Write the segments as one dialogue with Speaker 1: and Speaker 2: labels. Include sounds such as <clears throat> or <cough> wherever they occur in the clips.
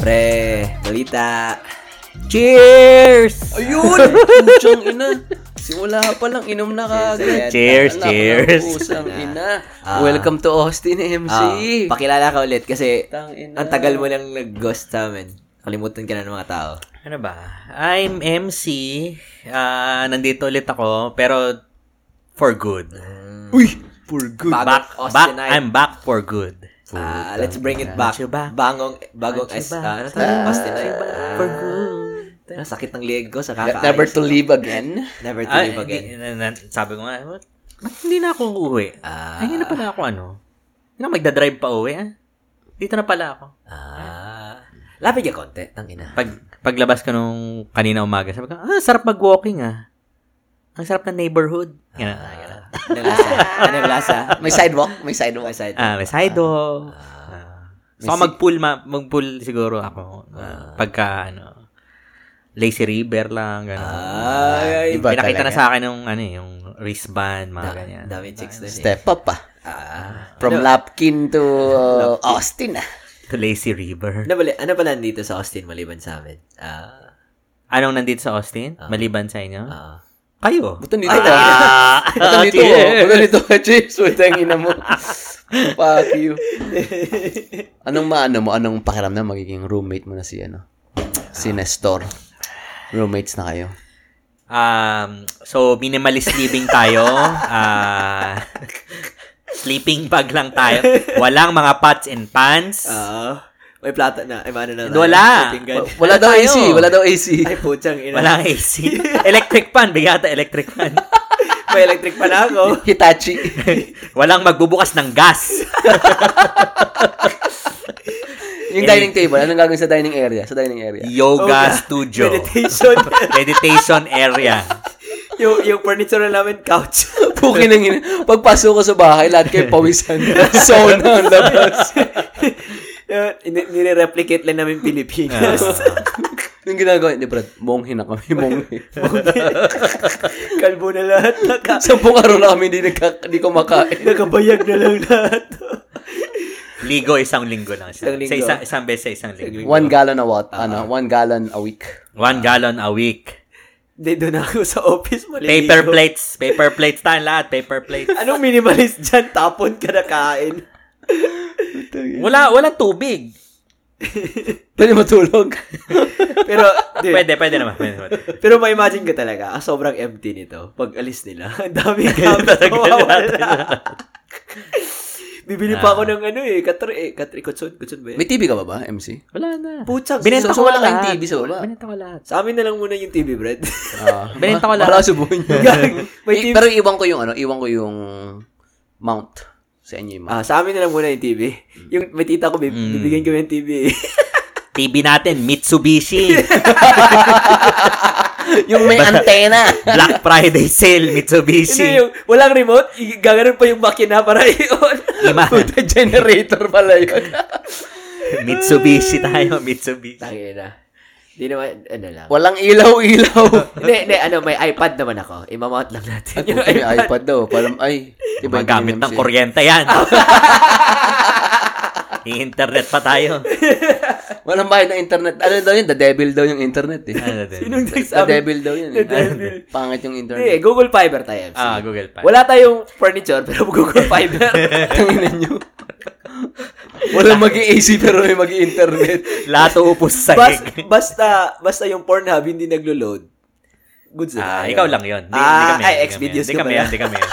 Speaker 1: Pre, balita. Cheers!
Speaker 2: Ayun! Putsang ina. Simula pa lang, inom na kagad.
Speaker 3: Cheers,
Speaker 2: Anak ng
Speaker 3: cheers.
Speaker 2: Pusang ina.
Speaker 1: Ah.
Speaker 2: Welcome to Austin MC.
Speaker 1: Ah, pakilala ka ulit kasi
Speaker 2: Tang ina.
Speaker 1: ang tagal mo nang nag-ghost sa amin. Kalimutan ka na ng mga tao.
Speaker 3: Ano ba? I'm MC. Ah, nandito ulit ako, pero for good.
Speaker 2: Uy! For good.
Speaker 1: Bago
Speaker 3: Back, back,
Speaker 1: Austinite.
Speaker 3: I'm back for good.
Speaker 1: Ah, let's bring it back.
Speaker 3: Ancho ba?
Speaker 1: Bangong, bagong, S, ah, ano tawag? Austinite. Ah,
Speaker 3: For good.
Speaker 1: Ang sakit ng liig ko sa
Speaker 2: Ne-
Speaker 1: kakaayos.
Speaker 2: Never to live again.
Speaker 1: Never to
Speaker 3: Ah,
Speaker 1: live again.
Speaker 3: hindi- na- na- sabi ko nga, "What? ba't hindi na ako uuwi?
Speaker 1: Ah.
Speaker 3: Ay, hindi na pala ako ano. Hindi na magdadrive pa uwi, ah. Dito na pala ako.
Speaker 1: Ah. Lapit ka konti. <laughs> Tangina.
Speaker 3: Pag, paglabas ko nung kanina umaga, sabi ko, ah, sarap mag-walking, ah. Ang sarap ng neighborhood. Yan, ah, yan. ah.
Speaker 1: Anong lasa? Anong lasa?
Speaker 2: May sidewalk. May sidewalk.
Speaker 1: May side.
Speaker 3: Ah, may sidewalk. Ah. so, mag-pool, ma- mag-pool siguro ako. Ah, pagka, ano, lazy river lang, gano'n. Ah,
Speaker 1: Ay, ay.
Speaker 2: Iba
Speaker 3: Pinakita na
Speaker 2: talaga.
Speaker 3: sa akin yung, ano, eh, yung wristband, mga ganyan.
Speaker 1: Dami chicks doon eh.
Speaker 2: Step up ah.
Speaker 1: Ah.
Speaker 2: From Lapkin to uh, Austin ah.
Speaker 3: To lazy river.
Speaker 1: Ano, pala, ano pala nandito sa Austin maliban sa amin? Ah.
Speaker 3: Anong nandito sa Austin? Maliban sa inyo?
Speaker 1: Ah.
Speaker 3: Kayo.
Speaker 2: Buto nito. Ah, <laughs> Buto nito. oh. Buto nito. <laughs> Cheers. Buto yung ina mo. Fuck you. Anong maano mo? Anong pakiramdam magiging roommate mo na si ano? Si Nestor. Roommates na kayo.
Speaker 3: Um, so, minimalist living tayo. Ah, sleeping bag lang tayo. Walang mga pots and pans.
Speaker 1: Ah. May plata na. Ay, ano na. tayo?
Speaker 3: Wala.
Speaker 1: Tinggan.
Speaker 2: Wa- Wala daw
Speaker 3: Tayo.
Speaker 2: AC. Wala daw AC.
Speaker 3: <laughs>
Speaker 1: Ay, putyang ina.
Speaker 3: walang AC. electric fan. Bigata electric fan.
Speaker 1: May electric pa na
Speaker 3: <laughs>
Speaker 1: ako.
Speaker 2: <laughs> Hitachi.
Speaker 3: walang magbubukas ng gas.
Speaker 2: yung dining table. Anong gagawin sa dining area? Sa dining area.
Speaker 3: Yoga
Speaker 1: Oh,
Speaker 3: studio.
Speaker 1: Meditation. <laughs>
Speaker 3: Meditation area.
Speaker 1: yung, yung furniture na namin, couch.
Speaker 2: <laughs>
Speaker 1: <laughs>
Speaker 2: Pukin ng ina. Pagpasok ko sa bahay, lahat kayo <laughs> pawisan. Sauna ang labas.
Speaker 1: Yun, ini- Nire-replicate lang namin Pilipinas.
Speaker 2: <laughs>
Speaker 3: Ah.
Speaker 2: Yung ginagawa, hindi Brad, monghi na kami, monghi.
Speaker 1: <laughs> Kalbo na lahat. Naka,
Speaker 2: <laughs> Sampung araw na kami, hindi, nagka, hindi kumakain.
Speaker 1: nakabayag na lang lahat. <laughs>
Speaker 3: Ligo isang linggo lang siya.
Speaker 1: Isang linggo.
Speaker 3: Sa isang, isang beses sa isang linggo.
Speaker 2: One gallon a what? ano, one gallon a week.
Speaker 3: One gallon a week.
Speaker 1: Hindi, doon ako sa office. maliligo.
Speaker 3: Paper plates. Paper plates tayo lahat. Paper plates.
Speaker 1: Anong minimalist dyan? Tapon ka na
Speaker 3: <laughs>
Speaker 1: kain.
Speaker 3: Wala, walang tubig.
Speaker 2: Pwede matulog.
Speaker 1: Pero, dude,
Speaker 3: Pwede, pwede naman. Pwede,
Speaker 1: <laughs>
Speaker 3: pwede.
Speaker 1: Pero ma-imagine ka talaga, ah, sobrang empty nito. Pag alis nila, <laughs> ang dami gamit.
Speaker 3: <laughs> Talaga,
Speaker 1: mawawala
Speaker 3: lahat,
Speaker 1: na. Bibili pa
Speaker 3: Ah.
Speaker 1: ako ng ano eh, katri, eh, katri, kutsun, kutsun ba
Speaker 2: <laughs> May
Speaker 1: yun?
Speaker 2: TV ka ba ba, MC?
Speaker 3: Wala na.
Speaker 1: Putsang,
Speaker 3: Binenta
Speaker 1: so-
Speaker 3: ko
Speaker 1: so
Speaker 3: wala
Speaker 2: wala kang
Speaker 3: lahat.
Speaker 2: TV sa baba?
Speaker 3: Binenta ko lahat.
Speaker 1: Sa amin na lang muna yung TV, bread.
Speaker 2: Ah.
Speaker 3: <laughs> Binenta ko lahat.
Speaker 2: Para
Speaker 3: <laughs>
Speaker 2: subuhin niyo.
Speaker 1: Gag, may
Speaker 2: I-
Speaker 1: TV.
Speaker 2: Pero iwan ko yung ano, iwan ko yung mount. Sa inyo yung mount.
Speaker 1: Ah, sa amin na lang muna yung TV. Yung may tita ko, bib- bibigyan ko yung <laughs> TV.
Speaker 3: TV natin,
Speaker 1: <laughs>
Speaker 3: Mitsubishi.
Speaker 2: yung may antena.
Speaker 3: Black Friday sale,
Speaker 1: Hindi,
Speaker 3: Mitsubishi.
Speaker 1: yung walang remote, i- gaganon pa yung makina para iyon. <laughs>
Speaker 3: Ima,
Speaker 2: Puta, generator pala yun.
Speaker 3: Mitsubishi tayo, Mitsubishi.
Speaker 1: Tangin na. Hindi naman, ano lang.
Speaker 2: Walang ilaw-ilaw.
Speaker 1: <laughs> Hindi, hindi, ano, may iPad naman ako. Imamount lang natin.
Speaker 2: At yung may iPad daw. Parang, ay. iba yung
Speaker 3: Magamit
Speaker 2: ganyan,
Speaker 3: ng
Speaker 2: MC.
Speaker 3: kuryente yan. <laughs> I-internet pa tayo.
Speaker 2: Walang bayad ng internet. Ano daw yun? The devil daw yung internet eh.
Speaker 3: Ano din?
Speaker 1: Sinong
Speaker 2: The
Speaker 1: nagsabi?
Speaker 2: devil daw yun.
Speaker 1: The
Speaker 2: eh.
Speaker 1: devil.
Speaker 2: Pangit yung
Speaker 1: Hindi,
Speaker 2: internet.
Speaker 1: Google Fiber tayo. MC.
Speaker 3: Ah, Google pa.
Speaker 1: Wala tayong furniture, pero Google <laughs> Fiber.
Speaker 2: Tanginan nyo. Walang mag ac pero may mag internet
Speaker 3: Lahat uupos sa
Speaker 1: Bas,
Speaker 3: gig.
Speaker 1: basta, basta yung Pornhub hindi naglo-load. Goods na
Speaker 3: Ah,
Speaker 1: tayo.
Speaker 3: ikaw lang yun. Di,
Speaker 1: Ah,
Speaker 3: di kami,
Speaker 1: ay,
Speaker 3: di
Speaker 1: Xvideos
Speaker 3: kami,
Speaker 1: ka
Speaker 3: kami
Speaker 1: pala.
Speaker 3: yan, di kami yan.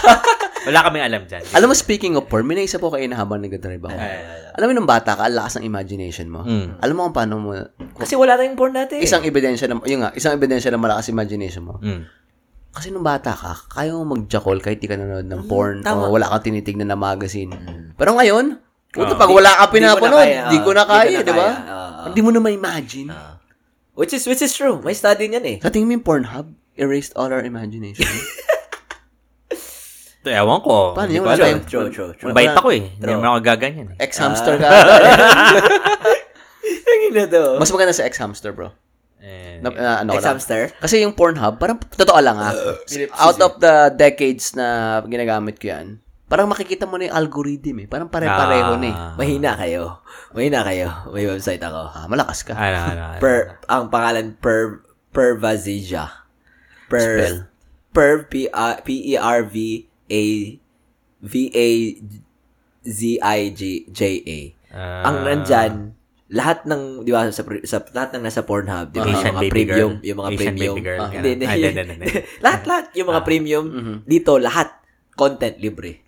Speaker 3: Wala kaming alam dyan.
Speaker 2: <laughs> Alam mo, speaking of porn, may naisa po kayo na habang nagdadrive ako.
Speaker 3: Ay, ay,
Speaker 2: Alam mo, nung bata ka, ang lakas ng imagination mo.
Speaker 3: Mm.
Speaker 2: Alam mo kung paano mo...
Speaker 1: Kasi wala tayong porn natin.
Speaker 2: Isang ebidensya na, yun nga, isang ebidensya na malakas imagination mo.
Speaker 3: Mm.
Speaker 2: Kasi nung bata ka, kaya mo mag-jackal kahit di ka nanonood ng porn
Speaker 1: Mm, tama.
Speaker 2: o wala kang tinitignan na magazine. Pero ngayon, puto, pag wala
Speaker 1: Di-
Speaker 2: ka
Speaker 1: di mo na
Speaker 2: pinapanood,
Speaker 1: kaya,
Speaker 2: di ko na
Speaker 1: di ko
Speaker 2: kaya,
Speaker 1: na
Speaker 2: di ba?
Speaker 1: kaya, Ah. oo.
Speaker 2: Hindi mo na ma-imagine.
Speaker 1: Which is, which is true. May study niyan eh.
Speaker 2: Sa tingin mo yung Pornhub, erased all
Speaker 1: <laughs>
Speaker 2: our imagination.
Speaker 3: Ito, ewan ko.
Speaker 2: Paano
Speaker 3: Hindi
Speaker 2: yun?
Speaker 3: ko
Speaker 2: Wala
Speaker 3: alam.
Speaker 2: tayong
Speaker 1: True, true, true. <laughs>
Speaker 3: Mabait ako eh. Hindi naman ako gaganyan eh.
Speaker 2: ex-hamster ka.
Speaker 1: Ah.
Speaker 2: ata.
Speaker 1: Ang ina to.
Speaker 2: <laughs> Mas maganda sa ex-hamster, bro.
Speaker 3: Eh,
Speaker 2: Na, na- ano ko lang.
Speaker 1: Ex-hamster?
Speaker 2: Kasi
Speaker 1: <laughs>
Speaker 2: yung Pornhub, parang totoo lang ah. out of the decades na ginagamit ko yan, Parang makikita mo na yung algorithm eh. Parang pare-pareho na eh.
Speaker 1: Mahina kayo. Mahina kayo. May website ako.
Speaker 2: Ah, malakas ka.
Speaker 3: Ano, ano, ano.
Speaker 1: Per, ang pangalan per Pervazija. Per
Speaker 2: Spell.
Speaker 1: Per P P E R V A V A Z I G J A.
Speaker 3: Ah.
Speaker 1: ang nandyan, lahat ng, di ba, sa, pre- sa lahat ng nasa Pornhub, di ba, yung
Speaker 3: Asian
Speaker 1: mga
Speaker 3: baby
Speaker 1: premium,
Speaker 3: girl.
Speaker 1: yung mga
Speaker 3: Asian
Speaker 1: premium.
Speaker 3: baby girl.
Speaker 1: Ah,
Speaker 3: Ganun.
Speaker 1: Hindi, hindi.
Speaker 3: Ah, hindi, hindi,
Speaker 1: <laughs>
Speaker 3: hindi. Ah. Mm-hmm.
Speaker 1: Lahat, lahat, yung mga premium, dito, lahat, content libre.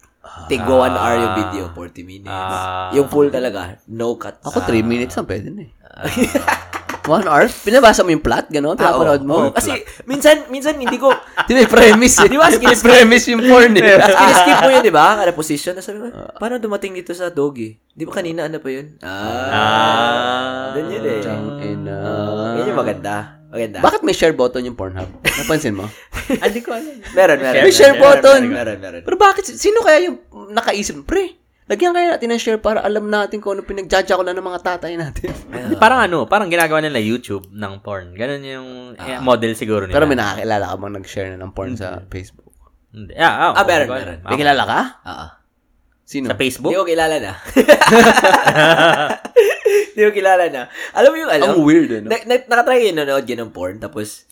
Speaker 1: Tig one hour yung video, 40 minutes.
Speaker 3: Ah.
Speaker 1: yung full talaga, no cuts.
Speaker 2: Ako 3 minutes lang pwede na eh. <laughs> 1 hour? Pinabasa mo yung plot? Ganon?
Speaker 1: Ah, oo.
Speaker 2: Pinapanood
Speaker 1: Oo,
Speaker 2: mo? <laughs>
Speaker 1: kasi, minsan, minsan, hindi <laughs> ko,
Speaker 2: Di may premise eh.
Speaker 1: Di ba,
Speaker 2: May premise yung porn eh. <laughs>
Speaker 1: skip mo yun, di ba? Kada position, na sabi ko,
Speaker 2: Ah.
Speaker 1: paano dumating dito sa doggy? Di ba kanina, ano pa yun? Ah. Doon yun eh.
Speaker 2: Ang ina.
Speaker 1: Ah. Yun yung maganda. Maganda.
Speaker 2: Bakit may share button yung Pornhub? Napansin mo?
Speaker 3: Hindi ko alam.
Speaker 1: Meron, meron.
Speaker 2: May share
Speaker 1: meron,
Speaker 2: button.
Speaker 1: Meron, meron. meron.
Speaker 2: <laughs> Pero bakit? Sino kaya yung nakaisip? Pre, lagyan kaya natin ng share para alam natin kung ano pinagjaja ko na ng mga tatay natin.
Speaker 3: Hindi, parang ano, parang ginagawa nila YouTube ng porn. Ganun yung eh, model siguro nila.
Speaker 2: <laughs> Pero may nakakilala ka bang nag-share na ng porn sa Facebook?
Speaker 3: Hindi. Ah,
Speaker 1: Ah, meron,
Speaker 3: oh,
Speaker 1: meron.
Speaker 2: May kilala ka?
Speaker 1: Oo.
Speaker 2: Sino?
Speaker 3: Sa Facebook?
Speaker 1: Hindi Ah, ko kilala
Speaker 2: <laughs>
Speaker 1: na. Hindi ko kilala na. Alam mo yung ano?
Speaker 2: Ang weird eh, no?
Speaker 1: Na, na, nakatry yun, nanonood yun ng porn, tapos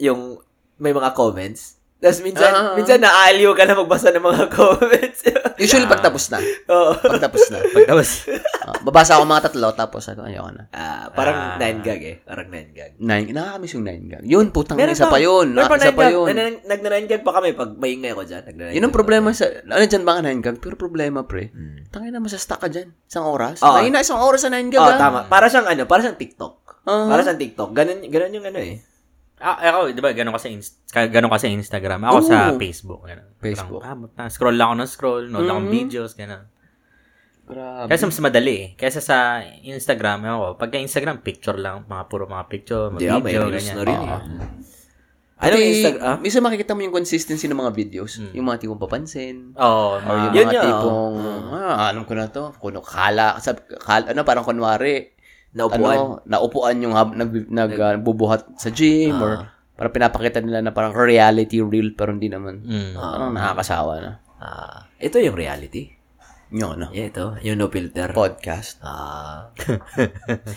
Speaker 1: yung may mga comments. Tapos minsan,
Speaker 2: Ah.
Speaker 1: minsan naaaliw ka na magbasa ng mga <laughs> comments.
Speaker 2: Usually pag tapos na.
Speaker 1: Oo.
Speaker 2: Pag tapos <laughs> na.
Speaker 3: Pagtapos.
Speaker 2: Ah, babasa ako mga tatlo tapos ako ayoko na.
Speaker 1: Ah, parang nine gag eh. Parang nine gag.
Speaker 2: Nine, nakakamiss yung nine gag. Yun, putang isa pa, yun.
Speaker 1: Meron
Speaker 2: Meron isa
Speaker 1: nine
Speaker 2: pa
Speaker 1: gag.
Speaker 2: yun.
Speaker 1: Nanan- Nagna-nine gag pa kami pag maingay ko dyan. Nagna-nine
Speaker 2: Yun ang
Speaker 1: gag Hmm.
Speaker 2: problema sa... Ano dyan ba ka nine gag? Pero problema, pre. Tangina na, masastuck ka dyan. Isang oras.
Speaker 1: Oo.
Speaker 2: Tangina, isang oras sa nine gag.
Speaker 1: Oh, Ah.
Speaker 2: ah.
Speaker 1: tama. Para siyang ano, para siyang TikTok.
Speaker 2: Ah.
Speaker 1: Para siyang TikTok. Ganun, ganun yung ano eh.
Speaker 3: <laughs> Ah, ako, di ba, ganun ka sa, inst- ka- ganun ka sa Instagram. Ako sa
Speaker 2: Oo.
Speaker 3: Facebook. Ganun.
Speaker 2: Facebook.
Speaker 3: Parang, ah, scroll lang ako ng scroll, nood ako
Speaker 1: Mm-hmm.
Speaker 3: ng videos, ganun.
Speaker 2: Grabe.
Speaker 3: Kasi mas madali eh. Kesa sa Instagram, ewan ko, pagka Instagram, picture lang, mga puro mga picture, mga
Speaker 1: Di ba, ah, may
Speaker 3: video,
Speaker 1: reels
Speaker 3: ganyan.
Speaker 1: na rin eh.
Speaker 3: Oo.
Speaker 1: Ano
Speaker 2: Pati,
Speaker 1: Instagram? ah? Hmm.
Speaker 2: minsan makikita mo yung consistency ng mga videos. Yung mga tipong papansin.
Speaker 3: Oo, mga-
Speaker 2: Or yung
Speaker 1: Ah, Yun
Speaker 2: mga
Speaker 1: yun,
Speaker 2: tipong, ah, alam ko na to. Kuno, kala, sab, kala, ano, parang kunwari,
Speaker 1: Naupuan.
Speaker 2: ano, naupuan yung hab, nag, nag, ah, bubuhat sa gym or
Speaker 1: Ah.
Speaker 2: parang pinapakita nila na parang reality reel pero hindi naman.
Speaker 3: Mm.
Speaker 2: Parang nakakasawa na.
Speaker 1: Ah, ito yung reality.
Speaker 2: Yun, ano?
Speaker 1: Yeah, ito. Yung no filter.
Speaker 2: Oh. Podcast.
Speaker 1: Ah.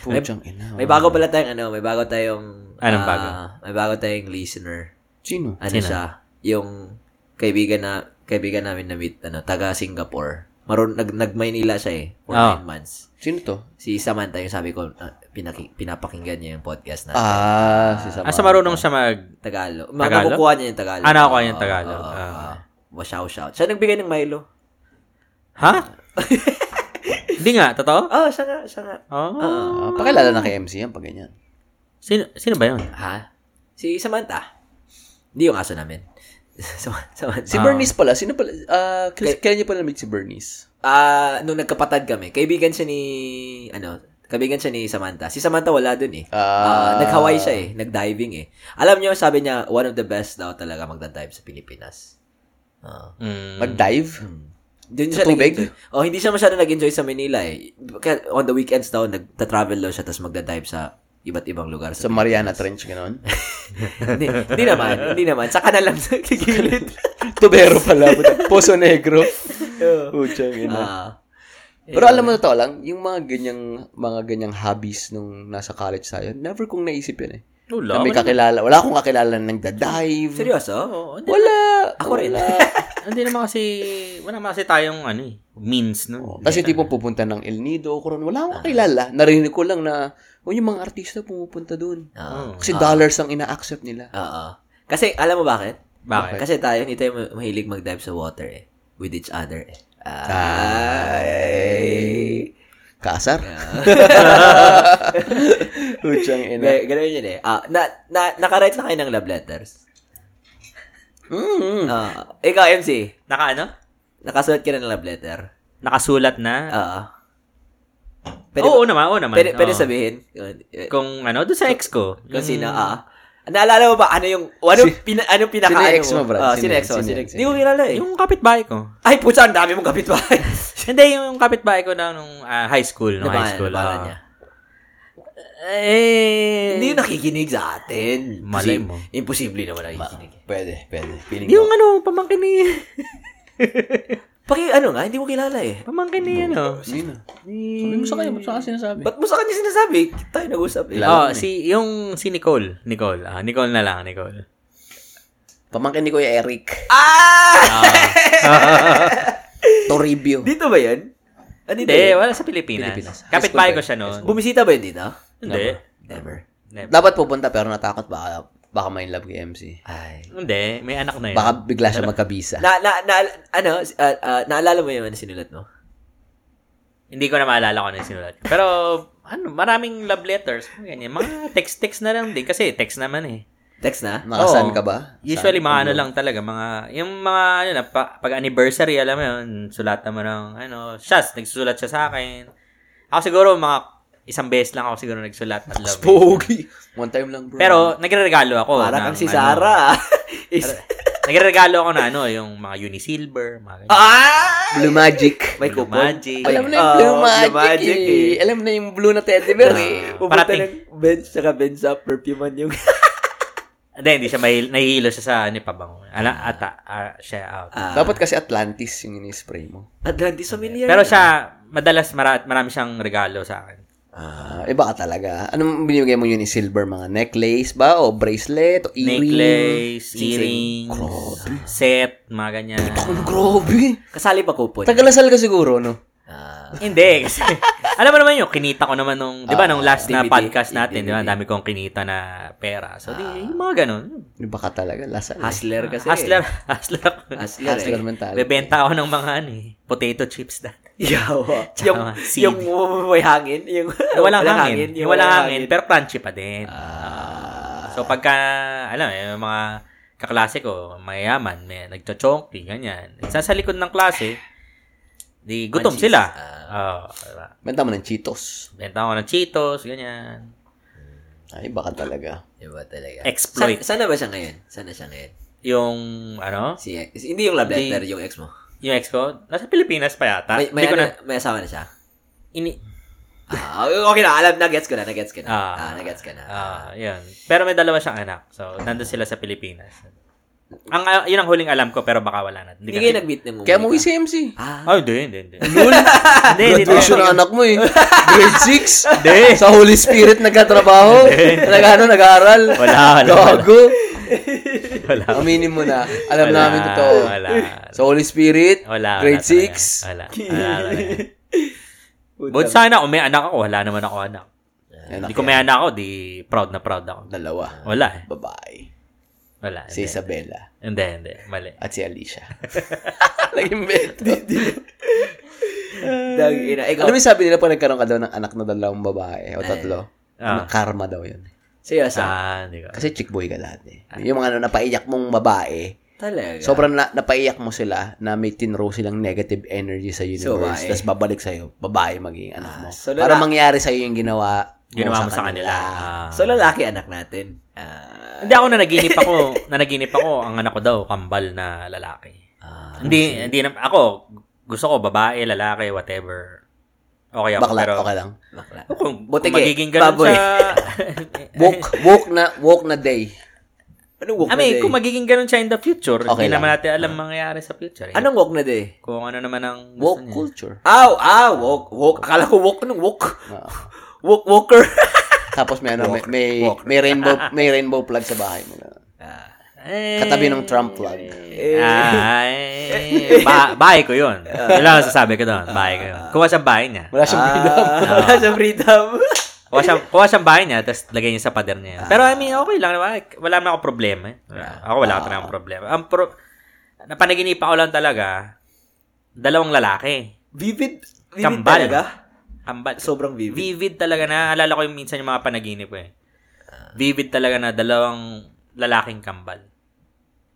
Speaker 2: Puchang ina.
Speaker 1: may bago pala tayong ano, may bago tayong
Speaker 3: Anong
Speaker 1: ah,
Speaker 3: bago?
Speaker 1: may bago tayong listener.
Speaker 2: Sino?
Speaker 1: Ano siya? Yung kaibigan na kaibigan namin na meet ano, taga Singapore. Maroon nag nag-Maynila siya eh for
Speaker 3: Ah.
Speaker 1: nine months.
Speaker 2: Sino to?
Speaker 1: Si Samantha yung sabi ko ah, pinaki, pinapakinggan niya yung podcast na
Speaker 2: Ah, si Samantha.
Speaker 3: Ah, sa marunong siya mag...
Speaker 1: Tagalog. Tagalog?
Speaker 3: Tagalog?
Speaker 1: Nakukuha niya yung Tagalog.
Speaker 3: Ah, nakukuha niya yung Tagalog.
Speaker 1: Oo, oo,
Speaker 3: Ah.
Speaker 1: oo. Wa- shout shout. Siya nagbigay ng Milo.
Speaker 3: Ha? <laughs> Hindi nga, totoo?
Speaker 1: Oh, siya nga, siya nga.
Speaker 3: Oo.
Speaker 2: Ah, pakilala na kay MC yan pag ganyan.
Speaker 3: Sino, sino ba yun?
Speaker 1: Ha? Si Samantha. Hindi yung aso namin. <laughs> Sam- Samantha.
Speaker 3: Ah.
Speaker 2: Si Bernice pala. Sino pala? Ah, kil- kailan niyo pala na-meet si Bernice?
Speaker 1: Ah, nung nagkapatad kami, kaibigan siya ni ano, kaibigan siya ni Samantha. Si Samantha wala dun eh. Ah,
Speaker 2: Ah.
Speaker 1: nag-Hawaii siya eh, nag-diving eh. Alam niyo, sabi niya, one of the best daw talaga magda-dive sa Pilipinas. Ah. Hmm.
Speaker 3: Mm.
Speaker 2: Mag-dive?
Speaker 1: Doon siya
Speaker 2: Sa tubig?
Speaker 1: nag-enjoy. Oh, hindi siya masyado nag-enjoy sa Manila eh. Kaya on the weekends daw nagta-travel daw siya tapos magda-dive sa iba't ibang lugar sa
Speaker 2: Sa Mariana Trench, <laughs> gano'n?
Speaker 1: <laughs> hindi, hindi naman, hindi naman. Saka na lang sa gigilid.
Speaker 2: Tubero <laughs> pala. puta. Poso Negro. Puchang ina.
Speaker 1: Ah.
Speaker 2: Pero alam mo totoo lang, yung mga ganyang mga ganyang hobbies nung nasa college tayo, never kong naisip yun eh.
Speaker 3: Wala.
Speaker 2: Na may kakilala. Wala akong kakilala na nagda-dive.
Speaker 1: seryoso?
Speaker 3: Oo, hindi,
Speaker 2: Wala.
Speaker 1: Ako rin.
Speaker 2: Wala.
Speaker 3: hindi naman kasi, wala naman kasi tayong ano eh, means, no?
Speaker 1: Oh,
Speaker 2: Tapos hindi po pupunta ng El Nido, Coron, wala akong kakilala. Narinig ko lang na, oh, yung mga artista pumupunta doon.
Speaker 1: Oo.
Speaker 2: Kasi dollars ang ina-accept nila.
Speaker 1: Ah. Oo. Kasi alam mo bakit?
Speaker 3: Bakit?
Speaker 1: Kasi tayo hindi tayo ma- mahilig mag-dive sa water eh with each other eh. Ah. Ay.
Speaker 2: Kasar. <laughs> Huchang ina.
Speaker 1: G- ganun yun eh. Ah, na, na, nakarite na kayo ng love letters.
Speaker 2: Mm.
Speaker 1: Ah, ikaw, MC,
Speaker 3: Hmm. Naka ano?
Speaker 1: nakasulat ka na ng love letter.
Speaker 3: Nakasulat na?
Speaker 1: Oo. pwede
Speaker 3: Oo, oo naman, oo naman.
Speaker 1: Pwede, pwede
Speaker 3: Oo. Hmm.
Speaker 1: sabihin.
Speaker 3: Kung ano, doon sa ex ko.
Speaker 1: Kung sino, ah. Naalala mo ba, ano yung, ano, pina, ano pinaka,
Speaker 2: sino
Speaker 1: ano
Speaker 2: ex mo, Brad?
Speaker 1: Ah,
Speaker 2: Sino
Speaker 1: sino ex
Speaker 2: ex?
Speaker 1: mo,
Speaker 2: Sino
Speaker 1: sino
Speaker 2: ex?
Speaker 1: ex? Hindi ko kilala eh.
Speaker 3: Yung kapitbahay ko.
Speaker 1: Ay, putsa, ang dami mong kapitbahay.
Speaker 3: <laughs> Hindi, yung kapitbahay ko na nung ah, high school. Nung high
Speaker 1: Nabahala-
Speaker 3: school.
Speaker 1: nabahala
Speaker 3: ah.
Speaker 1: niya.
Speaker 3: Eh,
Speaker 1: Hindi yun nakikinig sa atin. Imposi-
Speaker 3: Malay mo.
Speaker 1: Imposible naman nakikinig.
Speaker 2: Pwede, pwede. Feeling
Speaker 3: Yung ano, pamangkin ni...
Speaker 1: Paki, ano nga, hindi mo kilala eh.
Speaker 3: <laughs> Pamangkin ni ano.
Speaker 2: Sino?
Speaker 3: Ni...
Speaker 2: Sabi mo sa kanya, ba't sa akin sinasabi?
Speaker 1: Ba't mo sa kanya sinasabi? Tayo nag-usap eh.
Speaker 2: Kilala
Speaker 3: Oh,
Speaker 2: ko na eh.
Speaker 3: si yung si Nicole, Nicole. Ah, Nicole na lang, Nicole.
Speaker 2: Pamangkin ni Kuya Eric. Ah.
Speaker 1: Ah!
Speaker 2: <laughs> Toribio.
Speaker 1: Dito ba yan? Ah, dito
Speaker 3: Hindi,
Speaker 1: yan?
Speaker 3: wala sa Pilipinas.
Speaker 2: Pilipinas.
Speaker 3: Kapit bahay ko siya noon.
Speaker 1: Bumisita ba yun dito?
Speaker 3: Hindi.
Speaker 1: Never.
Speaker 3: Never.
Speaker 2: Dapat pupunta pero natakot baka baka may love kay MC.
Speaker 1: Ay.
Speaker 3: Hindi, may anak na yun.
Speaker 2: Baka bigla siya magkabisa.
Speaker 1: Na, na, na, ano, si- ah, ah, naalala mo yung ano sinulat mo?
Speaker 3: Hindi ko na maalala kung ano yung sinulat. ko. Pero, ano, maraming love letters. mga Ganyan. Mga text-text na lang din. Kasi text naman eh.
Speaker 1: Text na?
Speaker 2: Nakasan
Speaker 3: Oo.
Speaker 2: ka ba?
Speaker 3: Usually, mga ano lang talaga. Mga, yung mga, ano na, pa- pag anniversary, alam mo yun, sulatan mo ng, ano, shots. Nagsusulat siya sa akin. Ako siguro, mga isang beses lang ako siguro nagsulat ng love letter.
Speaker 2: Pogi. One time lang bro.
Speaker 3: Pero, nagre-regalo ako.
Speaker 1: Para
Speaker 3: ng,
Speaker 1: kang si
Speaker 3: ano,
Speaker 1: Sarah. ah. <laughs> Is,
Speaker 3: Nagre-regalo ako na, ano, yung mga Unisilver, mga ganyan.
Speaker 1: ah!
Speaker 2: Blue Magic.
Speaker 1: May
Speaker 3: Blue
Speaker 1: coupon.
Speaker 3: Magic.
Speaker 2: Alam mo na
Speaker 1: Oo,
Speaker 2: yung blue magic, eh.
Speaker 1: Oh, eh.
Speaker 2: Alam mo na yung blue na teddy bear eh.
Speaker 3: Ah.
Speaker 1: Pupunta
Speaker 3: Parating.
Speaker 1: ng bench, saka bench up, perfume on yung... <laughs>
Speaker 3: Hindi, hindi siya mahil, nahihilo siya sa ano, pabango. Ala, ata, ah, siya out.
Speaker 1: Ah,
Speaker 2: Dapat kasi Atlantis yung ini-spray mo.
Speaker 1: Atlantis familiar.
Speaker 3: Pero siya, madalas mara- marami siyang regalo sa akin.
Speaker 2: Ah, iba ka talaga. Anong binibigay mo yun ni silver? Mga necklace ba? O bracelet? O earring?
Speaker 3: Necklace,
Speaker 2: Sing-sing.
Speaker 3: earrings,
Speaker 2: Grabe.
Speaker 3: set, mga ganyan.
Speaker 2: Ako na Ano, grabe.
Speaker 1: Kasali pa coupon.
Speaker 2: Tagalasal ka siguro, no?
Speaker 1: Ah,
Speaker 3: Hindi, kasi, <laughs> alam mo naman yun, kinita ko naman nung, di ba, nung last na
Speaker 1: DVD,
Speaker 3: podcast natin, di
Speaker 1: DVD.
Speaker 3: ba, ang dami kong kinita na pera. So, di, yung mga ganun.
Speaker 2: Iba ka talaga. Lasal. eh.
Speaker 1: hustler kasi.
Speaker 3: Hustler, <laughs> hustler.
Speaker 1: Hustler.
Speaker 2: Hustler
Speaker 1: eh.
Speaker 2: mentality.
Speaker 3: Bebenta ako ng mga ano eh, potato chips na.
Speaker 1: <laughs> Yawa. Yung,
Speaker 3: seed.
Speaker 1: yung may hangin. Yung, <laughs>
Speaker 3: Walang hangin. Yung walang hangin, pero crunchy pa din.
Speaker 1: Ah.
Speaker 3: so, pagka, alam mo, yung mga kaklase ko, mayaman, may nagchochonky, ganyan. Isa sa likod ng klase, di gutom
Speaker 1: Munchies.
Speaker 3: sila.
Speaker 1: Ah,
Speaker 3: Oo, diba?
Speaker 2: Benta mo ng Cheetos.
Speaker 3: Benta ko ng Cheetos, ganyan.
Speaker 2: Ay, iba ka talaga.
Speaker 1: Iba talaga.
Speaker 3: Exploit.
Speaker 1: Sa, sana ba siya ngayon? Sana siya ngayon?
Speaker 3: Yung, ano,
Speaker 1: Si ex. Hindi yung love
Speaker 3: Hindi.
Speaker 1: letter, yung ex mo.
Speaker 3: yung ex ko, nasa Pilipinas pa yata.
Speaker 1: May, may,
Speaker 3: Hindi Ah, ko na,
Speaker 1: ano- may asawa na siya.
Speaker 3: ini,
Speaker 1: Ah, okay na, alam, na-gets ko na, na-gets ko na.
Speaker 3: Ah.
Speaker 1: Ah, na-gets ko na.
Speaker 3: ah, yun. Pero may dalawa siyang anak. So, nandun sila sa Pilipinas. Ang, ah, yun ang huling alam ko, pero baka wala na.
Speaker 1: Hindi
Speaker 3: ko
Speaker 1: kayo
Speaker 3: na-
Speaker 1: nag-meet ng
Speaker 2: Kaya umuwi si MC.
Speaker 1: Ah,
Speaker 3: Ay, Oh hindi, hindi, hindi. Hindi, hindi.
Speaker 2: Graduation ng anak
Speaker 3: <laughs>
Speaker 2: mo eh. Grade 6.
Speaker 3: Hindi.
Speaker 2: Sa Holy Spirit nagkatrabaho. Nag-ano, nag-aaral.
Speaker 3: Wala, wala, wala.
Speaker 2: Gago.
Speaker 3: Wala.
Speaker 2: Aminin mo na. Alam
Speaker 3: Wala,
Speaker 2: namin totoo.
Speaker 3: Wala.
Speaker 2: Sa Holy Spirit,
Speaker 3: Wala. wala
Speaker 2: grade
Speaker 3: talaga.
Speaker 2: 6.
Speaker 3: Wala. Wala. talaga. But sana kung may anak ako, wala naman ako anak. Hindi ko may anak ako, di proud na proud ako.
Speaker 2: Dalawa.
Speaker 3: Wala eh.
Speaker 2: Babae.
Speaker 3: Wala.
Speaker 2: Si
Speaker 3: Hindi,
Speaker 2: Isabella
Speaker 3: hindi, hindi. Mali.
Speaker 2: at
Speaker 3: <laughs>
Speaker 2: si Alicia. Naging beto.
Speaker 1: Dag, ina, ikaw.
Speaker 2: Ano yung sabi nila pag nagkaroon ka daw ng anak na dalawang babae o tatlo?
Speaker 3: Ah.
Speaker 2: Ano, karma daw yun.
Speaker 1: Seryoso.
Speaker 3: Ah, hindi ko.
Speaker 2: Kasi chick boy ka dati.
Speaker 3: Ah.
Speaker 2: Yung mga ano, napaiyak mong babae,
Speaker 1: Talaga.
Speaker 2: sobrang na, napaiyak mo sila na may tinrow silang negative energy sa universe.
Speaker 1: Babae.
Speaker 2: Tapos babalik sa'yo, babae magiging anak mo.
Speaker 1: Ah, so
Speaker 2: Para
Speaker 1: lala-
Speaker 2: mangyari sa'yo yung ginawa mo
Speaker 3: Ginawa mo sa kanila. Ah.
Speaker 1: So, lalaki anak natin. Ah,
Speaker 3: Hindi ako nanaginip ako, <laughs> nanaginip ako, ang anak ko daw, kambal na lalaki.
Speaker 1: ah,
Speaker 3: Hindi, hindi na, ako, gusto ko, babae, lalaki, whatever. Okay ako,
Speaker 2: Bakla,
Speaker 3: pero,
Speaker 2: okay lang.
Speaker 1: bakla.
Speaker 3: Kung,
Speaker 1: Butike,
Speaker 3: kung magiging ganun
Speaker 1: baboy.
Speaker 2: <laughs>
Speaker 3: siya,
Speaker 2: Woke, woke na, woke na day.
Speaker 1: Anong walk
Speaker 3: I
Speaker 1: na
Speaker 3: mean,
Speaker 1: day?
Speaker 3: kung magiging ganun siya in the future,
Speaker 2: Okay
Speaker 3: hindi
Speaker 2: lang.
Speaker 3: naman
Speaker 2: Ah. Ano?
Speaker 3: natin alam mangyayari sa future. Eh.
Speaker 1: Anong walk na day?
Speaker 3: Kung ano naman ang gusto
Speaker 2: Woke
Speaker 3: niya.
Speaker 2: culture.
Speaker 1: Aw, ah, walk, walk. Akala ko walk, anong walk?
Speaker 2: Oo.
Speaker 1: Walk, walker.
Speaker 2: Ah.
Speaker 1: <laughs>
Speaker 2: Tapos may ano, may, may, may rainbow, may rainbow plug sa bahay mo. na.
Speaker 1: Ah, eh.
Speaker 3: Eh,
Speaker 2: Katabi ng Trump plug. <laughs>
Speaker 3: Ay, ba- bahay ko yun. Yun
Speaker 2: Ah.
Speaker 3: lang ang sasabi ko doon. Bahay ko yun. Kuha siyang bahay niya.
Speaker 2: Wala siyang bilang.
Speaker 1: Ah, <laughs> wala siyang freedom.
Speaker 3: Kuha siyang, kuha siyang bahay niya, tapos lagay niya sa pader niya. yun. Pero I mean, okay lang naman. Wala naman ako problema. eh. Wala. Ako wala ako talagang problema. Ang pro, napanaginipa ko lang talaga, dalawang lalaki.
Speaker 1: Vivid. Vivid
Speaker 3: Kambal.
Speaker 1: talaga.
Speaker 3: Ambal.
Speaker 1: Sobrang vivid.
Speaker 3: Vivid talaga na. Alala ko yung minsan yung mga panaginip ko eh. Vivid talaga na dalawang lalaking kambal.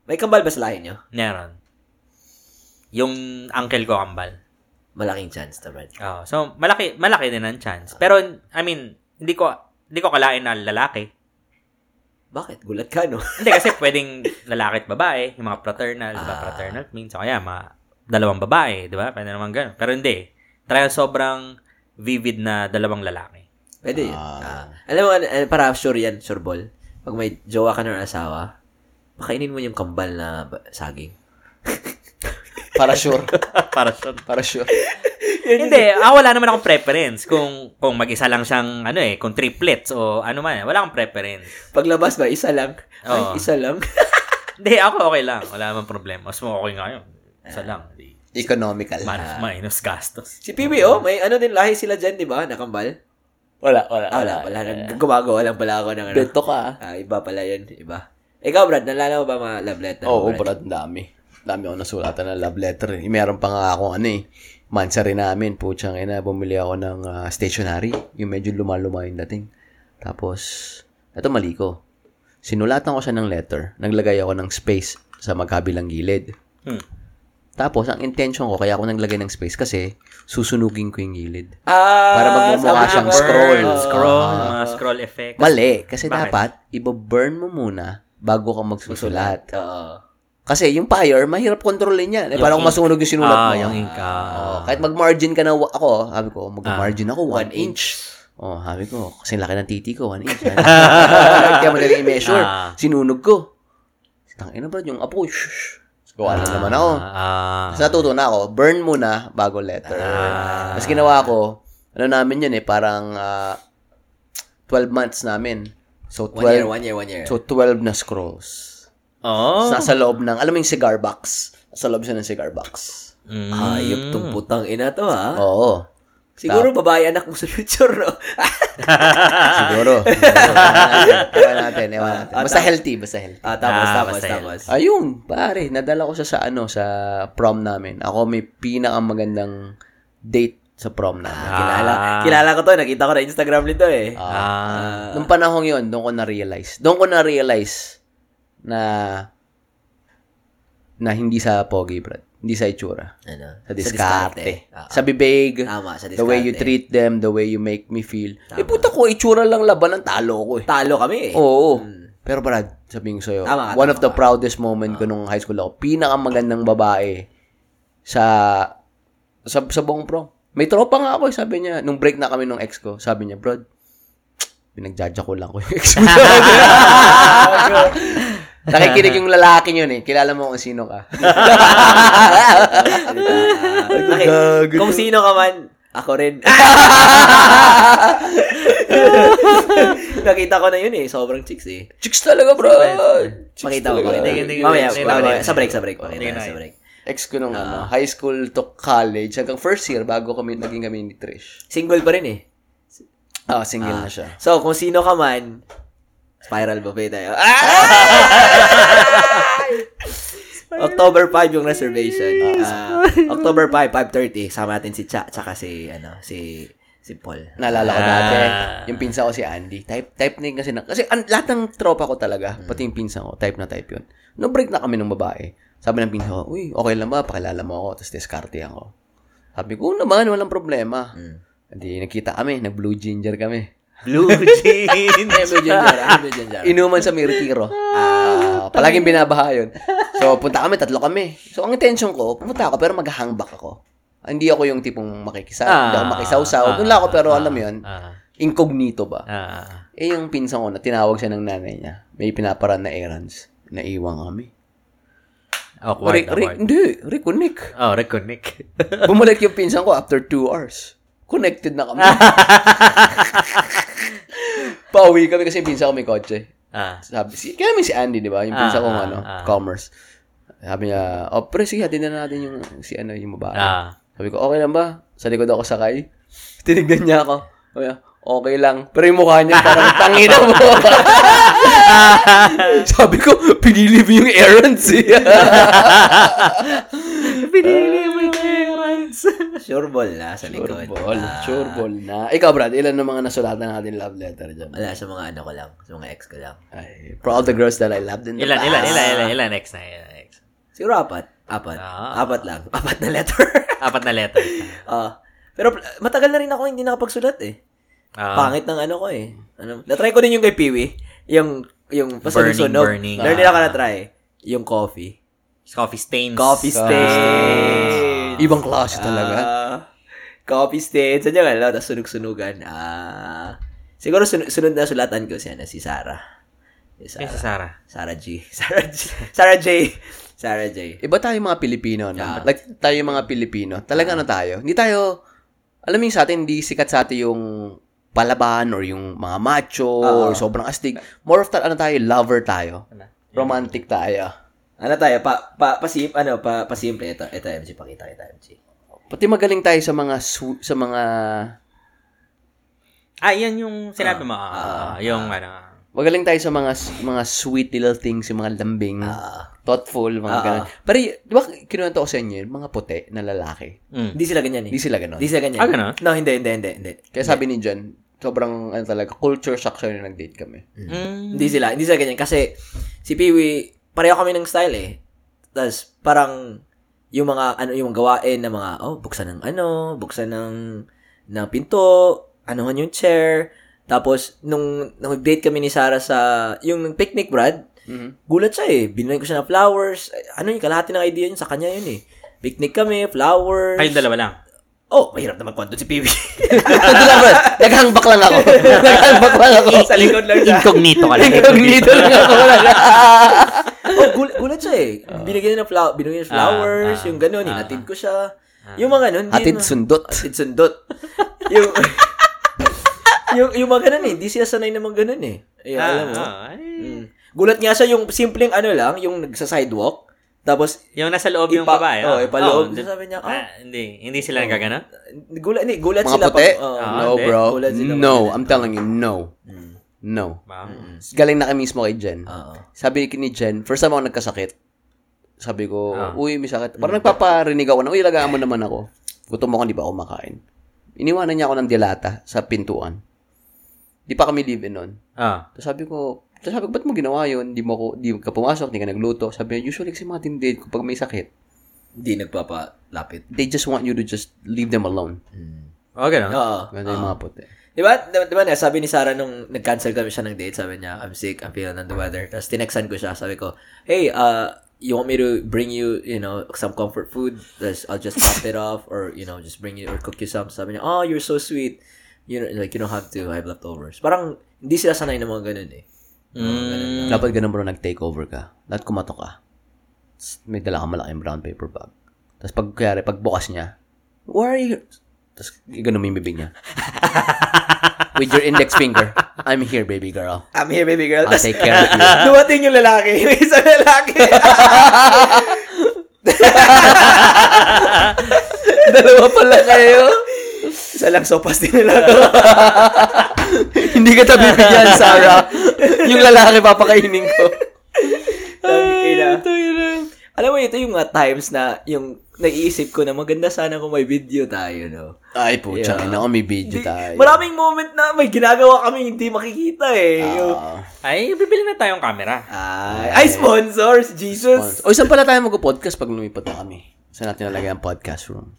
Speaker 1: May kambal ba sa lahi niyo?
Speaker 3: Meron. Yung uncle ko kambal.
Speaker 1: Malaking chance to Brad.
Speaker 3: Oh, so malaki malaki din ang chance. Pero I mean, hindi ko hindi ko kalain na lalaki.
Speaker 1: Bakit? Gulat ka, no? <laughs>
Speaker 3: Hindi kasi pwedeng lalaki at babae, yung mga fraternal, di ba
Speaker 1: Ah.
Speaker 3: fraternal means o kaya mga dalawang babae, di ba? Pwede naman ganun. Pero hindi. Try ang sobrang vivid na dalawang lalaki.
Speaker 1: Pwede yun.
Speaker 2: Ah.
Speaker 1: Ah. alam mo, ano- ano, para sure yan, sure ball. Pag may jowa ka ng asawa, pakainin mo yung kambal na ba- saging.
Speaker 2: <laughs> Para sure.
Speaker 3: para sa
Speaker 2: Para sure.
Speaker 3: Hindi, ah, wala naman akong preference kung kung mag-isa lang siyang ano eh, kung triplets o ano man, wala akong preference.
Speaker 1: Paglabas ba, isa lang.
Speaker 3: Oo.
Speaker 1: Ay, isa lang. <laughs>
Speaker 3: Hindi, ako okay lang. Wala naman problema. Mas okay nga yun. Isa lang. Di,
Speaker 2: Economical.
Speaker 3: man- minus gastos.
Speaker 1: si PBO, may ano din lahi sila dyan, di ba? Nakambal.
Speaker 2: Wala, wala,
Speaker 1: Ah, wala pala. Nag- Gumagawa lang pala ako ng ano.
Speaker 2: Beto ka.
Speaker 1: Ah, iba pala yun. Iba. Ikaw, Brad, nalala mo ba mga love letter? mo,
Speaker 2: Oo, oh, brad, ang dami. Dami ako nasulatan ng love letter. Eh. Meron pa nga akong ano eh. Mansa rin namin, putsang ina, bumili ako ng ah, stationery. Yung medyo lumaluma yung dating. Tapos, eto mali ko. Sinulatan ko siya ng letter. Naglagay ako ng space sa magkabilang gilid.
Speaker 3: Hmm.
Speaker 2: Tapos, ang intention ko, kaya ako naglagay ng space kasi susunugin ko yung gilid.
Speaker 1: Ah,
Speaker 2: Para magmumukha
Speaker 1: sama
Speaker 2: siyang
Speaker 1: ako.
Speaker 2: scroll. Ah.
Speaker 3: Burn,
Speaker 2: Oo.
Speaker 3: scroll, mga scroll effect.
Speaker 2: Mali, kasi
Speaker 3: Bakit?
Speaker 2: dapat, iba-burn mo muna bago ka magsusulat.
Speaker 1: Oo.
Speaker 2: Kasi yung fire, mahirap kontrolin yan. Eh, parang masunog yung sinulat mo.
Speaker 3: Ah, yung inka.
Speaker 2: Oh, kahit mag-margin ka na, wa- ako, sabi ko, mag-margin ako, one inch. Oh, sabi ko, kasi laki ng titi ko, one inch. Kaya madaling i-measure.
Speaker 3: Ah.
Speaker 2: Sinunog ko. Tangin na ba, yung apoy. Shh. Gawa na naman ako.
Speaker 3: Ah,
Speaker 2: Tapos natuto na ako, burn muna bago letter.
Speaker 3: ah.
Speaker 2: Tapos ginawa ko, ano namin yun eh, parang ah, 12 months namin. So
Speaker 1: One year,
Speaker 2: 12,
Speaker 1: one year, one year.
Speaker 2: so 12 na scrolls.
Speaker 3: oh.
Speaker 2: Sa, sa loob ng, alam mo yung cigar box? Sa loob siya ng cigar box.
Speaker 3: Mm. Oh,
Speaker 1: Hayop tong putang Ah, ina to, ha?
Speaker 2: Oo.
Speaker 1: Siguro babae anak mo sa future, no? <laughs>
Speaker 2: <laughs> Siguro. ewan natin, ewan natin. Basta healthy, basta healthy.
Speaker 1: ah, tapos,
Speaker 3: Ah,
Speaker 1: tapos,
Speaker 3: basta yun.
Speaker 1: tapos.
Speaker 2: Ah, Ayun, pare, nadala ko siya sa ano, sa prom namin. Ako may pinakamagandang date sa prom namin.
Speaker 1: Kilala, kilala ko to. Nakita ko na Instagram nito, eh.
Speaker 3: Ah.
Speaker 2: Nung panahong yun, doon ko na-realize. Doon ko na-realize na na hindi sa pogi, brad. Hindi sa itsura.
Speaker 1: ano?
Speaker 2: Sa diskarte.
Speaker 1: Ah,
Speaker 2: Sa bibig.
Speaker 1: Tama, sa diskarte.
Speaker 2: The way you treat them, the way you make me feel. Eh, puta ko, itsura lang laban ng talo ko eh.
Speaker 1: Talo kami, eh.
Speaker 3: Oh.
Speaker 2: Oo. Pero Brad, sabihin ko sa'yo,
Speaker 1: Tama ka,
Speaker 2: one
Speaker 1: tama
Speaker 2: of the proudest moment ko nung high school ako, pinakamagandang babae sa sa, sa buong prom. May tropa nga ako, eh, sabi niya, nung break na kami nung ex ko, sabi niya, Brad, pinagjaja ko lang ko yung ex ko. <laughs> Nakikinig yung lalaki yun eh. Kilala mo kung sino <laughs>
Speaker 3: <laughs>
Speaker 2: ka.
Speaker 1: okay. Ano Kung sino ka man, ako rin. <laughs> Nakita ko na yun, eh. Sobrang chicks, eh.
Speaker 2: Chicks talaga, bro.
Speaker 1: Pakita ko.
Speaker 2: talaga.
Speaker 1: pakita ko.
Speaker 3: Ah, Tingin, tingin,
Speaker 1: Mamaya,
Speaker 3: tingin,
Speaker 1: mamaya.
Speaker 3: tingin.
Speaker 1: Sa break, sa break. Pakita
Speaker 3: Tingin,
Speaker 1: ko sa
Speaker 3: tingin.
Speaker 1: break.
Speaker 2: Ex ko nung ano, high school to college, hanggang first year, bago kami naging kami ni Trish.
Speaker 1: Single pa rin, eh.
Speaker 2: Ah, single na siya.
Speaker 1: So, kung sino ka man, spiral ba ba tayo? Ah! <laughs> October 5 yung reservation. Ah, October 5, 5.30. Sama natin si Cha, tsaka si, ano, si, si Paul. Ah.
Speaker 2: Naalala ko dati,
Speaker 3: Ah.
Speaker 2: yung pinsa ko si Andy, type, type na yun kasi, na, kasi an, lahat ng tropa ko
Speaker 3: Hmm.
Speaker 2: talaga, pati yung pinsa ko, type na type yun. No break na kami ng babae, sabi ng pinsa ko, uy, okay lang ba, pakilala mo ako, tapos diskarte ako. Sabi ko, "Oo naman, walang problema. Hindi, nakita kami, nag-blue ginger kami.
Speaker 3: <laughs> Blue jeans.
Speaker 1: Blue Ginger, ah, Blue Ginger.
Speaker 2: Inuman sa
Speaker 3: <laughs>
Speaker 2: Miritiro. Ah, palaging binabaha yun. So, punta kami, tatlo kami. So, ang intention ko, pumunta ako, pero mag-hangback ako. Hindi ako yung tipong makikisaw,
Speaker 3: Ah,
Speaker 2: hindi ako makisawsaw.
Speaker 3: ah,
Speaker 2: Doon lang ako, pero alam mo yun,
Speaker 3: ah,
Speaker 2: incognito ba?
Speaker 3: ah.
Speaker 2: Eh, yung pinsan ko na tinawag siya ng nanay niya. May pinaparan na errands. Naiwan kami.
Speaker 3: Awkward,
Speaker 2: Rick, Rick,
Speaker 3: awkward.
Speaker 2: hindi. Rick, connect.
Speaker 3: Oh, reconnect.
Speaker 2: Bumalik yung pinsan ko after two hours. Connected na
Speaker 3: <laughs>
Speaker 2: kami. Pauwi kami kasi yung pinsan ko may kotse.
Speaker 3: <laughs> ah.
Speaker 2: Sabi, si, kaya may si Andy, di ba? Yung pinsan
Speaker 3: Ah,
Speaker 2: kong
Speaker 3: ah,
Speaker 2: ano,
Speaker 3: ah.
Speaker 2: commerce. Sabi niya, oh, pero sige, hatin na natin yung, si ano, yung babae.
Speaker 3: Ah.
Speaker 2: Sabi ko, okay lang ba? Sa likod ako sakay. <laughs> Tinignan niya ako. Sabi niya, okay lang. Pero yung mukha niya, parang tangina mo. <laughs> Sabi ko, pinili mo yung errands eh.
Speaker 3: Pinili mo yung errands.
Speaker 1: <laughs> Sure ball na sa likod.
Speaker 2: Sureball. Sureball na. Ikaw, Brad, ilan ng mga nasulatan natin love letter dyan?
Speaker 1: Wala, sa mga ano ko lang. Sa mga ex ko lang.
Speaker 2: Ay, proud the girls that I loved in the
Speaker 3: Ilan,
Speaker 2: past.
Speaker 3: ilan, ilan, ilan, ilan, next na, ilan, next.
Speaker 1: Siguro apat. Apat.
Speaker 3: Ah.
Speaker 1: Apat lang. Apat na letter. <laughs>
Speaker 3: Apat na letters.
Speaker 1: Ah. pero pl- matagal na rin ako hindi nakapagsulat eh.
Speaker 3: Ah.
Speaker 1: Pangit ng ano ko eh. Ano, na-try ko din yung kay Piwi. Yung, yung pasunog-sunog.
Speaker 3: Burning, burning.
Speaker 1: Pero hindi na ako na-try. Yung coffee.
Speaker 3: coffee stains.
Speaker 1: Coffee stain.
Speaker 2: Ibang klase talaga.
Speaker 1: Ah, coffee stain. Saan yung ano? Tapos sunog-sunugan. Ah, siguro sun- sunod na sulatan ko si, ano, si Sarah. Si
Speaker 3: Ay, si
Speaker 1: <laughs> Sarah.
Speaker 3: Sarah.
Speaker 1: Sarah G. Sarah G. Sarah J. Sarah J.
Speaker 2: Iba tayo mga Pilipino, no?
Speaker 1: Yeah.
Speaker 2: Like, tayo yung mga Pilipino. Talaga ano tayo? Hindi tayo, alam mo yung sa atin, hindi sikat sa atin yung palaban or yung mga macho
Speaker 1: Oo.
Speaker 2: or sobrang astig. More of that, ano tayo, lover tayo.
Speaker 3: Ano?
Speaker 2: Romantic tayo.
Speaker 1: Ano tayo? Pa, pa, pasim, ano, pa, pasimple. Ito, ito, MG. Pakita kita, MG.
Speaker 2: Pati magaling tayo sa mga, su- sa mga,
Speaker 3: Ah, yan yung sinabi mo. Ah, ah, yung ano.
Speaker 2: magaling tayo sa mga, mga sweet little things, yung mga lambing,
Speaker 1: Ah.
Speaker 2: thoughtful, mga
Speaker 1: Oo.
Speaker 2: ganun. Pero, y- di ba, kinuwento ko sa inyo yun, mga puti na lalaki.
Speaker 3: Mm.
Speaker 1: Hindi sila ganyan eh.
Speaker 2: Hindi sila ganun.
Speaker 1: Hindi sila ganyan.
Speaker 3: Ah, ganun?
Speaker 1: No, hindi, hindi, hindi. Hindi,
Speaker 2: Kaya sabi ni John, sobrang, ano talaga, culture shock siya nung nag-date kami.
Speaker 3: Mm.
Speaker 1: hindi sila. Hindi sila ganyan. Kasi si Peewee, pareho kami ng style eh. Tapos parang yung mga ano yung gawain na mga oh buksan ng ano buksan ng ng pinto anuhan yung chair tapos nung nung date kami ni Sarah sa yung picnic Brad
Speaker 2: Mhm.
Speaker 1: gulat siya eh. Binigyan ko siya ng flowers. Ay, Ano yung kalahati ng idea niya sa kanya yun eh. Picnic kami, flowers.
Speaker 3: Kayong dalawa lang.
Speaker 1: Oh, mahirap na magkwento si Piwi.
Speaker 2: Ito lang, bro. Naghambak lang
Speaker 1: <laughs>
Speaker 2: ako. Naghambak lang ako.
Speaker 3: Sa <laughs> likod lang siya. <laughs> Incognito ka lang.
Speaker 2: Incognito lang ako.
Speaker 1: oh, gul- gulat siya eh. Binigyan niya ng flow- binigyan niya ng
Speaker 3: Ah,
Speaker 1: flowers,
Speaker 3: ah,
Speaker 1: yung ganun,
Speaker 3: ah,
Speaker 1: hinatid ko siya. yung mga ganun. hindi
Speaker 2: Hatid
Speaker 1: na-
Speaker 2: sundot.
Speaker 1: Hatid sundot. yung, yung, yung mga ganun eh. Di siya sanay na mga ganun eh. Ayun,
Speaker 3: Ah,
Speaker 1: alam mo.
Speaker 3: ah, ay.
Speaker 1: Mm. Gulat nga siya yung simpleng ano lang, yung nagsa-sidewalk. Tapos,
Speaker 3: Yung nasa loob yung
Speaker 1: Ipa-
Speaker 3: babae.
Speaker 1: oh,
Speaker 3: ah.
Speaker 1: ipaloob.
Speaker 3: Oh,
Speaker 1: Sabi niya, ah.
Speaker 3: ah, hindi. Hindi sila nagkagano?
Speaker 1: gulat, hindi, gulat
Speaker 2: Mga
Speaker 1: sila.
Speaker 2: puti?
Speaker 1: pag- oh, oo.
Speaker 3: Ah,
Speaker 2: No,
Speaker 3: hindi.
Speaker 2: bro.
Speaker 1: Wala sila
Speaker 2: No. I'm telling you, no. No.
Speaker 3: Wow.
Speaker 2: Galing na kami mismo kay Jen.
Speaker 1: Oo.
Speaker 2: Sabi ni Jen, first time ako nagkasakit. Sabi ko,
Speaker 3: Ah.
Speaker 2: uy, may sakit.
Speaker 1: Mm.
Speaker 2: Parang nagpaparinig ako na, uy, lagaan mo naman ako. Gutom ako, hindi pa ako makain. Iniwanan niya ako ng dilata sa pintuan. Di pa kami live-in nun.
Speaker 3: Ah.
Speaker 2: Tapos sabi ko, tapos sabi ko, ba't mo ginawa yun? Hindi mo ako, di ka pumasok, hindi ka nagluto. Sabi niya, usually kasi mga tindate, kapag may sakit,
Speaker 1: Hindi nagpapalapit.
Speaker 2: they just want you to just leave them alone.
Speaker 3: Oh, gano'n?
Speaker 1: Oo.
Speaker 2: Ganda yung mga puti.
Speaker 1: Di ba, di, di ba Diba? na, sabi ni Sarah nung nag-cancel kami siya ng date, sabi niya, I'm sick, I'm feeling under the weather. Tapos tinexan ko siya, sabi ko, hey, uh, you want me to bring you, you know, some comfort food? Tapos I'll just top it off or, you know, just bring you or cook you some. Sabi niya, oh, you're so sweet. You know, like, you don't have to, I have leftovers. Parang, hindi sila sanay ng mga ganun eh.
Speaker 3: Mm.
Speaker 2: Dapat ganun bro, nag-takeover ka. Dapat kumatok ka. Tapos May dala kang malaking brown paper bag. Tapos pag, kuyari, pag bukas niya, where are you? Tapos ganun mo yung bibig niya. With your index finger, I'm here, baby girl.
Speaker 1: I'm here, baby girl.
Speaker 2: I'll take care of you.
Speaker 1: Dumating yung lalaki. <laughs> Yung isang lalaki. <laughs> Dalawa pala kayo. Ah. Isa lang sopas din nila ako.
Speaker 2: Hindi ka tabi bibigyan, Sarah. Yung lalaki papakainin ko.
Speaker 1: Tangina. Alam mo, ito yung mga times na yung naiisip ko na maganda sana kung may video tayo, no?
Speaker 2: Ay, putya.
Speaker 1: Yeah.
Speaker 2: Yeah. Ako, may video
Speaker 1: Di,
Speaker 2: tayo.
Speaker 1: maraming moment na may ginagawa kami hindi makikita eh. Yung-
Speaker 2: Ah.
Speaker 3: Ay, bibili na tayong camera.
Speaker 1: ay, ay, sponsors, Jesus.
Speaker 2: O, saan pala tayo mag-podcast pag lumipat na kami? Saan natin nalagay ang podcast room?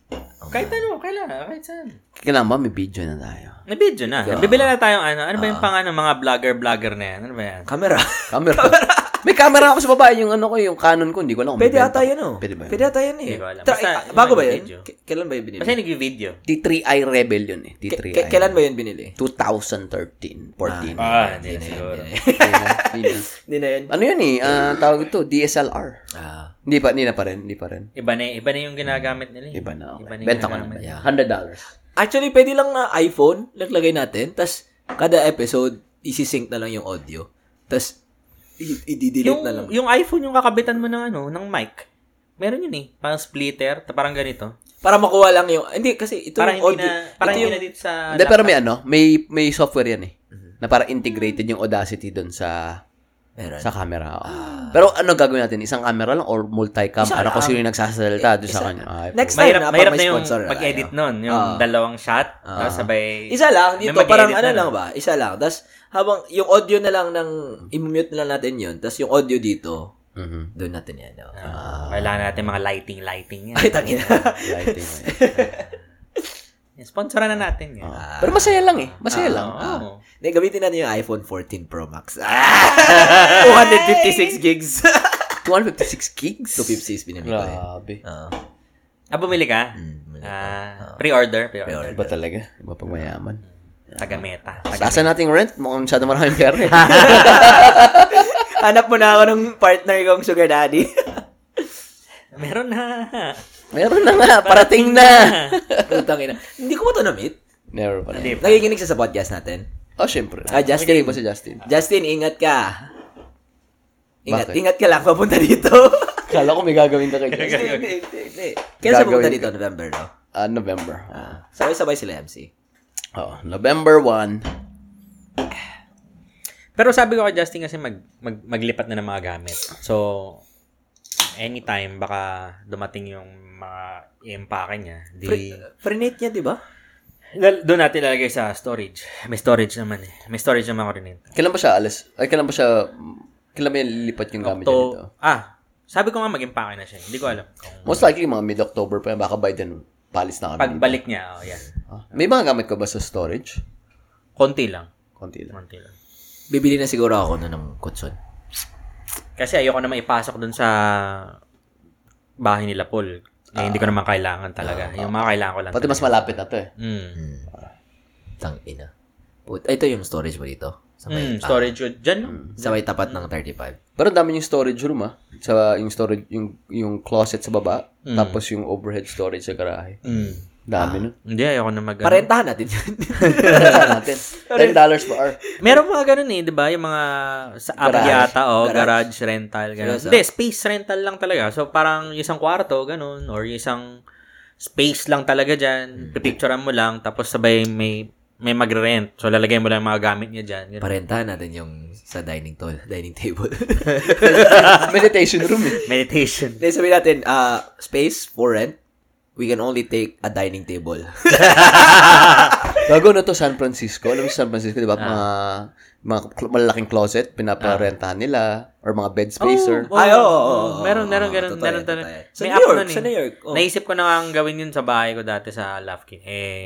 Speaker 3: Kahit ano, kailan, kahit saan.
Speaker 2: Kailangan ba may video na tayo?
Speaker 3: Nabidyo na. Bibili na tayong ano. Ano
Speaker 1: Ah.
Speaker 3: ba yung pang ano, mga vlogger-vlogger na yan? Ano ba yan?
Speaker 1: Camera.
Speaker 2: Camera. may camera ako sa baba. Yung ano ko, yung Canon ko. Hindi ko alam kung may
Speaker 1: Pwede ata
Speaker 2: benta.
Speaker 1: yun, no?
Speaker 2: Pwede ba yun?
Speaker 1: ata yun, eh.
Speaker 3: Hindi ko alam.
Speaker 1: Tra-
Speaker 3: Basta,
Speaker 1: ah, bago
Speaker 3: yun
Speaker 1: ba
Speaker 3: yung
Speaker 1: yun?
Speaker 3: video.
Speaker 1: K- kailan ba yun binili?
Speaker 3: Basta yung nag-video.
Speaker 2: T3i Rebel yun eh.
Speaker 1: K-
Speaker 2: T3i.
Speaker 1: k- kailan ba yun binili?
Speaker 2: 2013, 14.
Speaker 3: Ah, hindi na siguro.
Speaker 1: eh.
Speaker 2: Yun na, yun na.
Speaker 1: Hindi na yun.
Speaker 2: ano yun eh? Ah, tawag ito, DSLR.
Speaker 1: Ah,
Speaker 2: Hindi pa, hindi na pa rin. Hindi pa rin.
Speaker 3: Iba na, iba na yung ginagamit nila. eh.
Speaker 2: Iba na.
Speaker 3: Iba na
Speaker 2: Okay.
Speaker 3: yung
Speaker 2: Benta ko na.
Speaker 3: ginagamit.
Speaker 2: Yeah. $100.
Speaker 1: <laughs> Actually, pwede lang na iPhone, naglagay natin, tas kada episode, isi-sync na lang yung audio. Tas, i- i-delete
Speaker 3: Yung,
Speaker 1: na lang.
Speaker 3: yung iPhone yung kakabitan mo ng ano, ng mic. Meron yun eh. Parang splitter, ta- parang ganito.
Speaker 1: Para makuha lang yung... Hindi, kasi ito
Speaker 3: Parang
Speaker 1: yung audio.
Speaker 3: hindi na, parang
Speaker 1: ito
Speaker 3: hindi
Speaker 1: yung,
Speaker 3: na dito sa
Speaker 2: Hindi, pero may ano, may, may software yan eh. Na para integrated yung Audacity doon sa
Speaker 1: Meron.
Speaker 2: Sa camera, oo. Pero ano gagawin natin? Isang camera lang or multicam? ano kung sino yung nagsasalita doon sa kanya? Ay,
Speaker 1: Next time
Speaker 3: mahirap,
Speaker 1: na,
Speaker 3: mahirap
Speaker 1: pag
Speaker 3: na
Speaker 1: may
Speaker 3: yung
Speaker 1: sponsor na
Speaker 3: mag-edit
Speaker 1: tayo.
Speaker 3: nun. Yung
Speaker 1: Ah.
Speaker 3: dalawang shot.
Speaker 1: Ah.
Speaker 3: Tapos sabay...
Speaker 1: Isa lang, dito,
Speaker 3: may mag-edit
Speaker 1: parang ano
Speaker 3: na
Speaker 1: lang ba? Isa lang. Tas, habang yung audio na lang ng...
Speaker 3: Hmm.
Speaker 1: I-mute na lang natin yun. Tas yung audio dito,
Speaker 2: Mhm.
Speaker 1: doon natin yan. no?
Speaker 3: Ah, kailangan natin mga lighting-lighting yan.
Speaker 1: Ay, tangina.
Speaker 2: Lighting.
Speaker 3: Sponsoran na natin yan.
Speaker 2: <laughs> Ah. Pero masaya lang eh. Masaya lang.
Speaker 3: Oo.
Speaker 2: Ah.
Speaker 1: Hindi, gamitin natin yung iPhone 14 Pro Max.
Speaker 3: <laughs>
Speaker 1: Ah! 256 gigs.
Speaker 2: 256 gigs?
Speaker 1: 256 binili ko eh.
Speaker 2: Grabe.
Speaker 1: Oo.
Speaker 3: Ah, bumili ka?
Speaker 1: Mm,
Speaker 3: Ah, pre-order, pre-order.
Speaker 2: Iba talaga. Iba pag mayaman.
Speaker 3: Taga Meta. Taga
Speaker 2: Sasa nating rent? Mukhang masyado maraming pera eh. <laughs>
Speaker 1: Hanap mo na ako ng partner kong sugar daddy.
Speaker 3: <laughs> Meron na. <laughs>
Speaker 2: Meron na nga, parating <laughs> na.
Speaker 1: Putang ina. Hindi ko ba to na-meet?
Speaker 2: Never pala.
Speaker 3: Hindi.
Speaker 1: Nakikinig siya sa podcast natin.
Speaker 2: Oh, syempre.
Speaker 1: Ah, Justin.
Speaker 2: Nakikinig ba si Justin?
Speaker 1: Justin, ingat ka. Ingat,
Speaker 2: Bakit?
Speaker 1: ingat ka lang. Papunta <laughs> dito.
Speaker 2: Kala ko may gagawin na kay
Speaker 1: Hindi,
Speaker 2: <laughs> Justin.
Speaker 1: hindi, hindi, hindi. Kailan siya
Speaker 2: Gagawin
Speaker 1: pupunta
Speaker 2: ka.
Speaker 1: dito? November, no?
Speaker 2: Ah, November. Ah.
Speaker 1: Sabay-sabay sila, MC.
Speaker 2: Oh, November 1.
Speaker 3: Pero sabi ko kay Justin kasi mag, mag, maglipat na ng mga gamit. So, anytime baka dumating yung mga i-empake niya. Di,
Speaker 1: Pre- Frenate niya, di ba?
Speaker 3: Lal- doon natin lalagay sa storage. May storage naman eh. May storage naman ako rin eh.
Speaker 2: Kailan ba siya alis? Ay, kailan ba siya... Kailan ba yan lilipat yung gamit niya dito?
Speaker 3: To, ah, sabi ko nga mag-empake na siya. Hindi ko alam. Kung
Speaker 2: Most likely, mga mid-October pa yan. Baka by then, palis na kami.
Speaker 3: pagbalik niya, oh, yan.
Speaker 2: Ah, May mga gamit ka ba sa storage?
Speaker 3: Konti lang.
Speaker 2: Konti lang.
Speaker 3: Konti lang.
Speaker 1: Bibili na siguro ako nun ng kutson.
Speaker 3: Kasi ayoko naman ipasok doon sa bahay nila Paul. Eh, hindi ko naman kailangan talaga. yung mga kailangan ko lang.
Speaker 2: Ah. Pati mas malapit na to eh.
Speaker 3: Mm.
Speaker 1: Tang ina. Put, ito yung storage mo dito. Sa may,
Speaker 3: Mm, storage yun. Diyan, no?
Speaker 1: sa may tapat ng 35.
Speaker 2: Pero ang dami yung storage room ah. Sa yung storage yung yung closet sa baba, tapos yung overhead storage sa garahe.
Speaker 3: Mm.
Speaker 2: Dami nun.
Speaker 3: Hindi, ayoko na mag...
Speaker 1: Parentahan natin <laughs> yun.
Speaker 2: natin. $10 per hour.
Speaker 3: Meron mga ganun eh, di ba? Yung mga sa app
Speaker 2: Garage.
Speaker 3: yata, o garage. rental, ganun.
Speaker 1: Seryoso?
Speaker 3: Hindi, space rental lang talaga. So, parang yung isang kwarto, ganun, or yung isang space lang talaga
Speaker 1: Hmm.
Speaker 3: dyan. Pipicturean mo lang, tapos sabay may may magre-rent. So, lalagay mo lang yung mga gamit niya dyan.
Speaker 1: <laughs>
Speaker 3: Ganun.
Speaker 1: Parentahan natin yung sa dining tol, dining table. <laughs>
Speaker 2: Meditation room eh.
Speaker 3: Meditation.
Speaker 1: Then sabihin natin, ah, space for rent, we can only take a dining
Speaker 3: <laughs>
Speaker 1: table.
Speaker 2: Gago na to San Francisco. Alam mo sa San Francisco, di ba? Mga, mga cl- malalaking closet, pinaparentahan nila. Or mga bed
Speaker 3: Oh,
Speaker 2: spacer.
Speaker 3: Oo,
Speaker 1: Ay, oo, oo,
Speaker 3: oo,
Speaker 1: oo,
Speaker 3: meron,
Speaker 1: oo,
Speaker 3: meron,
Speaker 1: oo,
Speaker 3: ganun,
Speaker 1: totoo
Speaker 3: meron
Speaker 1: yan,
Speaker 3: talaga.
Speaker 1: totoo yan. Sa
Speaker 3: May
Speaker 1: New
Speaker 3: app
Speaker 1: York,
Speaker 3: nun eh.
Speaker 1: sa New York, oh. oo.
Speaker 3: Naisip ko na nga ang gawin yun sa bahay ko dati sa Lafkin. Eh,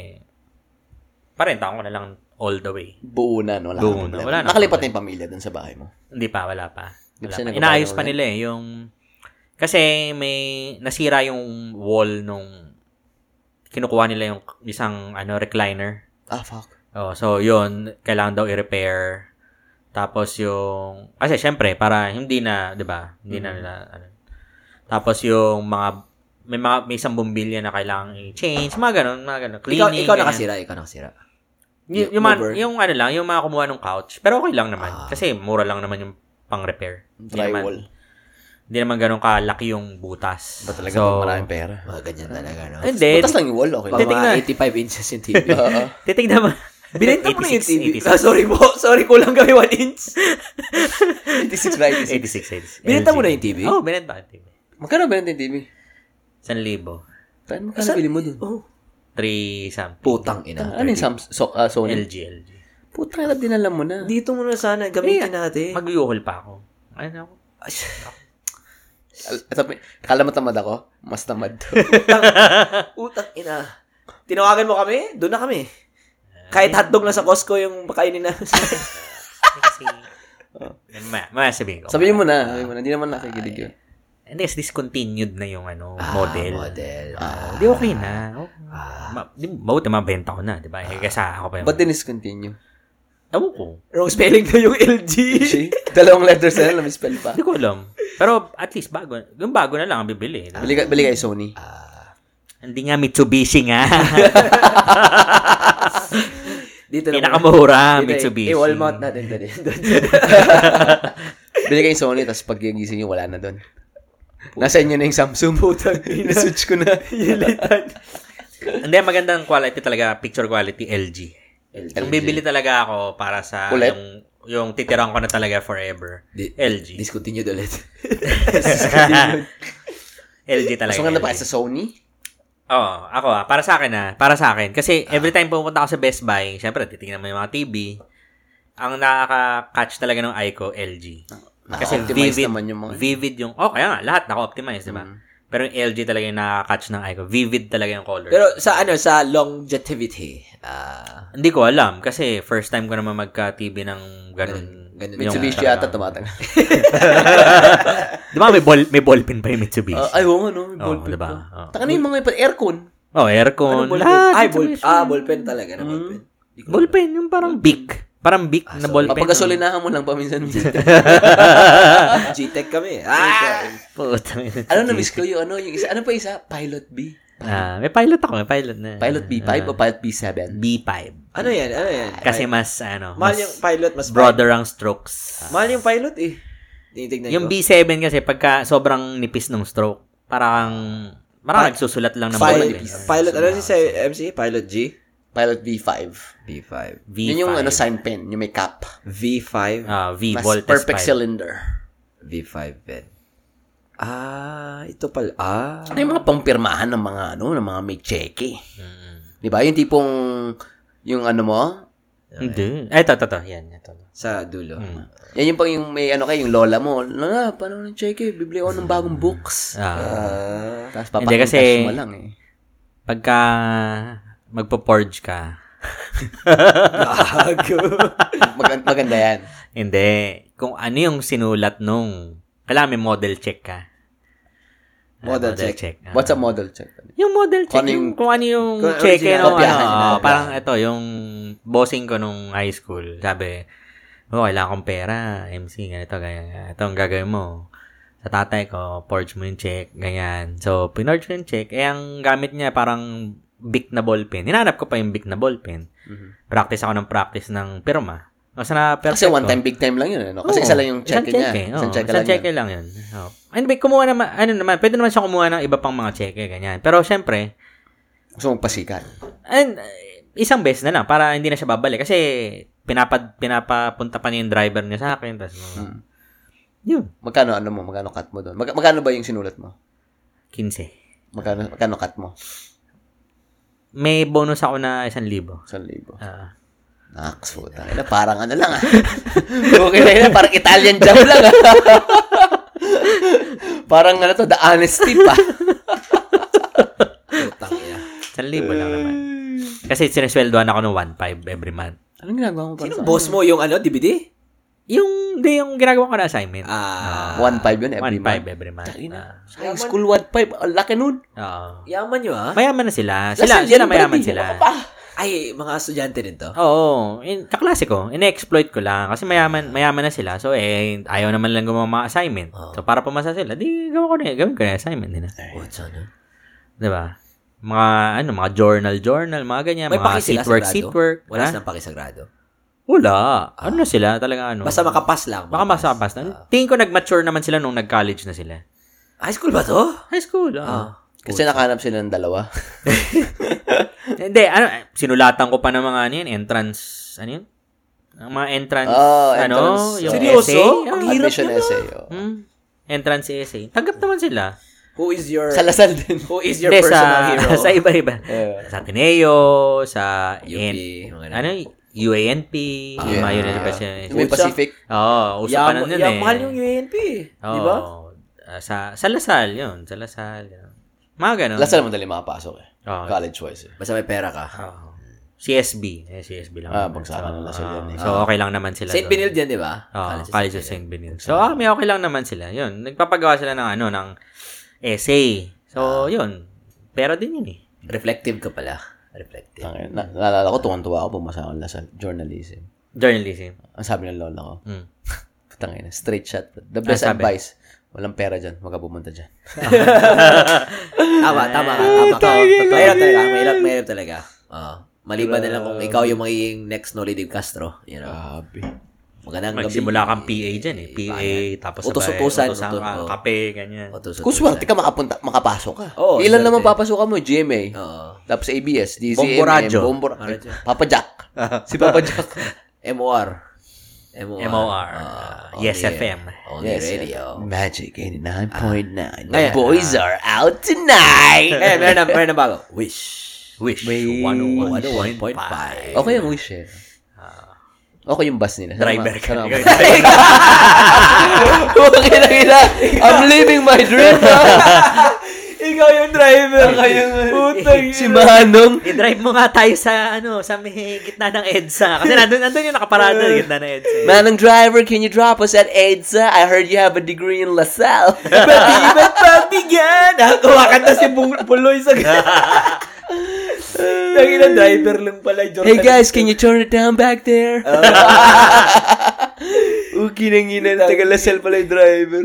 Speaker 3: parentahan ko na lang all the way.
Speaker 2: Buo na, no? Wala
Speaker 3: Buo na,
Speaker 2: kang problema.
Speaker 3: wala na.
Speaker 2: Nakalipat na yung pamilya dun sa bahay mo.
Speaker 3: Hindi pa, wala pa.
Speaker 2: Hindi
Speaker 3: Wala
Speaker 2: pa siya
Speaker 3: pa.
Speaker 2: nagbabayad
Speaker 3: Inaayos
Speaker 2: ng
Speaker 3: pa
Speaker 2: rent?
Speaker 3: nila eh. Yung, kasi may, nasira yung wall nung kinukuha nila yung isang ano recliner.
Speaker 2: Ah, fuck.
Speaker 3: Oh, so yun, kailangan daw i-repair. Tapos yung kasi syempre para hindi na, 'di ba? Hindi na nila ano. Tapos yung mga may mga may isang bombilya na kailangan i-change, mga ganun, mga ganun.
Speaker 1: ikaw,
Speaker 3: Cleaning.
Speaker 1: ikaw
Speaker 3: ganyan.
Speaker 1: nakasira, ikaw nakasira.
Speaker 3: Y- yung, mga-
Speaker 1: Mover.
Speaker 3: yung ano lang, yung mga kumuha ng couch. Pero okay lang naman
Speaker 1: Ah.
Speaker 3: kasi mura lang naman yung pang-repair. Hindi naman-
Speaker 2: Drywall.
Speaker 3: Hindi naman ganun kalaki yung butas.
Speaker 2: Ba talaga
Speaker 3: So,
Speaker 2: so, maraming pera?
Speaker 1: Mga ganyan talaga, no?
Speaker 3: Ah. Hindi.
Speaker 2: Butas lang Ah, yung wall, okay.
Speaker 1: Pag mga
Speaker 3: titignan.
Speaker 1: 85 inches yung
Speaker 3: <laughs>
Speaker 1: TV.
Speaker 2: Oo.
Speaker 3: Titignan mo.
Speaker 1: Binenta mo na yung
Speaker 3: 86,
Speaker 1: TV.
Speaker 3: 86.
Speaker 1: Ah, sorry po. <laughs> Sorry, kulang kami 1 inch.
Speaker 3: <laughs>
Speaker 2: 86 by
Speaker 3: 86,
Speaker 2: 86.
Speaker 3: 86.
Speaker 1: Binenta mo na yung TV?
Speaker 3: Oo, oh, binenta ko yung TV.
Speaker 2: Magkano ba yung TV?
Speaker 3: 1,000.
Speaker 2: Saan magkano bili mo dun?
Speaker 1: Oh,
Speaker 3: 3 something.
Speaker 1: putang ina.
Speaker 2: Ano yung Samsung? So, ah, Sony?
Speaker 3: LG, LG.
Speaker 2: Putang ina, dinala mo na.
Speaker 1: Dito muna sana, gamitin natin. <laughs>
Speaker 3: Mag-yuhol pa ako. Ano ako?
Speaker 2: Al- Ito, kala mo tamad ako? Mas tamad to.
Speaker 3: <laughs>
Speaker 1: Utang ina. Tinawagan mo kami, doon na kami.
Speaker 3: Ah,
Speaker 1: Kahit hotdog na sa Costco yung pakainin na. <laughs>
Speaker 3: Kasi, Yan, maya, maya sabihin ko.
Speaker 2: sabihin mo
Speaker 3: Ah.
Speaker 2: na, sabihin mo na. Hindi naman nakikilig yun.
Speaker 3: Hindi, kasi discontinued na yung ano, model.
Speaker 1: model.
Speaker 3: Ah, Di okay na. Oh, ma, di, mabuti mabenta ko na, di ba? Eh, Kasa ako pa yun.
Speaker 2: Ba't diniscontinue?
Speaker 3: Ewan ko.
Speaker 1: Wrong spelling na yung LG.
Speaker 2: See? Dalawang letters na lang, misspell pa.
Speaker 3: Hindi ko alam. Pero at least bago, yung bago na lang ang bibili. di ba?
Speaker 2: Bili, ka- bili kay Sony.
Speaker 3: Hindi nga Mitsubishi <laughs> nga.
Speaker 1: Dito na muna.
Speaker 3: Pinakamura,
Speaker 1: Dito,
Speaker 3: Mitsubishi.
Speaker 1: I-wall mount natin dali.
Speaker 2: Bili kay Sony, tapos pag gigising niyo, wala na doon. Nasa inyo na yung Samsung. Putang <laughs> ina. switch ko na.
Speaker 3: <laughs> Hindi, magandang quality talaga, picture quality, LG.
Speaker 1: LG.
Speaker 3: Yung bibili talaga ako para sa
Speaker 2: Ulit?
Speaker 3: yung yung titiran ko na talaga forever.
Speaker 1: Di-
Speaker 3: LG.
Speaker 1: Discontinued Eh, ulit.
Speaker 3: <laughs> LG talaga.
Speaker 2: Gusto ka na
Speaker 3: LG.
Speaker 2: pa sa Sony?
Speaker 3: Oo, ako ah, para sa akin na, para sa akin kasi every time pupunta ako sa Best Buy, syempre titingnan mo yung mga TV. Ang nakaka-catch talaga ng eye ko, LG. Kasi
Speaker 2: Na-optimize
Speaker 3: Ah, oh, vivid,
Speaker 2: Ah, naman yung mga-
Speaker 3: vivid yung, oh kaya nga, lahat naka-optimize, di ba? Pero yung LG talaga yung nakaka-catch ng eye ko. Vivid talaga yung color.
Speaker 1: Pero sa ano, sa longevity. Ah,
Speaker 3: Hindi ko alam kasi first time ko naman magka-TV ng ganun.
Speaker 1: Ganun- ganun.
Speaker 3: yung ano,
Speaker 2: Mitsubishi
Speaker 3: talagang-
Speaker 2: yata tumatagal.
Speaker 3: Di ba may, ball, may ballpen pa yung Mitsubishi? Oh,
Speaker 2: Ah, ay, oo, ano? May
Speaker 3: Oo,
Speaker 2: ballpen
Speaker 3: diba?
Speaker 2: pa.
Speaker 3: Oo.
Speaker 2: Taka na yung mga ipa- aircon.
Speaker 3: Oh, aircon.
Speaker 1: ballpen.
Speaker 3: lahat,
Speaker 1: Ay, ball,
Speaker 3: Mitsubishi.
Speaker 1: ah, ballpen talaga na ballpen.
Speaker 3: Ballpen, yung parang big. Parang big na ball pen.
Speaker 2: Papagasolinahan mo
Speaker 3: <laughs>
Speaker 2: lang paminsan-minsan.
Speaker 1: <laughs> G-Tech kami. Ah!
Speaker 3: Putang ina.
Speaker 2: ano na miss ko yung ano, yung isa, ano pa isa? Pilot B.
Speaker 3: <laughs> Ah, may pilot ako, may pilot na.
Speaker 2: Pilot B5
Speaker 3: Ah,
Speaker 2: o pilot B7?
Speaker 3: B5.
Speaker 1: Ano yan? Ano yan?
Speaker 3: Kasi mas ano,
Speaker 1: mahal
Speaker 3: mas
Speaker 1: yung pilot, mas
Speaker 3: broader ang
Speaker 2: Ah,
Speaker 3: strokes.
Speaker 1: Mahal yung pilot eh. Tinitignan
Speaker 3: yung
Speaker 1: ko.
Speaker 3: B7 kasi pagka sobrang nipis ng stroke, parang parang nagsusulat lang ng
Speaker 1: Pilot,
Speaker 3: bullet. eh.
Speaker 1: pilot, ano si Sir MC? Pilot G?
Speaker 2: Pilot V5.
Speaker 1: V5.
Speaker 3: V5.
Speaker 2: Yun yung ano, sign pen, yung may cap.
Speaker 1: V5?
Speaker 3: Ah, V
Speaker 2: Mas
Speaker 3: voltage
Speaker 2: perfect
Speaker 3: pipe.
Speaker 2: cylinder.
Speaker 1: V5 pen. Ah, ito pala. Ah.
Speaker 2: Ano yung mga pampirmahan ng mga ano, ng mga may cheque.
Speaker 3: Mm.
Speaker 2: Di ba? Yung tipong, yung ano mo,
Speaker 3: Hindi. Ay, ito, ito, ito. Yan, ito.
Speaker 1: Sa dulo.
Speaker 2: yan yung pang yung may ano kay yung lola mo, na, paano ng cheque? Bibili ako ng bagong books.
Speaker 3: Ah,
Speaker 1: Ah.
Speaker 2: Tapos
Speaker 3: Hindi,
Speaker 2: papakitas
Speaker 3: kasi-
Speaker 2: mo lang eh.
Speaker 3: pagka magpo-forge ka,
Speaker 1: <laughs> Gago.
Speaker 2: Mag- maganda yan.
Speaker 3: hindi. Kung ano yung sinulat nung, kailangan may model check ka. Ah,
Speaker 1: Model check.
Speaker 3: <laughs> ah.
Speaker 2: What's a model check?
Speaker 3: Yung model check,
Speaker 2: Kung ano yung-
Speaker 3: yung, kung ano yung
Speaker 1: Kung
Speaker 3: check,
Speaker 1: original.
Speaker 3: eh, no, ano,
Speaker 2: Kopyahan,
Speaker 3: ah,
Speaker 2: kopyahan.
Speaker 3: parang ito, yung bossing ko nung high school, sabi, oh, kailangan kong pera, MC, ganito, ganyan, ito ang gagawin mo. Sa tatay ko, forge mo yung check, ganyan. So, pinorge ko yung check, eh, ang gamit niya parang big na ballpen. Hinanap ko pa yung big na ballpen. Practice ako ng practice ng pirma. O, sa na
Speaker 2: Kasi one time, big time lang yun. Ano? Kasi
Speaker 3: Oo.
Speaker 2: isa lang yung check
Speaker 3: Isang
Speaker 2: niya.
Speaker 3: cheque, oo.
Speaker 2: Isang check
Speaker 3: Isang eh.
Speaker 2: lang
Speaker 3: cheque
Speaker 2: yun.
Speaker 3: lang yun. Oo. And may kumuha naman, ano naman, pwede naman siya kumuha ng iba pang mga cheque, ganyan. Pero syempre,
Speaker 2: Gusto mong pasikat.
Speaker 3: and, uh, isang beses na lang para hindi na siya babalik. Kasi pinapad, pinapapunta pa niya yung driver niya sa akin. Tapos,
Speaker 2: Hmm.
Speaker 3: yun,
Speaker 2: Magkano ano mo? Magkano cut mo doon? Mag- magkano ba yung sinulat mo?
Speaker 3: 15.
Speaker 2: Magkano, magkano cut mo?
Speaker 3: May bonus ako na isang libo.
Speaker 2: Isang libo.
Speaker 3: Ah.
Speaker 2: Naks, puta. Ina, parang ano lang ah. <laughs> okay na yun, parang Italian job lang ah. <laughs> parang ano to, the honesty
Speaker 3: <laughs>
Speaker 2: pa.
Speaker 1: Putang ina.
Speaker 3: isang libo lang naman.
Speaker 2: Eh.
Speaker 3: Kasi sinesweldoan ako ng 1.5 every month.
Speaker 2: Anong ginagawa mo para
Speaker 1: Sinong boss mo yung ano, DVD?
Speaker 3: Yung, di, yung ginagawa ko na assignment.
Speaker 1: Ah.
Speaker 2: One five yun every
Speaker 3: 1.5
Speaker 2: month.
Speaker 3: every month.
Speaker 2: Tangina.
Speaker 3: Ah.
Speaker 2: Sa High school, one five. Ang laki nun.
Speaker 3: Oo.
Speaker 1: Yaman nyo ah.
Speaker 3: Mayaman na sila. Sila,
Speaker 2: Lasal
Speaker 3: sila
Speaker 2: yan,
Speaker 3: mayaman
Speaker 2: pare,
Speaker 3: sila.
Speaker 2: baka pa.
Speaker 1: Ay, mga estudyante din to.
Speaker 3: Oo, in, kaklase ko, in-exploit ko lang kasi mayaman mayaman na sila. So eh ayaw naman lang gumawa ng mga assignment.
Speaker 1: Oo.
Speaker 3: So para pumasa sila, di gawa ko na, gawin ko na yung assignment nila.
Speaker 1: What's ano?
Speaker 3: 'Di ba? Mga ano, mga journal journal, mga ganyan,
Speaker 1: May
Speaker 3: mga
Speaker 1: paki sila
Speaker 3: seat
Speaker 1: sa
Speaker 3: work,
Speaker 1: grado?
Speaker 3: seat work.
Speaker 1: Wala
Speaker 3: Ha?
Speaker 1: silang pakisagrado.
Speaker 3: Wala. Ano na sila talaga ano?
Speaker 1: Basta Ah. makapas lang.
Speaker 3: baka masapas na. Tingin ko nag-mature naman sila nung nag-college na sila.
Speaker 1: High school ba to?
Speaker 3: High school. ah. oo.
Speaker 1: Ah.
Speaker 2: Kasi nakahanap sila ng
Speaker 3: <laughs>
Speaker 2: dalawa.
Speaker 3: Hindi, ano, sinulatan ko pa ng mga ano yun, entrance, ano yun? Ang mga entrance,
Speaker 2: Oo,
Speaker 3: ano,
Speaker 2: entrance,
Speaker 3: yung
Speaker 2: oo.
Speaker 1: Ah, Seryoso?
Speaker 3: essay. Ah,
Speaker 1: Ang hirap
Speaker 2: Admission
Speaker 1: naman.
Speaker 2: essay. oh.
Speaker 3: Mm. Entrance essay. Tanggap naman sila.
Speaker 1: Who is your
Speaker 2: Sa Lasal
Speaker 3: <laughs>
Speaker 2: din.
Speaker 1: Who is your
Speaker 3: Hindi,
Speaker 1: personal
Speaker 3: sa,
Speaker 1: hero?
Speaker 3: <laughs> Sa iba-iba.
Speaker 2: Yeah.
Speaker 3: Sa Ateneo, sa
Speaker 1: UP,
Speaker 3: N-
Speaker 1: mga ganun.
Speaker 3: ano, UANP, yung mga
Speaker 2: Ah, Yeah.
Speaker 3: university.
Speaker 2: May Pacific.
Speaker 3: Oo, uso pa nun yun eh.
Speaker 1: mahal yung UNP.
Speaker 3: Oo.
Speaker 1: Di
Speaker 2: diba?
Speaker 1: ba?
Speaker 3: Ah, sa, sa Lasal, yun. Sa Lasal. Yun. Mga ganun.
Speaker 2: Lasal madali makapasok eh.
Speaker 3: Oo.
Speaker 2: College-wise eh.
Speaker 1: Basta may pera ka.
Speaker 3: Oo. CSB. Eh, CSB lang.
Speaker 2: Ah, bagsakan ng Lasal
Speaker 3: Oo.
Speaker 2: yan eh.
Speaker 3: So, okay lang naman sila.
Speaker 1: St.
Speaker 3: doon.
Speaker 1: Benilde yan, di ba?
Speaker 3: Oo,
Speaker 1: College of
Speaker 3: College of St. Benil. So, ah, may okay lang naman sila. Yun, nagpapagawa sila ng ano, ng
Speaker 1: Ah.
Speaker 3: essay. So, yun. Pero din yun eh.
Speaker 1: Reflective ka pala. Reflective.
Speaker 2: Tangin. Na, naalala ko, tuwan-tuwa ako, bumasa ako ng Lasal. Journalism.
Speaker 3: Journalism.
Speaker 2: Ang sabi ng lola ko, <laughs>
Speaker 3: Mm.
Speaker 2: putang ina, straight shot. The best
Speaker 3: Ah, sabi.
Speaker 2: advice, walang pera dyan, wag ka pumunta dyan.
Speaker 1: Tama, tama ka, tama ka. Mahirap talaga, mahirap, mahirap talaga. Oo. Maliban na lang kung ikaw yung magiging next Noli de Castro. You know,
Speaker 2: Grabe.
Speaker 1: magandang gabi.
Speaker 3: Magsimula kang PA dyan eh. PA, tapos
Speaker 1: Utos-utusan,
Speaker 3: sabay, utusan ka,
Speaker 1: utot, oh.
Speaker 3: kape, ganyan.
Speaker 1: O, tusot-
Speaker 2: Kung swerte ka makapunta, makapasok ka.
Speaker 1: Oo,
Speaker 2: Ilan
Speaker 1: swerte.
Speaker 2: naman papasokan mo? GMA.
Speaker 1: Oo.
Speaker 2: Tapos ABS, DZMM,
Speaker 3: Bombo Radyo.
Speaker 2: Bombo Radyo. Papa <laughs> Jack. si Papa Jack.
Speaker 1: MOR. MOR.
Speaker 3: MOR.
Speaker 1: Ah,
Speaker 3: Yes, FM.
Speaker 1: Uh, Only radio.
Speaker 2: Magic
Speaker 1: Ayan.
Speaker 2: 89.9. The boys are out <laughs> tonight.
Speaker 1: Eh, meron na, meron na bago. Wish.
Speaker 3: Wish.
Speaker 2: May-
Speaker 1: 101.5.
Speaker 2: Okay yung wish eh. Okay yung bus nila. Sana-
Speaker 3: Driver ka.
Speaker 2: <laughs> sana-
Speaker 3: Ikaw yung driver.
Speaker 2: <laughs> Putang ina, ina. I'm living my <laughs> dream.
Speaker 1: Ikaw yung driver kayo. Putang
Speaker 2: si Manong.
Speaker 3: <laughs> I-drive mo nga tayo sa, ano, sa may gitna ng EDSA. Kasi nandun, nandun yung
Speaker 1: <laughs>
Speaker 3: nakaparada, gitna ng EDSA. eh.
Speaker 2: Manong driver, can you drop us at EDSA? I heard you have a degree in <laughs> LaSalle.
Speaker 1: Pabigyan! Kumakanta si Bung- Puloy sa Tangina, driver lang pala. Jordan.
Speaker 2: Hey guys, can you turn it down back there? Uki nang ina, taga Lasal pala yung driver.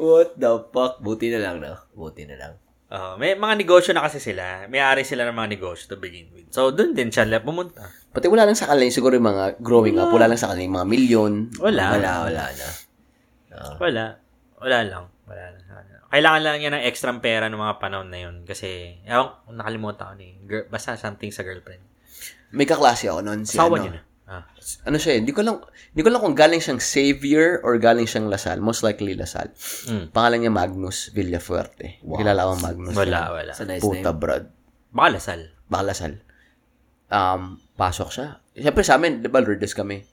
Speaker 1: What the fuck? Buti na lang, no? Buti na lang.
Speaker 3: Oh, may mga negosyo na kasi sila. May-ari sila ng mga negosyo to begin with. So, doon din siya la- pumunta.
Speaker 2: Pati wala lang sa kanila yung siguro yung mga growing up, wala lang sa kanila yung mga milyon.
Speaker 3: Wala.
Speaker 1: Wala, wala na. Ah,
Speaker 3: Wala. Wala lang. Wala lang. Kailangan lang niya ng extra pera ng mga panahon na yun. Kasi, ewan, ko, nakalimutan ko ni. Girl, basta something sa girlfriend.
Speaker 2: May kaklase ako noon. Si
Speaker 3: Sawa
Speaker 2: ano,
Speaker 3: niya na. Ah.
Speaker 2: ano siya eh, hindi ko lang, hindi ko lang kung galing siyang Xavier or galing siyang Lasal. Most likely Lasal.
Speaker 3: Mm.
Speaker 2: Pangalan niya Magnus Villafuerte. Wow. Kilala ko ang Magnus.
Speaker 3: Wala, wala.
Speaker 1: It's a nice
Speaker 2: Puta
Speaker 1: name.
Speaker 2: brad.
Speaker 3: Baka lasal.
Speaker 2: Baka Lasal. Um, pasok siya. Siyempre sa amin, di ba, Lourdes kami.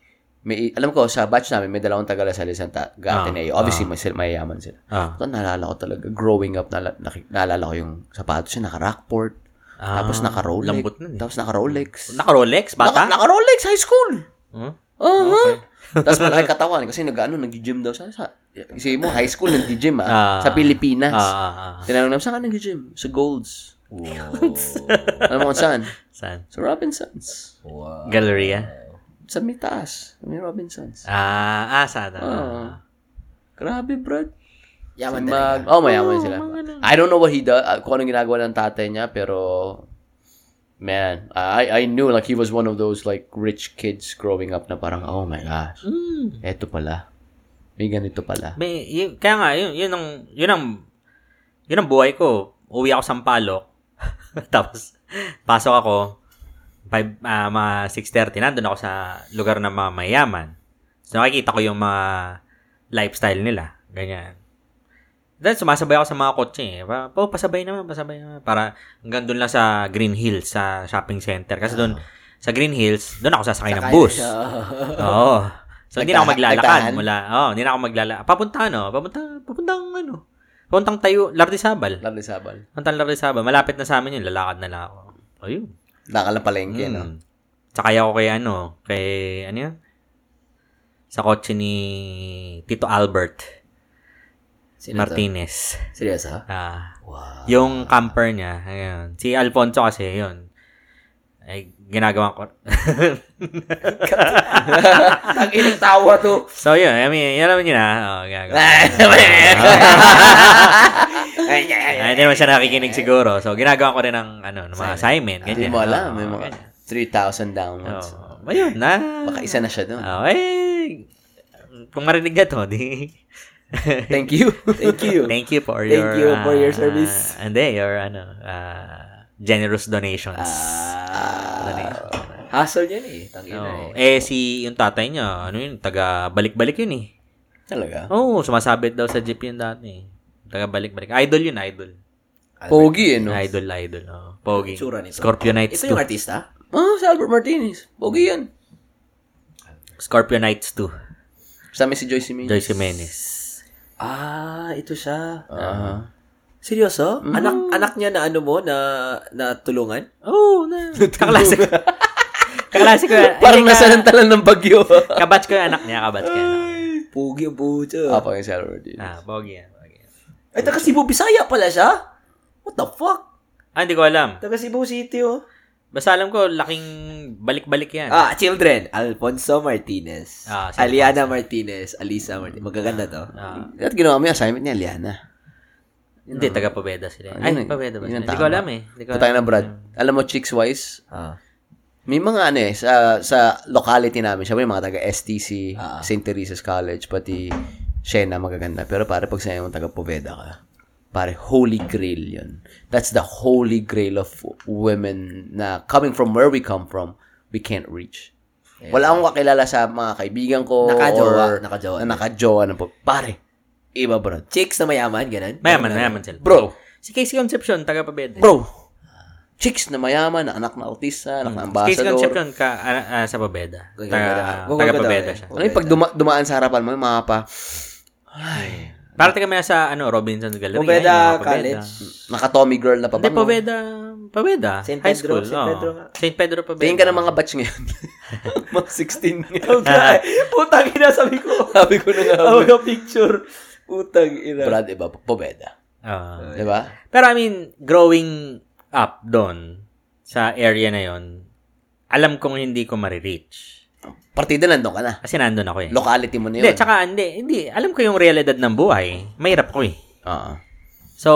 Speaker 2: May, alam ko, sa batch namin, may dalawang taga Lasal, isang taga Ateneo. Obviously, may, sil- mayayaman sila.
Speaker 3: Ah.
Speaker 2: Ito, naalala ko talaga. Growing up, nala, naki- naalala ko yung sapatos niya, naka-Rockport.
Speaker 3: Ah,
Speaker 2: tapos naka-Rolex.
Speaker 3: lambot nun eh.
Speaker 2: Tapos naka-Rolex.
Speaker 3: Naka-Rolex?
Speaker 2: Naka-
Speaker 3: Bata? Ah, Hmm?
Speaker 2: Naka-Rolex high school.
Speaker 3: Huh?
Speaker 2: Uh-huh. <laughs> tapos malaki katawan kasi nag-ano, nag-gym daw. Sa, sa, kasi mo, high school, nag-gym
Speaker 3: Ah.
Speaker 2: ah. sa Pilipinas.
Speaker 3: Ah, ah, ah.
Speaker 2: Tinanong naman, saan ka nag-gym? Sa Golds.
Speaker 1: Wow.
Speaker 2: Alam mo kung saan?
Speaker 3: Saan?
Speaker 2: Sa Robinsons.
Speaker 1: wow.
Speaker 3: Galleria?
Speaker 2: Sa may taas. May Robinsons.
Speaker 3: Ah, ah, saan?
Speaker 2: Oo.
Speaker 3: Ah.
Speaker 2: Grabe, bro.
Speaker 1: Yaman
Speaker 2: Mag-
Speaker 1: talaga.
Speaker 2: oh, mayaman sila. I don't know what he does, uh, kung anong ginagawa ng tatay niya, pero, man, I I knew, like, he was one of those, like, rich kids growing up na parang, oh my gosh,
Speaker 3: Mm.
Speaker 2: eto pala. May ganito pala.
Speaker 3: May, yun, kaya nga, yun, yun ang, yun ang, yun ang buhay ko. Uwi ako sa Palok. <laughs> Tapos, pasok ako, 5, ah, mga 6.30, nandun ako sa lugar ng mga mayaman. So, nakikita ko yung mga lifestyle nila. Ganyan. Then, sumasabay ako sa mga kotse. Eh. Pa, oh, pasabay naman, pasabay naman. Para hanggang doon lang sa Green Hills, sa shopping center. Kasi doon, sa Green Hills, doon ako sasakay ng
Speaker 1: Sakay
Speaker 3: bus.
Speaker 1: siya.
Speaker 2: <laughs>
Speaker 3: Oo. So, hindi na ako
Speaker 2: Nagtahan-
Speaker 3: maglalakad
Speaker 2: nagtahan?
Speaker 3: mula. Oo, oh, hindi na ako maglalakad. Papunta ano? Papunta, papuntang ano? Papuntang tayo, Lartisabal.
Speaker 2: Lovely sabal.
Speaker 3: Papuntang Lartisabal. Malapit na sa amin yun. Lalakad na lang ako. Ayun.
Speaker 2: Nakalang palengke,
Speaker 1: Hmm.
Speaker 2: no?
Speaker 3: Mm. Tsaka ako kay ano, kay, ano yan? Sa kotse ni Tito Albert
Speaker 1: Sino to?
Speaker 3: Martinez.
Speaker 1: Seryoso? ha?
Speaker 3: Ah,
Speaker 1: Wow.
Speaker 3: yung camper niya, ayun. Si Alfonso kasi, yun. Ay, ginagawa ko.
Speaker 1: Ang ilang tawa to.
Speaker 3: so, yun. I mean, yun naman yun ah. Oh, ginagawa. <laughs> Ay, Ah, hindi naman siya nakikinig siguro. So, ginagawa ko rin ng, ano, ng mga assignment.
Speaker 2: Hindi
Speaker 3: Ganyan.
Speaker 2: mo alam, may
Speaker 3: Oo,
Speaker 1: Oh,
Speaker 2: mga
Speaker 3: ganyan.
Speaker 2: 3,000 downwards.
Speaker 3: Oo. Ayun na.
Speaker 2: Baka isa na siya doon.
Speaker 1: Ah.
Speaker 3: Oo, eh, kung marinig niya to, di... <laughs>
Speaker 2: Thank you.
Speaker 1: Thank you.
Speaker 3: Thank you for
Speaker 1: Thank you
Speaker 3: your...
Speaker 1: for your
Speaker 3: ah,
Speaker 1: service.
Speaker 3: Hindi, your, ano, ah, generous donations.
Speaker 1: Ah.
Speaker 3: Donation.
Speaker 1: Hassle yun eh. Tangina
Speaker 3: Oo.
Speaker 1: eh.
Speaker 3: Eh, si yung tatay niya, ano yun, taga balik-balik yun eh.
Speaker 2: Talaga?
Speaker 3: Oo, oh, sumasabit daw sa jeep yun dati eh. Taga balik-balik. Idol yun, idol.
Speaker 2: <laughs> Pogi, eh, no?
Speaker 3: Idol, idol. Oh. Pogi.
Speaker 1: Itsura nito.
Speaker 3: Scorpionites
Speaker 1: Ito
Speaker 3: 2.
Speaker 1: yung artista?
Speaker 2: Oh, si Albert Martinez. Pogi yan.
Speaker 3: Scorpionites 2.
Speaker 2: Sa amin si Joyce Jimenez.
Speaker 3: Joyce Jimenez.
Speaker 1: Ah, Mm-hmm. ito siya.
Speaker 2: Ah.
Speaker 1: Seryoso? Anak anak niya na ano mo na na tulungan?
Speaker 3: Oo, oh,
Speaker 2: <laughs>
Speaker 3: na. Kaklase ko. Kaklase ko. yan.
Speaker 2: Parang
Speaker 3: Hindi,
Speaker 2: nasa nantalan ng <laughs> bagyo.
Speaker 3: ka- Kabatch ko yung anak niya. Kabatch ko yung anak niya.
Speaker 1: Pugi ang puto.
Speaker 2: Papa si Albert Martinez.
Speaker 3: Ah, pogi yan. pogi yan.
Speaker 1: Ay, taga Cebu, Bisaya pala siya? What the fuck?
Speaker 3: Ah, hindi ko alam.
Speaker 1: Taga Cebu City, oh.
Speaker 3: Basta alam ko, laking balik-balik yan.
Speaker 1: Ah, children. Alfonso Martinez.
Speaker 3: Ah, si
Speaker 1: Aliana Martinez. Alisa Martinez. Magaganda to.
Speaker 3: Ah,
Speaker 2: At ginawa mo yung assignment niya, Liana.
Speaker 3: hindi, taga Pabeda sila.
Speaker 2: Ah,
Speaker 3: Ay,
Speaker 2: yun eh.
Speaker 3: Pabeda ba? sila? Hindi
Speaker 2: Yun ang
Speaker 3: ko
Speaker 2: tama.
Speaker 3: alam eh. Hindi ko
Speaker 2: Patay
Speaker 3: alam.
Speaker 2: na Brad. Alam mo, chicks-wise,
Speaker 1: Ah.
Speaker 2: may mga ano eh, sa, sa locality namin, syempre mga taga STC,
Speaker 1: Ah.
Speaker 2: St. Teresa's College, pati Shena magaganda. Pero pare, pag sa'yo yung taga Poveda ka, pare, holy grail yun. That's the holy grail of women na coming from where we come from, we can't reach. Wala akong kakilala sa mga kaibigan ko
Speaker 1: Nakajowa,
Speaker 2: or
Speaker 1: nakajowa.
Speaker 2: na nakajowa na po. Pare, iba bro.
Speaker 1: Chicks na mayaman, ganun?
Speaker 3: Mayaman, mayaman sila.
Speaker 2: Bro,
Speaker 3: Si Casey Concepcion, taga Pabeda.
Speaker 2: bro, chicks na mayaman, na anak na artista, anak na
Speaker 3: Casey
Speaker 2: ambassador.
Speaker 3: Concepcion, ka, ah, ah, sa Pabeda.
Speaker 1: Gaganda ka.
Speaker 3: Taga,
Speaker 1: Gaganda
Speaker 3: taga
Speaker 1: ka,
Speaker 3: Pabeda
Speaker 1: eh.
Speaker 3: siya.
Speaker 2: Ano yung pag duma- dumaan sa harapan mo, yung mga pa,
Speaker 3: Parati kami sa ano, Robinson's Gallery.
Speaker 1: Poveda College.
Speaker 2: naka-Tommy girl na
Speaker 3: Hindi,
Speaker 2: pabango.
Speaker 3: Poveda. Poveda.
Speaker 1: Saint
Speaker 3: High
Speaker 1: Pedro,
Speaker 3: school.
Speaker 1: Saint
Speaker 3: oo.
Speaker 1: Pedro nga.
Speaker 3: Saint Pedro Poveda.
Speaker 2: Tingin ka ng mga batch ngayon. <laughs> mga 16 ngayon.
Speaker 1: Putang Putang ina, sabi ko.
Speaker 2: <laughs> Sabi ko na nga.
Speaker 1: Ako ka picture. Putang ina.
Speaker 2: Brad, iba, pobeda.
Speaker 3: Oo.
Speaker 2: Di ba?
Speaker 3: Pero I mean, growing up doon, sa area na yon, alam kong hindi ko marireach.
Speaker 2: Partida nandun ka na.
Speaker 3: Kasi nandun ako eh.
Speaker 2: Locality mo na yun.
Speaker 3: Hindi, tsaka hindi, hindi. Alam ko yung realidad ng buhay. Mahirap ko eh.
Speaker 2: Oo.
Speaker 3: So,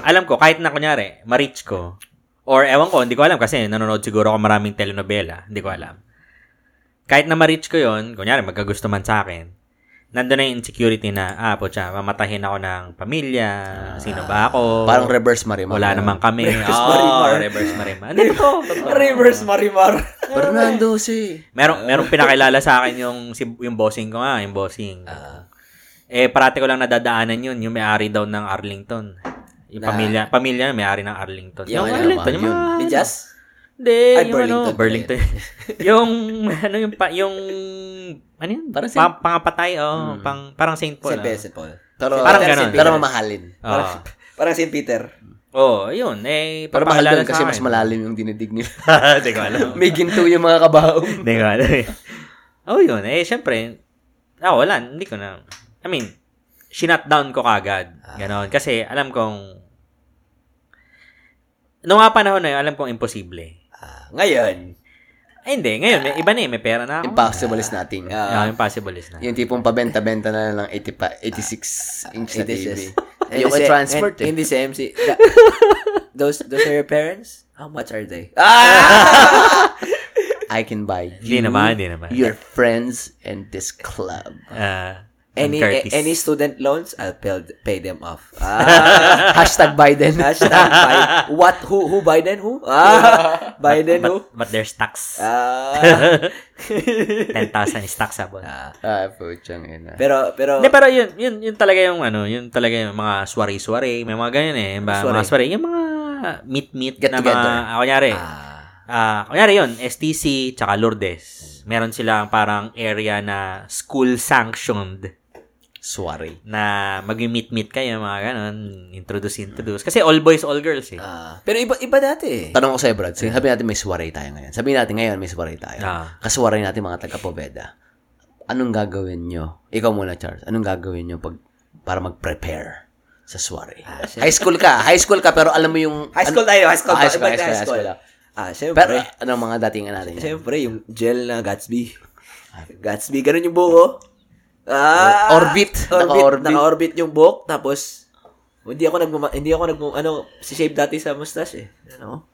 Speaker 3: alam ko, kahit na kunyari, ma-reach ko, or ewan ko, hindi ko alam kasi nanonood siguro ako maraming telenovela, hindi ko alam. Kahit na ma-reach ko yon kunyari, magkagusto man sa akin, nandun na yung insecurity na, ah, po mamatahin ako ng pamilya, sino ba ako?
Speaker 2: Parang reverse marimar.
Speaker 3: Wala naman kami. Ah,
Speaker 1: Reverse
Speaker 3: Oo,
Speaker 1: marimar.
Speaker 3: Reverse marimar. Hindi, totoo, totoo.
Speaker 1: Reverse Marimar.
Speaker 2: Fernando si.
Speaker 3: Merong merong pinakilala sa akin yung si- yung bossing ko nga, yung bossing.
Speaker 1: Ah,
Speaker 3: eh parati ko lang nadadaanan yun, yung may-ari daw ng Arlington. Yung
Speaker 1: Na-
Speaker 3: pamilya, pamilya na may-ari ng Arlington.
Speaker 1: Yung
Speaker 3: Yung,
Speaker 1: ano,
Speaker 3: Arlington, yung
Speaker 2: yun.
Speaker 3: mga-
Speaker 1: Di Jazz?
Speaker 3: Hindi,
Speaker 1: Ay,
Speaker 3: yung ano,
Speaker 1: Burlington.
Speaker 3: Burlington. yung ano yung pa, yung ano yun?
Speaker 2: Parang
Speaker 3: Parang
Speaker 2: Saint-
Speaker 3: pangapatay, oh, pang parang Saint Paul.
Speaker 1: St.
Speaker 3: ah.
Speaker 1: Vincent eh, Paul.
Speaker 2: Pero,
Speaker 3: Parang
Speaker 2: pero-
Speaker 3: ganun.
Speaker 2: Pero mamahalin.
Speaker 3: Oo.
Speaker 1: Parang St. Peter.
Speaker 3: Oh, yun. Eh,
Speaker 2: Pero mahal
Speaker 3: papakilala
Speaker 2: doon kasi
Speaker 3: sa
Speaker 2: mas
Speaker 3: akin.
Speaker 2: malalim yung dinidig nila.
Speaker 3: <laughs> Hindi ko alam.
Speaker 2: May ginto yung mga kabaong.
Speaker 3: Hindi ko alam eh. Oh, yun. Eh, syempre, ah, wala. Hindi ko na. I mean, shinutdown ko kagad.
Speaker 1: Ah.
Speaker 3: Ganon. Kasi alam kong, noong mga panahon na yun, alam kong imposible.
Speaker 1: Ah, ngayon.
Speaker 3: Ay, hindi. Ngayon, may, iba na eh. May pera na ako.
Speaker 2: Impossible is nothing.
Speaker 1: ah,
Speaker 3: Ah, impossible is na.
Speaker 2: Yung tipong pabenta-benta na lang ng 80 pa- 86 inch na
Speaker 1: it is
Speaker 2: TV.
Speaker 1: just-
Speaker 2: Yung
Speaker 1: Hindi si-
Speaker 2: transfer
Speaker 1: and-
Speaker 2: eh.
Speaker 1: Hindi si MC.
Speaker 2: <laughs>
Speaker 1: Tha- those, those are your parents? How much are they? Ah!
Speaker 2: eh. I can buy
Speaker 3: Hindi
Speaker 2: you,
Speaker 3: naman, hindi naman.
Speaker 2: your friends, and this club. <laughs>
Speaker 3: Ah,
Speaker 1: any
Speaker 3: ang Curtis.
Speaker 1: any student loans, I'll pay, pay them off. Ah! <laughs>
Speaker 2: Hashtag Biden.
Speaker 1: Hashtag Bi- What? Who? Who? Biden? Who?
Speaker 3: <laughs>
Speaker 1: Ah! Biden who?
Speaker 3: but, but there's tax.
Speaker 1: <laughs> Ah!
Speaker 3: 10,000 is taxable.
Speaker 1: Ah.
Speaker 2: ah, putyang ina.
Speaker 1: pero, pero,
Speaker 3: Hindi, pero yun, yun, yun talaga yung ano, yun talaga yung mga suwari-suwari, may mga ganyan eh, ba,
Speaker 1: Suwari.
Speaker 3: mga suwari, yung mga meet-meet
Speaker 2: Get
Speaker 3: na
Speaker 2: together.
Speaker 3: mga, ah, kunyari, ah,
Speaker 1: ah,
Speaker 3: kunyari yun, STC, tsaka Lourdes, meron silang parang area na school-sanctioned
Speaker 2: Suwari.
Speaker 3: na mag-meet-meet kayo, mga ganon, introduce-introduce. Kasi all boys, all girls eh.
Speaker 1: ah. pero iba, iba dati eh.
Speaker 2: Tanong ko sa'yo, Brad. Sige, Sabihin natin may suwaray tayo ngayon. Sabihin natin ngayon may suwaray tayo.
Speaker 3: Ah.
Speaker 2: Kasuwaray natin mga taga-Poveda. Anong gagawin nyo? Ikaw muna, Charles. Anong gagawin nyo pag, para mag-prepare sa suwaray? high school ka. High school ka, pero alam mo yung...
Speaker 1: Ah, High school tayo, high school.
Speaker 2: Ah, high school,
Speaker 1: Iba-
Speaker 2: high school, high
Speaker 1: Ah,
Speaker 2: Pero
Speaker 1: syempre.
Speaker 2: anong mga datingan natin? yan?
Speaker 1: Siyempre, yung gel na Gatsby. Gatsby, ganun yung buhok. oh. Ah,
Speaker 2: Orbit. Naka-orbit.
Speaker 1: Orbit. Naka-orbit yung buhok. Tapos, hindi ako nag hindi ako nag ano si shave dati sa mustache eh. Ano?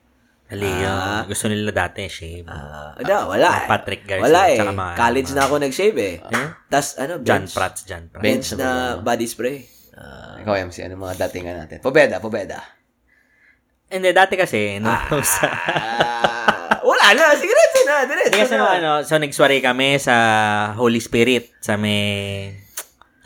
Speaker 3: Ali, yun. Ah, gusto nila dati, shave.
Speaker 1: Ah, wala, wala. eh.
Speaker 3: Patrick Garcia,
Speaker 1: Wala eh.
Speaker 3: tsaka mga-
Speaker 1: College na ako nag-shave eh. Tapos ano,
Speaker 3: John
Speaker 1: bench,
Speaker 3: Prats, John Prats.
Speaker 1: bench
Speaker 3: ano.
Speaker 1: na body spray. Ah,
Speaker 2: Ikaw, MC. Anong mga datingan natin? Poveda, Poveda.
Speaker 3: Hindi, dati kasi, nung <laughs> sa...
Speaker 1: ah, wala na, sigaretso na, diretso
Speaker 3: Kasi
Speaker 1: na.
Speaker 3: no, ano, so nagsuwari kami sa Holy Spirit sa may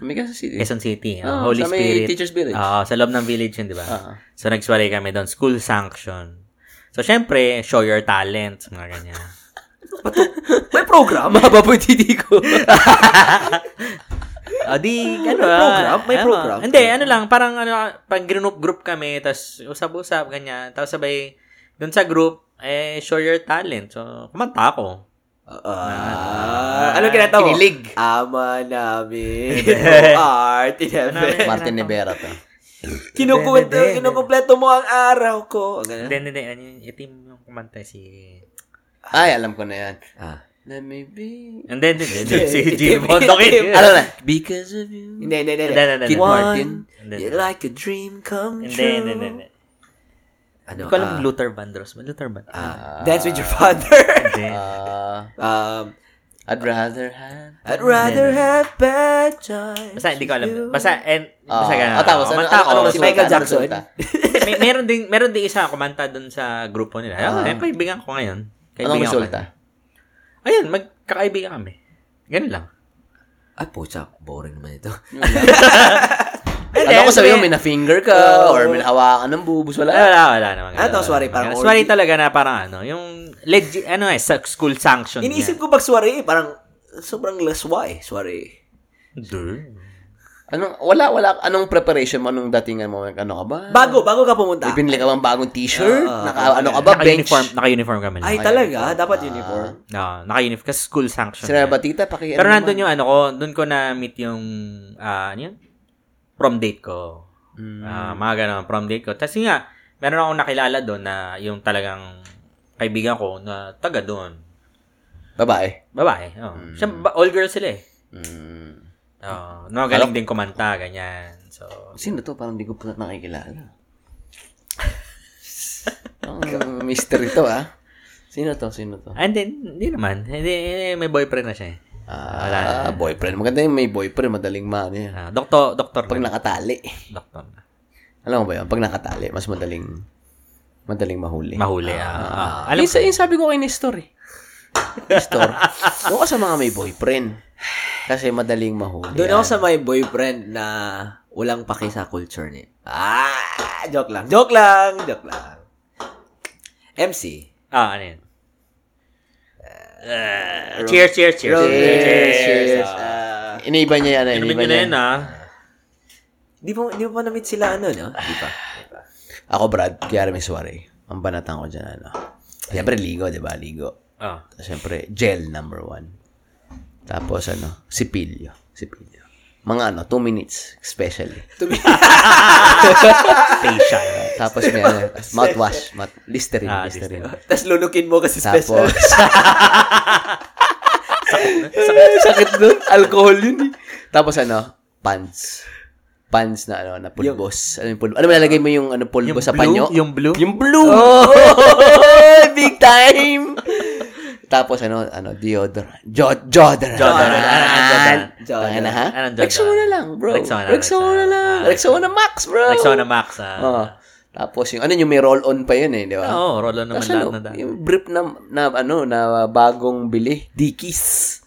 Speaker 2: Tumigas sa city.
Speaker 3: Quezon City.
Speaker 2: Ah,
Speaker 3: no? Holy
Speaker 2: sa may
Speaker 3: Spirit.
Speaker 2: Teachers Village.
Speaker 3: Oo, sa loob ng village yun, di ba?
Speaker 2: Ah.
Speaker 3: So nagsuwari kami doon. School sanction. So syempre, show your talent, mga ganyan.
Speaker 1: May program.
Speaker 2: Mahaba po yung titi ko.
Speaker 3: O di,
Speaker 1: May
Speaker 3: ano ah,
Speaker 1: program? May
Speaker 3: ano,
Speaker 1: program?
Speaker 3: Hindi, ano lang, parang ano, pag group group kami, tapos usap-usap, ganyan. Tapos sabay, doon sa group, eh, show your talent. So, kumanta ako.
Speaker 1: Ah, ano kinata mo?
Speaker 2: Kinilig.
Speaker 1: Ama namin. ang art in heaven.
Speaker 2: Martin Nevera to.
Speaker 1: Kinukwento,
Speaker 3: Hindi, hindi,
Speaker 1: kinukumpleto mo ang araw ko. Oh, Ganun.
Speaker 3: Hindi, hindi, hindi. Ano yung itim yung kumanta si
Speaker 2: Ay, alam ko na yan.
Speaker 1: Ah.
Speaker 2: Let me be...
Speaker 3: And then, then, then si Jimmy
Speaker 1: Itim,
Speaker 3: <laughs> Bondok
Speaker 1: itim.
Speaker 3: eh.
Speaker 2: Ano na?
Speaker 1: Oh, Because of you. Hindi, hindi, hindi.
Speaker 3: Hindi, hindi,
Speaker 1: Kid
Speaker 3: hindi.
Speaker 1: Martin.
Speaker 3: Hindi,
Speaker 1: You're like a dream come
Speaker 3: And
Speaker 1: true.
Speaker 3: then, and then,
Speaker 1: Ano,
Speaker 3: hindi ko
Speaker 1: ah,
Speaker 3: alam Luther Vandross. Ba? Luther Vandross.
Speaker 1: ah, dance with your father. <laughs>
Speaker 3: Hindi.
Speaker 2: Ah,
Speaker 1: um,
Speaker 2: I'd rather have...
Speaker 1: I'd rather have bad times.
Speaker 3: Basta, hindi ko alam.
Speaker 1: with you.
Speaker 3: Basta, and,
Speaker 2: Ah,
Speaker 3: basta ganun.
Speaker 2: ah, tapos,
Speaker 3: Oo,
Speaker 2: ano,
Speaker 3: kumanta
Speaker 2: ano, ano,
Speaker 3: ako.
Speaker 1: Si Michael
Speaker 2: Ano
Speaker 1: Jackson.
Speaker 2: resulta?
Speaker 3: <laughs> May- meron din, meron din isa kumanta dun sa grupo nila. Ah, eh, kaibigan ko ngayon. Kaibigan
Speaker 2: Anong
Speaker 3: ko
Speaker 2: resulta?
Speaker 3: ngayon. Ayun, magkakaibigan kami. Ganun lang.
Speaker 1: Ay, pucha. Boring naman ito.
Speaker 3: Hindi,
Speaker 2: Alam ko sabi
Speaker 3: hindi.
Speaker 2: mo, Ano may na-finger ka,
Speaker 1: Oo.
Speaker 2: or may nahawakan ng bubus,
Speaker 3: Wala,
Speaker 2: wala.
Speaker 3: wala, wala naman.
Speaker 1: Ano to, sorry, parang
Speaker 3: Ganun. Sorry
Speaker 1: orgy?
Speaker 3: talaga na parang ano, yung legit, ano eh, sa school sanction.
Speaker 1: Iniisip ko pag soiree, parang sobrang laswa eh, soiree.
Speaker 3: Dude.
Speaker 2: Anong, wala, wala, anong preparation mo, anong datingan mo, ano ka ba?
Speaker 1: Bago, bago ka pumunta.
Speaker 2: May binili ka bang bagong t-shirt?
Speaker 1: Ah,
Speaker 2: naka, ano ka ba, bench?
Speaker 3: Naka-uniform, naka-uniform kami.
Speaker 1: Ay, talaga? Dapat uniform.
Speaker 3: Oo, naka-uniform. Kasi school sanction. yan.
Speaker 2: Sinabi ba, tita, paki...
Speaker 3: Pero
Speaker 2: ano
Speaker 3: nandun
Speaker 2: naman?
Speaker 3: yung ano ko, dun ko na meet yung,
Speaker 2: Hmm.
Speaker 3: ah, ano yun? Prom date ko. Ah, mga ganun, prom date ko. Tapos yun nga, meron akong nakilala doon na yung talagang kaibigan ko na taga doon.
Speaker 2: Babae.
Speaker 3: Babae. Oh.
Speaker 2: Mm.
Speaker 3: Siya, ba- all girls sila eh.
Speaker 2: Mm.
Speaker 3: Oh, no, galing
Speaker 2: Alam-
Speaker 3: din kumanta, ganyan. So,
Speaker 2: Sino to? Parang hindi ko pa nakikilala. Ang mystery to, ah. Sino to? Sino to?
Speaker 3: and then, hindi naman. Hindi, may boyfriend na siya eh. Wala
Speaker 2: Ah, boyfriend. Maganda yung may boyfriend. Madaling man yan.
Speaker 3: Ah, doktor, doktor
Speaker 2: Pag
Speaker 3: na.
Speaker 2: nakatali.
Speaker 3: Doktor na.
Speaker 2: Alam mo ba yun? Pag nakatali, mas madaling madaling mahuli.
Speaker 3: Mahuli. ah. ah. Alam
Speaker 2: Alam yung, yung sabi ko kay Nestor eh. Nestor, <laughs> doon ka sa mga may boyfriend. Kasi madaling mahuli.
Speaker 1: Doon ako sa may boyfriend na walang paki sa culture niya. Ah, joke lang. Joke lang. Joke lang. MC.
Speaker 3: Ah, ano yun? Ah, cheers, cheers, cheers.
Speaker 2: Cheers, cheers.
Speaker 1: Ah,
Speaker 2: Iniba niya yan. ah,
Speaker 3: Inumin
Speaker 2: Iniba
Speaker 3: nyo na
Speaker 2: niya
Speaker 3: yun, ah.
Speaker 1: di mo di mo pa na-meet sila ano, no? Di <laughs> pa.
Speaker 2: Ako, Brad, Kiara Misuari. Ang banatang ko dyan, ano. Siyempre, ligo, di ba? Ligo.
Speaker 3: Oh.
Speaker 2: Siyempre, gel, number one. Tapos, ano, sipilyo. Sipilyo. Mga ano, two minutes, especially. <laughs>
Speaker 3: Facial.
Speaker 2: Tapos, may ano, mouthwash. Mouth, listerine,
Speaker 3: Ah,
Speaker 2: listerine.
Speaker 1: Tapos lulukin mo kasi special.
Speaker 2: Tapos, <laughs> <laughs> sakit nun. Alcohol yun eh. Tapos ano, pants. Pants na ano, na pulbos. ano yung pulbos? Ano malalagay mo yung ano pulbos sa panyo?
Speaker 3: Yung blue?
Speaker 2: Yung blue.
Speaker 3: Oh.
Speaker 2: <laughs> Big time. Tapos ano, ano, deodorant. Jo- Jodorant.
Speaker 3: Jodorant.
Speaker 2: Jodorant.
Speaker 1: Jodorant.
Speaker 2: Tangina, ha?
Speaker 3: Anong Jodorant?
Speaker 2: Rexona lang, bro.
Speaker 3: Rexona,
Speaker 2: Rexona,
Speaker 3: Rexona.
Speaker 2: lang.
Speaker 3: Ah,
Speaker 2: Rexona Max, bro.
Speaker 3: Rexona Max, ah.
Speaker 2: Oo. Tapos yung, ano yung may roll-on pa yun eh, di ba?
Speaker 3: Oo, oh, rolo naman
Speaker 2: Tapos
Speaker 3: lahat
Speaker 2: ano,
Speaker 3: na dahil.
Speaker 2: yung brief na, na, ano, na bagong bili. Dickies.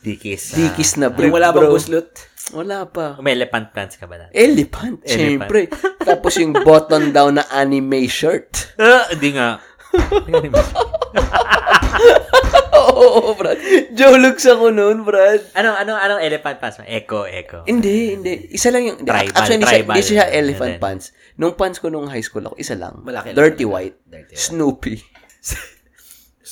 Speaker 3: Dikis. ah.
Speaker 2: Dikis na brief,
Speaker 1: Yung wala bang
Speaker 2: bro.
Speaker 1: buslot?
Speaker 2: Wala pa.
Speaker 3: May elephant pants ka ba na?
Speaker 2: Elephant, syempre. Tapos yung button down na anime shirt. <laughs>
Speaker 3: Ah, hindi nga.
Speaker 2: Oo, oh, Brad. Joe looks ako noon, Brad.
Speaker 3: anong, anong, anong elephant pants mo? Echo, echo.
Speaker 2: Hindi, hindi. Isa lang yung...
Speaker 3: Tribal,
Speaker 2: actually, hindi siya,
Speaker 3: tribal.
Speaker 2: hindi siya elephant
Speaker 3: Yan.
Speaker 2: pants. Nung pants ko nung high school ako, isa lang.
Speaker 1: Malaki lang.
Speaker 2: Dirty white.
Speaker 1: Dirty white.
Speaker 2: Snoopy.
Speaker 3: <laughs>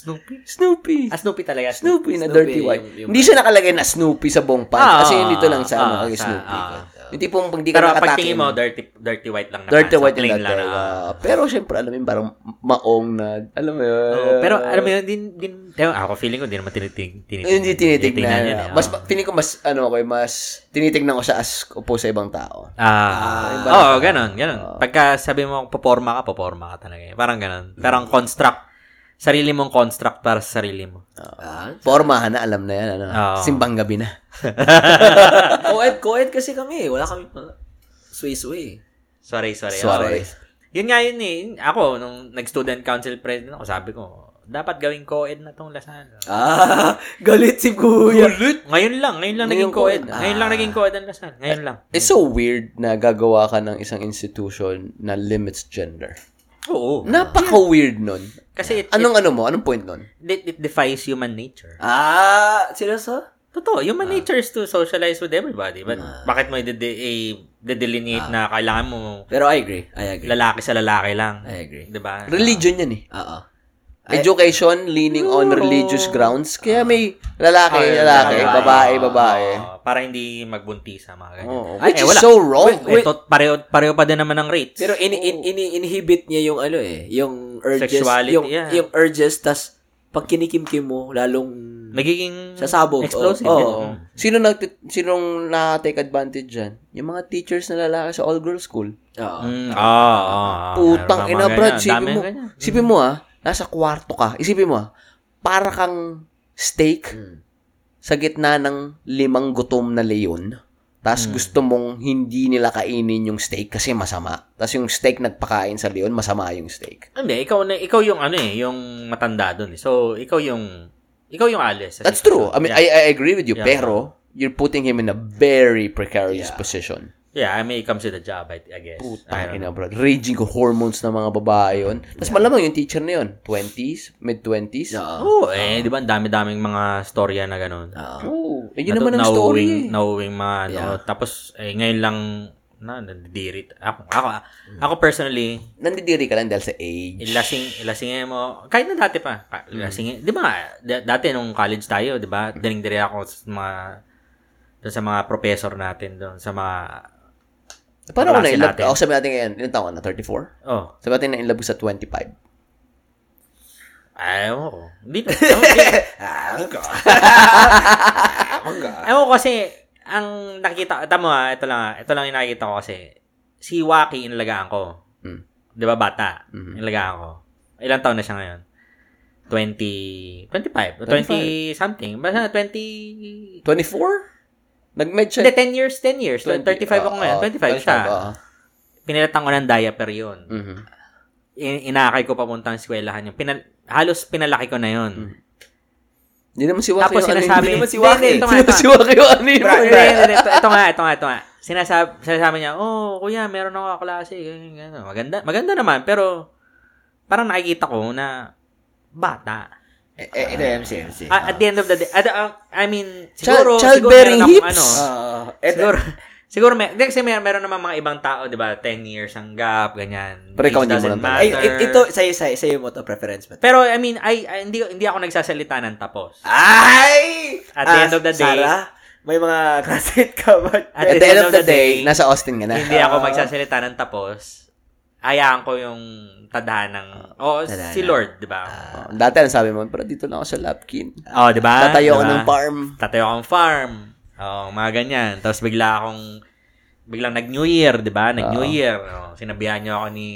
Speaker 3: Snoopy?
Speaker 2: Snoopy.
Speaker 3: Ah, Snoopy talaga.
Speaker 2: Snoopy na
Speaker 1: Snoopy,
Speaker 2: dirty white.
Speaker 1: yung- yung-
Speaker 2: Hindi siya nakalagay na Snoopy sa buong pants.
Speaker 3: Ah,
Speaker 2: kasi dito lang sa
Speaker 3: ah,
Speaker 2: ano, kay
Speaker 3: sa-
Speaker 2: Snoopy.
Speaker 3: ah.
Speaker 2: yung tipong pag di ka
Speaker 3: Pero
Speaker 2: nakatakin.
Speaker 3: pagtingin mo, dirty, dirty white lang na
Speaker 2: Dirty
Speaker 3: pants,
Speaker 2: white
Speaker 3: plain
Speaker 2: yung diba? lang.
Speaker 3: ah.
Speaker 2: pero syempre, alam mo yun, parang maong na, alam mo yun.
Speaker 3: Oo, pero alam mo yun, din, din, ewan, ako feeling ko, di naman tiniting, tiniting,
Speaker 2: Hindi tinitignan.
Speaker 3: yun, eh,
Speaker 2: mas,
Speaker 3: oo.
Speaker 2: feeling ko mas, ano ko, eh, mas tinitignan ko siya as opposed sa ibang tao.
Speaker 3: Ah,
Speaker 2: iba
Speaker 3: oo,
Speaker 2: na.
Speaker 3: ganon, ganon. Pagka sabi mo, poporma ka, poporma ka talaga. eh. Parang ganon. Parang construct. Sarili mong construct para sa sarili mo.
Speaker 1: Ah.
Speaker 2: Formahan na, alam na yan. Ano,
Speaker 3: Oo.
Speaker 2: Simbang gabi na.
Speaker 1: Ah. Coed, coed kasi kami. Wala kami mga sway-sway.
Speaker 3: Sorry, sorry.
Speaker 2: Sorry.
Speaker 3: Oo. Yun nga yun eh. Ako, nung nag-student council president ako, sabi ko, dapat gawing co-ed na tong Lasal.
Speaker 1: Ah, <laughs> galit si kuya. Galit?
Speaker 3: Ngayon lang, ngayon lang naging
Speaker 2: Ngayon
Speaker 3: co-ed.
Speaker 2: co-ed. Ah.
Speaker 3: Ngayon lang naging co-ed ang Lasal. Ngayon lang.
Speaker 2: It's so weird na gagawa ka ng isang institution na limits gender.
Speaker 3: Oo.
Speaker 2: Napaka-weird nun.
Speaker 3: Kasi it, it,
Speaker 2: Anong ano mo? Anong point nun?
Speaker 3: it- it defies human nature.
Speaker 1: Ah, seryoso?
Speaker 3: Totoo, human
Speaker 2: Ah.
Speaker 3: nature is to socialize with everybody. But bakit mo i-delineate
Speaker 2: Ah.
Speaker 3: na kailangan mo
Speaker 1: Pero I agree. I agree.
Speaker 3: lalaki sa lalaki lang?
Speaker 1: I
Speaker 3: Diba?
Speaker 2: Eh.
Speaker 1: agree. Ah,
Speaker 3: 'Di ba?
Speaker 2: Religion yan eh.
Speaker 1: Oo.
Speaker 2: Education leaning on religious grounds. Kaya may lalaki,
Speaker 3: Ah,
Speaker 2: eh, lalaki, babae, babae.
Speaker 3: Oo, para hindi magbuntis sa mga ganyan.
Speaker 2: Oo.
Speaker 3: Ay, eh,
Speaker 2: Which is
Speaker 3: wala.
Speaker 2: so wrong.
Speaker 3: Eh, tot- pareho, pareho pa din naman ang rates.
Speaker 1: Pero ini in, ini inhibit niya yung ano eh, yung urges,
Speaker 3: Sexuality,
Speaker 1: yung
Speaker 3: yeah.
Speaker 1: yung urges tas pag kinikimkim mo lalong
Speaker 3: Nagiging
Speaker 1: Sasabog,
Speaker 3: explosive.
Speaker 1: oo.
Speaker 3: yun.
Speaker 1: Oo.
Speaker 3: Mm.
Speaker 2: Sino nag sinong na-take advantage diyan? Yung mga teachers na lalaki sa all girls school.
Speaker 1: Oo.
Speaker 3: Mm, ah, ah, ah.
Speaker 2: Putang
Speaker 3: Meron mga
Speaker 2: ina, Brad.
Speaker 3: ganyan. Dami
Speaker 2: Isipin mo,
Speaker 3: ganyan.
Speaker 2: isipin mo ah, nasa kwarto ka. Isipin mo ah, para kang steak
Speaker 1: Mm.
Speaker 2: sa gitna ng limang gutom na leyon. Tapos
Speaker 3: Hmm.
Speaker 2: gusto mong hindi nila kainin yung steak kasi masama. Tapos yung steak nagpakain sa leon, masama yung steak.
Speaker 3: Hindi, ikaw na ikaw yung ano eh, yung matanda doon. So, ikaw yung ikaw yung alis. sa
Speaker 2: That's
Speaker 3: sitwasyon.
Speaker 2: true. I mean,
Speaker 3: yeah.
Speaker 2: I, I agree with you.
Speaker 3: Yeah.
Speaker 2: Pero, you're putting him in a very precarious
Speaker 1: Yeah.
Speaker 2: position.
Speaker 3: yeah, I mean, it comes to the job, I, I guess. I
Speaker 2: Putang
Speaker 3: don't
Speaker 2: ina,
Speaker 3: know.
Speaker 2: bro. Raging ko hormones ng mga babae yun. Tapos malamang yung teacher na yun. 20s? Mid-20s?
Speaker 1: Oo.
Speaker 3: Oo,
Speaker 2: Ah.
Speaker 3: eh, di ba? Ang dami-daming mga storya na ganun.
Speaker 1: Oo.
Speaker 2: Oo. Eh, yun naman ang story. eh.
Speaker 3: Nauwing mga ano.
Speaker 1: Yeah.
Speaker 3: Tapos, eh, ngayon lang, na, nandidirit. Ako, ako, ako personally,
Speaker 2: Nandidiri ka lang dahil sa age.
Speaker 3: ilasing, ilasingin eh, mo, kahit na dati pa, ka- ilasingin, di ba, da- dati nung college tayo, di ba, dining-diri ako sa mga, doon sa mga professor natin, doon sa mga,
Speaker 2: Paano
Speaker 3: Klase
Speaker 2: ko na in love?
Speaker 3: natin.
Speaker 2: Ako sabi natin ngayon, ilang taon ka na? 34?
Speaker 3: Oh.
Speaker 2: Sabi natin na in love ko sa 25.
Speaker 3: Ayaw ko. Hindi na. Ewan ko.
Speaker 1: <laughs>
Speaker 3: Ewan ko kasi, ang nakita, tama ha, ito lang, ha, ito lang yung nakikita ko kasi, si Waki inalagaan ko.
Speaker 2: Mm.
Speaker 3: Di ba, bata?
Speaker 2: Mhm.
Speaker 3: Inalagaan ko. Ilang taon na siya ngayon? 20, 25, 20 something. Basta 20,
Speaker 2: 24? Nag-med siya.
Speaker 3: hindi, 10 years, 10 years. 35 ako ngayon, 25 siya. Pinalitan ko ng diaper yun.
Speaker 2: mm
Speaker 3: In- inakay ko papuntang eskwelahan yun. Pinal- halos pinalaki ko na yun.
Speaker 2: Mm. Hindi naman si Waki.
Speaker 3: Tapos
Speaker 2: yung ano yun.
Speaker 3: sinasabi,
Speaker 2: Hindi naman si
Speaker 3: Hindi,
Speaker 2: Waki.
Speaker 3: hindi,
Speaker 2: Hindi
Speaker 3: ito nga,
Speaker 2: naman
Speaker 3: ito
Speaker 2: <laughs> si Waki yung ano yun.
Speaker 3: Hindi, hindi, hindi. ito, ito nga, ito nga, ito nga. Sinasabi, sinasabi niya, oh, kuya, meron ako kaklase. ganyan, ganyan." Maganda, maganda naman, pero parang nakikita ko na bata.
Speaker 1: Eh, eh, ito, MC, MC.
Speaker 3: Ah, at the end of the day, at, ah, I mean, siguro,
Speaker 2: Child- childbearing
Speaker 3: siguro meron akong
Speaker 2: hips.
Speaker 3: ano,
Speaker 1: Ah, eto-
Speaker 3: siguro, siguro, may, hindi, kasi may, meron naman mga ibang tao, di ba, 10 years ang gap, ganyan.
Speaker 2: Pero ikaw
Speaker 3: Age
Speaker 2: hindi mo
Speaker 3: doesn't
Speaker 2: lang talaga.
Speaker 1: Ay,
Speaker 3: matter.
Speaker 1: it- ito, sa'yo, sa'yo, sa'yo mo to, preference mo. to.
Speaker 3: Pero, I mean, ay, ay, hindi, hindi ako nagsasalita ng tapos.
Speaker 1: Ay!
Speaker 3: At the
Speaker 1: Ah,
Speaker 3: end of the day-
Speaker 1: Sarah, may mga classmate ka ba?
Speaker 3: At
Speaker 2: At the end of the day, nasa Austin
Speaker 3: <laughs>
Speaker 2: ka na.
Speaker 3: hindi ako magsasalita ng tapos, hayaan ko yung tadhana ng, oh,
Speaker 1: tadhana.
Speaker 3: si Lord, di ba?
Speaker 2: Oh, Dati ang sabi mo, pero dito lang ako sa Lapkin.
Speaker 3: oh, di ba?
Speaker 2: Tatayo ako
Speaker 3: Diba?
Speaker 2: ng farm.
Speaker 3: Tatayo akong farm. Oh, mga ganyan. Tapos bigla akong, biglang nag-New Year, di ba? Nag-New
Speaker 2: Oo.
Speaker 3: Year. Oh, sinabihan niyo ako ni,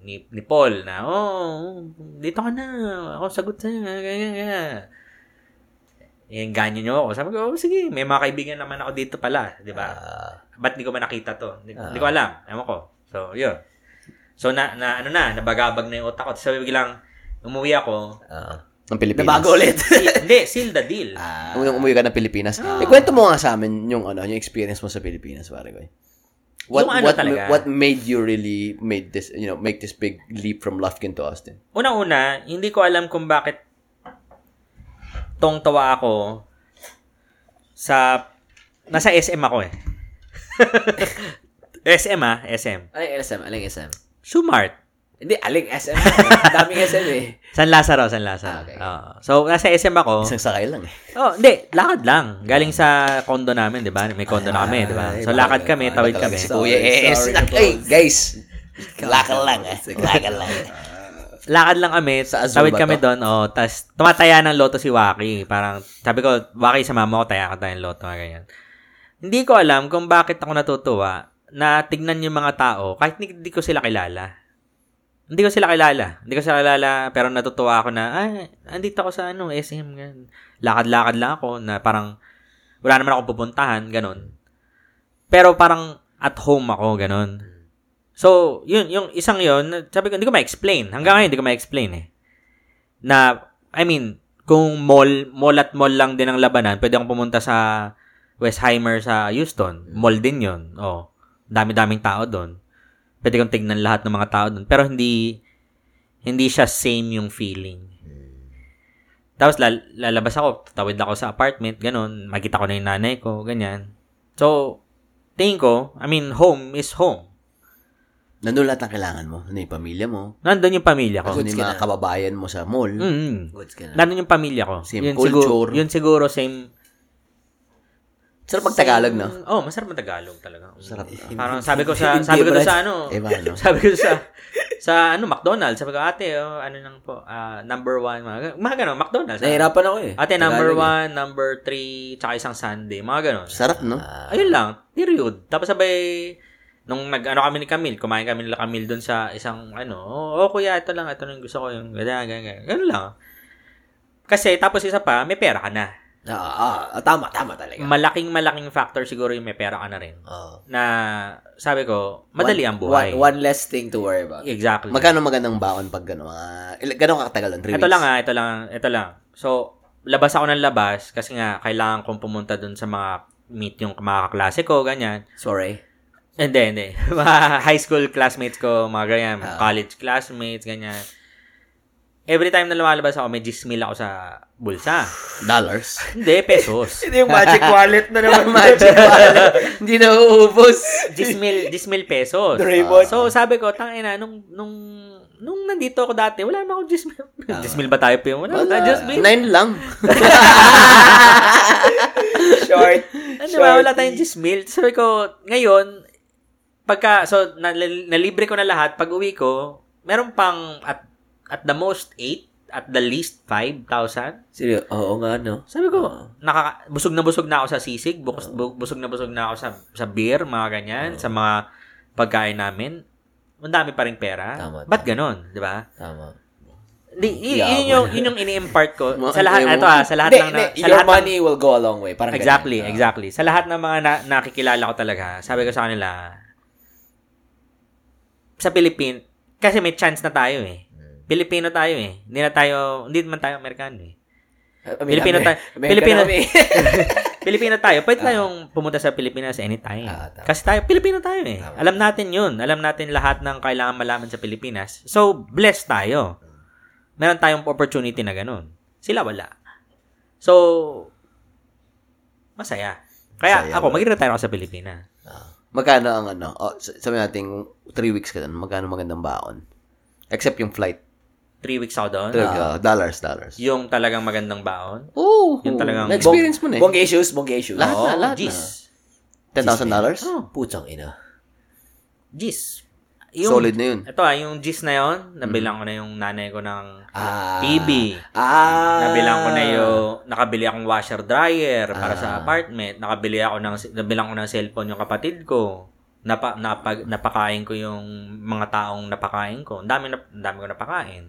Speaker 3: ni, ni Paul na, oh, dito ka na. Ako sagot sa'yo. Ganyan, ganyan. Yan, ganyan niyo ako. Sabi ko, oh, sige, may mga kaibigan naman ako dito pala, di
Speaker 1: Ah.
Speaker 3: ba? ba't di ko ba nakita to? Di, di ko alam. Ewan ko. So, yun. So, na, na ano na, nabagabag na yung utak ko. Tapos sabi biglang, umuwi ako.
Speaker 2: Ng Pilipinas.
Speaker 1: ah. Nabago ulit.
Speaker 3: Seal- hindi, seal the deal.
Speaker 1: Ah.
Speaker 2: Nung umuwi ka ng Pilipinas.
Speaker 3: Ah.
Speaker 2: Ikwento mo nga sa amin yung ano, yung experience mo sa Pilipinas, pare ko. What
Speaker 3: Yung ano
Speaker 2: what
Speaker 3: talaga?
Speaker 2: what made you really made this, you know, make this big leap from Lufkin to Austin?
Speaker 3: Unang-una, hindi ko alam kung bakit tong tawa ako sa, nasa SM ako eh. <laughs> SM ah, SM.
Speaker 1: Aling SM, aling SM.
Speaker 3: Sumart.
Speaker 1: Hindi, aling
Speaker 3: <laughs>
Speaker 1: SM. Daming SM eh.
Speaker 3: San Lazaro, San
Speaker 1: Ah,
Speaker 3: Lazaro.
Speaker 1: okay.
Speaker 3: Oo. so, nasa SM ako.
Speaker 2: Isang sakay lang eh.
Speaker 3: Oh, hindi, lakad lang. Galing sa condo namin, 'di ba? May condo na kami, 'di
Speaker 1: Ah,
Speaker 3: ba? So lakad kami, tawid kami.
Speaker 2: Si
Speaker 1: Sorry,
Speaker 2: Kuya eh,
Speaker 1: sorry,
Speaker 2: snack-
Speaker 1: boss.
Speaker 2: Ay, guys. Laka lang eh. Laka lang eh.
Speaker 3: Lakad lang kami,
Speaker 2: Sa Azul
Speaker 3: tawid
Speaker 2: ba
Speaker 3: kami
Speaker 2: to?
Speaker 3: doon. Oh, tas tumataya ng loto si Waki. Parang sabi ko, Waki sa mama ko, taya ka tayo ng loto, mga ganyan. Hindi ko alam kung bakit ako natutuwa na tignan yung mga tao kahit hindi ko sila kilala. Hindi ko sila kilala. Hindi ko sila kilala pero natutuwa ako na ay andito ako sa ano SM ganun. Lakad-lakad lang ako na parang wala naman akong pupuntahan ganun. Pero parang at home ako ganun. So, yun yung isang yun, sabi ko hindi ko ma-explain. Hanggang ngayon hindi ko ma-explain eh. Na I mean, kung mall mall at mall lang din ang labanan, pwede akong pumunta sa Westheimer sa Houston. Mall din yun. Oh, dami-daming tao doon. Pwede kong tignan lahat ng mga tao doon. Pero hindi, hindi siya same yung feeling. Tapos lal- lalabas ako, tatawid ako sa apartment, ganun. Makita ko na yung nanay ko, ganyan. So, tingin ko, I mean, home is home.
Speaker 2: Nandun lahat ang kailangan mo. Ano yung pamilya mo?
Speaker 3: Nandun yung pamilya ko. Hmm.
Speaker 2: Ano yung
Speaker 1: Goods ka
Speaker 2: mga
Speaker 1: na.
Speaker 2: kababayan mo sa mall?
Speaker 3: Mm-mm.
Speaker 1: Goods ka na.
Speaker 3: Nandun yung pamilya ko.
Speaker 2: Same
Speaker 3: Siguro,
Speaker 2: culture.
Speaker 3: yun siguro same.
Speaker 2: Sarap magtagalog, no?
Speaker 3: Oo, oh, masarap ang Tagalog talaga. Mm.
Speaker 2: Sarap. no?
Speaker 3: Parang
Speaker 1: <laughs>
Speaker 3: sabi ko sa
Speaker 1: Hindi,
Speaker 3: sabi ko doon
Speaker 1: Brad.
Speaker 3: sa ano,
Speaker 2: Iba, Eh, no?
Speaker 3: sabi ko sa sa ano McDonald's, sabi ko ate, oh, ano nang po, ah, number one, mga, gan- mga ganun, McDonald's. ah.
Speaker 1: Nahirapan ako eh.
Speaker 3: Ate, number
Speaker 1: Tagalog eh.
Speaker 3: one, number three, tsaka isang Sunday, mga ganun.
Speaker 2: Sarap, no?
Speaker 1: Ah.
Speaker 3: Ayun lang, period. Tapos sabay, nung nag-ano kami ni Camille, kumain kami nila Camille doon sa isang, ano, oh, oh, kuya, ito lang, ito lang yung gusto ko, yung ganyan, ganyan, ganyan. Ganun lang. Kasi, tapos isa pa, may pera ka na.
Speaker 1: Ah, ah, ah, tama, tama talaga.
Speaker 3: Malaking, malaking factor siguro yung may pera ka na rin.
Speaker 1: Oo.
Speaker 3: Na, sabi ko, madali
Speaker 1: One-
Speaker 3: ang buhay.
Speaker 1: One, one less thing to worry about.
Speaker 3: Exactly.
Speaker 2: Magkano magandang baon pag gano'n? Uh, gano'ng kakatagal lang?
Speaker 3: ito
Speaker 2: Three weeks?
Speaker 3: lang ah, ito lang, ito lang. So, labas ako ng labas kasi nga kailangan kong pumunta dun sa mga meet yung mga kaklase ko, ganyan.
Speaker 1: Sorry.
Speaker 3: Hindi, hindi. <laughs> Mga high school classmates ko, mga ganyan,
Speaker 1: Ah.
Speaker 3: mga college classmates, ganyan. Every time na lumalabas ako, may gismil ako sa
Speaker 1: <laughs>
Speaker 3: bulsa. <laughs>
Speaker 2: Dollars?
Speaker 3: Hindi, pesos.
Speaker 1: Hindi yung magic wallet na naman.
Speaker 2: Magic wallet. Hindi na uubos.
Speaker 3: <laughs> Gismil, gismil pesos.
Speaker 1: Doraemon.
Speaker 3: Ah,
Speaker 1: <laughs>
Speaker 3: so, sabi ko, tangina, nung, nung, nung nandito ako dati, wala naman ako gismil.
Speaker 1: Ah.
Speaker 3: Gismil ba tayo? Wala, wala, wala gismil.
Speaker 2: Nine lang.
Speaker 1: Short.
Speaker 3: Ano ba, wala tayong 10 mil. Sabi ko, ngayon, pagka, so, nal- nalibre ko na lahat, pag uwi ko, meron pang, at, at the most, 8, at the least, 5,000.
Speaker 1: Seryo, oo nga, no?
Speaker 3: Sabi ko, naka, busog na busog na ako sa sisig, bukos, bu- busog na busog na ako sa, sa beer, mga ganyan, sa mga pagkain namin. Ang dami pa rin pera.
Speaker 1: Tama,
Speaker 3: Ba't ganon, di ba?
Speaker 1: Tama.
Speaker 3: Di, y-
Speaker 1: Yeah,
Speaker 3: yun yung,
Speaker 1: man.
Speaker 3: yun yung ini-impart
Speaker 1: <laughs>
Speaker 3: ko.
Speaker 2: Mga
Speaker 3: sa lahat,
Speaker 2: ayaw
Speaker 3: ito
Speaker 2: mo.
Speaker 3: ah, sa lahat
Speaker 1: Hindi,
Speaker 3: lang na,
Speaker 1: hindi,
Speaker 3: sa
Speaker 1: your
Speaker 3: lahat ng-
Speaker 1: money will go a long way. Parang
Speaker 3: Exactly,
Speaker 1: ganyan.
Speaker 3: exactly. Sa lahat ng mga na- nakikilala ko talaga, sabi ko sa kanila, sa Pilipin, kasi may chance na tayo eh.
Speaker 1: Mm.
Speaker 3: Pilipino tayo eh. Hindi na tayo, hindi man tayo Amerikano eh.
Speaker 1: I mean,
Speaker 3: Pilipino
Speaker 1: Amer-
Speaker 3: tayo.
Speaker 1: American
Speaker 3: Pilipino,
Speaker 1: kami.
Speaker 3: <laughs> Pilipino tayo. Pwede tayong pumunta sa Pilipinas anytime.
Speaker 1: Ah, tama.
Speaker 3: Kasi tayo, Pilipino tayo eh.
Speaker 1: Tama.
Speaker 3: Alam natin yun. Alam natin lahat ng kailangan malaman sa Pilipinas. So, blessed tayo. Meron tayong opportunity na ganun. Sila wala. So, masaya. Kaya
Speaker 2: Masaya
Speaker 3: ako,
Speaker 2: ba?
Speaker 3: mag-retire ako sa Pilipinas.
Speaker 2: Magkano ang ano? Oh, s- sabi natin, 3 weeks ka doon, magkano magandang baon? Except yung flight.
Speaker 3: Three weeks
Speaker 1: Ah.
Speaker 3: ako doon. Ah,
Speaker 2: Three, uh, dollars, dollars.
Speaker 3: Yung talagang magandang baon.
Speaker 2: Oh,
Speaker 3: Yun talagang-
Speaker 2: Na-experience mo na eh.
Speaker 1: Bongga issues, bongga issues.
Speaker 2: Lahat
Speaker 1: Oo.
Speaker 2: na, lahat na.
Speaker 3: Jeez.
Speaker 2: $10,000?
Speaker 1: Oh, putang ina.
Speaker 3: Jeez.
Speaker 2: Solid na yun.
Speaker 3: Ito ah, yung jeez na yun, nabilang ko na yung nanay ko ng
Speaker 1: Ah.
Speaker 3: TV.
Speaker 1: Ah.
Speaker 3: Nabilang ko na yung, nakabili akong washer dryer para sa
Speaker 1: Ah.
Speaker 3: apartment. Nakabili ako ng, nabilang ko ng cellphone yung kapatid ko. Napa, napag, napakain ko yung mga taong napakain ko. Ang dami, na, ang dami ko napakain.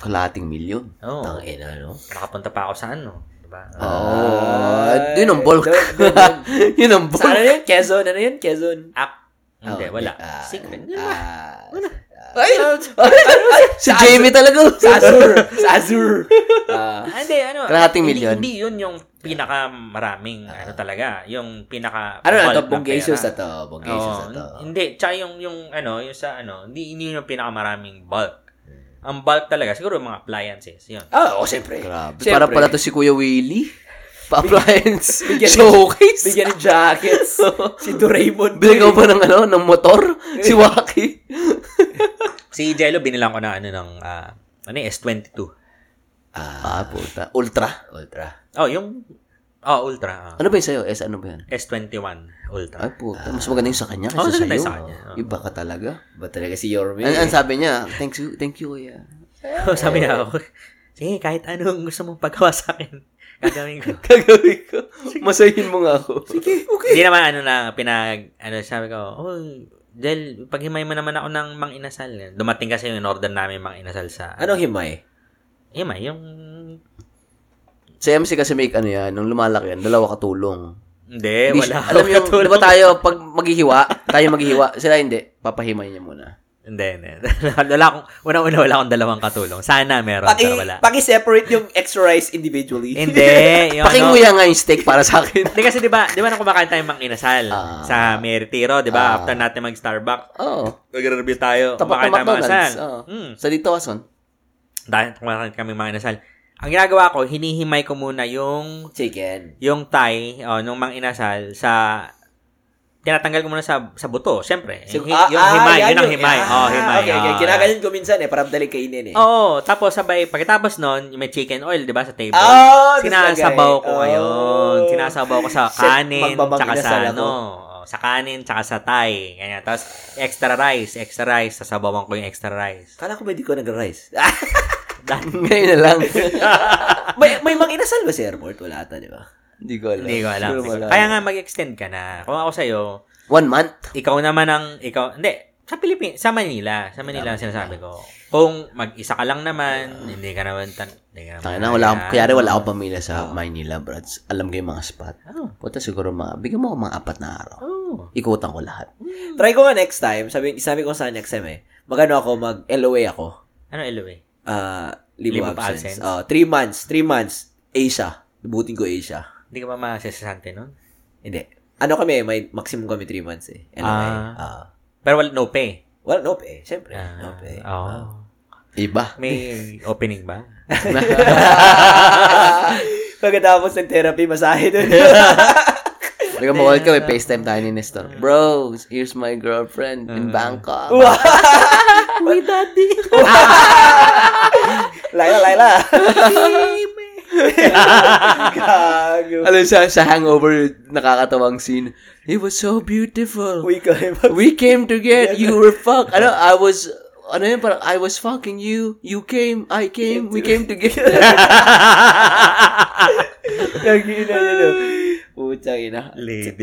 Speaker 2: Kalating Ah, milyon. <laughs>
Speaker 3: Oo.
Speaker 1: Putang ina, no?
Speaker 3: Nakapunta pa ako sa ano. Diba?
Speaker 2: Oh,
Speaker 1: Ah,
Speaker 2: yun ang bulk.
Speaker 1: doon, doon,
Speaker 2: <laughs>
Speaker 1: doon.
Speaker 2: yun ang bulk.
Speaker 1: Saan na yun? Quezon? Ano yun? Quezon?
Speaker 3: App. Hindi,
Speaker 1: Oh,
Speaker 3: wala.
Speaker 1: ah,
Speaker 3: Secret.
Speaker 1: ah,
Speaker 2: Ay, ay, ay, si Jamie talaga.
Speaker 1: Sa
Speaker 2: <laughs>
Speaker 1: Azure. Sa Azure. Ah,
Speaker 3: Ah, Hindi, ano.
Speaker 2: Kalahating
Speaker 3: hindi-
Speaker 2: milyon.
Speaker 3: Hindi yun yung pinakamaraming, ano talaga, yung pinaka
Speaker 1: ano na to?
Speaker 3: bulk ng
Speaker 1: Bongga issues
Speaker 3: pera.
Speaker 1: na to. Bongga issues na
Speaker 3: Oo,
Speaker 1: to.
Speaker 3: Hindi, tsaka yung, yung ano, yung sa ano, hindi, hindi yun yung pinakamaraming bulk. Ang bulk talaga, siguro yung mga appliances, yun.
Speaker 1: Ah, oh, siyempre.
Speaker 2: Grabe.
Speaker 1: Siyempre.
Speaker 2: Para pala to si Kuya Willie. Pa-appliance. Showcase.
Speaker 1: Bigyan ng jackets.
Speaker 3: <laughs>
Speaker 1: si Doraemon.
Speaker 2: Bigyan ko ba ng ano, ng motor? Si Waki.
Speaker 3: Si Jello, binilang ko na ano ng, ah, ano yung S22.
Speaker 1: Ah,
Speaker 2: Ah, puta. Ultra.
Speaker 1: ultra.
Speaker 3: Oh, yung, oh, Ultra. ah.
Speaker 2: Ano ba yun sa'yo? S, ano ba yun?
Speaker 3: S21 Ultra.
Speaker 2: Ay, puta. Mas maganda yung sa kanya
Speaker 3: Oh, mas
Speaker 2: kaysa
Speaker 3: maganda
Speaker 2: Ah, sa'yo. ah.
Speaker 3: yung sa kanya. Oh.
Speaker 2: Iba ka talaga.
Speaker 1: Ba talaga si Yorme?
Speaker 2: An- Ang sabi niya, thank you, thank you, kuya.
Speaker 3: So, Oh. sabi niya ako, sige, kahit anong gusto mong pagkawa sa akin, <laughs> gagawin ko.
Speaker 2: Gagawin ko. Masahin mo nga ako. Sige, okay.
Speaker 3: Hindi naman ano na pinag ano sabi ko, oh, Del, paghimay mo naman ako ng mang inasal. Dumating kasi yung order namin mang inasal sa
Speaker 1: Anong himay?
Speaker 3: Himay, yung
Speaker 2: Sa MC kasi may ano yan, nung lumalaki yan, dalawa katulong.
Speaker 3: hindi, Eh,
Speaker 2: Hindi
Speaker 3: wala.
Speaker 2: siya- alam
Speaker 3: akong
Speaker 2: yung,
Speaker 3: katulong.
Speaker 2: di ba tayo, pag maghihiwa, tayo maghihiwa, sila hindi, papahimay niya muna.
Speaker 3: Hindi, hindi. <laughs> wala akong una-una wala akong dalawang katulong. Sana meron pero wala.
Speaker 1: Paki, paki-separate yung extra rice individually. <laughs>
Speaker 3: hindi, yung ano.
Speaker 2: Pakinguya nga yung steak para sa
Speaker 3: <laughs>
Speaker 2: akin.
Speaker 3: Hindi kasi 'di ba, 'di ba nung kumakain tayo ng mang inasal
Speaker 2: Ah.
Speaker 3: sa Meritiro, 'di ba?
Speaker 2: Ah.
Speaker 3: After natin mag-Starbucks,
Speaker 2: Oo.
Speaker 3: nagre-review tayo.
Speaker 2: Tapak
Speaker 3: Kumakain
Speaker 2: ng
Speaker 3: tayo ng
Speaker 2: McDonald's.
Speaker 3: inasal.
Speaker 2: Oo.
Speaker 3: Mm.
Speaker 2: Sa dito, Ason.
Speaker 3: Dahil kumakain kami ng mga inasal. Ang ginagawa ko, hinihimay ko muna yung
Speaker 1: Chicken.
Speaker 3: yung Thai, oh, nung mang inasal, sa tinatanggal ko muna sa sa buto, syempre.
Speaker 1: Sig-
Speaker 3: Hi-
Speaker 1: ah,
Speaker 3: yung
Speaker 1: ah,
Speaker 3: himay,
Speaker 1: yan
Speaker 3: yun ang himay.
Speaker 1: Ah,
Speaker 3: oh, himay.
Speaker 1: Okay, okay.
Speaker 3: oh.
Speaker 1: Kinakain ko minsan eh, para madali kainin eh.
Speaker 3: Oo, tapos sabay, pagkatapos nun, yung may chicken oil, di ba, sa table.
Speaker 1: Oh, tas
Speaker 3: Sinasabaw
Speaker 1: lagay.
Speaker 3: ko
Speaker 1: Oh.
Speaker 3: ngayon. Sinasabaw ko sa
Speaker 1: <laughs> Shit,
Speaker 3: kanin,
Speaker 1: magbabang
Speaker 3: tsaka sa
Speaker 1: inasal
Speaker 3: ano.
Speaker 1: ako.
Speaker 3: Oh, Sa kanin, tsaka sa Thai. Ganyan. Tapos, extra rice, extra rice. Sasabawan ko yung extra rice.
Speaker 1: Kala ko ba hindi ko nag-rice? <laughs>
Speaker 3: Dahil,
Speaker 2: <laughs> Ngayon na lang. <laughs>
Speaker 1: may, may mga inasal ba sa airport? Wala ata, di ba?
Speaker 2: Hindi ko alam.
Speaker 3: hindi ko alam.
Speaker 2: Siguro
Speaker 3: Hindi ko-
Speaker 2: wala.
Speaker 3: Kaya nga, mag-extend ka na. Kung ako sa'yo,
Speaker 2: One month.
Speaker 3: ikaw naman ang ikaw hindi sa Pilipinas sa Manila sa Manila ang sinasabi ko kung mag-isa ka lang naman hindi ka naman tan hindi ka naman
Speaker 2: Tangina na, wala akong, kaya rin wala
Speaker 3: ako
Speaker 2: akong pamilya sa Maynila, brats. Alam ko yung mga spot.
Speaker 3: oh,
Speaker 2: Puta, siguro mga, bigyan mo ako mga apat na araw.
Speaker 3: oh.
Speaker 2: Ikutan ko lahat.
Speaker 1: Try ko nga next time. Sabi, sabi ko sa next time eh. Magano ako, mag-LOA ako.
Speaker 3: ano LOA
Speaker 1: Ah, libo,
Speaker 3: Libo pa
Speaker 1: absence.
Speaker 3: absence.
Speaker 1: Oh, three months. Three months. Asia. Butin ko Asia.
Speaker 3: hindi ka pa masasante nun
Speaker 1: Hindi. Ano kami, may maximum kami three months eh. LOA.
Speaker 3: Ah.
Speaker 1: Ah.
Speaker 3: pero wala no pay
Speaker 1: well, nope eh. Siyempre.
Speaker 3: Ah,
Speaker 1: nope eh.
Speaker 3: oo. <laughs>
Speaker 2: Iba.
Speaker 3: may opening ba
Speaker 1: <laughs> Pagkatapos ng therapy, masahe <laughs> doon.
Speaker 2: Bigyan mo call ka, may FaceTime tayo ni Nestor. Bro, here's my girlfriend
Speaker 3: Ah.
Speaker 2: in Bangkok.
Speaker 3: <laughs>
Speaker 1: Laila, Laila. Gago.
Speaker 2: Alam sa, sa hangover, nakakatawang scene. It was so beautiful.
Speaker 1: Uy, kaya ba?
Speaker 2: We came
Speaker 3: <laughs>
Speaker 2: to get, you were fuck. Ano, I was, ano yun, parang, I was fucking you, you came, I came, we came to
Speaker 3: <laughs>
Speaker 2: get.
Speaker 1: Lagi na yun. oh. Putang ina. 10,000.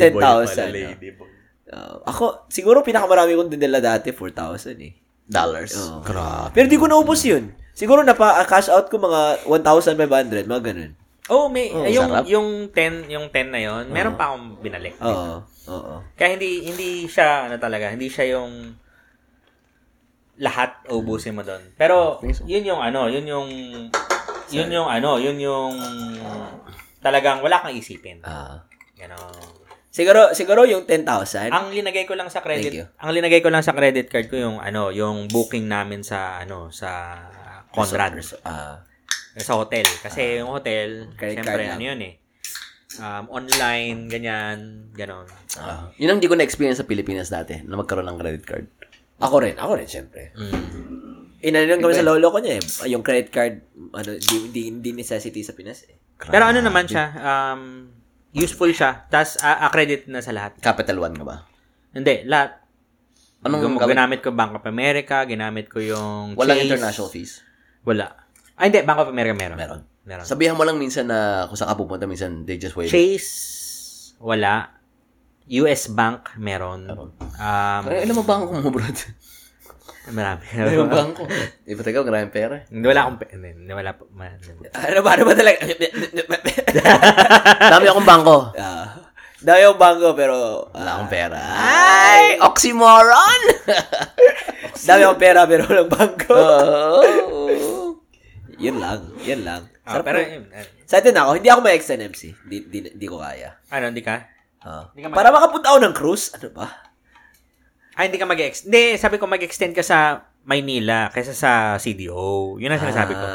Speaker 3: Lady boy.
Speaker 1: Oh. ako, siguro pinakamarami kong dinala dati, 4,000 eh.
Speaker 2: Dollars.
Speaker 1: Oo.
Speaker 2: Grabe.
Speaker 1: Ah. Pero di ko naubos yun. Siguro napa-cash out ko mga 1,500, mga ganun.
Speaker 3: Oh, may
Speaker 1: Oh,
Speaker 3: yung
Speaker 2: sarap.
Speaker 3: yung 10, yung 10 na yon, meron pa akong binalik.
Speaker 1: Oo. Oo.
Speaker 3: Kaya hindi hindi siya ano talaga, hindi siya yung lahat ubusin mo doon.
Speaker 1: Ah,
Speaker 3: Pero yun yung ano, yun yung yun yung ano, yun yung talagang wala kang isipin.
Speaker 1: Ah.
Speaker 3: Ganon.
Speaker 1: Siguro, siguro yung 10,000.
Speaker 3: Ang linagay ko lang sa credit,
Speaker 1: Thank you.
Speaker 3: ang linagay ko lang sa credit card ko yung ano, yung booking namin sa ano, sa Conrad
Speaker 1: Ah.
Speaker 3: sa hotel kasi yung hotel,
Speaker 1: Credit
Speaker 3: syempre
Speaker 1: card lang.
Speaker 3: ano yun eh. Um, online ganyan, ganon.
Speaker 1: ah.
Speaker 2: Yun ang di ko na-experience sa Pilipinas dati, na magkaroon ng credit card.
Speaker 1: Ako rin. Ako rin, syempre. Inanin kami sa lolo ko niya eh. Yung credit card, ano, di, di, di necessity sa Pinas eh.
Speaker 3: Pero ano naman siya, um, useful siya. Tapos a credit na sa lahat.
Speaker 2: Capital One ka ba?
Speaker 3: Hindi, lahat.
Speaker 2: Anong
Speaker 3: Gum-
Speaker 2: gamit?
Speaker 3: ginamit ko Bank of America, ginamit ko yung
Speaker 2: Walang
Speaker 3: Chase.
Speaker 2: international fees.
Speaker 3: Wala. Ay, hindi, Bank of America meron.
Speaker 2: Meron.
Speaker 3: Meron.
Speaker 2: Sabihan mo lang minsan na kung saan ka pupunta, minsan they just wait.
Speaker 3: Chase, wala. US Bank, meron. Um,
Speaker 2: Kaya ilan mo bangko mo, bro? <laughs>
Speaker 3: marami.
Speaker 2: Ilan mo bangko? Iba tayo, maraming pera.
Speaker 3: Hindi, wala akong, pe- hindi, hindi, wala pa, ma-
Speaker 1: Ano ba, ano ba
Speaker 2: <laughs>
Speaker 1: talaga?
Speaker 2: Dami akong bangko.
Speaker 1: Ah. Dami yung bangko, pero
Speaker 2: Wala
Speaker 1: ah,
Speaker 2: akong pera. Ay! Oxymoron! <laughs>
Speaker 1: dami yung pera, pero walang bangko.
Speaker 2: oh.
Speaker 1: <laughs> Yun lang. Yun lang.
Speaker 3: Ah,
Speaker 1: Sarap
Speaker 3: pero,
Speaker 1: ko.
Speaker 3: yun, ah,
Speaker 1: Sa atin ako, hindi ako may XNMC. Di, di, di ko kaya.
Speaker 3: ano, hindi ka?
Speaker 1: Ah.
Speaker 3: Hindi ka mag-
Speaker 1: Para makapunta ako ng cruise, ano ba?
Speaker 3: Ay, Ah, hindi ka mag ex Hindi, sabi ko mag-extend ka sa Maynila kaysa sa CDO.
Speaker 1: Ano
Speaker 3: Yun ang sinasabi ko.
Speaker 1: <laughs>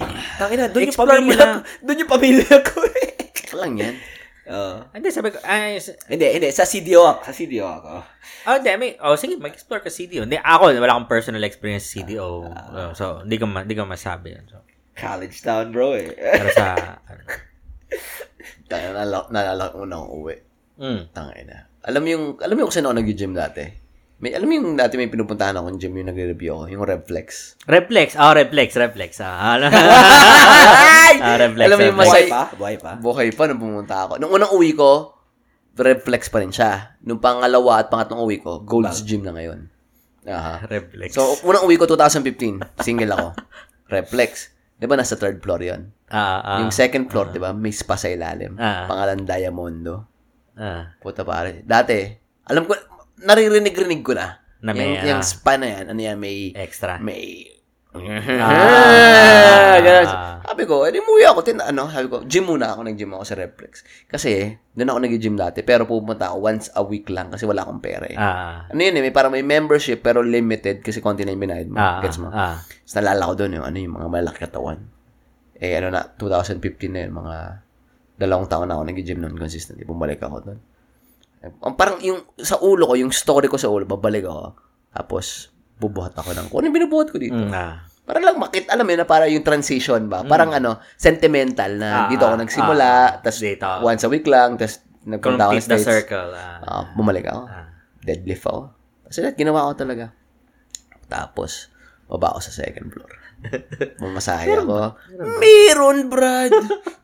Speaker 1: Ah. Tangina, doon yung
Speaker 3: Explore mo
Speaker 1: pamilya
Speaker 3: lang.
Speaker 1: ko. Doon yung pamilya ko <laughs> eh.
Speaker 2: Walang yan.
Speaker 1: Oo.
Speaker 3: Hindi, sabi ko, ay, s-
Speaker 1: Oh. Hindi, hindi. Sa CDO ako. Sa CDO ako.
Speaker 3: oh, hindi, may, oh, sige, mag-explore ka CDO. Hindi, ako, wala akong personal experience sa CDO.
Speaker 2: Ah.
Speaker 3: Oh, so, hindi ko, ma- hindi ko masabi. yun. So,
Speaker 1: College town, bro <laughs> eh.
Speaker 3: pero sa, ano,
Speaker 2: Tangina, nalala- Naalala ko na akong uwi.
Speaker 3: mm,
Speaker 2: Tangina. Alam mo yung, alam mo yung kung saan ako nag-gym dati? May, alam mo yung dati may pinupuntahan akong gym yung nagre-review ako, yung Reflex.
Speaker 3: Reflex. Oh, reflex, reflex. Ah, ano? ah, reflex.
Speaker 2: Alam mo yung
Speaker 1: Buhay
Speaker 3: reflex.
Speaker 2: Masay-
Speaker 1: pa? Buhay pa?
Speaker 2: Buhay pa nung pumunta ako. Nung unang uwi ko, Reflex pa rin siya. Nung pangalawa at pangatlong uwi ko, Gold's Gym na ngayon. Aha.
Speaker 3: reflex.
Speaker 2: So, unang uwi ko 2015, single
Speaker 3: <laughs>
Speaker 2: ako. Reflex. Di ba nasa third floor yon
Speaker 3: ah, ah,
Speaker 2: Yung second floor, di ba, may spa sa ilalim.
Speaker 3: Ah.
Speaker 2: Pangalan Diamondo.
Speaker 3: ah.
Speaker 2: Puta pare. Dati, alam ko, naririnig-rinig ko na.
Speaker 3: Na may,
Speaker 2: yung,
Speaker 3: ah. Eh.
Speaker 2: yung spa na yan, ano yan, may,
Speaker 3: Extra.
Speaker 2: <laughs> may, ah, ganun. Sabi ko, edi muwi ako, tin, ano, sabi ko, gym muna ako, nag-gym ako sa Reflex. Kasi, doon ako nag-gym dati, pero pupunta ako once a week lang kasi wala akong pera eh.
Speaker 3: Ah,
Speaker 2: Ano yun eh, may parang may membership pero limited kasi konti na yung binayad mo.
Speaker 3: ah,
Speaker 2: Gets mo?
Speaker 3: ah.
Speaker 2: Tapos nalala ko doon yung, ano, yung mga malaki katawan. Eh, ano na, 2015 na yun, mga dalawang taon na ako nag-gym noon consistently. Bumalik ako doon. Eh, Ang parang yung sa ulo ko, yung story ko sa ulo, babalik ako. Tapos, bubuhat ako ng, kung ano yung binubuhat ko dito.
Speaker 3: Mm, ah.
Speaker 2: Para lang makit, alam mo yun, na para yung transition ba? Parang ano, sentimental na
Speaker 3: Mm. Ah,
Speaker 2: dito ako
Speaker 3: ah,
Speaker 2: nagsimula,
Speaker 3: ah,
Speaker 2: tas
Speaker 3: dito.
Speaker 2: once a week lang, tas nagpunta ako ng
Speaker 3: Complete the
Speaker 2: States.
Speaker 3: circle. Ah.
Speaker 2: Ah, bumalik ako
Speaker 3: Ah.
Speaker 2: deadlift ako. Kasi lahat ginawa ko talaga. Tapos, baba ako sa second
Speaker 3: <laughs>
Speaker 2: floor. Mamasahe ako. Meron,
Speaker 3: <laughs>
Speaker 2: Brad!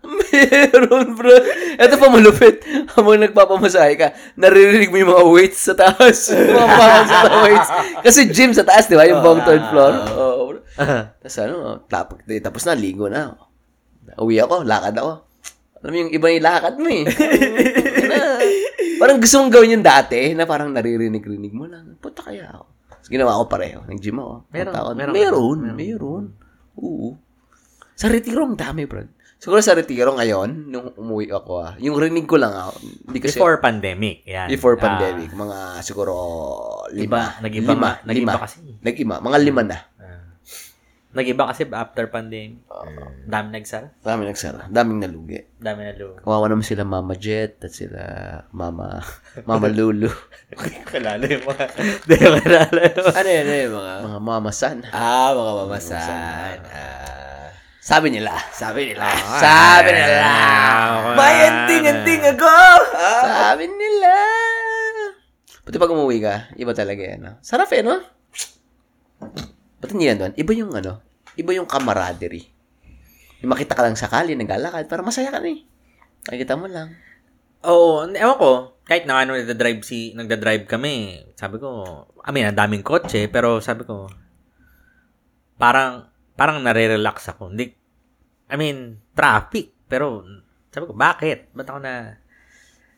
Speaker 2: Meron, Brad! Ito pa malupit. Habang nagpapamasahe ka, naririnig mo yung mga weights sa
Speaker 3: <laughs>
Speaker 2: taas. Mga bangs sa weights. Kasi gym sa taas, di ba? Yung bang third floor. Oo. Tapos ano, tapos, tapos na, ligo na. ako. Uwi ako, lakad ako. Alam mo yung iba yung lakad mo eh. Ano, parang gusto mong gawin yung dati na parang naririnig-rinig mo lang. Puta kaya ako. Tapos ginawa ko pareho. Nag-gym ako.
Speaker 3: Meron,
Speaker 2: Punta ako.
Speaker 3: meron.
Speaker 2: meron, meron. Oo. Sa retiro, ang dami, bro. Siguro sa retiro ngayon, nung umuwi ako, ah, yung rinig ko lang ako. Hindi kasi,
Speaker 3: Before pandemic. Yan.
Speaker 2: before
Speaker 3: Ah,
Speaker 2: pandemic, mga siguro lima.
Speaker 3: Iba, nag-iba
Speaker 2: lima,
Speaker 3: nga- nag-iba
Speaker 2: lima.
Speaker 3: kasi.
Speaker 2: Nag-iba, mga lima na.
Speaker 3: Nag-iba kasi after pandemic.
Speaker 2: Ah.
Speaker 3: Dami nagsara.
Speaker 2: Dami nagsara. Daming nalugi.
Speaker 3: Dami na lugo.
Speaker 2: Kawawa naman sila Mama Jet at sila Mama Mama Lulu.
Speaker 3: <laughs> Kalala yung mga... Hindi, kalala yung mga...
Speaker 1: Ano yun, ano yun, mga...
Speaker 2: mga Mama San.
Speaker 1: Ah, mga mamasan. Ah.
Speaker 2: Sabi nila.
Speaker 1: Sabi nila.
Speaker 2: Sabi nila.
Speaker 1: My ending-ending ako! Ah.
Speaker 2: Sabi nila. Pati pag umuwi ka, iba talaga yan. No? Sarap eh, no? Ba't hindi yan doon? Iba yung ano, iba yung camaraderie. Yung makita ka lang sakali, naglalakad, para masaya ka na eh. Nakikita mo lang.
Speaker 3: Oo, oh, ewan ko. Kahit na ano, nagda-drive si, nagda-drive kami. Sabi ko, I mean, ang daming kotse, pero sabi ko, parang, parang nare-relax ako. Hindi, I mean, traffic. Pero, sabi ko, bakit? Ba't ako na,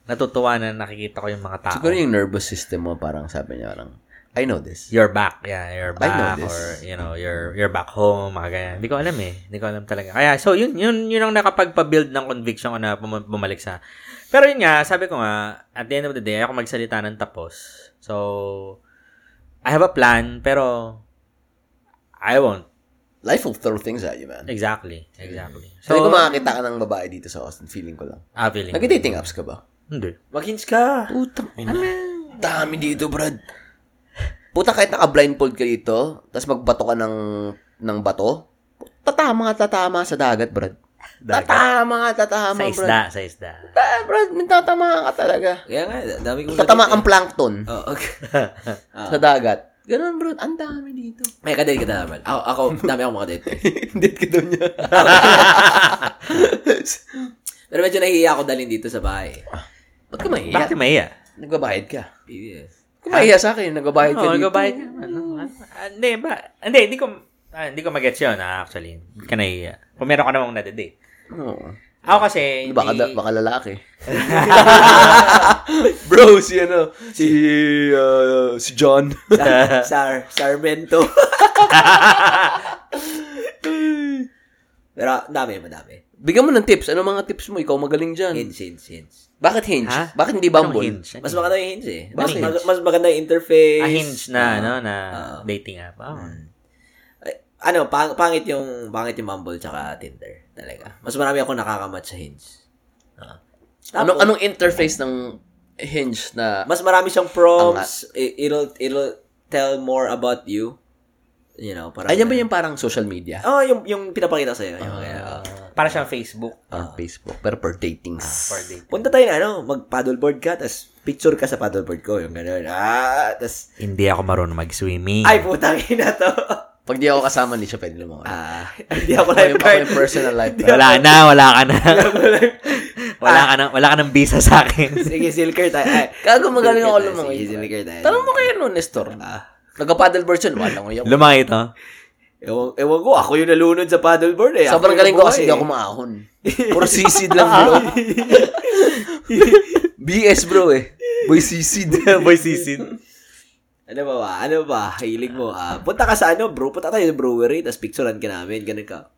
Speaker 3: natutuwa na nakikita ko yung mga tao.
Speaker 2: Siguro yung nervous system mo, parang sabi niya, parang, I know this.
Speaker 3: You're back. Yeah, you're
Speaker 2: I know
Speaker 3: back.
Speaker 2: this.
Speaker 3: Or, you know, you're, you're back home. Mga ganyan. Hindi ko alam eh. Hindi ko alam talaga. Kaya, so, yun, yun, yun ang nakapagpa-build ng conviction ko na pum- bumalik sa... Pero yun nga, sabi ko nga, at the end of the day, ako magsalita ng tapos. So, I have a plan, pero I won't.
Speaker 2: Life will throw things at you, man.
Speaker 3: Exactly. Exactly.
Speaker 2: So, Sabi
Speaker 3: So,
Speaker 2: ko makakita ka ng babae dito sa Austin, feeling ko lang.
Speaker 3: ah, feeling. ko.
Speaker 2: Nag-dating apps ka ba?
Speaker 3: Hindi.
Speaker 1: Mag-hinge ka!
Speaker 2: Putang ina. Ano? Dami dito, Brad. Puta kahit naka-blindfold ka dito, tapos magbato ka ng, ng bato, tatama ka tatama sa dagat, Brad. Tatama ka tatama,
Speaker 3: Sa
Speaker 2: Brad.
Speaker 3: isda, sa isda.
Speaker 2: Ah, Brad, tatama ka talaga.
Speaker 1: Kaya nga, dami kong...
Speaker 2: Tatama ang plankton
Speaker 1: Oh, <laughs> okay. Ah.
Speaker 2: sa dagat. Ganun, bro. Ang dami dito.
Speaker 1: May kadate kita naman. Ako,
Speaker 2: <laughs>
Speaker 1: ako dami akong mga date.
Speaker 2: Date ka daw niya.
Speaker 1: <laughs> Pero medyo nahihiya ako dalhin dito sa bahay.
Speaker 2: Ba't ka mahiya?
Speaker 3: Bakit may iya?
Speaker 2: Nagbabayad ka.
Speaker 1: Yes.
Speaker 2: Kumahiya sa akin. Nagbabayad ka
Speaker 3: Oo,
Speaker 2: dito.
Speaker 3: nagbabayad ka. Oh, Ano? Ah, Hindi, ba? Hindi, hindi ko, ah, hindi ko magets yun, ah, actually. Hindi ka nahihiya. Kung meron ka namang nadede.
Speaker 2: Oo. Eh,
Speaker 3: Ako kasi,
Speaker 2: Baka,
Speaker 3: hindi-
Speaker 2: da, baka lalaki. Bro, si ano, si, uh, si John. <laughs>
Speaker 1: Sar, sar, Sarmento. Pero dami, madami.
Speaker 2: Bigyan mo ng tips. Ano mga tips mo? Ikaw magaling dyan.
Speaker 1: Hinge, hinge, hinge.
Speaker 2: Bakit hinge?
Speaker 3: <laughs> Ha?
Speaker 2: Bakit hindi
Speaker 3: Anong
Speaker 2: Bumble?
Speaker 3: hinge?
Speaker 1: Mas maganda yung hinge eh. Mas,
Speaker 2: Bakit?
Speaker 1: mag- mas maganda yung interface.
Speaker 3: Ah, hinge na,
Speaker 1: Ah.
Speaker 3: ano, na
Speaker 1: Ah.
Speaker 3: dating app. Oh.
Speaker 1: Ay, ano, pang- pangit yung pangit yung Mumble tsaka Tinder talaga. Mas marami ako nakakamatch sa Hinge. Ah.
Speaker 2: Anong,
Speaker 1: Tapos,
Speaker 2: Ano, anong interface ng hinge na
Speaker 1: mas marami siyang prompts. I- It'll it'll tell more about you. You know, parang
Speaker 2: Ayan ba yung Ah, parang social media?
Speaker 1: Oh, yung yung oh. pinapakita sa iyo.
Speaker 3: Para siyang Facebook
Speaker 2: On Facebook, pero for dating.
Speaker 3: for dating.
Speaker 1: Punta tayo na, ano, mag-paddleboard ka, tas picture ka sa paddleboard ko, yung gano'n. Ah, tas,
Speaker 3: Hindi ako marunong mag-swimming.
Speaker 1: ay, putang ina to.
Speaker 2: Pag di ako kasama ni siya, pwede lumawa.
Speaker 1: Ah, <laughs> hindi ako
Speaker 2: Ako yung, ako
Speaker 1: lifeguard.
Speaker 2: yung personal life. ah.
Speaker 3: wala na, wala ka na. <laughs> wala ka na, wala ka ng visa sa <laughs> akin.
Speaker 1: Sige, silker tayo. Ay,
Speaker 2: <laughs> Gago magaling ako
Speaker 1: Sige,
Speaker 2: lumangoy.
Speaker 1: sige, silker tayo. Ah,
Speaker 2: Tanong mo kayo no, Nestor. Nagka-paddleboard siya, lumalangoy ako.
Speaker 3: Lumaki ito.
Speaker 1: Ewan, ewan ko, ako yung nalunod sa paddleboard eh.
Speaker 2: Sobrang
Speaker 1: yung
Speaker 2: galing ko
Speaker 1: bumuhay,
Speaker 2: kasi
Speaker 1: eh.
Speaker 2: hindi ako <laughs> maahon. Puro sisid lang bro. <laughs> BS bro eh. Boy sisid.
Speaker 3: <laughs> Boy sisid.
Speaker 1: Ano ba ba? Ano ba? Hilig mo. Ah, punta ka sa ano, bro. Punta tayo sa brewery, tapos picturean ka namin. Ganun ka.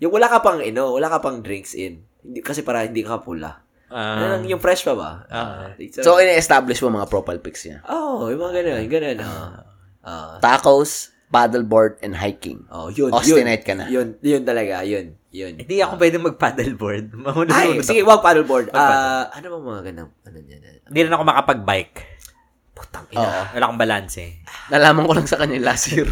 Speaker 1: Yung wala ka pang, ino, wala ka pang drinks in. Hindi, kasi para hindi ka pula.
Speaker 3: Ah.
Speaker 1: Ano yung fresh pa ba?
Speaker 3: Ah.
Speaker 1: picture-
Speaker 2: So, eh- ina-establish mo mga profile pics niya.
Speaker 1: Oo, oh, yung mga ganun, ganun. ah. Ah.
Speaker 2: Tacos, paddleboard, and hiking.
Speaker 1: oh, yun, yun.
Speaker 2: Austinite ka na.
Speaker 1: Yun, yun talaga, yun, yun.
Speaker 3: Hindi ako pwede mag-paddleboard. Mahulog <laughs>
Speaker 1: Ay, sige, wag paddleboard. Ah, ano ba mga ganang, ano niyan? ah,
Speaker 3: Hindi rin ako makapag-bike.
Speaker 1: Putang ina.
Speaker 2: Oo.
Speaker 3: Wala akong balance eh.
Speaker 2: Nalaman ko lang sa kanya last <laughs> year.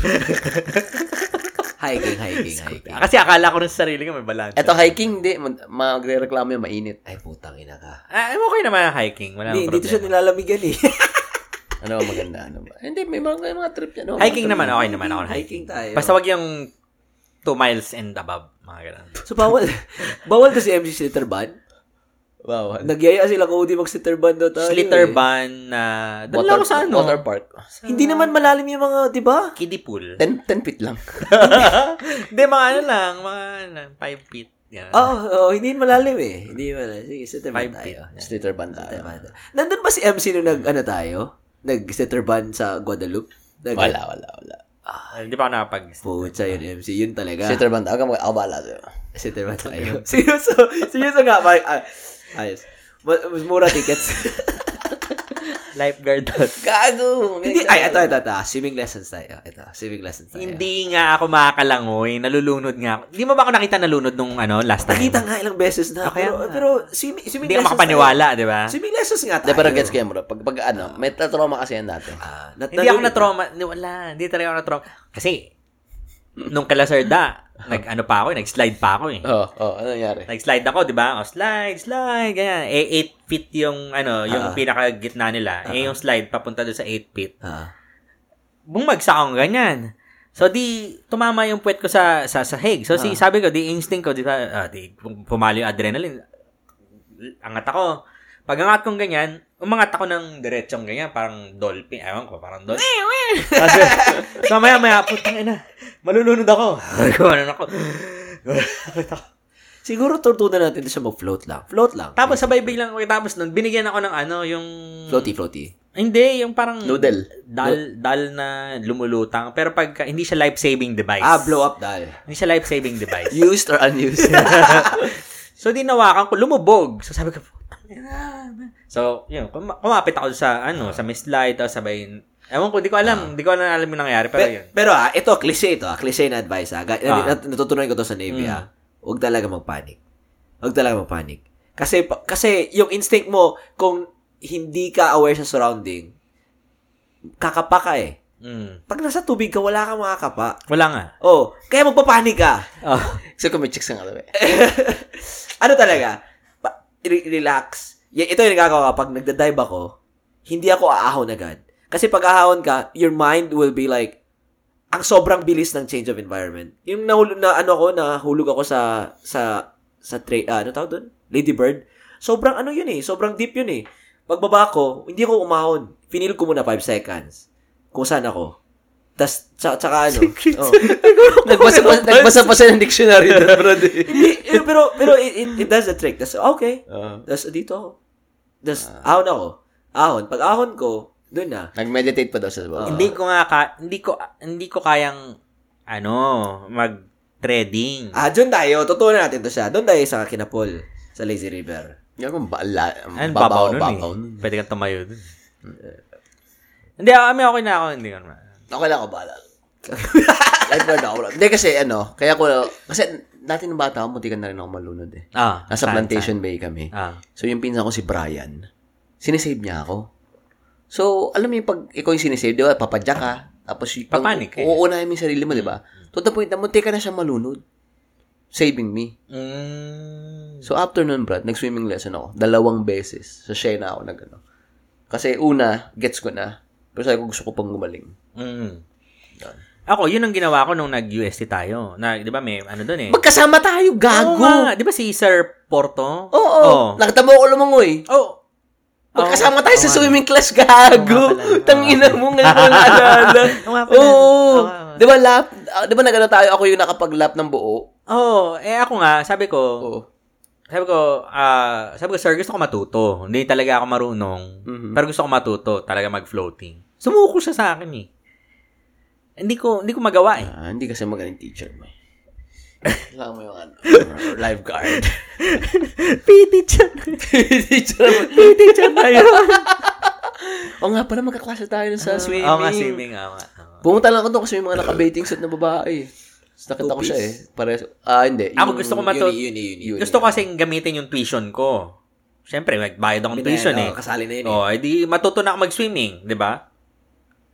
Speaker 1: Hiking, hiking, hiking.
Speaker 3: Kasi akala ko rin sa sarili ko may balance.
Speaker 2: Eto, hiking, hindi. Mag- Magre-reklamo yung mainit.
Speaker 1: Ay, putang ina ka.
Speaker 3: Ah, I'm okay naman ang hiking. Wala
Speaker 1: Hindi,
Speaker 3: akong
Speaker 1: dito siya
Speaker 3: problema.
Speaker 1: nilalamigan eh. <laughs>
Speaker 2: Ano ba maganda? Ano ba? Hindi, may mga, may mga trip niya. No?
Speaker 3: hiking naman, okay naman ako. ng
Speaker 1: Hiking tayo.
Speaker 3: Basta wag yung 2 miles and above. Mga ganun.
Speaker 1: So, bawal, bawal to si MC Slitter Ban.
Speaker 2: Wow.
Speaker 1: Nagyaya sila kung hindi mag-slitter ban daw tayo.
Speaker 3: Slitter
Speaker 1: eh.
Speaker 3: ban na... Dala
Speaker 2: Water,
Speaker 3: ko sa ano?
Speaker 2: water park.
Speaker 1: Hindi naman malalim yung mga, di ba?
Speaker 3: Kiddie pool.
Speaker 2: 10, 10 feet lang.
Speaker 3: <laughs> Hindi, mga ano lang. Mga 5 feet. Yan.
Speaker 1: Oo, oo, Ah, hindi malalim eh. Hindi malalim. Sige, slitter ban
Speaker 3: Five
Speaker 1: Oh, tayo.
Speaker 2: Slater band tayo.
Speaker 1: Slitter ban. Nandun ba si MC nung nag, ano tayo? Nag-slitter ban sa Guadalupe? Nag-
Speaker 2: Wala, wala, wala.
Speaker 3: Ah, Hindi pa ako nakapag...
Speaker 1: Pucha yun, MC. Yun talaga.
Speaker 2: Slater band. Ako, mag- ako bahala sa'yo.
Speaker 1: Slitter ban tayo. seryoso. Seryoso nga. Ay, ay, ayos. Mas, mas mura
Speaker 2: <laughs>
Speaker 1: tickets.
Speaker 3: Lifeguard doon.
Speaker 2: Gago!
Speaker 1: hindi, ay, ito, ito, ito. Swimming lessons tayo. Ito, swimming lessons tayo.
Speaker 3: Hindi nga ako makakalangoy. Nalulunod nga ako. Hindi mo ba ako nakita nalunod nung ano, last time?
Speaker 1: Nakita nga ilang beses na.
Speaker 3: Okay,
Speaker 1: pero,
Speaker 3: ah.
Speaker 1: pero swimming, swimming
Speaker 3: Hindi ako
Speaker 1: lessons
Speaker 3: makapaniwala, di ba?
Speaker 1: tayo. Swimming lessons nga
Speaker 3: ah,
Speaker 1: tayo.
Speaker 2: Hindi, pero gets ko yan, bro. Pag, pag ano, may trauma kasi yan dati.
Speaker 1: Ah, nat-
Speaker 3: Hindi ako
Speaker 1: nalulun-
Speaker 3: na-trauma. Hindi, wala. Hindi talaga ako na-trauma. Kasi, nung kalasarda, Nag-ano pa ako, eh, nag-slide pa ako eh.
Speaker 2: Oh, oh, ano
Speaker 3: <laughs>
Speaker 2: nangyari?
Speaker 3: Nag-slide ako, di ba? O, slide, slide, ganyan. Eh, 8 feet yung, ano,
Speaker 1: Ah.
Speaker 3: yung pinaka-gitna nila. Eh, yung slide, papunta doon sa 8 feet.
Speaker 1: Ah.
Speaker 3: Bumagsak akong ganyan. So, di, tumama yung puwet ko sa, sa sahig.
Speaker 1: Ah.
Speaker 3: So, si, sabi ko, di instinct ko, di ba, ah, di, pum- pumalo yung adrenaline. Angat ako. Pag angat kong ganyan, umangat ako ng diretsong ganyan, parang dolphin. Ewan ko, parang dolphin.
Speaker 1: <laughs>
Speaker 3: Kasi, so, maya, maya, putang ina, malulunod ako. <laughs> Kumanan ako.
Speaker 1: Siguro tutunan natin sa mag-float lang. Float lang.
Speaker 3: Tapos sabay biglang ako tapos nun, binigyan ako ng ano, yung...
Speaker 1: Floaty, floaty.
Speaker 3: Hindi, yung parang...
Speaker 2: Noodle.
Speaker 3: Dal, dal na lumulutang. Pero pagka, hindi siya life-saving device.
Speaker 1: Ah, blow up dahil.
Speaker 3: Hindi siya life-saving
Speaker 1: <laughs>
Speaker 3: device.
Speaker 2: Used or unused?
Speaker 3: so, dinawakan ko, lumubog. So, sabi ko, "Putang ina." So, yun, kuma- kumapit ako sa, ano, sa may slide, tapos sabay, ewan ko, di ko alam, di ko na alam yung nangyari, <laughs> pero yun.
Speaker 1: Pe- pero ah, ito, cliche ito. Ah, cliche na advice. Ah. Ga-
Speaker 3: Ah.
Speaker 1: nat- Natutunan ko to sa Navy.
Speaker 3: Mm.
Speaker 1: Ah. Huwag talaga magpanik. Huwag talaga magpanik. Kasi, pa- kasi yung instinct mo, kung hindi ka aware sa surrounding, kakapa ka eh.
Speaker 3: Mm.
Speaker 1: Pag nasa tubig ka, wala kang makakapa.
Speaker 3: Wala nga.
Speaker 1: Oh, kaya magpapanik ka.
Speaker 3: Oh.
Speaker 2: so, kung may chicks
Speaker 3: <laughs>
Speaker 2: ang alawi.
Speaker 1: ano talaga? Pa- re- relax. Y- ito yung nagagawa ko kapag nagda-dive ako, hindi ako aahon agad. Kasi pag ahon ka, your mind will be like, ang sobrang bilis ng change of environment. Yung nahulog na ano ko, nahulog ako sa sa sa tra- ah, ano tawag doon? Ladybird. Sobrang ano yun eh, sobrang deep yun eh. Pagbaba ko, hindi ko umahon. Finil ko muna 5 seconds. Kung saan ako. Tas, tsaka, tsaka ano. oh.
Speaker 2: Nagbasa pa, nagbasa pa siya ng dictionary doon,
Speaker 3: <laughs>
Speaker 2: bro.
Speaker 1: Hindi, eh, pero, pero it, it, it does the trick. Tas, okay.
Speaker 2: Uh,
Speaker 1: Tapos dito ako. Tapos ahon ako. Ahon. Pag ahon ko, doon na.
Speaker 2: Nag-meditate pa daw siya. bro.
Speaker 3: hindi ko nga, ka- hindi ko, hindi ko kayang, ano, mag-trading.
Speaker 1: Ah, doon tayo. Tutunan natin to siya. Doon tayo sa Kinapol. Sa Lazy River.
Speaker 2: Yan kung baala.
Speaker 3: Ano,
Speaker 2: babaw,
Speaker 3: babaw, nun
Speaker 2: babaw
Speaker 3: eh.
Speaker 2: nun.
Speaker 3: Pwede kang tumayo dun. Hindi, ako, may okay na ako. Hindi ka naman.
Speaker 2: Ako lang ako
Speaker 3: <laughs>
Speaker 2: bahala. Life na ako. bro. Hindi kasi ano, kaya ko, kasi dati nung bata ako, muntikan na rin ako malunod eh.
Speaker 3: Ah,
Speaker 2: Nasa
Speaker 3: saan,
Speaker 2: Plantation Bay kami.
Speaker 3: saan? Ah.
Speaker 2: So, yung pinsan ko si Brian, sinisave niya ako. So, alam mo yung pag ikaw yung sinisave, di ba? Papadya ka. Tapos, yung-
Speaker 3: Papanik ka eh. Mm.
Speaker 2: Uuunahin mo yung sarili mo, di ba? To the point na munti ka na siya malunod. Saving me.
Speaker 3: Mm.
Speaker 2: So, after nun, Brad, nag-swimming lesson ako. Dalawang beses. Sa Shena ako nag ano. Kasi una, gets ko na. Pero sabi ko, gusto ko pang gumaling.
Speaker 3: Mm. Ako, yun ang ginawa ko nung nag-UST tayo. Na, di ba, may ano dun eh.
Speaker 2: Magkasama tayo,
Speaker 3: Oo
Speaker 2: gago!
Speaker 3: nga, di ba si Sir Porto?
Speaker 2: Oo, oo. Nakita mo ako lumangoy.
Speaker 3: Oh.
Speaker 2: Magkasama tayo sa
Speaker 3: Oo nga.
Speaker 2: swimming class,
Speaker 3: Oo
Speaker 2: gago!
Speaker 3: nga pala.
Speaker 2: Tangina mo, ngayon ko <laughs>
Speaker 3: <laughs>
Speaker 2: naalala.
Speaker 3: Oo nga pala. Oo
Speaker 2: Oo.
Speaker 3: nga pala.
Speaker 2: Di ba lap? ah, Di ba nagano tayo? Ako yung nakapag-lap ng buo.
Speaker 3: Oo, eh ako nga, sabi ko,
Speaker 2: Oo.
Speaker 3: sabi ko, ah, sabi ko, sir, gusto ko matuto. Hindi talaga ako marunong.
Speaker 2: Mhm.
Speaker 3: Pero gusto ko matuto, talaga mag-floating. Sumuko siya sa akin eh. Hindi ko, hindi ko magawa eh.
Speaker 2: Ah, hindi kasi magaling teacher mo. eh. Kailangan mo yung ano, <laughs> lifeguard.
Speaker 3: <laughs> P-teacher.
Speaker 2: teacher mo.
Speaker 3: P-teacher na yun.
Speaker 2: O nga pala, magkaklase tayo nun
Speaker 3: Ah.
Speaker 2: sa swimming.
Speaker 3: Oo nga, swimming. Oo nga. oo.
Speaker 2: Pumunta lang ako doon kasi may mga naka-bathing suit na babae. Tapos nakita ko siya eh. Pares, ah, hindi.
Speaker 3: Ako gusto ko matu...
Speaker 1: Mm, Yun, yun, yun, yun.
Speaker 3: Gusto ko kasing gamitin yung tuition ko. Siyempre, magbayad akong tuition eh.
Speaker 1: Oo, kasali na yun eh.
Speaker 3: Oo, edi matuto na ako mag-swimming, di ba?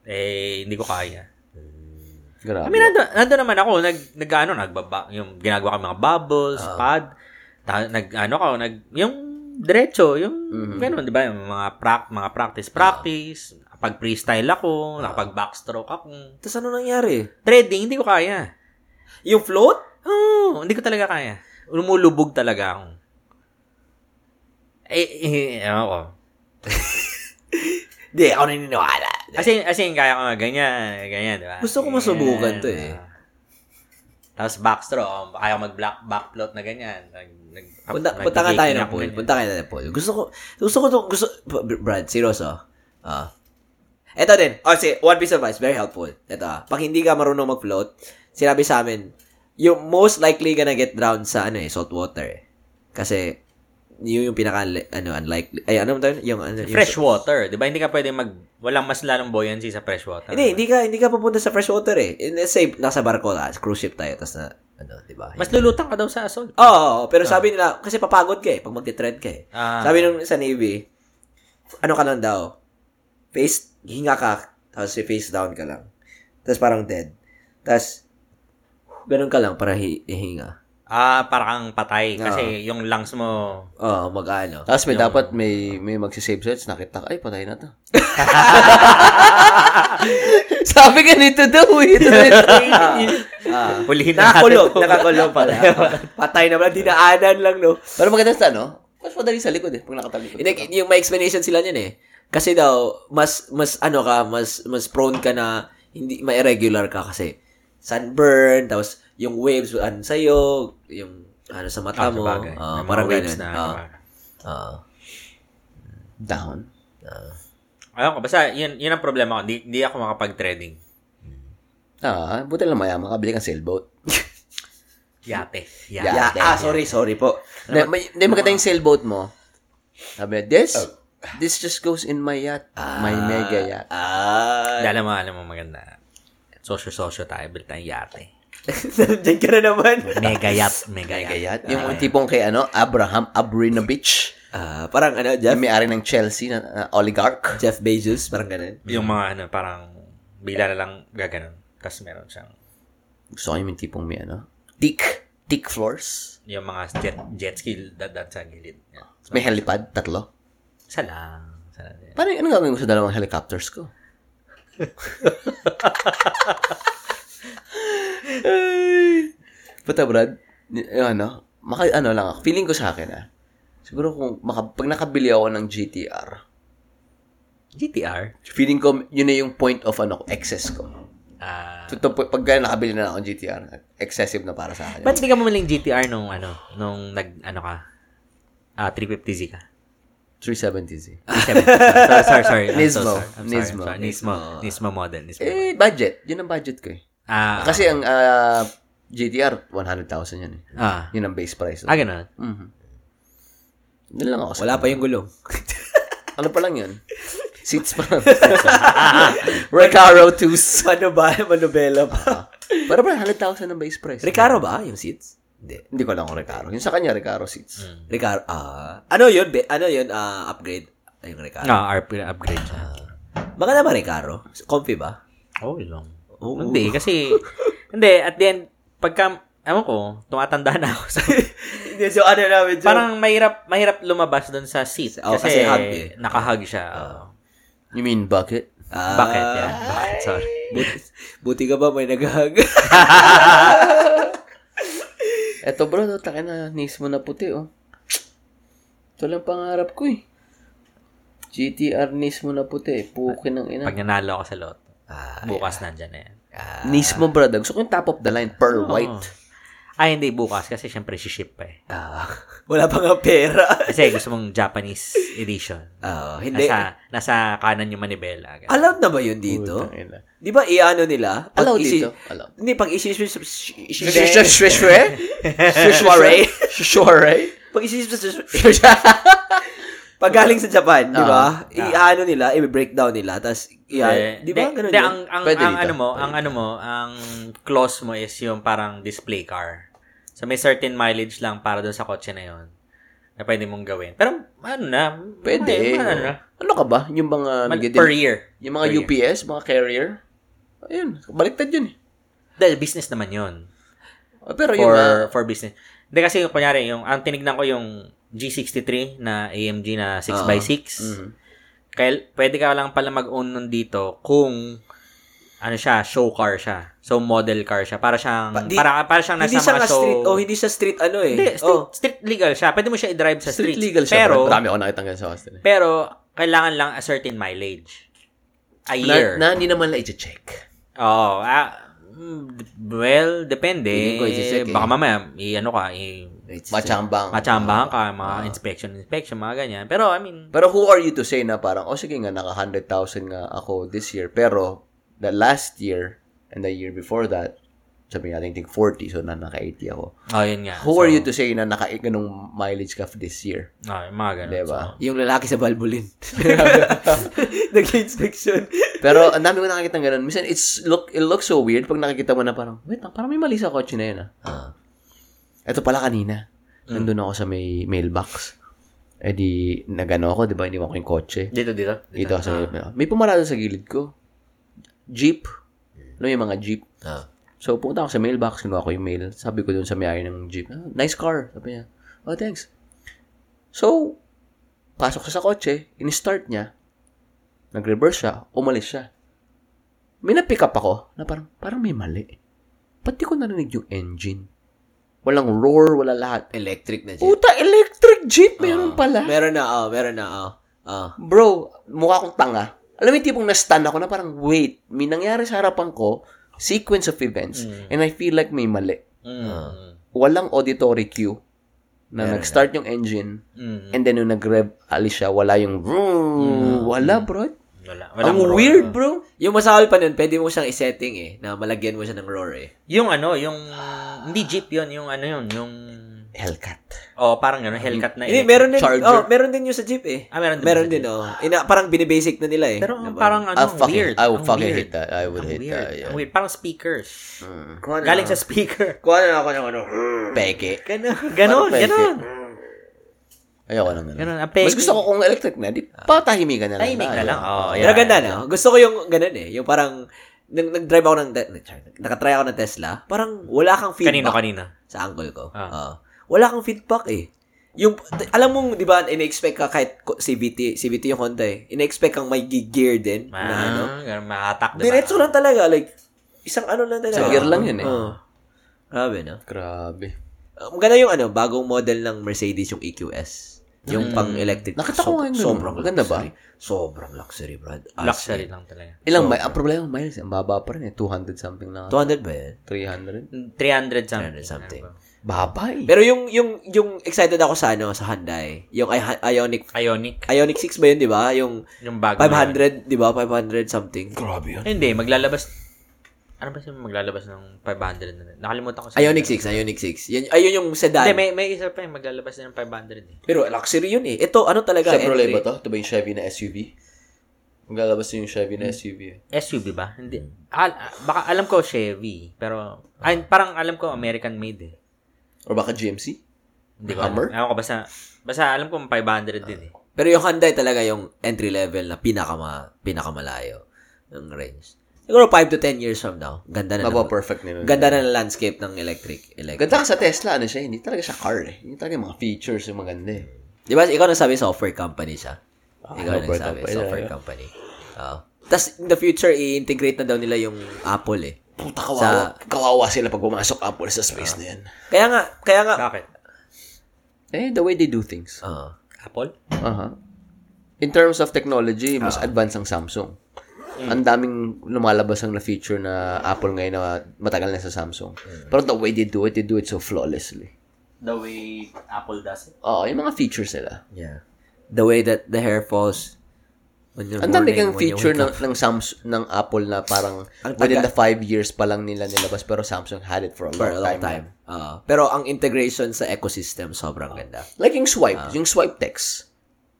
Speaker 3: Eh, hindi ko kaya. I
Speaker 2: Grabe.
Speaker 3: mean, nando, nando naman ako, nag, nag, ano, nagbaba, yung ginagawa ko mga bubbles,
Speaker 1: Ah.
Speaker 3: pad, ta, nag, ano ko, nag, yung diretso, yung,
Speaker 1: Mm-hmm.
Speaker 3: ganun, di ba, yung mga, pra, mga practice, practice,
Speaker 1: Ah.
Speaker 3: pag freestyle ako, nakapag backstroke ako,
Speaker 1: Tapos ano nangyari?
Speaker 3: trading, hindi ko kaya.
Speaker 1: Yung float?
Speaker 3: Oo, hindi ko talaga kaya. Lumulubog talaga ako. Eh, eh, ewan ko.
Speaker 1: Hindi, ako naniniwala.
Speaker 3: As in, as in, kaya ko nga ganyan, ganyan, di ba?
Speaker 1: Gusto ko masubukan to eh.
Speaker 3: Ganyan. Tapos backstroke, oh, kaya ko mag-back backflip na ganyan. Nag, nag,
Speaker 1: Punta,
Speaker 3: nag-
Speaker 1: punta ka tayo
Speaker 3: nag-
Speaker 1: ng pool.
Speaker 3: ganyan.
Speaker 1: Punta ka tayo ng pool. Gusto ko, gusto ko, to- gusto, B- Brad, seryoso. Ah. Ito din. Oh, si, one piece of advice, very helpful. Ito ah. Pag hindi ka marunong mag-float, sinabi sa amin, you most likely gonna get drowned sa ano eh, salt water eh. Kasi, yun yung pinaka, ano, unlikely. Ay, ano mo tayo? Yung, ano, yung-
Speaker 3: Fresh water, di ba? Hindi ka pwede mag... Walang mas lalang buoyancy sa fresh water.
Speaker 1: Hindi, hindi ka, hindi ka papunta sa fresh water eh. And let's say, nasa barko na, cruise ship tayo, tapos na, ano, di ba?
Speaker 3: Mas Ah. lulutang ka daw sa asol.
Speaker 1: Oo, oo, oo. pero sabi nila, kasi papagod ka eh, pag magte-tread ka eh.
Speaker 3: Ah.
Speaker 1: Sabi nung sa Navy, ano ka lang daw, face, hinga ka, tapos face down ka lang. Tapos parang dead. Tapos, Ganun ka lang para hi- hihinga.
Speaker 3: Ah, parang kang patay. Kasi
Speaker 1: Ah.
Speaker 3: yung lungs mo,
Speaker 1: Oo, mag-ano.
Speaker 2: Tapos may dapat may may magsisave sets, nakita ka, ay patay na to. <laughs> Sabi ka nito daw, eh, ito na <laughs> yung
Speaker 3: <laughs>
Speaker 2: training.
Speaker 1: Ah.
Speaker 3: hulihin na
Speaker 1: <laughs> Nakakulog,
Speaker 3: natin.
Speaker 1: nakakulog pala. Patay na pala, dinaanan lang, no?
Speaker 2: Pero maganda sa ano, mas madali sa likod eh, pag nakatalikod.
Speaker 1: Hindi, yung may explanation sila niyan eh. Kasi daw, mas, mas ano ka, mas, mas prone ka na, hindi, may irregular ka kasi sunburn, tapos yung waves, ano sa'yo, yung ano sa mata
Speaker 3: Ah,
Speaker 1: mo.
Speaker 3: sabagay.
Speaker 1: Ah,
Speaker 3: May mga
Speaker 1: parang
Speaker 3: waves
Speaker 1: ganun.
Speaker 3: na,
Speaker 1: Na,
Speaker 3: ano
Speaker 1: ah,
Speaker 3: ba.
Speaker 1: ah.
Speaker 2: Down.
Speaker 3: Ayoko, basta yun, yun ang problema ko. Di, di ako makapag-threading.
Speaker 2: Ah, buti lang mayaman, kabili kang sailboat.
Speaker 3: Yate.
Speaker 1: Yeah,
Speaker 3: Yate.
Speaker 1: ah, sorry, sorry po.
Speaker 2: Hindi, may, Oh. hindi maganda yung sailboat mo. Sabi, this, this just goes in my yacht. my mega yacht.
Speaker 1: Ah, <laughs>
Speaker 3: Dala mo, alam mo, maganda. Sosyo-sosyo tayo, bilit tayong yate.
Speaker 1: nandiyan ka na naman.
Speaker 3: Mega yacht. Mega
Speaker 2: Mega
Speaker 3: yacht.
Speaker 2: yacht. Yung tipong kay ano, Abraham Abrinovich.
Speaker 1: Ah, parang ano, Jeff,
Speaker 2: Yung may-ari ng Chelsea na na oligarch.
Speaker 1: Jeff Bezos, parang ganun.
Speaker 3: Yung mga ano, parang bila na lang gaganon. Tapos meron siyang
Speaker 2: Gusto ko yung tipong may ano, thick, thick floors.
Speaker 3: yung mga jet, jet ski dadat sa gilid. Yan.
Speaker 2: May helipad, tatlo.
Speaker 3: Isa lang. Isa lang din.
Speaker 2: Paano, anong gagawin ko sa dalawang helicopters ko? Ay. Puta, Brad. y- Yung ano, maka, ano lang ako. Feeling ko sa akin, ah. Siguro kung maka, pag nakabili ako ng GTR,
Speaker 3: GTR.
Speaker 2: feeling ko yun na yung point of ano, ko, excess ko.
Speaker 3: Ah,
Speaker 2: Totoo, po, pag nakabili na ako ng GTR, excessive na para sa akin.
Speaker 3: ba't di ka mamaling GTR nung ano, nung nag, ano ka? Ah, 350Z ka. 370.
Speaker 2: 370Z.
Speaker 3: sorry, sorry, sorry. I'm
Speaker 2: Nismo.
Speaker 3: So sorry. I'm sorry,
Speaker 2: Nismo.
Speaker 3: I'm sorry. Nismo. Nismo model. Nismo. model.
Speaker 2: Eh, budget. Yun ang budget ko eh.
Speaker 3: Ah,
Speaker 2: Kasi ang ah, GTR, 100,000 yun eh.
Speaker 3: ah.
Speaker 2: Yun ang base price.
Speaker 3: Ah, ganun.
Speaker 2: Mhm. Doon lang ako. sa-
Speaker 1: Wala pa yung gulong.
Speaker 2: Ano pa lang yun? Seats pa lang. Recaro 2s.
Speaker 1: Ano ba? Manubela pa.
Speaker 2: Pero parang 100,000 ang base price.
Speaker 1: Recaro ba yung seats? Hindi.
Speaker 2: Hindi ko alam kung Recaro. Yung sa kanya, Recaro seats.
Speaker 1: Recaro, ah, ano yun? Be, ano yun? ah, upgrade? Yung Recaro. Ah.
Speaker 3: Ah, RP upgrade siya.
Speaker 1: Maganda ba Recaro? Comfy ba?
Speaker 3: Oh, long.
Speaker 1: Oo.
Speaker 3: Hindi, kasi, hindi, at the end, pagka, ewan ko, tumatanda na ako. <laughs> So,
Speaker 1: Hindi, so ano namin, Joe?
Speaker 3: parang mahirap, mahirap lumabas doon sa seat.
Speaker 1: Oh, kasi
Speaker 3: kasi,
Speaker 1: hug eh.
Speaker 3: nakahug siya. Oh.
Speaker 2: You mean bucket?
Speaker 1: Ah,
Speaker 3: Bakit? Yeah. Bakit? Sorry.
Speaker 1: Buti, buti ka ba may naghahag?
Speaker 2: Eto bro, no, takin na nis mo na puti oh. Ito lang pangarap ko eh. GTR nis mo na puti. Pukin ng ina.
Speaker 3: Pag nanalo ako sa lot,
Speaker 1: Ah,
Speaker 3: bukas nandyan na yan.
Speaker 2: Nis mo brother. Gusto ko yung top of the line. Pearl white.
Speaker 3: Ay, hindi, bukas. Kasi syempre, ship pa eh.
Speaker 1: <laughs> ah, wala pa nga pera.
Speaker 3: Kasi gusto mong Japanese edition.
Speaker 1: Ah, hindi.
Speaker 3: Nasa, nasa kanan yung manibela. ganun.
Speaker 1: Allowed na ba yun dito?
Speaker 2: Tangin na.
Speaker 1: Di ba iano nila? Pag
Speaker 2: Allowed
Speaker 1: isi-
Speaker 2: dito. Allowed.
Speaker 1: Hindi, pag isi-switch
Speaker 2: Shishware? Shishware? Shishware?
Speaker 1: Pag isi Pag galing sa Japan, di ba? Iano nila, i-breakdown nila, tapas
Speaker 3: Hindi.
Speaker 1: iyan. Di ba?
Speaker 3: Hindi,
Speaker 1: Ganun yun?
Speaker 3: hindi, Eh, ang, ang,
Speaker 2: Pwede
Speaker 3: ang
Speaker 2: dito.
Speaker 3: ano mo, ang ano mo, ang clause mo is yung parang display car. So, may certain mileage lang para doon sa kotse na yon na pwede mong gawin. Pero, ano na,
Speaker 2: Pwede.
Speaker 3: may- ano na,
Speaker 2: Ano ka ba? Yung mga
Speaker 3: mal-
Speaker 2: nagde-
Speaker 3: per year.
Speaker 2: yung mga
Speaker 3: per year.
Speaker 2: UPS, mga carrier. Ayun, baliktad yun eh.
Speaker 3: Dahil business naman yon
Speaker 2: Ah, Pero yung
Speaker 3: for
Speaker 2: ah,
Speaker 3: for business. Hindi kasi yung kunyari, yung ang tinignan ko yung G63 na AMG na 6x6. Kaya pwede ka lang pala mag-own nun dito kung ano siya, show car siya. So model car siya. Para siyang
Speaker 1: Pa- di-
Speaker 3: para para siyang nasa
Speaker 1: Hindi siya
Speaker 3: mga
Speaker 1: nga
Speaker 3: show.
Speaker 1: street. Oh, hindi siya street ano eh.
Speaker 3: Hindi, street,
Speaker 1: Oh.
Speaker 3: street legal siya. Pwede mo siya i-drive sa street.
Speaker 2: street legal siya.
Speaker 3: Pero,
Speaker 2: Pero, marami ako nakita ngayon sa hostel. eh.
Speaker 3: pero, kailangan lang a certain mileage. A year.
Speaker 2: Na, na hindi naman lang i-check.
Speaker 3: Oo. ah, mm, d- well, depende.
Speaker 2: Feeling ko isi-check eh.
Speaker 3: Baka mamaya, i-ano ka, i-
Speaker 2: Machambang.
Speaker 3: Machambahan ka, mga
Speaker 2: Ah.
Speaker 3: inspection, inspection, mga ganyan. Pero, I mean,
Speaker 2: Pero who are you to say na parang, oh sige nga, naka 100,000 nga ako this year. Pero, the last year and the year before that, sabi natin, think 40, so na naka-80 ako.
Speaker 3: oh, yun nga.
Speaker 2: Who are you to say na naka ganung mileage ka this year?
Speaker 3: Oh, yung mga ganun.
Speaker 2: Diba?
Speaker 3: So,
Speaker 1: Yung lalaki sa
Speaker 3: <laughs>
Speaker 1: Balbulin. Nag-inspection.
Speaker 2: Pero ang dami ko nakakita ng ganun. Minsan, it's look, it looks so weird pag nakikita mo na parang, wait, lang, parang may mali sa kotse na yun ah. Ito pala kanina. Nandun ako sa may mailbox. Eh di, nagano ako, di ba? Iniwan ko yung kotse.
Speaker 3: dito, dito.
Speaker 2: Dito
Speaker 1: Ah.
Speaker 2: ako sa may pumarada sa gilid ko. Jeep. Alam mo yung mga jeep?
Speaker 1: Hmm. Ah.
Speaker 2: So, pumunta ako sa mailbox, kinuha ko yung mail. Sabi ko doon sa may-ari ng jeep, "Ah, nice car. Sabi niya, oh, thanks. So, pasok siya sa kotse, in-start niya, nag-reverse siya, umalis siya. May na-pick up ako na parang, parang may mali. Pati ko narinig yung engine. Walang roar, wala lahat.
Speaker 1: Electric na jeep. Ah.
Speaker 2: Puta, electric jeep,
Speaker 1: Oo.
Speaker 2: meron pala.
Speaker 1: Meron na, oh, meron na, oh. Ah.
Speaker 2: Bro, mukha akong tanga. Alam mo yung tipong na-stun ako na parang, wait, may nangyari sa harapan ko, sequence of events, and I feel like may mali. Ah.
Speaker 3: Mm.
Speaker 2: Walang auditory cue na
Speaker 1: Meron
Speaker 2: nag-start yung engine,
Speaker 3: Mm.
Speaker 2: and then nung nag-rev, alis siya, wala yung, vroom. wala bro.
Speaker 3: Wala. Walang
Speaker 2: Ang
Speaker 3: roar.
Speaker 2: weird Mm. bro. Mm.
Speaker 1: Yung masakal pa nun, pwede mo siyang isetting eh, na malagyan mo siya ng roar eh.
Speaker 3: Yung ano, yung... Hindi jeep yun. Yung ano yun. Yung...
Speaker 2: Hellcat.
Speaker 3: Oh, parang gano'n. Hellcat na
Speaker 1: Hindi,
Speaker 3: elec-
Speaker 1: meron din, oh,
Speaker 2: Charger.
Speaker 1: meron din yung sa jeep eh.
Speaker 3: Ah, meron din
Speaker 1: Meron
Speaker 3: sa
Speaker 1: din, oh. Ina, parang binibasic na nila eh.
Speaker 3: Pero ang
Speaker 1: Diba?
Speaker 3: parang ano,
Speaker 2: I would Ah, fucking,
Speaker 3: weird.
Speaker 2: I would
Speaker 3: Ang
Speaker 2: fucking
Speaker 3: weird.
Speaker 2: hate that. I would
Speaker 3: Ang
Speaker 2: hate
Speaker 3: weird.
Speaker 2: that. Yeah.
Speaker 3: Ang weird. Parang speakers.
Speaker 2: Mm.
Speaker 1: Kuha na-
Speaker 3: Galing sa speaker.
Speaker 1: Kuha na ako ng ano.
Speaker 2: Peke.
Speaker 1: Ganun.
Speaker 3: Ganon,
Speaker 2: Parang
Speaker 3: ganon.
Speaker 2: Ayoko na ganun.
Speaker 3: Ganon, ang
Speaker 2: Mas gusto ko kung electric na, di patahimikan na lang.
Speaker 3: Tahimik na lang. Oh,
Speaker 1: Pero ganda no? Gusto ko yung ganun eh. Yung parang, nag- nag-drive ako ng, te- nakatry ako ng Tesla, parang wala kang feedback.
Speaker 3: Kanino, kanina.
Speaker 1: sa uncle ko.
Speaker 3: Ah.
Speaker 1: Oo. wala kang feedback eh. Yung, t- alam mong, di ba, in-expect ka kahit ko- CVT, CVT yung Honda eh. In-expect kang may gi- gear din.
Speaker 3: Ah,
Speaker 1: na ano.
Speaker 3: ganun, maatak, diba?
Speaker 1: Diretso lang talaga. Like, isang ano lang talaga.
Speaker 2: Isang gear lang yun eh.
Speaker 1: Oo. Grabe, no?
Speaker 2: Grabe.
Speaker 1: Uh, Maganda yung ano, bagong model ng Mercedes, yung EQS. Yung pang-electric.
Speaker 2: Mm. Nakita ko
Speaker 1: Sob-
Speaker 2: nga yung ganun.
Speaker 1: Sobrang
Speaker 2: Maganda ba?
Speaker 1: luxury. Sobrang luxury, Brad. As
Speaker 3: Luxury
Speaker 1: in.
Speaker 3: lang talaga.
Speaker 2: Ilang miles? Ang problema ng miles, ang baba pa rin eh. 200 something lang.
Speaker 1: 200 ba yan?
Speaker 2: 300?
Speaker 3: 300 something. Ano
Speaker 1: 300 something.
Speaker 2: Baba eh.
Speaker 1: Pero yung, yung, yung excited ako sa ano, sa Hyundai. Yung I- Ionic,
Speaker 3: Ionic.
Speaker 1: Ionic 6 ba yun, di ba? Yung
Speaker 3: Yung bago. na yun.
Speaker 1: 500, di ba? 500 something. Grabe yun.
Speaker 3: Hindi, maglalabas. Ano ba siya maglalabas ng 500 na? Nakalimutan ko. sa-
Speaker 1: Ionic 6, Ionic 6. Yun, ayun yung sedan.
Speaker 3: Hindi, may, may isa pa yung maglalabas na ng 500 eh.
Speaker 1: Pero luxury yun eh. Ito, ano talaga?
Speaker 2: Chevrolet
Speaker 1: entry?
Speaker 2: ba to? Ito ba yung Chevy na SUV? Maglalabas na yung Chevy na SUV eh.
Speaker 3: SUV ba? Hindi. Al- ah, baka alam ko Chevy, pero ay, parang alam ko American made eh.
Speaker 2: Or baka GMC?
Speaker 3: Hindi ko
Speaker 2: Hummer?
Speaker 3: alam. Ewan ko, basta, basta alam ko 500 din eh.
Speaker 1: Pero yung Hyundai talaga yung entry level na pinakama, pinakamalayo ng range. Siguro 5 to 10 years from now, ganda na
Speaker 2: Ano
Speaker 1: ng,
Speaker 2: Mapa-perfect nila.
Speaker 1: ganda na ng landscape ng electric. electric.
Speaker 2: Ganda ka sa Tesla, ano siya, hindi talaga siya car eh. Hindi talaga yung mga features yung maganda eh.
Speaker 1: Di ba, ikaw nagsabi software company siya. ikaw
Speaker 2: Ah, software
Speaker 1: nagsabi,
Speaker 2: company,
Speaker 1: software
Speaker 2: yeah.
Speaker 1: company. Oo. Tapos in the future, i-integrate na daw nila yung Apple eh.
Speaker 2: Puta, kawawa. Kawawa sila pag pumasok Apple sa space na yan.
Speaker 1: Kaya nga, kaya nga,
Speaker 3: Bakit?
Speaker 2: Eh, the way they do things.
Speaker 1: Oo.
Speaker 3: Apple?
Speaker 2: Aha. In terms of technology, mas advanced ang Samsung. Ang daming lumalabas ang na-feature na Apple ngayon na matagal na sa Samsung. Pero the way they do it, they do it so flawlessly.
Speaker 3: The way Apple does it.
Speaker 2: Oo, yung mga features nila.
Speaker 1: Yeah. The way that the hair falls when you're
Speaker 2: Ang
Speaker 1: morning,
Speaker 2: dami kang
Speaker 1: when you
Speaker 2: feature
Speaker 1: wake
Speaker 2: ng, ng, Samsung, ng Apple na parang
Speaker 1: Ang
Speaker 2: within
Speaker 1: taga-
Speaker 2: the five years pa lang nila nilabas pero Samsung had it for a long,
Speaker 1: up for a long
Speaker 2: time.
Speaker 1: time. Oo. pero ang integration sa ecosystem sobrang ganda.
Speaker 2: Like yung swipe,
Speaker 1: Ah.
Speaker 2: yung swipe text.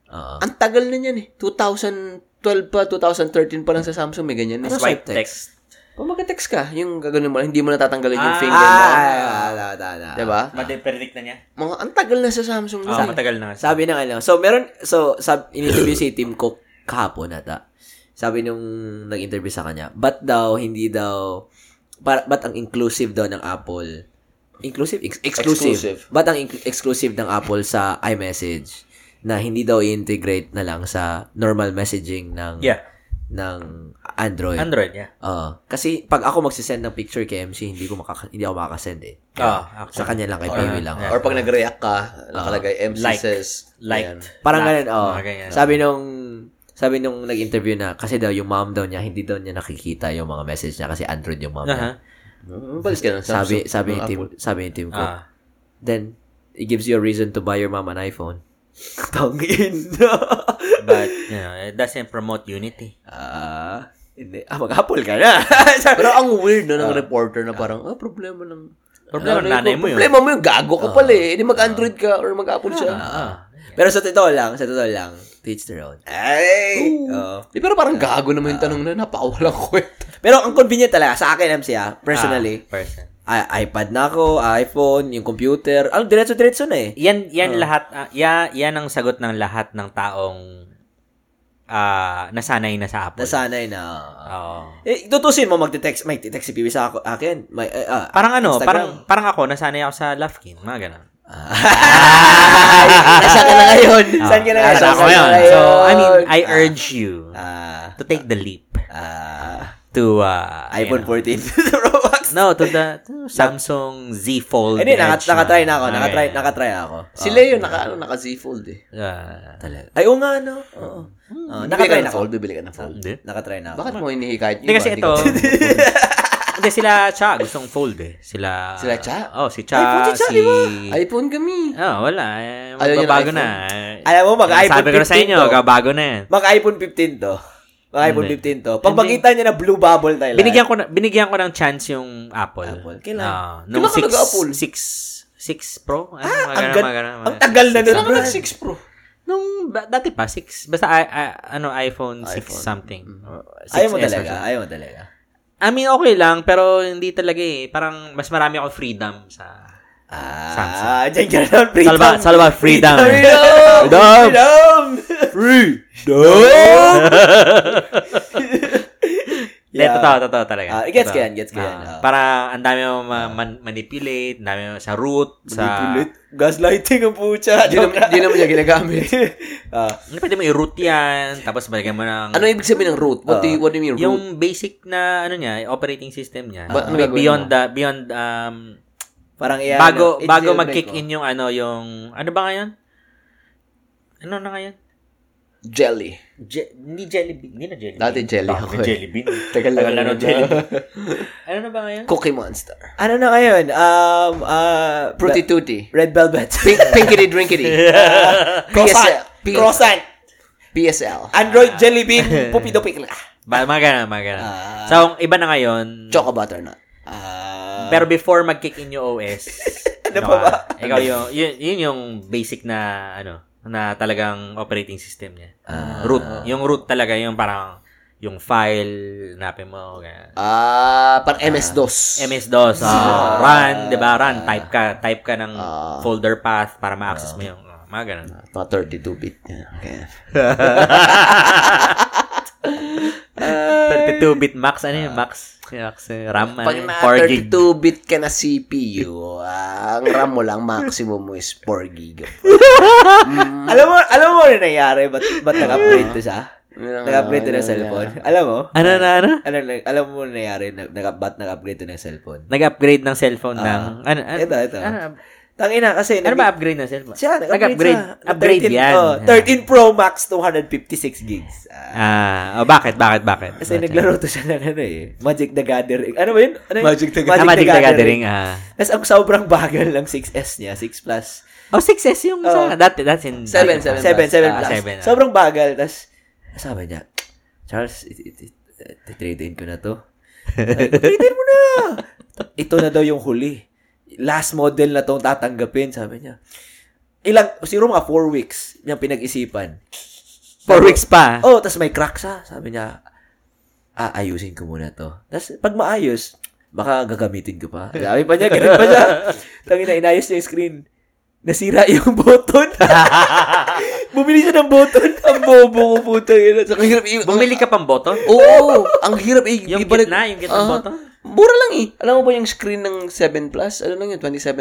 Speaker 1: Oo.
Speaker 2: Ang tagal na niyan eh. 2012 pa, 2013 pa lang sa Samsung may ganyan. eh.
Speaker 3: Swipe
Speaker 1: Ano Swipe
Speaker 3: text.
Speaker 2: Pag mag-text ka, yung gagawin mo lang, hindi mo natatanggalin yung
Speaker 3: Ah,
Speaker 2: finger mo.
Speaker 1: Ah, da, da, da.
Speaker 2: Diba?
Speaker 3: Madi-predict na niya?
Speaker 2: Mga, ang tagal na sa Samsung.
Speaker 3: Oo,
Speaker 2: nun
Speaker 1: Ah.
Speaker 2: eh.
Speaker 3: Ah, matagal na nga.
Speaker 1: Sabi ng ano, so meron, so sab, in-interview si Tim Cook kahapon ata. Sabi nung nag-interview sa kanya, but daw, hindi daw, para, ba't ang inclusive daw ng Apple, inclusive? Ex- exclusive.
Speaker 2: Exclusive.
Speaker 1: Ba't ang inc- exclusive ng Apple sa iMessage na hindi daw i-integrate na lang sa normal messaging ng
Speaker 3: Yeah.
Speaker 1: ng Android.
Speaker 3: Android, yeah.
Speaker 1: Oo. kasi pag ako magsisend ng picture kay MC, hindi ko makaka- hindi ako makakasend eh.
Speaker 3: Ah,
Speaker 1: sa kanya lang kay Piwi lang.
Speaker 2: eh. Or pag nag-react ka,
Speaker 1: Ah.
Speaker 2: nakalagay MC
Speaker 3: Like.
Speaker 2: says, ayan.
Speaker 3: Liked.
Speaker 1: Parang
Speaker 3: Laugh.
Speaker 1: ganun, oh.
Speaker 3: Mga ganyan.
Speaker 1: Sabi nung sabi nung nag-interview na kasi daw yung mom daw niya hindi daw niya nakikita yung mga message niya kasi Android yung mom niya.
Speaker 3: Aha.
Speaker 2: Mm, Balis ka ng
Speaker 1: Sabi
Speaker 2: Samsung.
Speaker 1: sabi ni
Speaker 2: ng
Speaker 1: team
Speaker 2: Apple.
Speaker 1: sabi ni team ko.
Speaker 3: ano, Ah.
Speaker 1: Then it gives you a reason to buy your mom an iPhone. <laughs> Tangin na.
Speaker 3: But, you know, it doesn't promote unity.
Speaker 1: Ah, hindi. Ah, mag-apple ka na. <laughs>
Speaker 2: Pero ang weird no, ng reporter na parang, ah, problema ng...
Speaker 3: Problema ng nanay mo yun. Ah.
Speaker 2: Problema mo yun, gago ka pala eh. Hindi mag-Android ka or mag-Apple siya.
Speaker 1: Ah. Pero sa totoo lang, sa totoo lang, teach their own.
Speaker 3: Eh,
Speaker 1: Ay!
Speaker 3: ah.
Speaker 1: Oo.
Speaker 2: Di, Eh, pero parang gago naman yung tanong na, napakawalang
Speaker 3: <laughs>
Speaker 2: kwenta.
Speaker 1: Pero ang convenient talaga, sa akin, MC, ah, personally,
Speaker 3: Ah, person.
Speaker 1: i- iPad na ako, iPhone, yung computer, ano, diretso-diretso na eh.
Speaker 3: Yan yan lahat ah, ya- yan ang sagot ng lahat ng taong ah, nasanay na sa Apple.
Speaker 1: Nasanay na. oo.
Speaker 3: Oo.
Speaker 1: Eh, tutusin mo, magte-text, may text si Piwi sa ako, akin. May, eh, ah,
Speaker 3: Parang ano,
Speaker 1: Instagram.
Speaker 3: parang parang ako nasanay ako sa Lafkin, mga ganun.
Speaker 1: Ah, Nasaan ka na ngayon? Saan ka na ngayon?
Speaker 3: Nasaan
Speaker 1: Nasaan
Speaker 3: ako
Speaker 1: ka
Speaker 3: ngayon?
Speaker 1: na ngayon?
Speaker 3: So, I
Speaker 2: Ah.
Speaker 3: mean, ah. I urge you
Speaker 1: Ah,
Speaker 3: to take the leap
Speaker 1: ah,
Speaker 3: to uh,
Speaker 1: iPhone <laughs> 14
Speaker 3: you
Speaker 1: Pro Max.
Speaker 3: know. No, to the to Samsung Z Fold.
Speaker 1: Hindi, naka,
Speaker 3: Edge Ah,
Speaker 1: nakatry na ako.
Speaker 3: Okay.
Speaker 1: Nakatry, nakatry ako.
Speaker 2: Si Leo, naka, ano, naka Z-fold eh.
Speaker 3: Ah,
Speaker 1: Talaga. Ay, oo nga, no? Oo.
Speaker 3: Hmm,
Speaker 1: Ah,
Speaker 2: Bibili ka
Speaker 1: nakatry na
Speaker 2: ng
Speaker 1: ako.
Speaker 2: fold, bibili ka ng fold.
Speaker 3: Hindi.
Speaker 1: Nakatry na ako.
Speaker 2: Bakit mo hinihikayat
Speaker 3: Ah. Hindi kasi ito. <laughs> Hindi sila Cha gustong fold eh. Sila
Speaker 2: Sila Cha?
Speaker 3: Oh, si
Speaker 1: Ay,
Speaker 3: Cha,
Speaker 1: puti Cha,
Speaker 3: si
Speaker 1: di ba?
Speaker 2: <laughs> iPhone kami.
Speaker 3: Oh, wala. Eh,
Speaker 2: Ayaw niya ng
Speaker 3: magbabago na.
Speaker 1: Alam mo, mag-iPhone
Speaker 3: Sabi ko na sa
Speaker 1: 15
Speaker 3: inyo,
Speaker 1: to.
Speaker 3: gabago na yan.
Speaker 1: Mag-iPhone 15 to. Mag-iPhone
Speaker 3: Hindi.
Speaker 1: 15 to. Pag makita niya na blue bubble tayo.
Speaker 3: Binigyan ko na, binigyan ko ng chance yung Apple.
Speaker 1: Apple, kailan?
Speaker 3: Ah,
Speaker 2: Kailan ka nag-Apple?
Speaker 3: nung 6 6 Pro? Ano, ah,
Speaker 1: ang,
Speaker 3: magana,
Speaker 1: gan-
Speaker 3: magana,
Speaker 1: ang tagal na nun.
Speaker 2: Kailangan ka
Speaker 1: bro.
Speaker 2: ng 6 Pro.
Speaker 3: Nung, ba- dati pa, 6. Basta, I, I- ano, iPhone 6 something. Oh, Or
Speaker 1: Ayaw mo
Speaker 3: 6S
Speaker 1: talaga.
Speaker 3: version.
Speaker 1: Ayaw mo talaga.
Speaker 3: I mean, okay lang, pero hindi talaga eh. Parang, mas marami ako freedom sa...
Speaker 1: Ah,
Speaker 3: Samsung.
Speaker 1: dyan ka na. Freedom.
Speaker 3: Salva, salva, freedom.
Speaker 1: Freedom!
Speaker 3: Freedom!
Speaker 1: Freedom! Freedom! <laughs>
Speaker 3: Hindi,
Speaker 1: Yeah.
Speaker 3: Eh, totoo, totoo talaga.
Speaker 1: Ah, gets
Speaker 3: Totoo.
Speaker 1: ko yan, gets ko yan.
Speaker 3: Ah,
Speaker 1: Ah.
Speaker 3: para ang dami mo ma- man- manipulate, ang dami mo sa root, sa...
Speaker 1: Manipulit. Gaslighting ang
Speaker 3: Ah,
Speaker 1: pucha.
Speaker 2: Di naman, di naman niya
Speaker 3: <laughs>
Speaker 2: ginagamit.
Speaker 1: <laughs> Ah,
Speaker 3: Hindi, Pwede mo i-root yan, tapos bagay mo ng...
Speaker 2: ano ibig sabihin ng root? What do you, what do you mean root?
Speaker 3: Ah. yung basic na ano niya, operating system niya.
Speaker 2: Ba- ano
Speaker 3: Be-
Speaker 2: gagawin
Speaker 3: beyond
Speaker 2: mo?
Speaker 3: the beyond um
Speaker 1: parang iyan.
Speaker 3: bago
Speaker 1: It's
Speaker 3: bago
Speaker 1: jailbreak
Speaker 3: mag-kick
Speaker 1: mo.
Speaker 3: in yung ano yung ano ba ngayon? Ano na ngayon?
Speaker 2: Jelly.
Speaker 3: Je- hindi jelly bean, hindi na jelly bean.
Speaker 2: Dati jelly
Speaker 3: Dami
Speaker 2: ako eh.
Speaker 3: jelly bean.
Speaker 2: <laughs> Tagal na
Speaker 3: Tagal na
Speaker 2: rin
Speaker 3: no
Speaker 2: na.
Speaker 3: jelly bean. <laughs> ano na ba ngayon?
Speaker 2: Cookie Monster.
Speaker 1: Ano na ngayon? Um, ah,
Speaker 2: Fruity
Speaker 1: be-
Speaker 2: Tootie.
Speaker 1: Red Velvet. <laughs>
Speaker 2: Pink, pinkity drinkity.
Speaker 3: <laughs>
Speaker 1: Croissant.
Speaker 2: PSL. P-
Speaker 1: Croissant.
Speaker 2: PSL.
Speaker 1: Android
Speaker 3: Ah.
Speaker 1: Jelly
Speaker 3: <laughs>
Speaker 1: Bean. Pupido Pickle.
Speaker 3: Ba, mga ganun, mga ganun.
Speaker 1: Ah.
Speaker 3: so, ang iba na ngayon.
Speaker 2: Choco butternut.
Speaker 1: Ah.
Speaker 3: Pero before mag-kick in yung
Speaker 1: <laughs>
Speaker 3: OS,
Speaker 1: pa
Speaker 3: ano ka,
Speaker 1: ba?
Speaker 3: Ikaw yung, yun, yun yung basic na, ano, na talagang operating system niya.
Speaker 1: Ah.
Speaker 3: root. Yung root talaga, yung parang, yung file, napin mo, ganyan.
Speaker 2: Ah, pang MS-DOS.
Speaker 3: MS-DOS, ah, run, di ba? Run, type ka, type ka ng
Speaker 2: Ah.
Speaker 3: folder path para ma-access mo yung, ah, mga ganun.
Speaker 2: Mga 32-bit. Yeah, Okay.
Speaker 3: 32-bit max, ano
Speaker 1: Ah.
Speaker 3: yung max? Max, eh, RAM, ano,
Speaker 2: Pag
Speaker 3: yun?
Speaker 2: na
Speaker 3: 4 gig.
Speaker 2: 32-bit ka na CPU, ah, ang RAM mo lang maximum mo is 4 gig.
Speaker 1: Alam Ah. mo, alam mo ya, rin nangyari, ba't, ba't nag-upgrade to siya? Nag-upgrade to ng cellphone. Alam mo?
Speaker 3: Ano na, ano?
Speaker 1: Ano, nag- <laughs> alam mo nangyari, nag, nag- ba't nag-upgrade to ng cellphone?
Speaker 3: Nag-upgrade ng cellphone ng, ano, ano,
Speaker 1: Ah. Ito, ito.
Speaker 3: ano,
Speaker 1: Tangina kasi,
Speaker 3: Ano
Speaker 1: nag-
Speaker 3: ba upgrade na cellphone?
Speaker 1: Siya,
Speaker 3: Nag-upgrade.
Speaker 1: siya.
Speaker 3: Upgrade
Speaker 1: 13,
Speaker 3: yan.
Speaker 1: oh, 13 Pro Max, 256 gigs. Ah,
Speaker 3: Ah, oh, bakit, bakit, bakit?
Speaker 1: kasi naglaro to siya ng ano eh. Magic the Gathering. Ano ba yun? Ano yun?
Speaker 2: Magic the
Speaker 3: Magic, ah, Magic the Gathering. Ah.
Speaker 1: Tapos ang sobrang bagal ng 6S niya, 6 plus.
Speaker 3: Oh, 6S yung sa, dati, dati. in-
Speaker 2: Seven,
Speaker 3: dati pa.
Speaker 2: seven.
Speaker 1: 7, 7
Speaker 2: Ah,
Speaker 1: plus.
Speaker 3: seven, ah.
Speaker 1: Sobrang bagal. Tapos, sabi niya, Charles, it, it, it, it, trade-in ko na to. Sabi ko, Trade-in mo na! Ito na daw yung huli. Last model na tong tatanggapin, sabi niya. Ilang, siguro mga 4 weeks niyang pinag-isipan.
Speaker 3: Four weeks pa.
Speaker 1: Oh, tas may crack siya. Sabi niya, ah, ayusin ko muna to. Tas pag maayos, baka gagamitin ko <laughs> pa. Sabi pa niya, ganun pa <laughs> siya. Tangin na, inayos niya yung screen. Nasira <laughs> yung button. Bumili siya ng button. <laughs> Ang bobo ko puta. yun.
Speaker 2: Ang hirap i-
Speaker 3: Bumili ka pang boto?
Speaker 2: Oh. Oo, ang hirap i-
Speaker 3: Yung
Speaker 2: ibalik-
Speaker 3: gitna, yung gitna
Speaker 2: Ah,
Speaker 3: button?
Speaker 2: Mura lang eh. Alam mo ba yung screen ng 7 Plus? Ano lang yun, $27.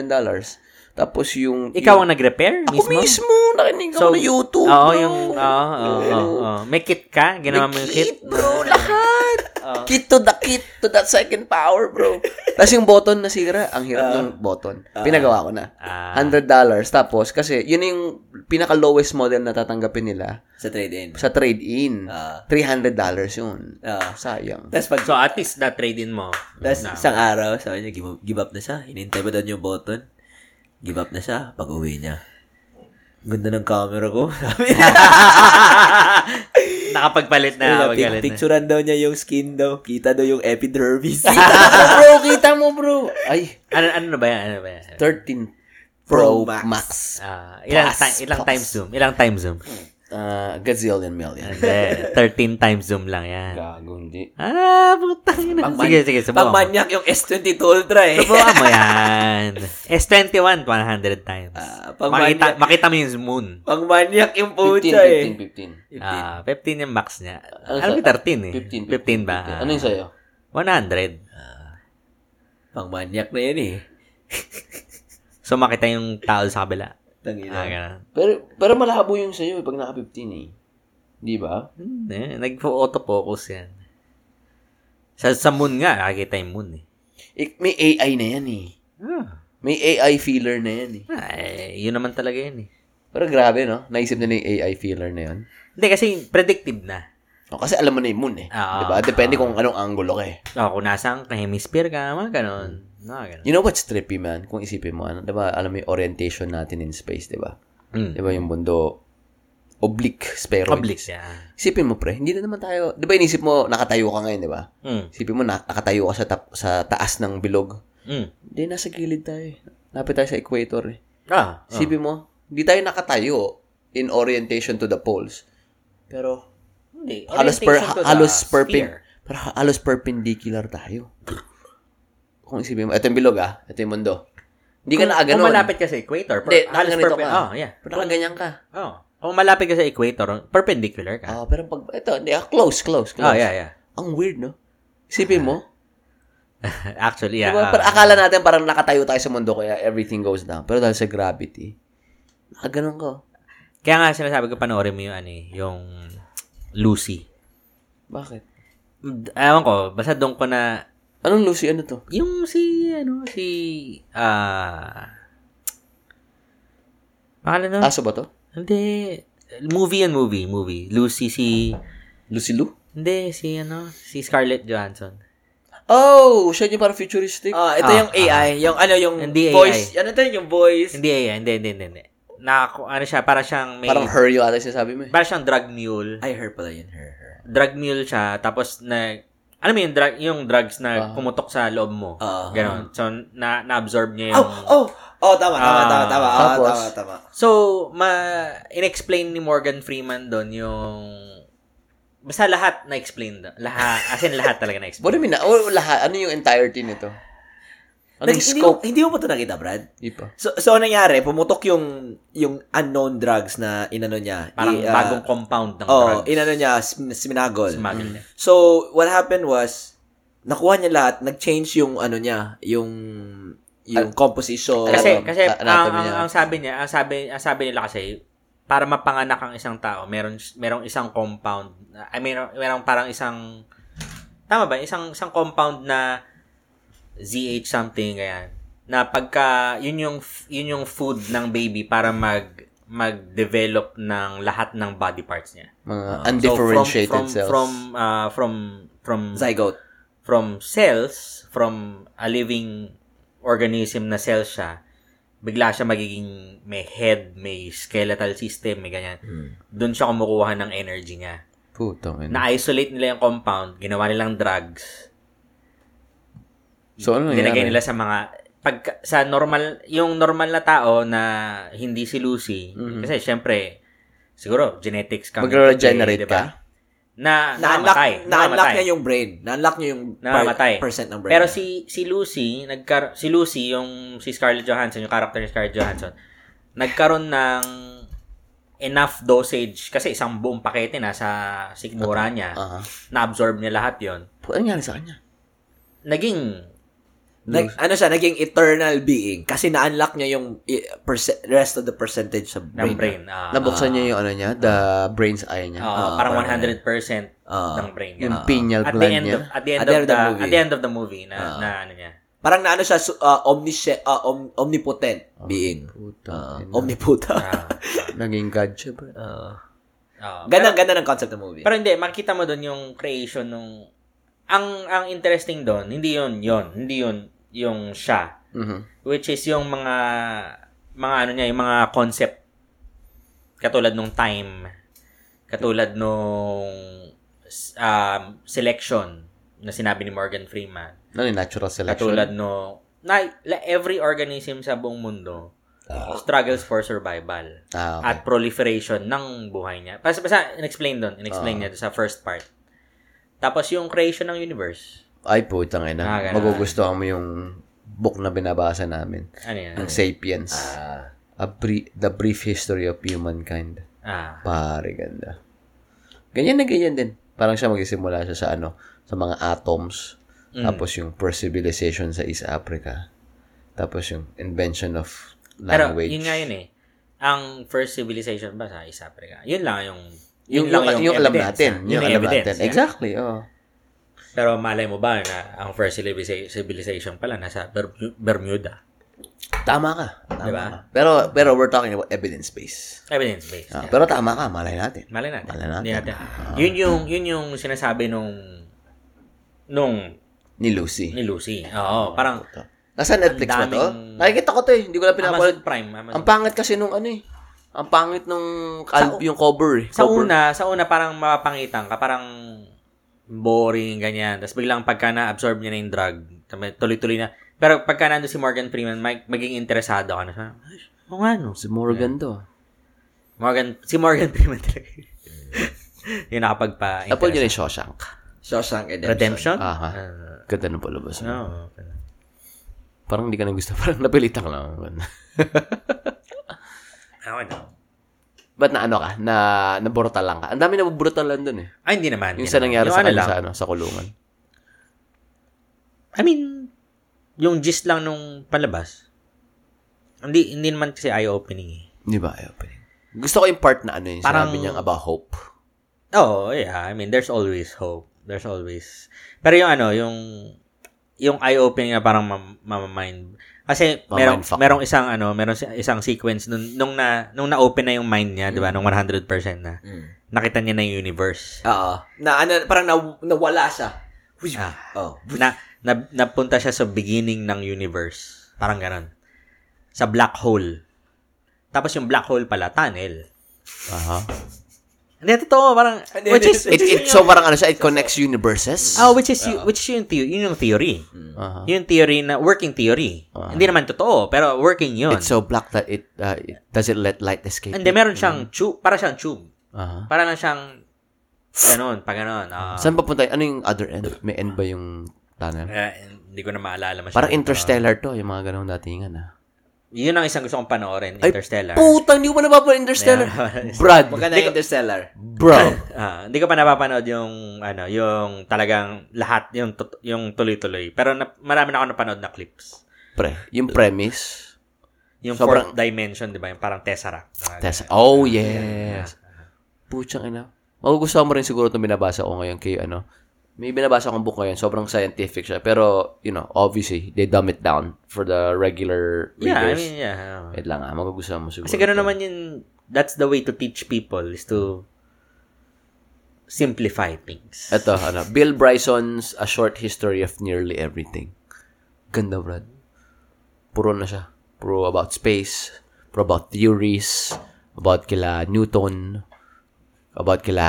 Speaker 2: Tapos yung...
Speaker 3: Ikaw ang nag-repair
Speaker 2: Ako
Speaker 3: mismo?
Speaker 2: mismo, nakinig ako ng YouTube.
Speaker 3: Oo,
Speaker 2: bro.
Speaker 3: yung, ah, oo, oo, oo, oo. May kit ka? Ginawa mo yung kit?
Speaker 2: Kit, bro, lahat. Kit to the kit to that second power, bro. Tapos yung button nasira, ang hirap ng button. Pinagawa ko na.
Speaker 3: Ah.
Speaker 2: $100. Tapos, kasi yun yung pinaka-lowest model na tatanggapin nila
Speaker 1: Sa trade-in.
Speaker 2: sa trade-in.
Speaker 1: Ah.
Speaker 2: $300 yun.
Speaker 1: Ah.
Speaker 2: Sayang. <laughs>
Speaker 1: Tapos pag
Speaker 3: So, at least na trade-in mo.
Speaker 1: Tapos isang araw, sabi niya, give up, give up na siya. Hinintay pa doon yung button. Give up na siya. Pag uwi niya. Ganda ng camera ko. <laughs> Sabi niya.
Speaker 3: Nakapagpalit na.
Speaker 1: Sabi niya,
Speaker 3: Magalit na.
Speaker 1: Picturean daw niya yung skin daw. Kita daw yung epidermis. <laughs>
Speaker 2: Kita mo, bro. Kita mo, bro. Ay,
Speaker 3: Ano, ano na ba yan? Ano ba yan?
Speaker 2: 13
Speaker 1: Pro
Speaker 2: Pro
Speaker 1: Max.
Speaker 2: Max.
Speaker 3: Ah, ilang,
Speaker 2: Plus,
Speaker 3: time, ilang
Speaker 2: plus.
Speaker 3: time zoom? Ilang time zoom?
Speaker 2: ah, gazillion million.
Speaker 3: Hindi, 13 times zoom lang yan.
Speaker 2: Gago, hindi.
Speaker 3: Ah, putang ina. Sige, sige,
Speaker 1: Pang
Speaker 3: subukan mo.
Speaker 1: manyak yung S22 Ultra eh.
Speaker 3: Subukan
Speaker 2: <laughs>
Speaker 3: mo yan. S21, 100 times.
Speaker 1: Ah, pag
Speaker 3: makita,
Speaker 1: manyak-
Speaker 3: makita mo yung moon.
Speaker 1: Pang manyak yung
Speaker 2: 15,
Speaker 1: puta eh.
Speaker 2: 15, 15.
Speaker 3: Ah, 15 yung max niya.
Speaker 2: Ano
Speaker 3: Alam ko
Speaker 2: sa-
Speaker 3: 13 eh.
Speaker 2: 15,
Speaker 3: 15, ba? Ah.
Speaker 2: 15. Ano yung sa'yo?
Speaker 3: 100.
Speaker 1: Pang manyak na yan eh.
Speaker 3: So, makita yung tao sa kabila. Ah,
Speaker 1: Tangina.
Speaker 3: ganun.
Speaker 2: Pero, pero malabo yung sa'yo eh, pag naka 15 eh. Di ba?
Speaker 3: Hmm, eh, Nag-autofocus yan. Sa, sa moon nga, nakakita yung moon eh.
Speaker 2: Ik- May AI na yan eh.
Speaker 3: Ah,
Speaker 2: May AI feeler na yan eh.
Speaker 3: eh, yun naman talaga yun eh.
Speaker 2: Pero grabe, no? Naisip nila yung AI feeler na yun.
Speaker 3: Hindi, kasi predictive na.
Speaker 2: O, kasi alam mo na yung moon eh.
Speaker 3: Ah.
Speaker 2: Di ba? Depende kung anong angulo ka eh.
Speaker 3: O, Oh, kung nasang hemisphere ka, mga ganon. Mga ganon.
Speaker 2: You know what's trippy, man? Kung isipin mo, ano, di ba, alam mo yung orientation natin in space, di ba?
Speaker 3: Mm.
Speaker 2: Di ba yung mundo oblique spheroid?
Speaker 3: Public siya.
Speaker 2: Isipin mo, pre, hindi na naman tayo. Di ba inisip mo, nakatayo ka ngayon, di ba?
Speaker 3: Mm.
Speaker 2: Isipin mo, na- nakatayo ka sa, tap- sa taas ng bilog.
Speaker 3: Mm.
Speaker 2: Hindi, nasa gilid tayo eh. Lapit tayo sa equator eh.
Speaker 3: Ah, oh.
Speaker 2: Isipin mo, hindi tayo nakatayo in orientation to the poles. Pero,
Speaker 3: Hindi.
Speaker 2: halos
Speaker 3: Orientation
Speaker 2: per
Speaker 3: to the
Speaker 2: halos
Speaker 3: sphere.
Speaker 2: perpin pero halos perpendicular tayo. Kung isipin mo, ito yung bilog ah, ito yung mundo. Hindi ka
Speaker 3: Kung-
Speaker 2: na ah,
Speaker 3: Kung
Speaker 2: ganun.
Speaker 3: malapit ka sa equator, per,
Speaker 2: Hindi,
Speaker 3: halos
Speaker 2: nakaganito
Speaker 3: perpen-
Speaker 2: ka.
Speaker 3: Oh, yeah.
Speaker 2: Pero nakaganyan ka.
Speaker 3: Oh. Kung malapit ka sa equator, perpendicular ka.
Speaker 2: Ah, pero pag ito, hindi ah, close, close,
Speaker 3: Oh,
Speaker 2: close.
Speaker 3: yeah, yeah. <laughs>
Speaker 2: Ang weird, no? Isipin mo,
Speaker 3: Actually, yeah. ah.
Speaker 2: diba, parang akala natin parang nakatayo tayo sa mundo kaya everything goes down. Pero dahil sa gravity, nakaganon ka.
Speaker 3: Kaya nga sinasabi ko, panoorin mo yung, ano, eh, yung Lucy.
Speaker 2: Bakit?
Speaker 3: Ewan ko, basta doon ko na,
Speaker 2: Anong Lucy, ano to?
Speaker 3: yung si, ano, si, ah, pangalan nun?
Speaker 2: Aso ba to?
Speaker 3: Hindi. Movie and movie, movie. Lucy si...
Speaker 2: Lucy Lou?
Speaker 3: Hindi, si ano, si Scarlett Johansson.
Speaker 2: Oh, siya yung parang futuristic.
Speaker 1: Ah, ito
Speaker 3: Ah,
Speaker 1: yung AI. Yung ano, yung
Speaker 3: Hindi
Speaker 1: voice. Ano to yung voice?
Speaker 3: Hindi, eh, hindi, hindi, hindi. hindi. Nakaku- ano siya, para siyang may...
Speaker 2: parang
Speaker 3: Parang,
Speaker 2: her yung ata sinasabi mo eh.
Speaker 3: siyang drug mule.
Speaker 1: Ay, her pala yun. Her, her.
Speaker 3: Drug mule siya, tapos na... Alam mo yung, drug, yung drugs na kumutok sa loob mo.
Speaker 1: Ah.
Speaker 3: Ganon. So, na, na-absorb niya yung...
Speaker 1: Oh, oh! Oh, tama, tama,
Speaker 3: Ah,
Speaker 1: tama, tama. Ah,
Speaker 2: tapos?
Speaker 1: tama, tama.
Speaker 3: So, ma... In-explain ni Morgan Freeman doon yung... Basta lahat na-explain doon. Lahat, as in lahat talaga
Speaker 2: What
Speaker 3: na-explain.
Speaker 2: do you mean? na- Oh, lahat. Ano yung entirety nito?
Speaker 1: Nag-
Speaker 2: Anong
Speaker 1: hindi, mo,
Speaker 2: scope?
Speaker 1: hindi mo pa ito nakita, Brad?
Speaker 2: Di pa.
Speaker 1: So, so anong nangyari, pumutok yung yung unknown drugs na inano niya.
Speaker 3: Parang
Speaker 1: I- ah,
Speaker 3: bagong compound ng
Speaker 1: Oh,
Speaker 3: drugs.
Speaker 1: inano niya, sm- sminagol.
Speaker 3: Smuggle niya.
Speaker 1: So, what happened was, nakuha niya lahat, nag-change yung ano niya, yung yung composition.
Speaker 3: Ah, Kasi
Speaker 2: Anatomy-
Speaker 3: kasi ang,
Speaker 2: ano, anatomy
Speaker 3: ang,
Speaker 2: niya.
Speaker 3: ang sabi niya, ang sabi ang sabi nila kasi para mapanganak ang isang tao, meron merong isang compound. I mean, merong parang isang tama ba? Isang isang compound na ZH something ganyan. Na pagka yun yung f- yun yung food ng baby para mag mag-develop ng lahat ng body parts niya. Ah,
Speaker 2: Mga
Speaker 3: So, from-
Speaker 2: undifferentiated
Speaker 3: from,
Speaker 2: cells.
Speaker 3: From ah, from from
Speaker 1: zygote.
Speaker 3: from cells, from a living organism na cell siya, bigla siya magiging may head, may skeletal system, may ganyan. Doon siya kumukuha ng energy niya.
Speaker 2: Putong ina.
Speaker 3: Na-isolate nila yung compound, ginawa nilang drugs.
Speaker 2: So, ano
Speaker 3: Dinagay
Speaker 2: nangyari?
Speaker 3: nila sa mga pag sa normal yung normal na tao na hindi si Lucy
Speaker 2: Mm-hmm.
Speaker 3: kasi syempre siguro genetics ka
Speaker 2: Magre-regenerate ka?
Speaker 3: diba? na
Speaker 1: Na-unlock,
Speaker 3: namatay
Speaker 1: na-unlock
Speaker 3: namatay.
Speaker 1: niya yung brain. Na-unlock niya yung per-
Speaker 3: Namamatay.
Speaker 1: percent ng brain.
Speaker 3: Pero si si Lucy, nagkar si Lucy yung si Scarlett Johansson, yung character ni Scarlett Johansson, nagkaroon ng enough dosage kasi isang buong pakete na sa sigmura niya,
Speaker 2: Aha.
Speaker 3: na-absorb niya lahat 'yon.
Speaker 2: Puta, Ano Ah. nangyari sa kanya?
Speaker 3: Naging
Speaker 1: Nag, ano siya, naging eternal being kasi na-unlock niya yung i- perce- rest of the percentage sa
Speaker 3: ng
Speaker 1: brain.
Speaker 3: brain. ah,
Speaker 2: Nabuksan niya yung ano niya, the brain's eye
Speaker 3: ah,
Speaker 2: niya.
Speaker 3: ah, parang 100%
Speaker 1: Ah.
Speaker 3: ng brain. ganun.
Speaker 2: yung pineal
Speaker 3: at the
Speaker 2: gland
Speaker 3: end
Speaker 2: niya.
Speaker 3: of at the end, of, the,
Speaker 1: movie.
Speaker 3: at the end of the movie na na ano niya.
Speaker 1: Parang naano siya su- ah, omnisci- ah, om- omnipotent being.
Speaker 2: Puta.
Speaker 1: Ah, omniputa.
Speaker 3: Ah,
Speaker 2: Naging god siya, bro.
Speaker 3: ah.
Speaker 1: Ganang ganda ng concept ng movie.
Speaker 3: Pero hindi, makita mo doon yung creation nung ang ang interesting doon, hindi yon yon, hindi yon yung siya,
Speaker 2: Mhm.
Speaker 3: which is yung mga mga ano niya, yung mga concept katulad nung time, katulad nung um, selection na sinabi ni Morgan Freeman,
Speaker 2: Ano yung natural selection?
Speaker 3: katulad no na la- every organism sa buong mundo struggles for survival
Speaker 2: Ah, okay.
Speaker 3: at proliferation ng buhay niya. Basta, basta in-explain doon. In-explain
Speaker 2: Ah.
Speaker 3: niya doon sa first part. Tapos yung creation ng universe.
Speaker 2: Ay po, tangay na.
Speaker 3: Ah, ganun.
Speaker 2: Magugustuhan mo yung book na binabasa namin.
Speaker 3: Ano yan?
Speaker 2: Ang Sapiens.
Speaker 3: Ah.
Speaker 2: A bri- the Brief History of Humankind.
Speaker 3: Ah.
Speaker 2: Pare, ganda. Ganyan na ganyan din. Parang siya magsisimula siya sa ano, sa mga atoms.
Speaker 3: Mm.
Speaker 2: Tapos yung first civilization sa East Africa. Tapos yung invention of
Speaker 3: Pero
Speaker 2: language.
Speaker 3: yun nga yun eh. Ang first civilization ba sa East Africa? Yun lang yung
Speaker 2: yung,
Speaker 3: lang
Speaker 2: yung, yung alam
Speaker 3: evidence,
Speaker 2: natin.
Speaker 3: ah.
Speaker 2: Yung,
Speaker 3: may
Speaker 2: alam
Speaker 3: evidence,
Speaker 2: natin.
Speaker 3: yeah.
Speaker 2: Exactly, oh.
Speaker 3: Pero malay mo ba na ang first civilisa- civilization pala nasa Bermu- Bermuda?
Speaker 2: Tama ka. Tama
Speaker 3: Diba?
Speaker 2: ka. Pero, pero we're talking about evidence-based.
Speaker 3: Evidence-based.
Speaker 2: Ah,
Speaker 3: yeah.
Speaker 2: Pero tama ka, malay natin.
Speaker 3: Malay natin.
Speaker 2: Malay natin. Ah.
Speaker 3: Hindi natin. Yun yung yun yung sinasabi nung nung
Speaker 2: Ni Lucy.
Speaker 3: ni Lucy.
Speaker 1: Ah.
Speaker 3: Oo, parang
Speaker 2: Ito. Nasa Netflix ba to?
Speaker 3: daming-
Speaker 2: Nakikita ko to eh. Hindi ko lang
Speaker 3: Amazon
Speaker 2: pinapanood.
Speaker 3: Prime.
Speaker 2: Ang
Speaker 3: Amazon.
Speaker 2: pangit kasi nung ano eh. Ang pangit nung kal- yung cover eh.
Speaker 3: Sa
Speaker 2: Cover.
Speaker 3: una, sa una parang mapapangitan ka, parang boring, ganyan. Tapos biglang pagka na-absorb niya na yung drug, tama- tuloy-tuloy na. Pero pagka nandun si Morgan Freeman, mag- maging interesado ka na. Parang, "Ay, Oo nga, no.
Speaker 2: Si Morgan to.
Speaker 3: Morgan, si Morgan <laughs> Freeman talaga. yung nakapagpa-interest.
Speaker 2: Apple yun ay Shawshank.
Speaker 1: Shawshank Redemption.
Speaker 3: Redemption?
Speaker 2: Aha.
Speaker 3: Ah,
Speaker 2: Ganda ng palabas.
Speaker 3: no.
Speaker 2: Parang hindi ka na gusto. <laughs> Parang napilitan ka lang.
Speaker 3: Ako no.
Speaker 2: Ba't na ano ka? Na, naburutal lang ka. Ang dami nabubrutalan dun eh.
Speaker 3: Ay, hindi naman.
Speaker 2: Yung
Speaker 3: hindi
Speaker 2: sa
Speaker 3: naman.
Speaker 2: nangyari
Speaker 3: Yung
Speaker 2: sa
Speaker 3: ano
Speaker 2: kanila
Speaker 3: lang,
Speaker 2: sa, ano, sa kulungan.
Speaker 3: I mean, yung gist lang nung palabas. Hindi hindi naman kasi eye-opening eh.
Speaker 2: Di ba? Ayaw pa rin. Gusto ko yung part na ano yung
Speaker 3: Parang-
Speaker 2: sinabi niyang about hope.
Speaker 3: Oh, yeah. I mean, there's always hope. There's always... Pero yung ano, yung yung eye-opening na parang mam- mamamind. Kasi merong
Speaker 2: Mamindfuck.
Speaker 3: merong isang ano, merong si- isang sequence nung nung na nung na-open na yung mind niya, 'di ba? Nung 100% na.
Speaker 1: Mm.
Speaker 3: Nakita niya na yung universe.
Speaker 1: Oo. Na, ano, parang na, nawala siya. Uy,
Speaker 3: Ah.
Speaker 1: Oh.
Speaker 3: Na, na napunta siya sa beginning ng universe. Parang ganun. Sa black hole. Tapos yung black hole pala tunnel.
Speaker 2: Aha.
Speaker 3: Hindi totoo, parang
Speaker 1: Hindi,
Speaker 3: which
Speaker 1: hindi,
Speaker 3: is
Speaker 2: It, it, so parang ano siya, it connects universes.
Speaker 3: oh, which is which is yung theory, yun yung theory.
Speaker 2: Aha.
Speaker 3: Yung theory na working theory. Hindi naman totoo, pero working yun.
Speaker 2: Ah. It's so black that it, uh, it does it let light escape.
Speaker 3: Hindi meron siyang tube, para siyang tube.
Speaker 2: Aha.
Speaker 3: Para lang siyang ganun, pa ganun. Ah,
Speaker 2: Saan papunta? yun? Ano yung other end? May end ba yung tunnel?
Speaker 3: eh, hindi ko na maalala masyado.
Speaker 2: Parang interstellar to, yung mga ganong datingan ah.
Speaker 3: Yun ang isang gusto kong panoorin, Interstellar.
Speaker 2: Puta, hindi ko pa napapanood interstellar.
Speaker 3: <laughs>
Speaker 2: Brad,
Speaker 1: Maganda yung Interstellar.
Speaker 2: bro.
Speaker 3: Ah, hindi ko pa napapanood yung ano, yung talagang lahat yung tot- yung tuloy-tuloy. Pero na, marami na ako napanood na clips.
Speaker 2: Pre, yung premise.
Speaker 3: Yung fourth
Speaker 2: Sobrang-
Speaker 3: dimension, di ba? Yung parang tesseract. Ah,
Speaker 2: Tess, oh yes. Putsang ina. Magugustuhan mo rin siguro itong binabasa ko ngayon kay ano. May binabasa akong book ngayon, sobrang scientific siya. Pero, you know, obviously, they dumb it down for the
Speaker 3: Yeah,
Speaker 2: regular
Speaker 3: I
Speaker 2: readers.
Speaker 3: mean, yeah. ah.
Speaker 2: Wait lang ah, magugustuhan mo siguro.
Speaker 3: Kasi gano'n naman yun, that's the way to teach people is to simplify things.
Speaker 2: Ito, ano, Bill Bryson's A Short History of Nearly Everything. Ganda, Brad. Puro na siya. Puro about space, puro about theories, about kila Newton, about kila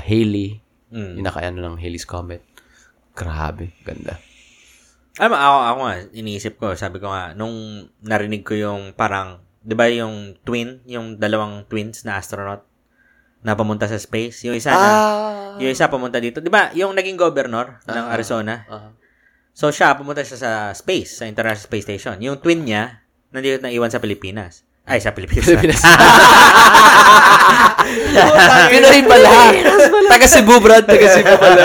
Speaker 2: Halley,
Speaker 3: Mm.
Speaker 2: yung nakaano ng Halley's Comet. Grabe, ganda.
Speaker 3: Alam mo, ako, ako nga, iniisip ko, sabi ko nga, nung narinig ko yung parang, di ba yung twin, yung dalawang twins na astronaut na pumunta sa space, yung isa na,
Speaker 2: Ah!
Speaker 3: yung isa pumunta dito, di ba, yung naging governor ng Arizona,
Speaker 2: Ah.
Speaker 3: so siya, pumunta siya sa space, sa International Space Station. Yung twin niya, nandito na iwan sa Pilipinas. Ay, sa Pilipinas.
Speaker 2: Pilipinas. <laughs> Pinoy
Speaker 3: <laughs>
Speaker 2: pala. Taga Cebu, Brad. <laughs> Taga Cebu pala.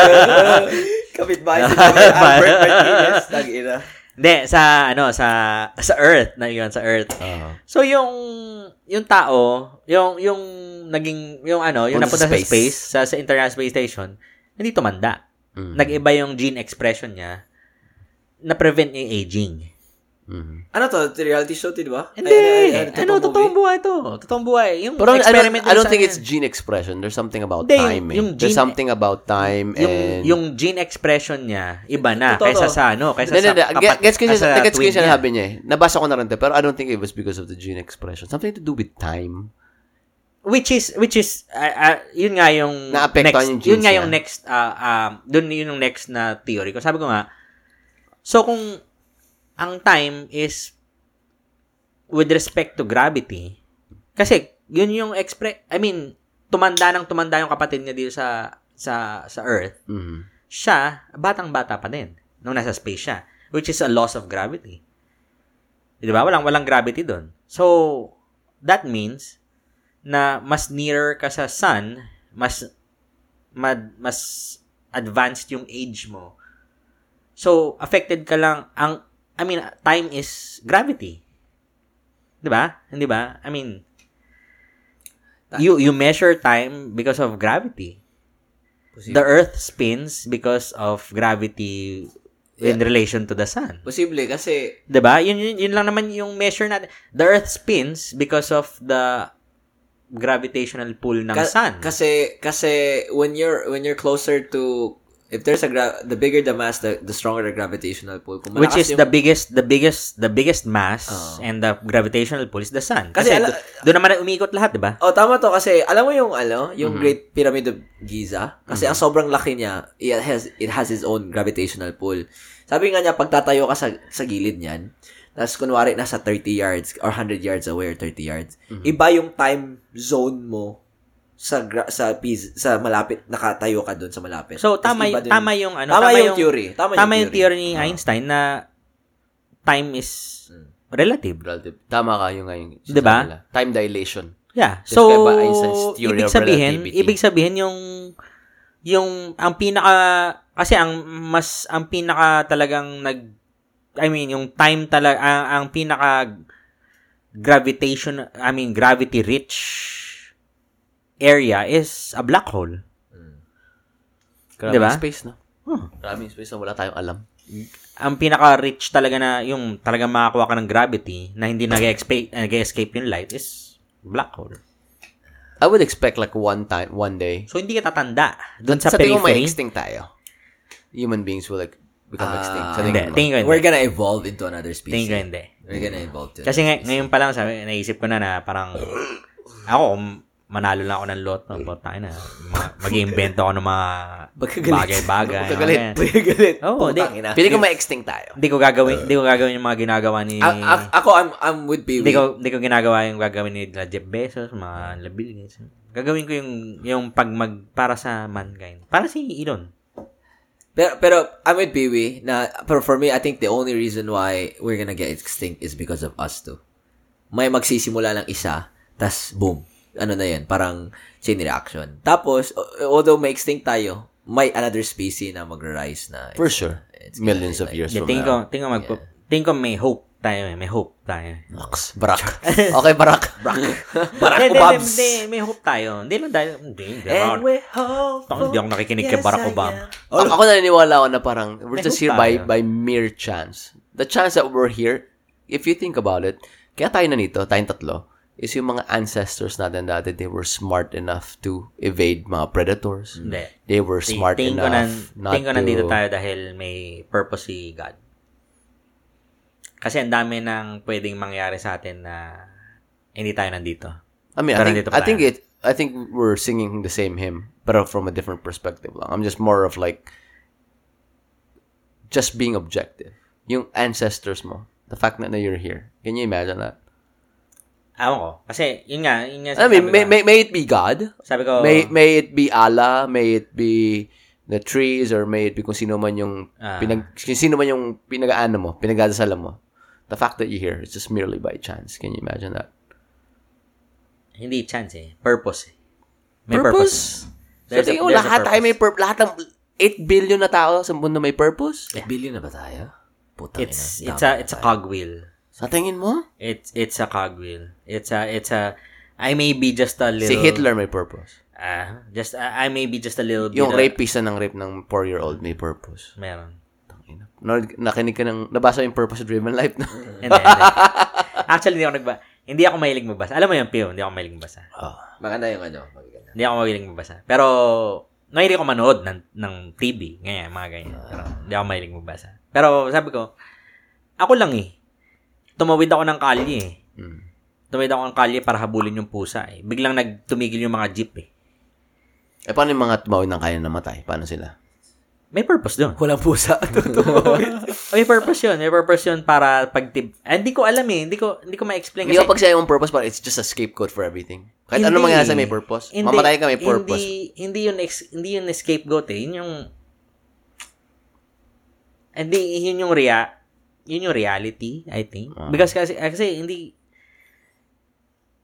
Speaker 1: Kapitbahay si Kapit Albert <laughs> Martinez. Tag-ina.
Speaker 3: Hindi, sa, ano, sa, sa Earth, na iwan sa Earth.
Speaker 2: Ah.
Speaker 3: So yung yung tao, yung yung naging yung ano, yung
Speaker 2: Punta
Speaker 3: napunta
Speaker 2: sa
Speaker 3: sa
Speaker 2: space.
Speaker 3: space, sa, sa International Space Station, hindi tumanda.
Speaker 2: Mm.
Speaker 3: Nag-iba yung gene expression niya na prevent yung aging.
Speaker 2: Mhm.
Speaker 1: Ano to? Reality show to, di ba?
Speaker 3: Hindi.
Speaker 1: Ay, ay, ay,
Speaker 3: ano, totoong
Speaker 1: movie?
Speaker 3: buhay ano, to. Totoong buhay. Yung
Speaker 2: Pero I don't,
Speaker 3: experiment
Speaker 2: I don't
Speaker 3: sa
Speaker 2: think
Speaker 3: kanya.
Speaker 2: it's gene expression. There's something about
Speaker 3: Hindi, yung-
Speaker 2: time. eh.
Speaker 3: yung
Speaker 2: There's
Speaker 3: gene-
Speaker 2: something about time
Speaker 3: yung
Speaker 2: and...
Speaker 3: yung gene expression niya iba na
Speaker 1: Totoo.
Speaker 3: kaysa sa ano, kaysa
Speaker 2: Hindi, hindi,
Speaker 3: sa
Speaker 2: hindi.
Speaker 3: kapat- Ah,
Speaker 2: Gets ko yung
Speaker 3: sa
Speaker 2: gets ko
Speaker 3: twin
Speaker 2: yung
Speaker 3: niya.
Speaker 2: sinabi niya eh. Nabasa ko na rin to, pero I don't think it was because of the gene expression. Something to do with time.
Speaker 3: which is which is ah, ah, yun nga yung
Speaker 2: Naapektuhan
Speaker 3: next
Speaker 2: yung genes
Speaker 3: yun nga
Speaker 2: niya.
Speaker 3: yung next ah, ah, dun yun yung next na theory ko sabi ko nga so kung ang time is with respect to gravity, kasi yun yung expre I mean, tumanda nang tumanda yung kapatid niya dito sa sa sa Earth.
Speaker 2: Mm.
Speaker 3: Siya, batang-bata pa din nung nasa space siya, which is a loss of gravity. Eh, 'Di ba? Walang walang gravity doon. So, that means na mas nearer ka sa sun, mas mad, mas advanced yung age mo. So, affected ka lang ang I mean, time is gravity. 'Di ba? Hindi ba? I mean, you you measure time because of gravity. The earth spins because of gravity in relation to the sun.
Speaker 1: Posible kasi
Speaker 3: 'Di ba? Diba? Yun, yun yun lang naman yung measure natin. The earth spins because of the gravitational pull ng
Speaker 1: Ka-
Speaker 3: sun.
Speaker 1: Kasi kasi when you're when you're closer to if there's a gra- the bigger the mass the, the stronger the gravitational pull. Kung
Speaker 3: which
Speaker 1: malakas
Speaker 3: is
Speaker 1: yung-
Speaker 3: the biggest the biggest the biggest mass
Speaker 1: Oo.
Speaker 3: and the gravitational pull is the sun.
Speaker 1: Kasi
Speaker 3: Kasi,
Speaker 1: ala-
Speaker 3: do- doon naman umiikot lahat, diba? 'di ba?
Speaker 1: Oh, tama to kasi alam mo yung ano, yung
Speaker 2: Mm-hmm.
Speaker 1: Great Pyramid of Giza kasi ang sobrang laki niya, it has it has its own gravitational pull. Sabi nga niya pagtatayo ka sa sa gilid niyan, tapos kunwari nasa 30 yards or 100 yards away or 30 yards,
Speaker 2: Mm-hmm.
Speaker 1: iba yung time zone mo sa gra- sa piz- sa malapit nakatayo ka doon sa malapit.
Speaker 3: So
Speaker 1: Tas
Speaker 3: tama
Speaker 1: iba
Speaker 3: y-
Speaker 1: din-
Speaker 3: tama yung ano,
Speaker 1: tama, yung, theory. Tama,
Speaker 3: Tama yung theory ni
Speaker 1: Ah.
Speaker 3: Einstein na time is
Speaker 1: Hmm.
Speaker 3: relative.
Speaker 2: Relative. Tama ka yung nga yung sinasabi
Speaker 3: Diba?
Speaker 2: nila. Time dilation.
Speaker 3: Yeah.
Speaker 2: That's
Speaker 3: So,
Speaker 2: kaya ba Einstein's theory
Speaker 3: ibig
Speaker 2: of
Speaker 3: sabihin,
Speaker 2: relativity?
Speaker 3: ibig sabihin yung yung ang pinaka kasi ang mas ang pinaka talagang nag I mean yung time talaga ang, ang pinaka gravitation I mean gravity rich area is a black hole.
Speaker 2: Mm. Grabe
Speaker 3: Diba?
Speaker 2: yung space, no?
Speaker 3: Huh.
Speaker 2: Grabe yung space na wala tayong alam.
Speaker 3: Ang pinaka rich talaga na yung talagang makakuha ka ng gravity na hindi nag-escape nag-escape yung light is black hole.
Speaker 2: I would expect like one time, one day.
Speaker 3: So hindi ka tatanda doon sa,
Speaker 2: Sa, tingin mo may
Speaker 3: periphery.
Speaker 2: extinct tayo. Human beings will like become
Speaker 1: Ah,
Speaker 2: extinct. Sa
Speaker 3: Hindi,
Speaker 2: tingin mo.
Speaker 3: tingin ko
Speaker 1: We're
Speaker 3: hindi.
Speaker 1: gonna evolve into another
Speaker 3: Tingin ko
Speaker 1: species.
Speaker 3: hindi.
Speaker 1: We're gonna evolve <laughs> to.
Speaker 3: Kasi ngay- ngayon pa lang sabi, naisip ko na na parang ako m- manalo lang ako ng lot ng tayo na ma- mag-iimbento ako ng mga
Speaker 1: Magkagalit. <laughs>
Speaker 2: <laughs>
Speaker 3: bagay-bagay. Mga
Speaker 2: Magkagalit.
Speaker 3: ganyan.
Speaker 1: Pagagalit.
Speaker 3: Oo, di-
Speaker 2: Feeling ko may extinct tayo.
Speaker 3: Hindi ko gagawin, hindi ko gagawin yung mga ginagawa ni
Speaker 1: A- a- ako, I'm, I'm with Pee
Speaker 3: hindi
Speaker 1: Wee.
Speaker 3: ko hindi ko ginagawa yung gagawin ni Jeff Bezos, mga Bill Gates. Gagawin ko yung yung pag mag para sa mankind. Para si Elon.
Speaker 1: Pero, pero I'm with Pee Wee. Na, pero for me, I think the only reason why we're gonna get extinct is because of us too. May magsisimula ng isa, tas boom. Ano na yan? Parang chain reaction. Tapos, a- although may extinct tayo, may another species na mag-rise na.
Speaker 2: For sure.
Speaker 1: It's gonna be
Speaker 2: Millions of
Speaker 1: like-
Speaker 2: years
Speaker 3: Yeah,
Speaker 2: from
Speaker 3: tingin ko,
Speaker 2: now.
Speaker 3: tingin ko mag tingin ko may hope tayo, eh. may hope tayo.
Speaker 2: Max.
Speaker 3: <laughs>
Speaker 2: Barak. Okay, Barak. Barak. Barak
Speaker 3: Hindi, hindi,
Speaker 2: Obams.
Speaker 3: Hindi, may hope tayo. Hindi lang dahil, hindi, hindi.
Speaker 1: And we're
Speaker 3: Tang, hindi ako nakikinig kay Barack Obama.
Speaker 2: Ako, ako naniniwala ako na parang
Speaker 3: May
Speaker 2: we're just
Speaker 3: hope
Speaker 2: here by
Speaker 3: tayo.
Speaker 2: by mere chance. The chance that we're here, if you think about it, kaya tayo nandito, tayong tatlo, is yung mga ancestors natin dati, they were smart enough to evade mga predators.
Speaker 3: Hindi.
Speaker 2: They were smart
Speaker 3: tingin Mm. ko nan,
Speaker 2: enough not
Speaker 3: tingin ko nandito
Speaker 2: to...
Speaker 3: tayo dahil may purpose si God. Kasi ang dami ng pwedeng mangyari sa atin na hindi tayo nandito.
Speaker 2: I mean,
Speaker 3: Pero
Speaker 2: I think,
Speaker 3: nandito pa
Speaker 2: I think
Speaker 3: tayo.
Speaker 2: it, I think we're singing the same hymn, but from a different perspective lang. I'm just more of like, just being objective. Yung ancestors mo, the fact na, na you're here. Can you imagine that?
Speaker 3: Awan ko. Kasi, yun nga, yun nga
Speaker 2: I mean,
Speaker 3: sinasabi
Speaker 2: may,
Speaker 3: ko.
Speaker 2: may, may it be God,
Speaker 3: sabi ko,
Speaker 2: may, may it be Allah, may it be the trees, or may it be kung sino man yung,
Speaker 3: Ah.
Speaker 2: pinag, kung sino man yung pinag-ano mo, pinagdadasalan mo. The fact that you're here is just merely by chance. Can you imagine that?
Speaker 3: hindi chance eh. Purpose eh. May purpose. eh.
Speaker 2: So,
Speaker 3: There's a-
Speaker 2: tingin ko
Speaker 3: there's a
Speaker 2: lahat tayo
Speaker 3: purpose.
Speaker 2: may purpose. Lahat ng 8 billion na tao sa mundo may purpose.
Speaker 1: Eh, Billion na ba tayo? Putang
Speaker 3: It's,
Speaker 1: ina, dami
Speaker 3: it's a,
Speaker 1: na
Speaker 3: it's a
Speaker 1: tayo.
Speaker 3: cogwheel.
Speaker 2: Sa tingin mo?
Speaker 3: It's, it's a cogwheel. It's a, it's a, I may be just a little.
Speaker 2: Si Hitler may purpose.
Speaker 3: Ah, just I I may be just a little bit. of-
Speaker 2: Yung rapist na ng rape ng 4-year-old may purpose.
Speaker 3: Meron.
Speaker 2: Tangina. Nanood- Nakinig ka ng, nabasa yung purpose-driven
Speaker 3: <laughs>
Speaker 2: life na.
Speaker 3: Hindi, hindi. Actually, hindi ako nagba... Hindi ako mahilig magbasa. Alam mo yung Pio, hindi ako mahilig magbasa.
Speaker 1: Maganda yung ano. Maganda.
Speaker 3: Hindi ako mahilig magbasa. Pero, mahilig ako manood ng, ng TV. Ganyan, mga ganyan. Pero, hindi ako mahilig magbasa. Pero, sabi ko, ako lang eh. Tumawid ako ng kalye eh.
Speaker 2: Mm.
Speaker 3: Tumawid ako ng kalye para habulin yung pusa eh. Biglang nagtumigil yung mga jeep eh.
Speaker 2: Eh, paano yung mga tumawid ng kaya namatay? Paano sila?
Speaker 3: May purpose doon.
Speaker 1: Walang pusa. Totoo.
Speaker 3: May purpose yun. May purpose yun para pagtib. Ah, Hindi ko alam eh. Hindi ko, hindi ko ma-explain.
Speaker 2: Hindi ko pag sinabi mong purpose, parang it's just a scapegoat for everything. Kahit ano
Speaker 3: Hindi.
Speaker 2: mangyari sa may purpose.
Speaker 3: Hindi-
Speaker 2: Mamatay ka may purpose.
Speaker 3: Hindi, hindi yun, ex, hindi yun scapegoat eh. Yun yung, hindi, yun yung rea, yun yung reality, I think.
Speaker 2: Ah.
Speaker 3: Because kasi, ah, kasi hindi,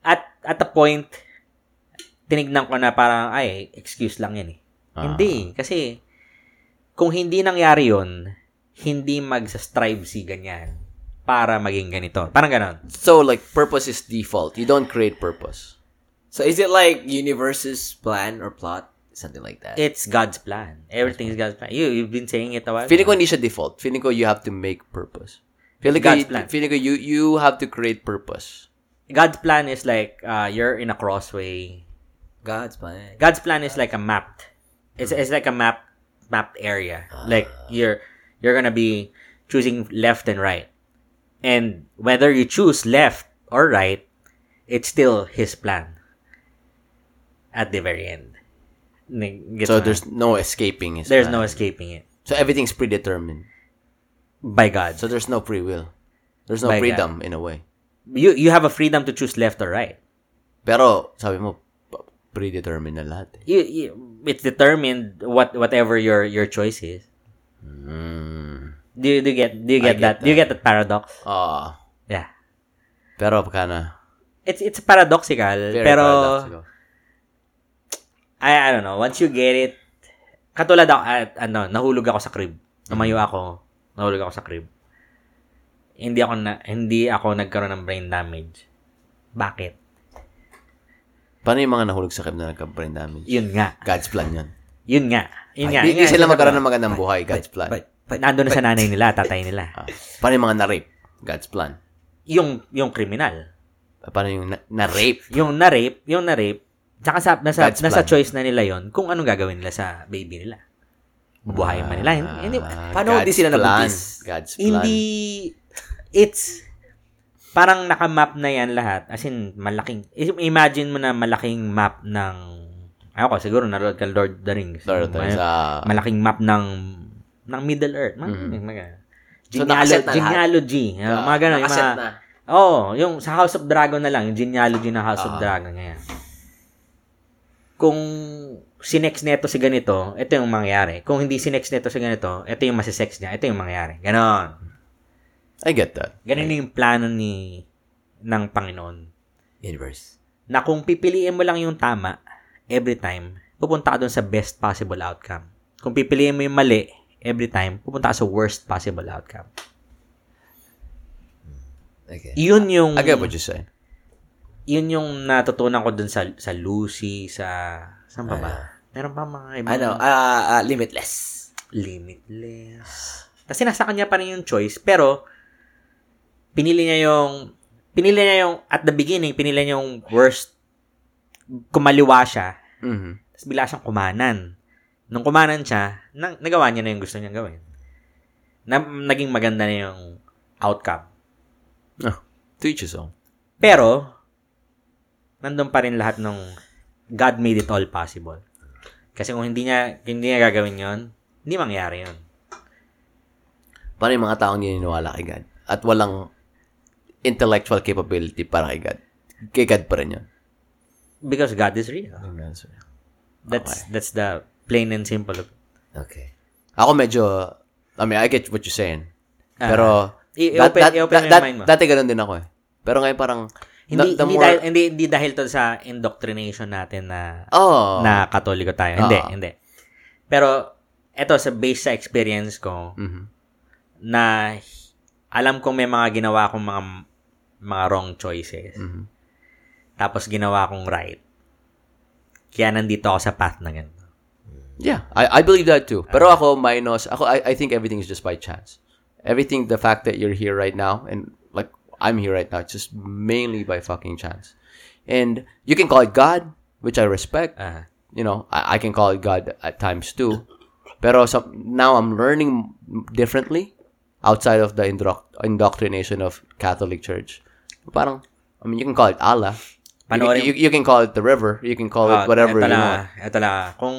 Speaker 3: at, at a point, tinignan ko na parang, ay, excuse lang yan eh.
Speaker 2: Ah.
Speaker 3: Hindi, kasi, kung hindi nangyari yun, hindi magsa-strive si ganyan para maging ganito. Parang ganon.
Speaker 2: So, like, purpose is default. You don't create purpose.
Speaker 1: <laughs> so is it like universe's plan or plot? Something like that.
Speaker 3: It's God's plan. Everything is God's plan. You, you've been saying it a while.
Speaker 2: Feeling ko hindi siya default. Feeling ko you have to make purpose. Feeling ko,
Speaker 3: God's plan.
Speaker 2: feeling ko you, you have to create purpose.
Speaker 3: God's plan is like uh, you're in a crossway.
Speaker 1: God's plan.
Speaker 3: God's plan is like a map. It's it's like a map mapped area. Like
Speaker 2: Ah.
Speaker 3: you're you're gonna be choosing left and right, and whether you choose left or right, it's still His plan. At the very end, Nag- gets mo
Speaker 2: So,
Speaker 3: na?
Speaker 2: there's no escaping. his
Speaker 3: there's
Speaker 2: plan.
Speaker 3: no escaping it
Speaker 2: So, everything's predetermined.
Speaker 3: by God.
Speaker 2: So, there's no free will. There's no
Speaker 3: By God.
Speaker 2: freedom, in a way.
Speaker 3: you you have a freedom to choose left or right.
Speaker 2: Pero, sabi mo, pa- predetermined na lahat. eh.
Speaker 3: You, you it's determined what whatever your your choice is.
Speaker 2: eh. Mm.
Speaker 3: Do you, do you get do you get,
Speaker 2: get
Speaker 3: that? Do you get that paradox?
Speaker 2: Ah.
Speaker 3: Yeah.
Speaker 2: pero, baka na.
Speaker 3: It's it's paradoxical,
Speaker 2: Very
Speaker 3: pero
Speaker 2: paradoxical.
Speaker 3: I I don't know. Once you get it, katulad ako at ano, nahulog ako sa crib.
Speaker 2: Mm.
Speaker 3: Tumayo ako, nahulog ako sa crib. Hindi ako na hindi ako nagkaroon ng brain damage. Bakit?
Speaker 2: Paano yung mga nahulog sa crib na nagka-brain damage?
Speaker 3: Yun nga.
Speaker 2: God's plan yun.
Speaker 3: Yun nga. Yun nga. yun
Speaker 2: Hindi
Speaker 3: nga.
Speaker 2: sila magkaroon ng magandang buhay. God's plan.
Speaker 1: But, but,
Speaker 3: Nandun na sa nanay nila, tatay nila.
Speaker 2: Ah. Paano yung mga na-rape? God's plan.
Speaker 3: Yung yung kriminal.
Speaker 2: Paano yung na- na-rape?
Speaker 3: Yung na-rape, yung na-rape, tsaka sa, nasa,
Speaker 2: God's
Speaker 3: nasa
Speaker 2: plan.
Speaker 3: choice na nila yon kung anong gagawin nila sa baby nila. Bubuhayin man nila. Hindi- Hindi,
Speaker 2: Ah,
Speaker 1: paano hindi
Speaker 2: God's
Speaker 1: sila
Speaker 2: plan.
Speaker 1: nabuntis?
Speaker 2: God's plan.
Speaker 3: hindi, it's, parang nakamap na yan lahat. As in, malaking, i- imagine mo na malaking map ng, ako siguro, naroon ka Lord of the Rings.
Speaker 2: Lord, there's
Speaker 3: Mal-
Speaker 2: a-
Speaker 3: Malaking map ng, ng Middle Earth. Mga,
Speaker 2: Mhm.
Speaker 3: mga,
Speaker 1: So, nakaset na lahat?
Speaker 3: genealogy. Ah, mga ganun. yung
Speaker 1: nakaset
Speaker 3: mga-
Speaker 1: na.
Speaker 3: Oo, oh, yung sa House of Dragon na lang, yung genealogy ng House of
Speaker 2: Ah.
Speaker 3: Dragon ngayon. Kung sinex neto si ganito, ito yung mangyayari. Kung hindi sinex neto si ganito, ito yung masisex niya, ito yung mangyayari. Ganon.
Speaker 2: I get that.
Speaker 3: Ganon yung plano ni ng Panginoon.
Speaker 1: Universe.
Speaker 3: Na kung pipiliin mo lang yung tama, every time, pupunta ka dun sa best possible outcome. Kung pipiliin mo yung mali, every time, pupunta ka sa worst possible outcome.
Speaker 1: Okay.
Speaker 3: Yun yung...
Speaker 2: I get what you say.
Speaker 3: yun yung natutunan ko dun sa sa Lucy, sa saan pa ba? Meron pa mga ibang
Speaker 1: Ano? ah ah, limitless.
Speaker 3: limitless. Kasi nasa kanya pa rin yung choice, pero pinili niya yung pinili niya yung at the beginning, pinili niya yung worst kumaliwa siya,
Speaker 2: Mhm.
Speaker 3: tapos bigla siyang kumanan. Nung kumanan siya, na, nagawa niya na yung gusto niyang gawin. Na, naging maganda na yung outcome.
Speaker 2: Ah, to each his own.
Speaker 3: Pero, nandun pa rin lahat ng God made it all possible. Kasi kung hindi niya, hindi niya gagawin yon hindi mangyari yun.
Speaker 2: Paano yung mga taong naniniwala kay God? At walang intellectual capability para kay God. Kay God pa rin yun.
Speaker 3: Because God is real. That's that's the plain and simple. of-
Speaker 1: Okay.
Speaker 2: Ako medyo, I mean, I get what you're saying.
Speaker 3: Ah.
Speaker 2: Pero,
Speaker 3: I-
Speaker 2: that-
Speaker 3: i-open-
Speaker 2: that-
Speaker 3: i-open mo yung
Speaker 2: that- that-
Speaker 3: mind mo.
Speaker 2: dati ganun din ako eh. Pero ngayon parang,
Speaker 3: Hindi,
Speaker 2: the- the
Speaker 3: hindi,
Speaker 2: more-
Speaker 3: dahil, hindi, hindi dahil to sa indoctrination natin na
Speaker 2: oh,
Speaker 3: na katoliko tayo.
Speaker 2: Oo.
Speaker 3: Hindi, hindi. Pero, eto, sa base sa experience ko,
Speaker 2: Mhm.
Speaker 3: na alam kong may mga ginawa akong mga mga wrong choices.
Speaker 2: Mhm.
Speaker 3: Tapos ginawa kong right. Kaya nandito ako sa path na ganito.
Speaker 2: Yeah, I, I believe that too. Pero ako, minus, ako, I, I think everything is just by chance. Everything, the fact that you're here right now, and like, I'm here right now, it's just mainly by fucking chance. And you can call it God, which I respect.
Speaker 3: Ah.
Speaker 2: You know, I, I can call it God at times too. Pero some, now I'm learning differently outside of the indro- indoctrination of Catholic Church. Parang, I mean, you can call it Allah. You can,
Speaker 3: Panoorin-
Speaker 2: you, you can call it the river. You can call it
Speaker 3: Ah,
Speaker 2: whatever
Speaker 3: eto
Speaker 2: you
Speaker 3: na,
Speaker 2: want.
Speaker 3: Eto na. Kung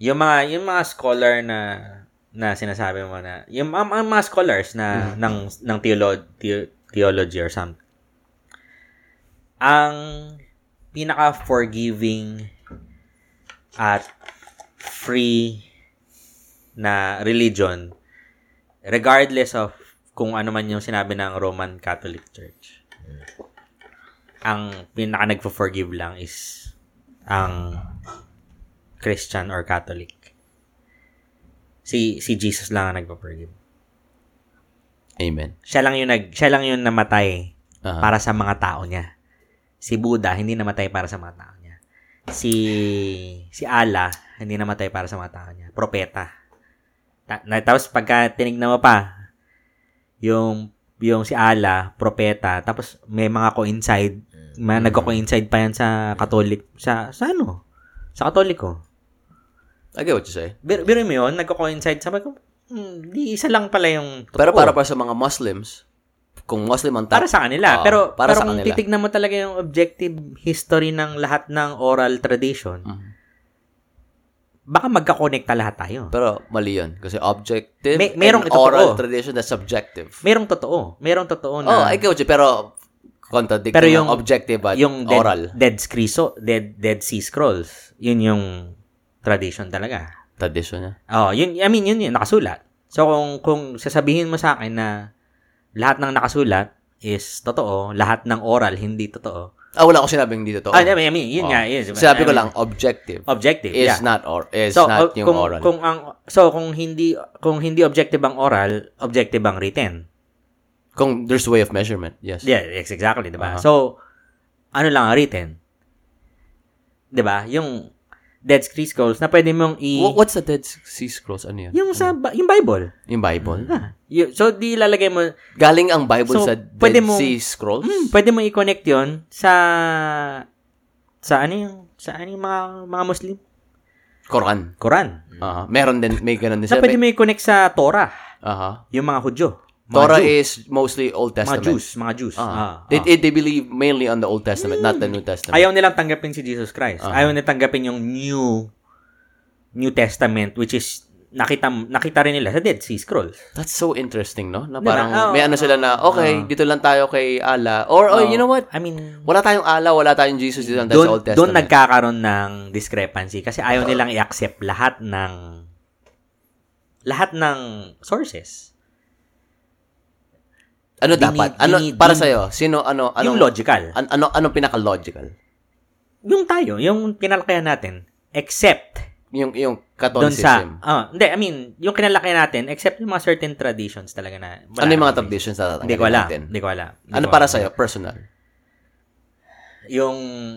Speaker 3: Yung mga yung mga scholar na na sinasabi mo na yung ang, ang mga scholars na ng ng theolo- theo- theology or some ang pinaka forgiving at free na religion regardless of kung ano man yung sinabi ng Roman Catholic Church. Ang pinaka nagfo-forgive lang is ang Christian or Catholic. Si si Jesus lang ang nagpo-forgive.
Speaker 2: Amen.
Speaker 3: Siya lang yung nag siya lang yung namatay
Speaker 2: Aha.
Speaker 3: para sa mga tao niya. Si Buddha hindi namatay para sa mga tao niya. Si si Allah hindi namatay para sa mga tao niya. Propeta. Ta- na, tapos pagka tinignan mo pa yung yung si Allah, propeta, tapos may mga coincide, may nagko-coincide pa yan sa Catholic sa sa ano? Sa Katoliko.
Speaker 2: I get what you say.
Speaker 3: Bir, biro mo yun, nagko-coincide. Sabi ko, hmm, di isa lang pala yung totoo.
Speaker 2: Pero para pa sa mga Muslims, kung Muslim ang
Speaker 3: Para
Speaker 2: tao,
Speaker 3: sa kanila.
Speaker 2: Oo,
Speaker 3: pero
Speaker 2: para
Speaker 3: para
Speaker 2: sa
Speaker 3: kung
Speaker 2: kanila.
Speaker 3: titignan mo talaga yung objective history ng lahat ng oral tradition,
Speaker 2: Mhm.
Speaker 3: baka magkakonekta lahat tayo.
Speaker 2: pero mali yun. Kasi objective
Speaker 3: May- merong
Speaker 2: and
Speaker 3: ito
Speaker 2: oral
Speaker 3: totoo.
Speaker 2: tradition that's subjective.
Speaker 3: Merong totoo. Merong totoo na
Speaker 2: Oh, I get what you, pero contradict
Speaker 3: Pero
Speaker 2: mo
Speaker 3: yung-
Speaker 2: ng objective at
Speaker 3: yung dead,
Speaker 2: oral.
Speaker 3: dead, scriso, dead, dead Sea Scrolls, yun yung tradition talaga.
Speaker 2: Tradition niya.
Speaker 3: Oh, yun I mean yun yun nakasulat. So kung kung sasabihin mo sa akin na lahat ng nakasulat is totoo, lahat ng oral hindi totoo.
Speaker 2: Ah, wala ko sinabing dito to.
Speaker 3: Ah, I mean, I mean yun
Speaker 2: Oo.
Speaker 3: nga, yun. I
Speaker 2: Sinabi ko
Speaker 3: mean,
Speaker 2: lang, objective
Speaker 3: objective.
Speaker 2: is
Speaker 3: yeah.
Speaker 2: not or is
Speaker 3: so o-
Speaker 2: not yung
Speaker 3: kung
Speaker 2: oral.
Speaker 3: kung ang so kung hindi kung hindi objective ang oral, objective ang written.
Speaker 2: Kung there's way of measurement, yes.
Speaker 3: Yeah, yes, exactly, 'di ba?
Speaker 2: Aha.
Speaker 3: So ano lang ang written? 'Di ba? Yung Dead Sea Scrolls na pwede mong i
Speaker 2: Wha- What's the Dead Sea Scrolls? Ano yun?
Speaker 3: yung sa Bi- yung Bible.
Speaker 2: Yung Bible?
Speaker 3: Ah, y- so di lalagay mo
Speaker 2: Galing ang Bible
Speaker 3: So,
Speaker 2: sa
Speaker 3: pwede
Speaker 2: Dead
Speaker 3: mong-
Speaker 2: Sea Scrolls?
Speaker 3: Hmm, pwede mo i-connect 'yon sa sa ano yung sa ano yung mga mga Muslim?
Speaker 2: Quran.
Speaker 3: Quran.
Speaker 2: Aha. Meron din, may ganun din
Speaker 3: Na
Speaker 2: siya.
Speaker 3: Hmm. pwede mo i-connect sa Torah,
Speaker 2: Aha.
Speaker 3: yung mga Hudyo. Mga
Speaker 2: Torah
Speaker 3: Jew,
Speaker 2: is mostly Old
Speaker 3: mga
Speaker 2: Testament.
Speaker 3: Jews, mga Jews.
Speaker 2: Ah.
Speaker 3: Ah, Hmm.
Speaker 2: They,
Speaker 3: ah.
Speaker 2: they, they believe mainly on the Old Testament, not the New Testament.
Speaker 3: Ayaw nilang tanggapin si Jesus Christ.
Speaker 2: Ah.
Speaker 3: Ayaw nilang tanggapin yung new New Testament which is nakita nakita rin nila sa Dead Sea Scrolls.
Speaker 2: That's so interesting, no? Na
Speaker 3: Diba?
Speaker 2: parang
Speaker 3: Oo,
Speaker 2: may ano sila na, okay,
Speaker 3: oo.
Speaker 2: dito lang tayo kay Allah. Or, oh, you know what?
Speaker 3: I mean,
Speaker 2: Wala tayong Allah, wala tayong Jesus dito lang tayo
Speaker 3: Ah.
Speaker 2: sa
Speaker 3: doon
Speaker 2: Old Testament.
Speaker 3: doon nagkakaroon ng discrepancy kasi ayaw nilang i-accept lahat ng lahat ng sources.
Speaker 2: ano
Speaker 3: Dini-
Speaker 2: dapat? Ano,
Speaker 3: dini-
Speaker 2: para
Speaker 3: dini-
Speaker 2: sa'yo, sino, ano,
Speaker 3: yung
Speaker 2: anong,
Speaker 3: logical.
Speaker 2: an- ano, anong pinaka-logical?
Speaker 3: yung tayo, yung kinalakayan natin except
Speaker 2: Yung, yung
Speaker 3: doon sa
Speaker 2: Catholicism.
Speaker 3: ah, hindi, I mean, yung kinalakayan natin except yung mga certain traditions talaga na wala
Speaker 2: ano yung mga
Speaker 3: namang base.
Speaker 2: traditions na
Speaker 3: Hindi
Speaker 2: tatanggalin
Speaker 3: ko alam.
Speaker 2: natin?
Speaker 3: Hindi ko alam. Hindi
Speaker 2: Ano
Speaker 3: ko
Speaker 2: para
Speaker 3: alam.
Speaker 2: sa'yo? Personal.
Speaker 3: Yung,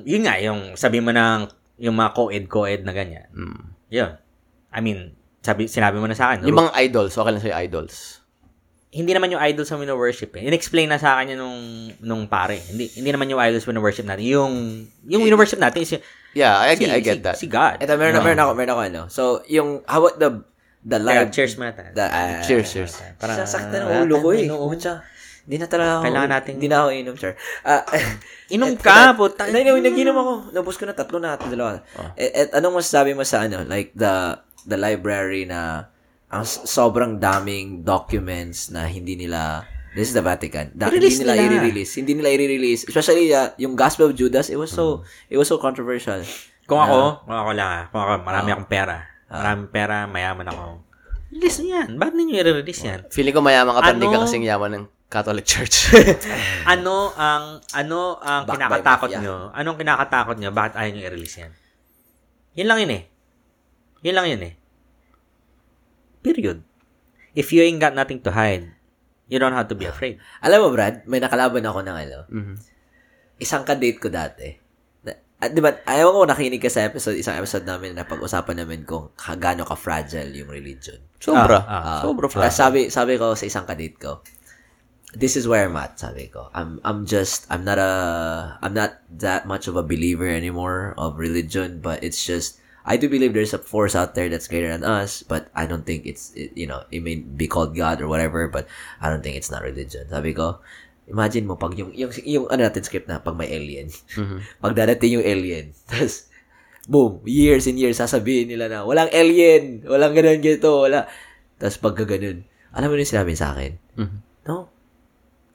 Speaker 3: yun nga, yung sabi mo ng, yung mga co-ed-co-ed na ganyan.
Speaker 2: Mm.
Speaker 3: Yun. I mean, sabi, sinabi mo na sa akin.
Speaker 2: Yung
Speaker 3: Ru-
Speaker 2: mga idols, okay lang sa'yo idols.
Speaker 3: hindi naman yung idols na wino-worship eh. In-explain na sa akin yun nung, nung pare. Hindi, hindi naman yung idols wino-worship natin. Yung, yung wino-worship natin is yung,
Speaker 2: Yeah, I,
Speaker 3: si,
Speaker 2: get, I get
Speaker 3: si-
Speaker 2: that.
Speaker 3: si God.
Speaker 1: Ito, meron, meron ako, meron ako, ano. So, yung, how about the, the
Speaker 3: Teka,
Speaker 1: live,
Speaker 3: cheers muna tayo.
Speaker 1: the, ah,
Speaker 2: cheers, cheers.
Speaker 1: Parang,
Speaker 3: Para-
Speaker 1: Sasaktan ang ulo ko eh.
Speaker 3: Inom-
Speaker 1: Pucha, Hindi na talaga ako.
Speaker 3: Kailangan natin-
Speaker 1: Hindi na ako inom, sir. Ah, <laughs> et-
Speaker 3: Inom ka,
Speaker 1: et-
Speaker 3: puta.
Speaker 1: Nay, nay, nag-inom ako. Naubos ko na tatlo na, tatlo dalawa. Et, et, anong masasabi mo sa ano? Like, the the library na ang s- sobrang daming documents na hindi nila This is the Vatican. Da, hindi
Speaker 3: I-release
Speaker 1: nila,
Speaker 3: nila.
Speaker 1: i-release. Hindi nila i-release. Especially uh, yung Gospel of Judas, it was so it was so controversial.
Speaker 3: Kung ako, kung ako lang ah. Kung ako, marami akong pera.
Speaker 2: Ah.
Speaker 3: Maraming pera, mayaman ako. Release niyo yan. Bakit ninyo i-release yan?
Speaker 2: Feeling ko mayaman ka, pero hindi ka
Speaker 3: Ano?
Speaker 2: kasing yaman ng Catholic Church.
Speaker 3: ano ang ano ang
Speaker 1: Back by
Speaker 3: kinakatakot
Speaker 1: back, yeah.
Speaker 3: nyo? Anong kinakatakot nyo? Bakit ayaw nyo i-release yan? Yun lang yun eh. Yun lang yun eh. Period. If you ain't got nothing to hide, you don't have to be afraid.
Speaker 1: Alam mo, Brad, may nakalaban ako ng ano.
Speaker 2: Mhm.
Speaker 1: isang kadate ko dati. Na, at di ba, ayaw ko nakinig ka sa episode, isang episode namin na pag-usapan namin kung ka- gaano ka-fragile yung religion.
Speaker 2: Sobra.
Speaker 3: Ah, ah.
Speaker 2: Sobra
Speaker 1: Tapos
Speaker 2: fragile.
Speaker 1: sabi, sabi ko sa isang kadate ko, this is where I'm at, sabi ko. I'm, I'm just, I'm not a, I'm not that much of a believer anymore of religion, but it's just, I do believe there's a force out there that's greater than us, but I don't think it's, it, you know, it may be called God or whatever, but I don't think it's not religion. Sabi ko, imagine mo, <laughs> pag yung, yung, yung ano natin script na, pag may alien, <laughs>
Speaker 2: Mhm.
Speaker 1: pag dadating yung alien, tapos, boom, years and years, sasabihin nila na, walang alien, walang ganun, ganito, wala. Tapos pagka ganun, alam mo na yung sinabi sa akin?
Speaker 2: Mhm.
Speaker 1: No.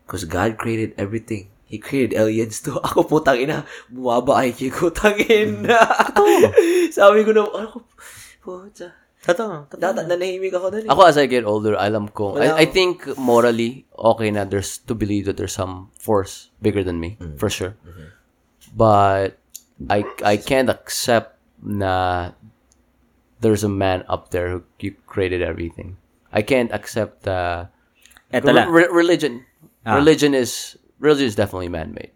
Speaker 1: Because God created everything. He created aliens too. <laughs> Ako po, tangina, bumaba IQ ko, tangina. <laughs> Sabi ko na, ano ko, puta.
Speaker 3: Totoo.
Speaker 1: Data, nanahimik ako
Speaker 3: Ah.
Speaker 1: nun eh.
Speaker 2: Ako as I get older, alam ko,
Speaker 1: Wala
Speaker 2: I, I
Speaker 1: ako.
Speaker 2: think morally, okay na there's to believe that there's some force bigger than me, for sure. But I I can't accept na there's a man up there who you created everything. I can't accept uh,
Speaker 3: Eto lang.
Speaker 2: re- religion.
Speaker 3: Ah.
Speaker 2: Religion is religion is definitely man-made.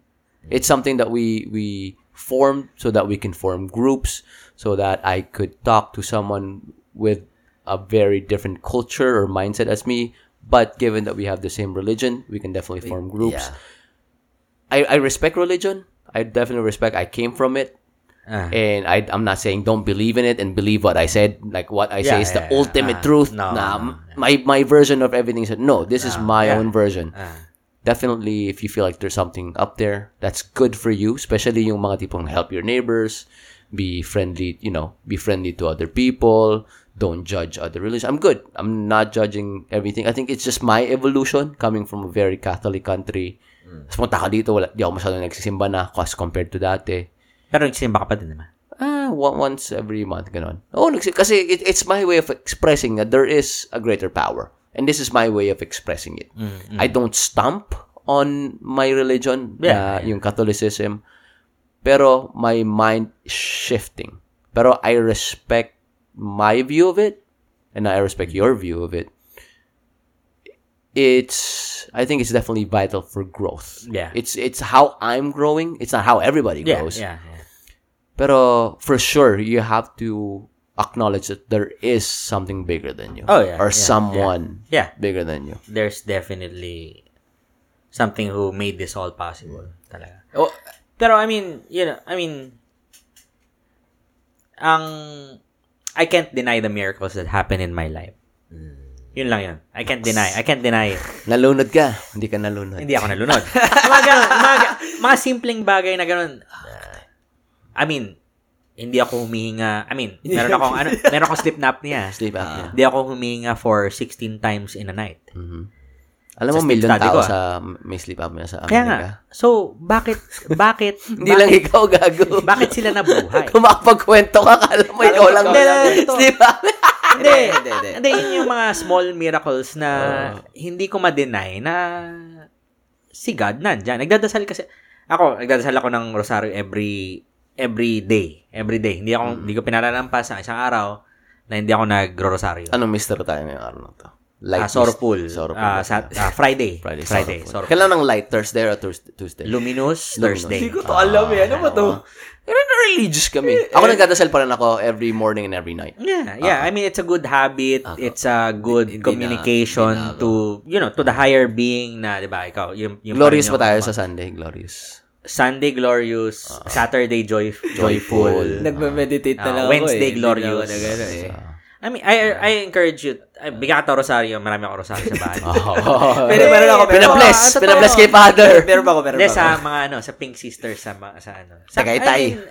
Speaker 2: It's something that we we form so that we can form groups, so that I could talk to someone with a very different culture or mindset as me. But given that we have the same religion, we can definitely form groups.
Speaker 1: yeah.
Speaker 2: I, I respect religion. I definitely respect. I came from it.
Speaker 3: Ah.
Speaker 2: And I, I'm not saying don't believe in it and believe what I said. Like what I say
Speaker 3: Yeah,
Speaker 2: is the
Speaker 3: yeah, yeah.
Speaker 2: ultimate
Speaker 3: Ah,
Speaker 2: truth.
Speaker 3: no,
Speaker 2: nah,
Speaker 3: no, no.
Speaker 2: My my version of everything said no. This is my
Speaker 3: yeah.
Speaker 2: own version.
Speaker 3: Ah.
Speaker 2: Definitely, if you feel like there's something up there, that's good for you. Especially yung mga tipong help your neighbors, be friendly. You know, be friendly to other people. Don't judge other religions. I'm good. I'm not judging everything. I think it's just my evolution coming from a very Catholic country.
Speaker 3: Mm.
Speaker 2: Tapos punta ka dito, wala, di ako masyadong nagsisimba na as compared to dati.
Speaker 3: Pero nagsimba ka pa din naman.
Speaker 2: Ah, on- once every month, ganon. Oh, nags- kasi it, it's my way of expressing that there is a greater power. And this is my way of expressing it. I don't stomp on my religion,
Speaker 3: Mm, Yeah,
Speaker 2: yeah, yung Catholicism. Pero my mind is shifting. Pero I respect my view of it, and I respect your view of it. It's, I think it's definitely vital for growth.
Speaker 3: Yeah.
Speaker 2: It's, it's how I'm growing. It's not how everybody
Speaker 3: Yeah,
Speaker 2: grows.
Speaker 3: yeah, yeah.
Speaker 2: Pero for sure, you have to acknowledge that there is something bigger than you.
Speaker 3: Oh, yeah,
Speaker 2: Or
Speaker 3: yeah,
Speaker 2: someone
Speaker 3: Yeah.
Speaker 2: bigger than you.
Speaker 3: There's definitely something who made this all possible. Talaga.
Speaker 1: Oh,
Speaker 3: Pero I mean, you know, I mean, ang I can't deny the miracles that happen in my life. Yun lang yun. I can't deny. I can't deny it.
Speaker 2: Nalunod ka. Hindi ka nalunod.
Speaker 3: Hindi ako nalunod. mga ganun, mga, mga simpleng bagay na ganun. I mean, hindi ako humihinga. I mean, meron akong ano, meron akong sleep apnea.
Speaker 2: Sleep apnea.
Speaker 3: Hindi ako humihinga for 16 times in a night.
Speaker 2: Alam
Speaker 3: Sa
Speaker 2: mo,
Speaker 3: sleep
Speaker 2: million
Speaker 3: study
Speaker 2: tao
Speaker 3: ko, ah.
Speaker 2: sa may sleep apnea sa Amerika.
Speaker 3: Kaya nga. So, bakit
Speaker 1: <laughs>
Speaker 3: bakit
Speaker 2: Hindi lang ikaw gago.
Speaker 3: bakit sila
Speaker 2: <laughs>
Speaker 3: nabuhay?
Speaker 2: Kung makapagkwento ka, alam mo, ikaw lang.
Speaker 1: Hindi,
Speaker 3: hindi, hindi.
Speaker 2: Sleep apnea.
Speaker 3: Hindi,
Speaker 1: Hindi, hindi,
Speaker 3: hindi. yun yung mga small miracles na hindi ko ma-deny na si God nandyan. Nagdadasal kasi, ako, nagdadasal ako ng rosaryo every every day. Every day. Hindi
Speaker 1: Mm.
Speaker 3: ako, hindi ko pinalalampas ang isang araw na hindi ako nagro-rosaryo.
Speaker 2: Anong mister tayo ngayong araw na to?
Speaker 3: Ah, sorrowful.
Speaker 2: mist- Sorrowful.
Speaker 3: Ah, sa, ah, Friday.
Speaker 2: Friday.
Speaker 3: Friday.
Speaker 2: sorrowful.
Speaker 3: Sorrowful.
Speaker 2: Kailan ng light? Thursday or Thursday? Tuesday?
Speaker 3: Luminous
Speaker 1: hindi
Speaker 3: Thursday.
Speaker 1: ko to alam eh. Ano ba to?
Speaker 3: Ah.
Speaker 2: Ganun na religious kami.
Speaker 3: Eh,
Speaker 2: Ako nagdadasal pa rin ako every morning and every night.
Speaker 3: Yeah, yeah. I mean, it's a good habit. It's a good
Speaker 1: Hindi na-
Speaker 3: communication
Speaker 1: hindi na
Speaker 3: to, you know, to the higher being na, di ba, ikaw, yung, yung
Speaker 2: Glorious
Speaker 3: parang
Speaker 2: pa
Speaker 3: yung-
Speaker 2: tayo sa Sunday. Glorious.
Speaker 3: Sunday glorious, Saturday joy,
Speaker 2: Joyful.
Speaker 3: joyful.
Speaker 1: Nagme-meditate na
Speaker 3: Ah,
Speaker 1: lang
Speaker 3: Wednesday
Speaker 1: ako eh.
Speaker 3: glorious. Ah.
Speaker 1: Hindi na ako na ganun eh.
Speaker 3: I mean, I I encourage you. Ay, Bigyan ka to Rosario. Marami ako Rosario sa bahay.
Speaker 2: Oh.
Speaker 1: Pero meron ako, meron
Speaker 2: Pinabless.
Speaker 1: ako.
Speaker 3: ano,
Speaker 1: Ah, totoo.
Speaker 2: Pinabless kay Father.
Speaker 1: Meron ba ako, meron
Speaker 3: Hindi,
Speaker 1: ba ako?
Speaker 3: sa mga ano, sa Pink Sisters, sa mga, sa ano. Sa,
Speaker 2: Tagaytay.
Speaker 3: I mean,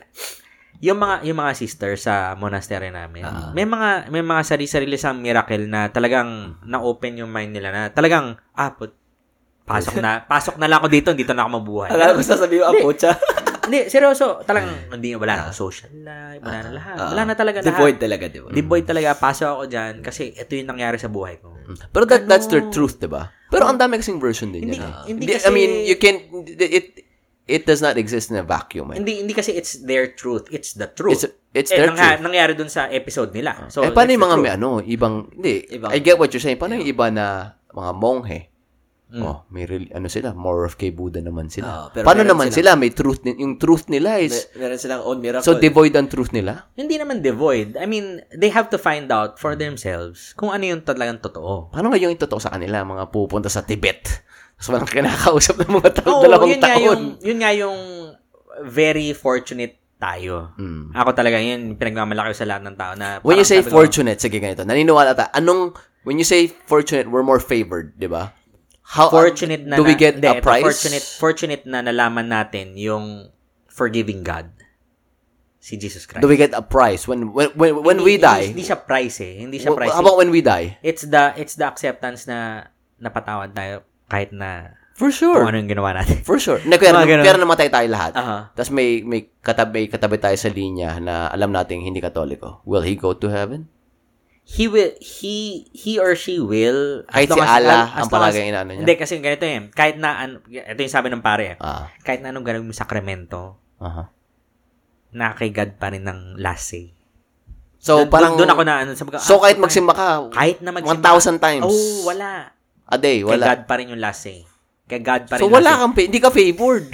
Speaker 3: yung mga yung mga sister sa monastery namin.
Speaker 2: Ah.
Speaker 3: May mga may mga sarili-sarili sa miracle na talagang na-open yung mind nila na talagang ah put, pasok
Speaker 2: <laughs>
Speaker 3: na pasok na lang ako dito, dito na ako mabuhay.
Speaker 1: Akala ko sasabihin mo, ah, pucha.
Speaker 3: Hindi, seryoso,
Speaker 2: Hmm.
Speaker 3: talagang hindi wala na
Speaker 2: Ah.
Speaker 3: akong social life, wala na lahat.
Speaker 1: Ah.
Speaker 3: Wala na talaga lahat.
Speaker 1: Devoid talaga,
Speaker 2: Hmm.
Speaker 1: devoid.
Speaker 3: Devoid talaga, paso ako dyan kasi ito yung nangyari sa buhay ko.
Speaker 2: Pero that, that's their truth, diba? Pero ang dami kasing version din
Speaker 3: Hindi-
Speaker 2: yan. ah.
Speaker 3: hindi
Speaker 2: Di- I
Speaker 3: kasi-
Speaker 2: mean, you can, it, it does not exist in a vacuum. Eh.
Speaker 3: Hindi hindi kasi it's their truth, it's the truth.
Speaker 2: It's, it's
Speaker 3: eh,
Speaker 2: their
Speaker 3: nangha-
Speaker 2: truth.
Speaker 3: nangyari dun sa episode nila. So,
Speaker 2: eh, paano
Speaker 3: it's the
Speaker 2: yung mga
Speaker 3: truth.
Speaker 2: may ano, ibang, hindi,
Speaker 1: Ibang-
Speaker 2: I get what you're saying. Paano yung iba na mga monghe? Oh, may rel- ano sila, more of kay Buddha naman
Speaker 1: Ah,
Speaker 2: sila.
Speaker 1: pero
Speaker 2: paano
Speaker 1: meron
Speaker 2: naman sila? May truth, ni- yung truth nila is,
Speaker 1: Mer- Meron silang own miracle.
Speaker 2: so devoid ang truth nila?
Speaker 3: Hindi naman devoid. I mean, they have to find out for themselves kung ano yung talagang totoo.
Speaker 2: Paano ngayon Ano yung totoo sa kanila, mga pupunta sa Tibet? Tapos walang kinakausap ng mga tao,
Speaker 3: Oo,
Speaker 2: dalawang
Speaker 3: yun nga
Speaker 2: taon.
Speaker 3: yung yun nga yung very fortunate tayo.
Speaker 2: Mm.
Speaker 3: Ako talaga yun pinagmamalaki ko sa lahat ng tao na
Speaker 2: When you
Speaker 3: parang
Speaker 2: say
Speaker 3: sabi ko,
Speaker 2: fortunate, sige ganito, naniniwala ta, anong, when you say fortunate, we're more favored, di ba? How,
Speaker 3: fortunate na
Speaker 2: do we
Speaker 3: na-
Speaker 2: get
Speaker 3: hindi,
Speaker 2: a
Speaker 3: ito,
Speaker 2: prize?
Speaker 3: Fortunate, fortunate na nalaman natin yung forgiving God. si Jesus Christ.
Speaker 2: Do we get a prize when when when, when we
Speaker 3: Hindi-
Speaker 2: die?
Speaker 3: Hindi, hindi siya price eh. Hindi siya
Speaker 2: Wh-
Speaker 3: price. eh.
Speaker 2: How about when we die?
Speaker 3: It's the it's the acceptance na napatawad tayo kahit na
Speaker 2: For
Speaker 3: kung
Speaker 2: sure. Uh-huh.
Speaker 3: ano yung ginawa natin. <laughs>
Speaker 2: For sure. Na, kaya,
Speaker 3: Mga ganun.
Speaker 2: kaya namatay tayo lahat.
Speaker 3: Aha.
Speaker 2: Tapos may, may, katabi, katabi tayo sa linya na alam nating hindi katoliko. Will he go to heaven?
Speaker 3: He will he he or she will
Speaker 2: Kahit
Speaker 3: as long
Speaker 2: si
Speaker 3: as-
Speaker 2: Allah
Speaker 3: as long as-
Speaker 2: ang palaging inaano niya?
Speaker 3: Hindi kasi ganito eh. Kahit na ano, ito yung sabi ng pare eh.
Speaker 2: Ah.
Speaker 3: Kahit na anong ganun yung sakramento,
Speaker 2: Aha.
Speaker 3: na kay God pa rin ng last say.
Speaker 2: So, parang...
Speaker 3: doon ako na ano, sabi ko,
Speaker 2: So,
Speaker 3: ah,
Speaker 2: kahit magsimba ka,
Speaker 3: kahit na magsimba,
Speaker 2: 1,000 times.
Speaker 3: Oh, wala.
Speaker 2: A day,
Speaker 3: Kay
Speaker 2: wala.
Speaker 3: God pa rin yung last say. Kay God pa rin yung
Speaker 2: So, wala
Speaker 3: last say.
Speaker 2: kang... fa- Hindi ka favored.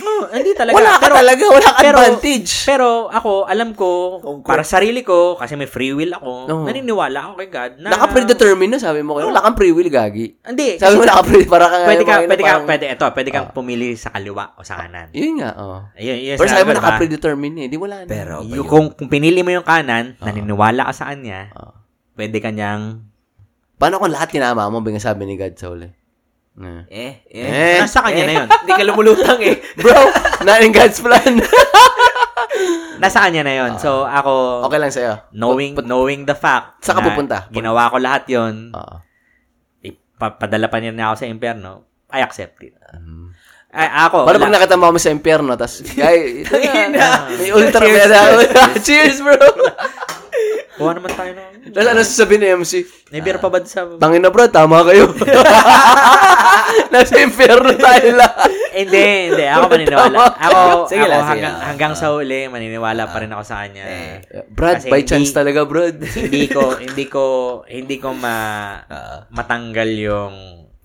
Speaker 3: No, hindi talaga.
Speaker 2: Wala ka
Speaker 3: Pero-
Speaker 2: talaga. Wala ka
Speaker 3: pero-
Speaker 2: advantage.
Speaker 3: Pero ako, alam ko,
Speaker 1: Kung-
Speaker 3: para sa sarili ko, kasi may free will ako,
Speaker 2: Oo.
Speaker 3: naniniwala ako kay God na...
Speaker 2: Naka-predetermine na, Eh, sabi mo. Wala kang free will, Gagi.
Speaker 3: Hindi.
Speaker 2: Sabi mo,
Speaker 3: kasi-
Speaker 2: naka-pre... Para ka...
Speaker 3: Pwede ka,
Speaker 2: mga yun,
Speaker 3: pwede ka,
Speaker 2: parang-
Speaker 3: pwede, eto, pwede kang
Speaker 2: Ah.
Speaker 3: pumili sa kaliwa o sa kanan.
Speaker 2: Yun nga, oh.
Speaker 3: Ayun, yun.
Speaker 2: Pero sabi mo,
Speaker 3: ko, diba?
Speaker 2: naka-predetermine eh. Di wala na.
Speaker 1: Pero, ba
Speaker 3: Yung,
Speaker 1: yun?
Speaker 3: kung, kung pinili mo yung kanan,
Speaker 2: Ah.
Speaker 3: naniniwala ka sa kanya,
Speaker 2: Ah.
Speaker 3: pwede ka niyang,
Speaker 2: Paano kung lahat kinama mo, bigyan sabi ni God sa uli? Yeah.
Speaker 1: eh,
Speaker 2: Eh.
Speaker 1: eh.
Speaker 3: nasa kanya na yun.
Speaker 1: Hindi ka lumulutang eh.
Speaker 2: <laughs> Bro, not in God's <laughs> plan.
Speaker 3: Nasa kanya na yun. So, ako,
Speaker 2: Oh. okay lang sa'yo.
Speaker 3: knowing knowing the fact
Speaker 2: Saan ka
Speaker 3: na
Speaker 2: pupunta? Oh.
Speaker 3: ginawa ko lahat yun,
Speaker 2: Oo.
Speaker 3: ipapadala pa niya na ako sa impyerno, I accept it. Ay, ako, Oh,
Speaker 2: Paano
Speaker 3: wala.
Speaker 2: Oh, pag nakita mo kami sa impyerno, tas, guy, ito na.
Speaker 1: Tangina.
Speaker 2: May ultra
Speaker 1: Cheers,
Speaker 2: mera. <laughs> Cheers, bro.
Speaker 3: Kuha naman tayo ng...
Speaker 2: Tapos ano sasabihin ni MC?
Speaker 3: May beer pa ba sa...
Speaker 2: Tangin na bro, tama <laughs> kayo. Nasa impyerno tayo lahat.
Speaker 3: Hindi, hindi. Ako
Speaker 1: <laughs>
Speaker 3: maniniwala.
Speaker 2: Tama.
Speaker 3: Ako,
Speaker 1: Sige
Speaker 3: ako
Speaker 1: lang, sige
Speaker 3: hanggang,
Speaker 1: lang. Ah.
Speaker 3: hanggang sa huli, maniniwala pa rin ako sa kanya.
Speaker 1: Eh.
Speaker 2: Brad,
Speaker 3: Kasi
Speaker 2: by
Speaker 3: hindi-
Speaker 2: chance talaga, Brad.
Speaker 3: hindi ko, hindi ko, hindi ko ma,
Speaker 1: Ah.
Speaker 3: matanggal yung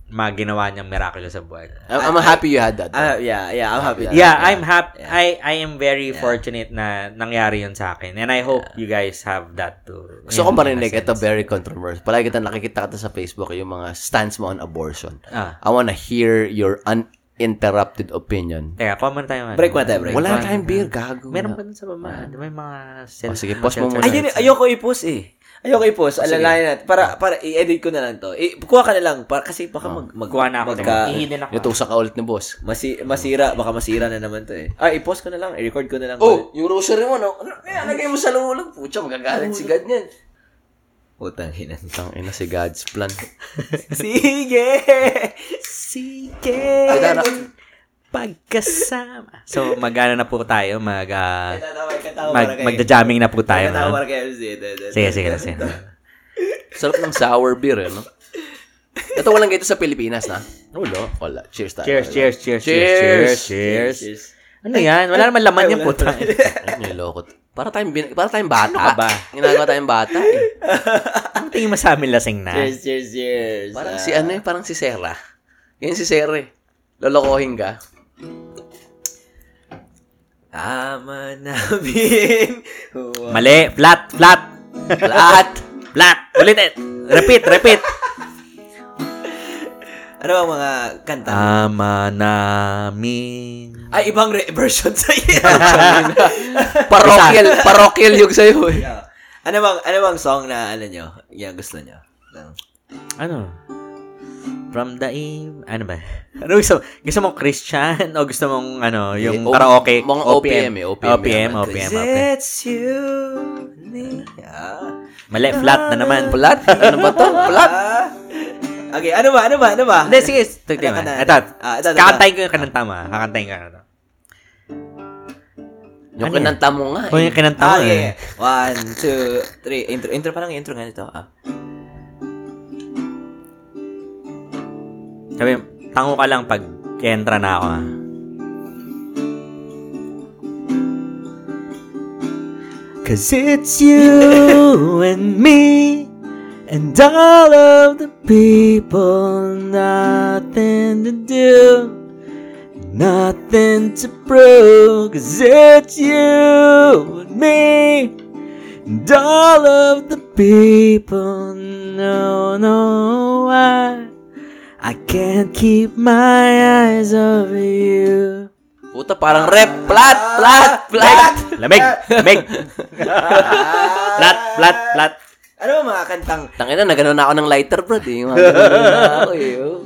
Speaker 3: mga ginawa niyang miraculo sa buhay.
Speaker 2: I'm, I'm happy you had that.
Speaker 1: Ah, yeah, yeah, I'm happy.
Speaker 3: Yeah, I'm happy.
Speaker 1: Yeah.
Speaker 3: I I am very fortunate na nangyari yun sa akin. And I hope you guys have that too.
Speaker 2: Gusto ko
Speaker 3: In- in a
Speaker 2: marinig,
Speaker 3: sense.
Speaker 2: ito very controversial. Palagi kita nakikita kita sa Facebook, yung mga stance mo on abortion.
Speaker 3: Ah.
Speaker 2: I wanna hear your uninterrupted opinion.
Speaker 3: Teka, kuha muna tayo. man.
Speaker 1: Break muna tayo, break.
Speaker 2: Wala na tayong beer,
Speaker 3: Meron
Speaker 2: gago. Ah. Meron
Speaker 3: pa dun sa baba. Di ba yung mga self-
Speaker 2: Oh, sige,
Speaker 3: mga
Speaker 2: pause mo
Speaker 3: shelter
Speaker 2: muna.
Speaker 1: Ayun,
Speaker 3: sites?
Speaker 1: ayoko i-post eh. Ayoko i-post. Alalayan natin. Para, para i-edit ko na lang to. I, kuha ka na lang. Para, kasi baka mag, mag,
Speaker 3: Oh, Kuha na ako.
Speaker 1: magka,
Speaker 3: teka. Ihihin ako.
Speaker 2: Nutusak ka ulit ni boss.
Speaker 1: masi, masira. Baka masira na naman to eh. Ah, i-post ko na lang. I-record ko na lang.
Speaker 3: Oh!
Speaker 2: Oh, yung rosary mo, no? Ano, nagay mo sa lulog. Pucha, magagalit si God niyan.
Speaker 1: Putang hinan. <laughs>
Speaker 2: Tang ina si God's plan.
Speaker 3: Sige! Sige!
Speaker 2: Tara.
Speaker 3: Pagkasama. So, mag-ano na po tayo? Mag, ah,
Speaker 1: Tatawa, katawa
Speaker 3: mag, magja-jamming na po tayo.
Speaker 1: Katawa
Speaker 3: Man.
Speaker 1: para kay MC.
Speaker 3: Sige, sige, sige.
Speaker 2: Sarap ng sour beer, eh, no? Ito walang ganito sa Pilipinas, na? Wala. Wala. Cheers tayo.
Speaker 3: Cheers, cheers, cheers, cheers,
Speaker 2: Cheers!
Speaker 3: cheers, cheers. Ano yan? Wala naman laman yung puta.
Speaker 2: Ano yung loko? Para tayong, bin- para tayong
Speaker 3: Ano
Speaker 2: bata.
Speaker 3: ka ba?
Speaker 2: Ginagawa tayong bata. Eh.
Speaker 3: <laughs> Ang tingin mo sa amin lasing na.
Speaker 1: Cheers, cheers, cheers. Ah.
Speaker 2: Parang si ano eh, parang si Sarah. Ganyan si Sarah eh. Lolokohin
Speaker 3: <laughs>
Speaker 2: ka.
Speaker 1: Tama namin. <laughs> Huwag
Speaker 3: Mali. Flat, flat.
Speaker 2: Lahat.
Speaker 3: Flat. Ulitin. Repeat, repeat.
Speaker 1: Ano ang mga kanta?
Speaker 3: Tama namin.
Speaker 1: Ay, ibang re- <laughs> version sa iyo.
Speaker 3: <laughs>
Speaker 2: Parokial. Parokial yung sa'yo eh.
Speaker 1: Yeah. ano bang ano bang song na ano nyo? Yung gusto nyo? Ng-
Speaker 3: Ano? From the Eve. Ano ba? Ano gusto? Gusto mong Christian o gusto mong ano, yung
Speaker 2: Eh, o-
Speaker 3: karaoke?
Speaker 2: mga OPM eh, OPM.
Speaker 3: OPM, OPM, OPM.
Speaker 1: It's you, me. Yeah.
Speaker 3: Mali, flat na naman.
Speaker 2: Flat? Ano ba to? Flat?
Speaker 1: Ah. Okay, ano ba? Ano ba? Ano ba?
Speaker 3: Hindi, sige. Tignan
Speaker 1: Ano ka
Speaker 3: mo.
Speaker 1: na?
Speaker 3: Ito.
Speaker 1: Ah, ito, ito, ito.
Speaker 3: Kakantayin ko yung kananta mo. ah. Kakantayin ko yung kananta.
Speaker 2: Yung
Speaker 3: Ano yan?
Speaker 2: kinanta mo nga
Speaker 3: Kung
Speaker 2: eh.
Speaker 3: yung kananta mo.
Speaker 1: Ah,
Speaker 3: eh.
Speaker 1: okay. One, two, three. Intro, intro pa lang. Intro nga nito. Ah.
Speaker 3: Sabi, tango ka lang pag entra na ako. ah. Cause it's you and me and all of the people nothing to do. Nothing to prove, cause it's you and me. And all of the people don't know why. I can't keep my eyes over you.
Speaker 2: Puta, parang rep. Flat, flat, flat.
Speaker 3: Lamig! Lamig! flat, flat, flat.
Speaker 1: Ano <laughs> ba mga kantang?
Speaker 3: <laughs>
Speaker 2: Tangina, nagano na ako ng lighter, bro. Eh. Yung mga ganun na ako eh. oh.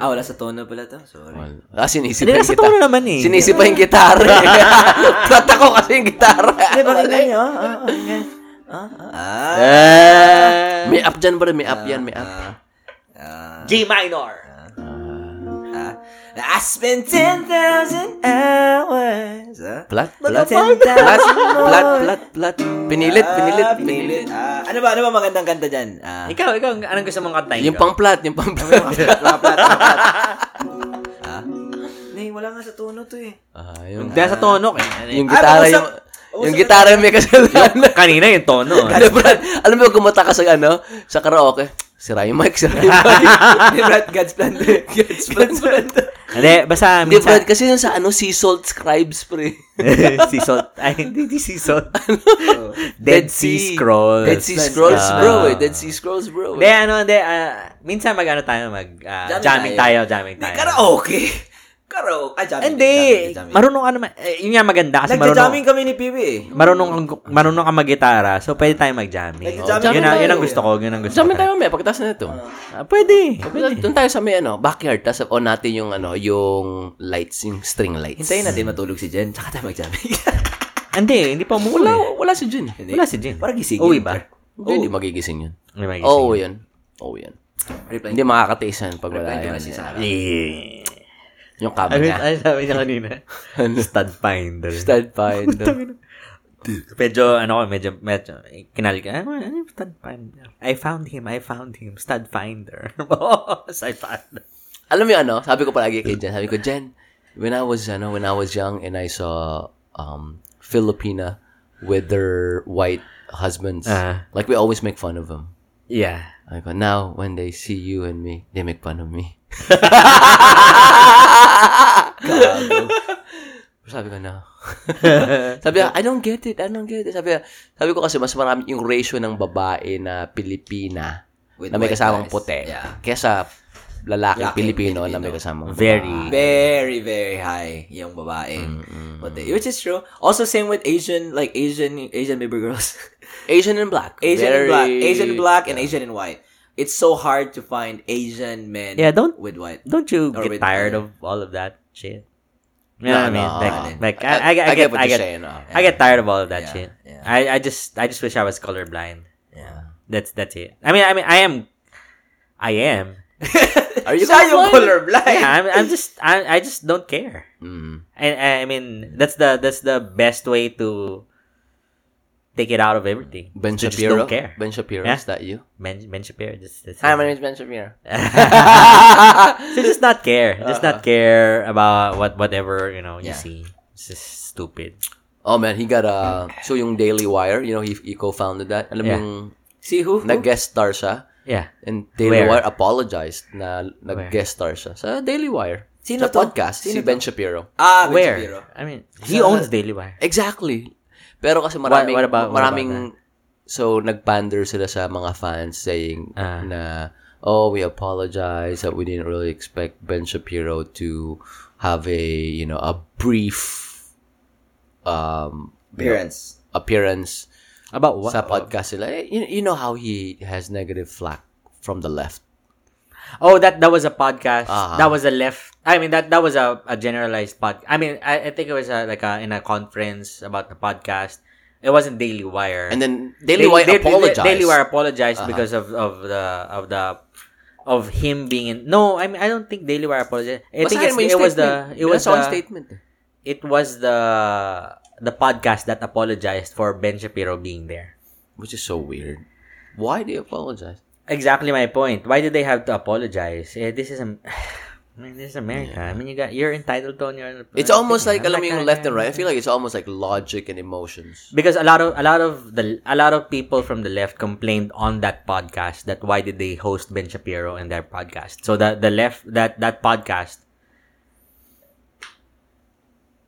Speaker 1: Ah, wala sa tono pala to. Sorry.
Speaker 2: Ah,
Speaker 3: Hindi,
Speaker 2: sinisipan
Speaker 3: nasa
Speaker 2: kita.
Speaker 3: tono naman eh.
Speaker 2: Sinisip pa yung gitara. <laughs> eh. Plata ko kasi yung gitara.
Speaker 1: Hindi, bakit ganyan? Ah, ah, ah, ganyan. ah, ah, ah.
Speaker 2: Ah. May up dyan, bro. May up yan, may up.
Speaker 3: G minor.
Speaker 1: Ah, I spent 10,000 hours. Ah?
Speaker 2: Plat, plat,
Speaker 1: Ten
Speaker 2: plat, plat,
Speaker 1: thousand more.
Speaker 2: plat, plat, plat. Pinilit, pinilit,
Speaker 1: Ah,
Speaker 2: pinilit.
Speaker 1: pinilit. Ah, ano ba, ano ba magandang kanta dyan? Ah,
Speaker 3: Ikaw, ikaw, anong gusto mong kantahin?
Speaker 2: Yung
Speaker 3: ko?
Speaker 2: pang plat, yung pang plat. <laughs>
Speaker 1: mga plat, mga plat. Ah? Nay, wala nga sa tono to eh.
Speaker 2: Ah,
Speaker 3: Yung
Speaker 2: yung,
Speaker 3: nasa tono. eh. Ano yun?
Speaker 2: yung gitara,
Speaker 1: Ah,
Speaker 2: yung,
Speaker 1: pausap-
Speaker 2: yung
Speaker 1: pausap
Speaker 2: gitara yung may kasalanan.
Speaker 3: <laughs> Kanina yung tono.
Speaker 2: <laughs> Ano, Brad? Alam mo, kumata ka sa, ano, sa karaoke. Sira yung mic, sira yung <laughs> mic.
Speaker 1: Hindi, Brad, God's plan to eh. God's plan to.
Speaker 3: Hindi, basta
Speaker 2: Hindi,
Speaker 3: minsan. <laughs>
Speaker 2: Brad, kasi yung sa, ano, sea salt scribes, pre.
Speaker 3: sea salt. Ay, hindi, hindi sea salt.
Speaker 1: Oh.
Speaker 3: Dead Sea Scrolls.
Speaker 2: Dead Sea Scrolls,
Speaker 3: Ah.
Speaker 2: bro, eh. Dead Sea Scrolls, bro.
Speaker 3: Hindi,
Speaker 2: Eh.
Speaker 3: ano, hindi. ah, minsan mag-ano tayo, mag ah,
Speaker 1: Jamming
Speaker 3: jamming
Speaker 1: tayo.
Speaker 3: tayo, jamming
Speaker 1: Hindi,
Speaker 3: tayo.
Speaker 1: karaoke. Karaoke. Ah, jamming.
Speaker 3: Hindi.
Speaker 1: jamming, jamming.
Speaker 3: Marunong ka naman. Eh, yun nga maganda kasi
Speaker 1: Nagja-jamming
Speaker 3: marunong.
Speaker 1: kami ni Piwi eh.
Speaker 3: Marunong kang marunong kang mag-gitara, so pwede tayong mag-jamming.
Speaker 1: Nagja-jamming
Speaker 3: yun, ang,
Speaker 2: tayo.
Speaker 3: yun ang gusto ko, yun ang gusto
Speaker 2: Jamming
Speaker 3: ko.
Speaker 2: tayo, may. Pagkatapos na ito.
Speaker 3: Ah, pwede.
Speaker 2: Doon tayo sa may, ano, backyard. Tapos on natin yung, ano, yung lights, yung string lights.
Speaker 1: Hintayin natin matulog si Jen, tsaka tayo mag-jamming. <laughs>
Speaker 3: Hindi, hindi pa umuwi.
Speaker 2: Wala, wala si Jun.
Speaker 1: Hindi.
Speaker 3: Wala si Jin.
Speaker 1: Parang gising
Speaker 3: Uwi
Speaker 1: yun,
Speaker 3: ba?
Speaker 1: par.
Speaker 2: Hindi,
Speaker 3: Oh.
Speaker 2: hindi magigising yun.
Speaker 3: Hindi ba gising?
Speaker 2: Oo, yun. Oo, yun.
Speaker 1: Reply.
Speaker 2: Hindi makakatiis yan pag wala
Speaker 1: Reply ko
Speaker 2: yun.
Speaker 1: na si Sarah.
Speaker 3: Yeah.
Speaker 2: Yung kaba
Speaker 3: Ano
Speaker 2: niya.
Speaker 3: ano sabi niya kanina? Ano? Stud finder.
Speaker 2: Stud <laughs> pa yun.
Speaker 3: Medyo, ano ko, medyo, medyo, kinalik, ano, ano yung stud finder? I found him, I found him, stud finder. <laughs> Oo, stud finder.
Speaker 2: Alam mo yun, ano? Sabi ko palagi kay Jen. Sabi ko, Jen, when I was, ano, when I was young and I saw um, Filipina with their white husbands,
Speaker 3: Ah.
Speaker 2: like we always make fun of them.
Speaker 3: Yeah.
Speaker 2: I go, now, when they see you and me, they make fun of
Speaker 3: <laughs>
Speaker 2: me. sabi ko, no. <laughs> sabi ko, I don't get it, I don't get it. Sabi, sabi ko kasi mas marami yung ratio ng babae na Pilipina
Speaker 1: With
Speaker 2: na may
Speaker 1: white
Speaker 2: kasamang
Speaker 1: guys.
Speaker 2: puti
Speaker 1: Yeah.
Speaker 2: kesa lalaki
Speaker 1: Lalaking
Speaker 2: Pilipino, na
Speaker 1: Pilipino.
Speaker 2: may kasamang
Speaker 1: Mm.
Speaker 3: Very.
Speaker 1: Very, very high yung babae. Puti. Which is true. Also, same with Asian, like Asian, Asian baby girls. <laughs>
Speaker 2: Asian and black.
Speaker 1: Asian and
Speaker 2: Very-
Speaker 1: black. Asian and black and Asian and white. It's so hard to find Asian men
Speaker 3: Yeah, don't-
Speaker 1: with white.
Speaker 3: Don't you
Speaker 1: Or
Speaker 3: get
Speaker 1: with-
Speaker 3: tired of all of that shit? You
Speaker 2: No,
Speaker 3: know what I mean?
Speaker 2: no,
Speaker 3: like,
Speaker 2: I didn't.
Speaker 3: like I, I, I, get, I
Speaker 2: you're
Speaker 3: get,
Speaker 2: saying, no.
Speaker 3: I get tired of all of that
Speaker 1: Yeah,
Speaker 3: shit.
Speaker 1: yeah.
Speaker 3: I, I just, I just wish I was colorblind.
Speaker 1: Yeah.
Speaker 3: That's, that's it. I mean, I mean, I am, I am.
Speaker 1: <laughs>
Speaker 2: Are you
Speaker 1: Siya yung
Speaker 2: colorblind?
Speaker 1: colorblind.
Speaker 3: Yeah, I'm, I'm just, I, I just don't care.
Speaker 2: Mm.
Speaker 3: And I mean, that's the that's the best way to take it out of everything.
Speaker 2: Ben
Speaker 3: You just
Speaker 2: Shapiro?
Speaker 3: don't care.
Speaker 2: Ben Shapiro,
Speaker 3: Yeah.
Speaker 2: is that you?
Speaker 3: Ben, ben Shapiro. Just, just, <laughs>
Speaker 2: is Ben Shapiro.
Speaker 3: so just not care. Just not
Speaker 2: Uh-huh.
Speaker 3: care about what whatever you know you
Speaker 1: Yeah.
Speaker 3: see. It's just stupid.
Speaker 2: <laughs> Oh man, he got a so yung Daily Wire, you know, he, he co-founded that. Alam mo
Speaker 3: Yeah.
Speaker 2: yung
Speaker 1: See who?
Speaker 2: nag-guest star siya
Speaker 3: Yeah.
Speaker 2: and Daily
Speaker 3: Where?
Speaker 2: Wire apologized na nag-guest star siya sa Daily Wire.
Speaker 1: Sino
Speaker 2: sa
Speaker 1: to?
Speaker 2: podcast
Speaker 1: Sino
Speaker 2: si Ben Shapiro.
Speaker 1: ah, Ben
Speaker 3: Where?
Speaker 1: Shapiro.
Speaker 3: I mean, he
Speaker 1: Sa-
Speaker 3: owns Daily Wire.
Speaker 2: Exactly. Pero kasi maraming
Speaker 3: What- what about- what
Speaker 2: maraming
Speaker 3: about
Speaker 2: so nagpander sila sa mga fans saying
Speaker 3: Ah.
Speaker 2: na oh we apologize that we didn't really expect Ben Shapiro to have a you know a brief um
Speaker 1: Appearance.
Speaker 2: appearance
Speaker 3: About what?
Speaker 2: sa podcast sila. Eh, You, you know how he has negative flack from the left.
Speaker 3: Oh, that that was a podcast.
Speaker 2: Uh-huh.
Speaker 3: That was a left. I mean, that that was a, a generalized pod. I mean, I, I think it was a, like a, in a conference about the podcast. It wasn't Daily Wire.
Speaker 2: And then Daily Wire
Speaker 3: Daily-
Speaker 2: apologized. Uh-huh.
Speaker 3: Daily Wire apologized because of of the of the of him being in. No, I mean I don't think Daily Wire apologized. I think it's,
Speaker 2: Basahin mo yung
Speaker 3: it was the it was the,
Speaker 2: statement. Binasa ko yung statement. eh.
Speaker 3: it was the the podcast that apologized for Ben Shapiro being there.
Speaker 2: Which is so weird. Why do you apologize?
Speaker 3: Exactly my point. Why did they have to apologize? Eh, this is a <sighs> Man, this is America. I mean, you got you're entitled to on your.
Speaker 2: It's almost like alam mo
Speaker 3: Like, "Ah, uh,
Speaker 2: yung left and right. I feel like it's almost like logic and emotions.
Speaker 3: because a lot of a lot of the a lot of people from the left complained on that podcast that why did they host Ben Shapiro in their podcast? So that the left that that podcast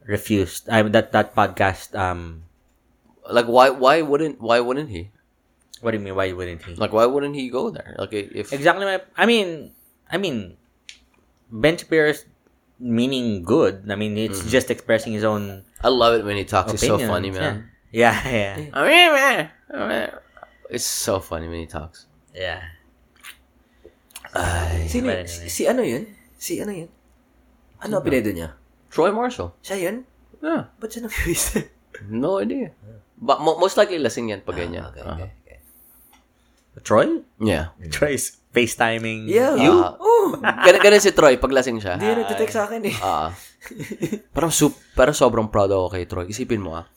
Speaker 3: refused. I mean, that that podcast. Um,
Speaker 2: Like why why wouldn't why wouldn't he?
Speaker 3: what do you mean? Why wouldn't he?
Speaker 2: Like why wouldn't he go there? Like if
Speaker 3: exactly. My, I mean, I mean, Ben Shapiro's meaning good. I mean, it's just expressing his own
Speaker 2: I love it when he talks. Mm-hmm. It's so
Speaker 3: opinions.
Speaker 2: funny, man.
Speaker 3: Yeah, <laughs> yeah, yeah.
Speaker 2: It's so
Speaker 3: <laughs>
Speaker 2: funny when he talks.
Speaker 3: yeah.
Speaker 1: Sino,
Speaker 3: But anyway.
Speaker 1: si, si ano yun? Si ano yun? Ano apelido niya?
Speaker 2: Troy Marshall.
Speaker 1: Siya yun?
Speaker 2: Yeah.
Speaker 1: Ba't siya nag-freeze?
Speaker 2: No idea. But mo- most likely lasing yan pag ganyan.
Speaker 1: <laughs> okay,
Speaker 2: Ah.
Speaker 1: okay, okay.
Speaker 3: Troy?
Speaker 2: Yeah.
Speaker 3: Troy's FaceTiming.
Speaker 1: Yeah.
Speaker 2: You?
Speaker 1: Oh!
Speaker 2: Ganun, ganun si Troy pag lasing siya.
Speaker 1: Hindi yun nagtitake sa akin eh.
Speaker 2: Ah. parang sup, parang sobrang proud ako kay Troy. Isipin mo ah.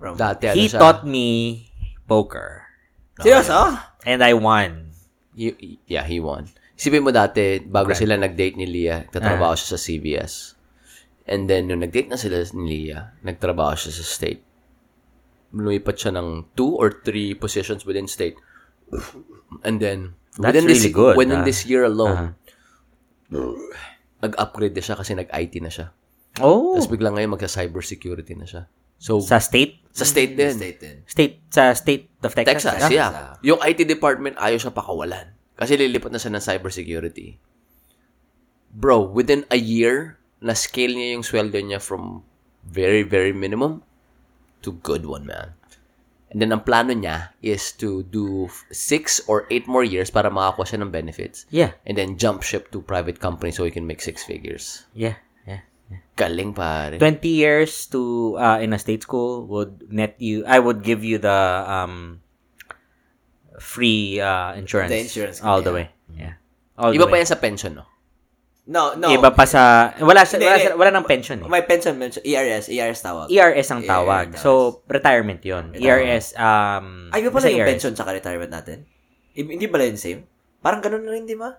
Speaker 1: From,
Speaker 2: Dati ano
Speaker 3: He
Speaker 2: siya.
Speaker 3: taught me poker.
Speaker 1: Seryoso? ah?
Speaker 3: And I won.
Speaker 2: He- yeah, he won. Isipin mo dati, bago sila nag-date ni Leah, nagtatrabaho
Speaker 3: Ah.
Speaker 2: siya sa CVS. And then, nung nag-date na sila ni Leah, nagtrabaho siya sa state. Lumipat siya ng two or three positions within state. And then,
Speaker 3: That's
Speaker 2: within,
Speaker 3: really
Speaker 2: this,
Speaker 3: good, ah.
Speaker 2: within
Speaker 3: Uh-huh.
Speaker 2: this year alone, nag-upgrade na siya kasi nag-IT na siya.
Speaker 3: Oh.
Speaker 2: Tapos biglang ngayon magsa-cybersecurity na siya. So, sa,
Speaker 3: Sa state?
Speaker 2: state din.
Speaker 1: State din.
Speaker 3: State, sa state of Texas.
Speaker 2: Texas,
Speaker 3: ah?
Speaker 2: yeah. Yung IT department, ayaw siya pakawalan. Kasi lilipat na siya ng cybersecurity. Bro, within a year, na-scale niya yung sweldo niya from very, very minimum to good one, man. And then, ang plano niya is to do f- six or eight more years para makakuha siya ng benefits.
Speaker 3: Yeah.
Speaker 2: And then, jump ship to private company so he can make six figures.
Speaker 3: Yeah. Yeah.
Speaker 2: Galing, pare.
Speaker 3: 20 years to uh, in a state school would net you I would give you the um free uh, insurance,
Speaker 1: The insurance,
Speaker 3: all the
Speaker 1: yeah.
Speaker 3: way. Yeah. All the
Speaker 2: Iba pa
Speaker 3: way.
Speaker 2: yan sa pension, no?
Speaker 1: No, no.
Speaker 3: Iba pa sa wala sa,
Speaker 1: Hindi,
Speaker 3: wala,
Speaker 1: hindi.
Speaker 3: sa- wala ng pension eh.
Speaker 1: May E pension, E mention. ERS. ERS tawag.
Speaker 3: ERS ang tawag.
Speaker 1: ERS.
Speaker 3: So retirement 'yon. ERS um
Speaker 1: Ay, iba pala
Speaker 3: basta
Speaker 1: yung
Speaker 3: ERS.
Speaker 1: pension sa retirement natin? I- hindi pala yung same? Parang ganun na rin, di ba?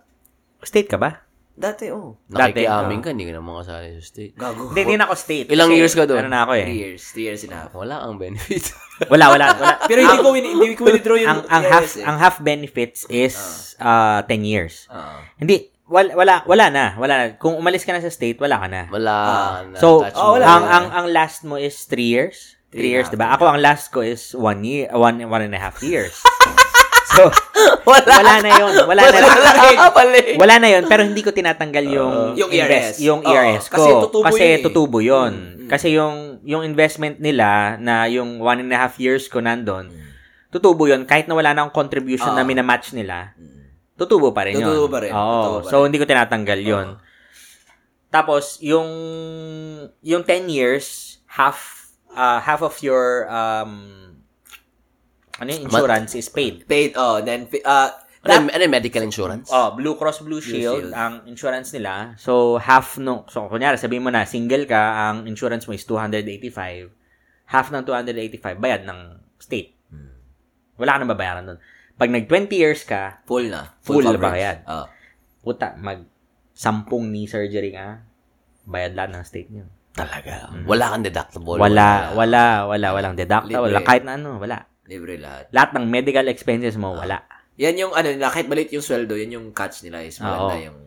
Speaker 3: State ka ba?
Speaker 1: Dati, oh.
Speaker 3: Dati,
Speaker 2: Nakikiaming ka, hindi ka na makasali sa state.
Speaker 1: Gago.
Speaker 3: Hindi, hindi na ako state.
Speaker 2: Ilang years ka doon?
Speaker 3: Ano na ako eh.
Speaker 1: Three years. Three years and a half.
Speaker 2: Wala ang benefit. <laughs>
Speaker 3: Wala, wala, wala.
Speaker 1: <laughs> Pero hindi ko, win- hindi ko withdraw yung
Speaker 3: ang ang
Speaker 1: ERS
Speaker 3: half
Speaker 1: eh.
Speaker 3: ang half benefits is uh 10 years.
Speaker 1: Ah.
Speaker 3: Hindi wala wala wala na, wala na. Kung umalis ka na sa state, wala ka na.
Speaker 2: Wala na.
Speaker 3: So,
Speaker 2: Touch
Speaker 1: oh,
Speaker 2: mo
Speaker 1: wala.
Speaker 2: na.
Speaker 3: ang ang ang last mo is 3 years. 3
Speaker 1: Three and a
Speaker 3: years,
Speaker 1: half,
Speaker 3: 'di ba? Ako ang last ko is 1 year, 1 one and a half
Speaker 1: <laughs>
Speaker 3: years. so,
Speaker 2: wala.
Speaker 3: wala na 'yon. Wala na.
Speaker 2: Wala ka pala eh.
Speaker 3: Wala na 'yon, pero hindi ko tinatanggal yung
Speaker 1: Yung
Speaker 3: invest-
Speaker 1: ERS.
Speaker 3: yung
Speaker 1: Oo,
Speaker 3: ERS ko.
Speaker 1: kasi tutubo
Speaker 3: kasi
Speaker 1: yun eh.
Speaker 3: tutubo 'yon.
Speaker 1: Mm, mm.
Speaker 3: Kasi yung yung investment nila na yung one and a half years ko nandun, tutubo 'yon kahit na wala na akong contribution na
Speaker 1: Oo.
Speaker 3: minamatch nila.
Speaker 1: Mm.
Speaker 3: Tutubo pa rin yun.
Speaker 1: Tutubo pa rin.
Speaker 3: Oo.
Speaker 1: Tutubo pa
Speaker 3: so,
Speaker 1: rin.
Speaker 3: hindi ko tinatanggal yun. Tapos, yung yung 10 years, half uh, half of your um, ano yun, insurance is paid.
Speaker 1: Paid, oh. Then, fi- ah,
Speaker 2: Ano yung- ano yung medical insurance?
Speaker 3: Oh, Blue Cross Blue
Speaker 1: Shield.
Speaker 3: Shield, ang insurance nila. So, half no so kunyari sabihin mo na single ka, ang insurance mo is 285. Half ng 285 bayad ng state.
Speaker 1: Hmm.
Speaker 3: Wala ka nang babayaran doon. Pag nag 20 years ka,
Speaker 1: full na.
Speaker 3: Full na
Speaker 1: coverage.
Speaker 3: ba yan?
Speaker 1: Ah.
Speaker 3: puta, mag sampung knee surgery ka, bayad lahat ng state niyo.
Speaker 2: Talaga. Hmm. Wala kang deductible.
Speaker 3: Wala, wala, wala, walang deductible,
Speaker 1: Libre.
Speaker 3: wala, kahit na ano, wala.
Speaker 1: Libre lahat.
Speaker 3: Lahat ng medical expenses mo, wala.
Speaker 1: Yan yung ano nila, kahit maliit yung sweldo, yan yung catch nila is maganda
Speaker 3: Oo.
Speaker 1: yung...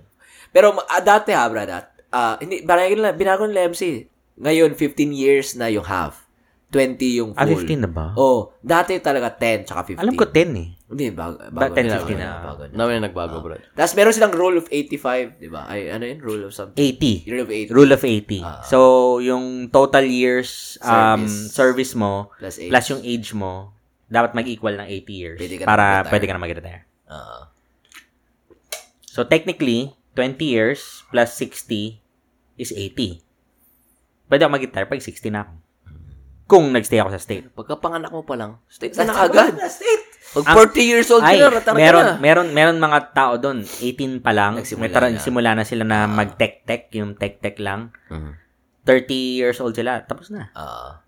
Speaker 1: Pero ma- ah, dati ha, brad, ah, ah, hindi, parang yun lang, binago nila MC. Ngayon, 15 years na yung half. 20 yung full.
Speaker 3: Ah, 15 na ba?
Speaker 1: Oh, dati talaga 10 tsaka 15.
Speaker 3: Alam ko 10 eh.
Speaker 1: Hindi, bago, bago
Speaker 3: Ba- 10,
Speaker 1: na,
Speaker 3: 15
Speaker 1: bago
Speaker 3: na.
Speaker 1: bago na.
Speaker 2: Namin na nagbago,
Speaker 1: Ah.
Speaker 2: bro.
Speaker 1: Tapos meron silang rule of 85, di ba? Ay, ano yun? Rule of something?
Speaker 3: 80.
Speaker 1: Rule of 80
Speaker 3: Rule of 80. so, yung total years um,
Speaker 1: Service.
Speaker 3: Ah. service mo,
Speaker 1: plus 8.
Speaker 3: plus yung age mo, dapat mag-equal ng 80 years
Speaker 1: Pwede ka na
Speaker 3: para
Speaker 1: mag-retire.
Speaker 3: pwede ka na mag-retire.
Speaker 1: Ah.
Speaker 3: So, technically, 20 years plus 60 is 80. Pwede ako mag-retire pag 60 na ako. Kung nagstay ako sa state.
Speaker 2: Pagkapanganak mo pa lang, state
Speaker 1: Sa
Speaker 2: na agad. Pag
Speaker 3: Ang-
Speaker 2: 40 years old ka
Speaker 3: Ay,
Speaker 2: na, ratar ka
Speaker 3: meron,
Speaker 2: na.
Speaker 3: meron, meron mga tao doon, 18 pa lang,
Speaker 1: Nagsimula
Speaker 3: may tara,
Speaker 1: na. Ah.
Speaker 3: simula na sila na mag-tech-tech, yung tech-tech lang.
Speaker 2: Mhm.
Speaker 3: 30 years old sila, tapos na.
Speaker 1: Ah.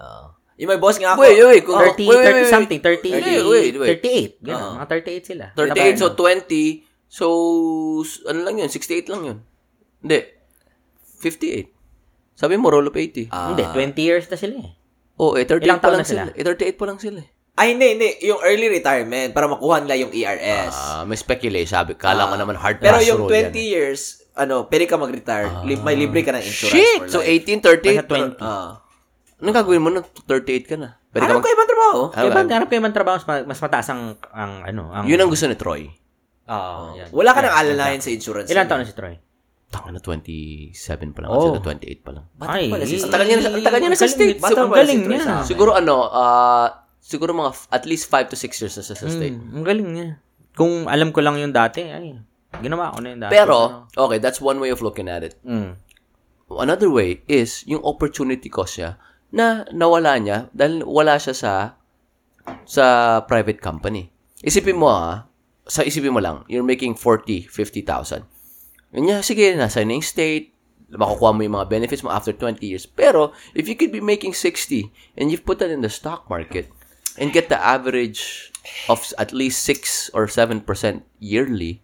Speaker 1: Ah. Yung may boss nga ako.
Speaker 2: Wait, wait. Kung,
Speaker 3: 30,
Speaker 2: Oh, wait, wait,
Speaker 3: 30
Speaker 2: wait.
Speaker 3: something, 30,
Speaker 2: Wait, wait, wait.
Speaker 3: 38. Ganun,
Speaker 1: Ah.
Speaker 3: mga 38 sila.
Speaker 2: 38, so
Speaker 3: Tapos,
Speaker 2: 20. So, s- ano lang yun? 68 lang yun. Hindi. 58. Sabi mo, roll up 80.
Speaker 1: Ah.
Speaker 3: Hindi, 20 years na sila eh.
Speaker 2: Oo, oh, eh, 38
Speaker 3: Ilang
Speaker 2: pa
Speaker 3: taon na
Speaker 2: lang
Speaker 3: sila?
Speaker 2: sila. Eh, 38 pa lang sila. eh.
Speaker 1: Ay, hindi, hindi. Yung early retirement para makuha nila yung ERS.
Speaker 2: Ah, may speculate, sabi. Kala ko naman hard
Speaker 1: Pero
Speaker 2: pass
Speaker 1: yung
Speaker 2: rule
Speaker 1: 20
Speaker 2: yan. Ah.
Speaker 1: years, ano, pwede ka mag-retire. Lib- may libre ka ng eh. insurance
Speaker 2: Shit!
Speaker 1: for
Speaker 2: So,
Speaker 1: life.
Speaker 2: 18,
Speaker 3: Basta
Speaker 2: 38.
Speaker 3: 20.
Speaker 1: Ah.
Speaker 2: Anong gagawin mo na? 38 ka na. Pwede ka
Speaker 1: Hanap
Speaker 2: mag...
Speaker 1: ko ibang trabaho.
Speaker 2: Ah,
Speaker 3: Kaya ba, hanap kayo man trabaho, mas, ma- mas mataas ang, ang ano, ang...
Speaker 2: Yun ang gusto ni Troy.
Speaker 3: Oo,
Speaker 1: Ah,
Speaker 3: yan.
Speaker 1: Wala ka nang alalayan sa insurance.
Speaker 3: Ilan taon na si Troy?
Speaker 2: Tanga na 27 pa lang
Speaker 3: Oh.
Speaker 2: kasi na 28 pa lang.
Speaker 1: Ay, pala si-
Speaker 2: Ang tagal niya, na- ang tagal niya na sa
Speaker 3: Ang
Speaker 2: state.
Speaker 3: galing-
Speaker 1: Bata
Speaker 2: Sig-
Speaker 3: ang
Speaker 1: pala si
Speaker 3: galing
Speaker 1: Troy
Speaker 3: niya.
Speaker 1: sa akin.
Speaker 2: siguro ano, ah, siguro
Speaker 3: Hmm.
Speaker 2: mga f- at least 5 to 6 years na siya sa state.
Speaker 3: Mm, ang galing niya. Kung alam ko lang yung dati, ay, Ginawa ko na yun dati.
Speaker 2: Pero, okay, that's one way of looking at it.
Speaker 3: Mm.
Speaker 2: Another way is yung opportunity cost siya na nawala niya dahil wala siya sa sa private company. Isipin mo ah, sa isipin mo lang, you're making 40, 50,000. Yun niya, sige, nasa na yung state, makukuha mo yung mga benefits mo after 20 years. Pero, if you could be making 60 and you've put that in the stock market and get the average of at least 6 or 7% yearly,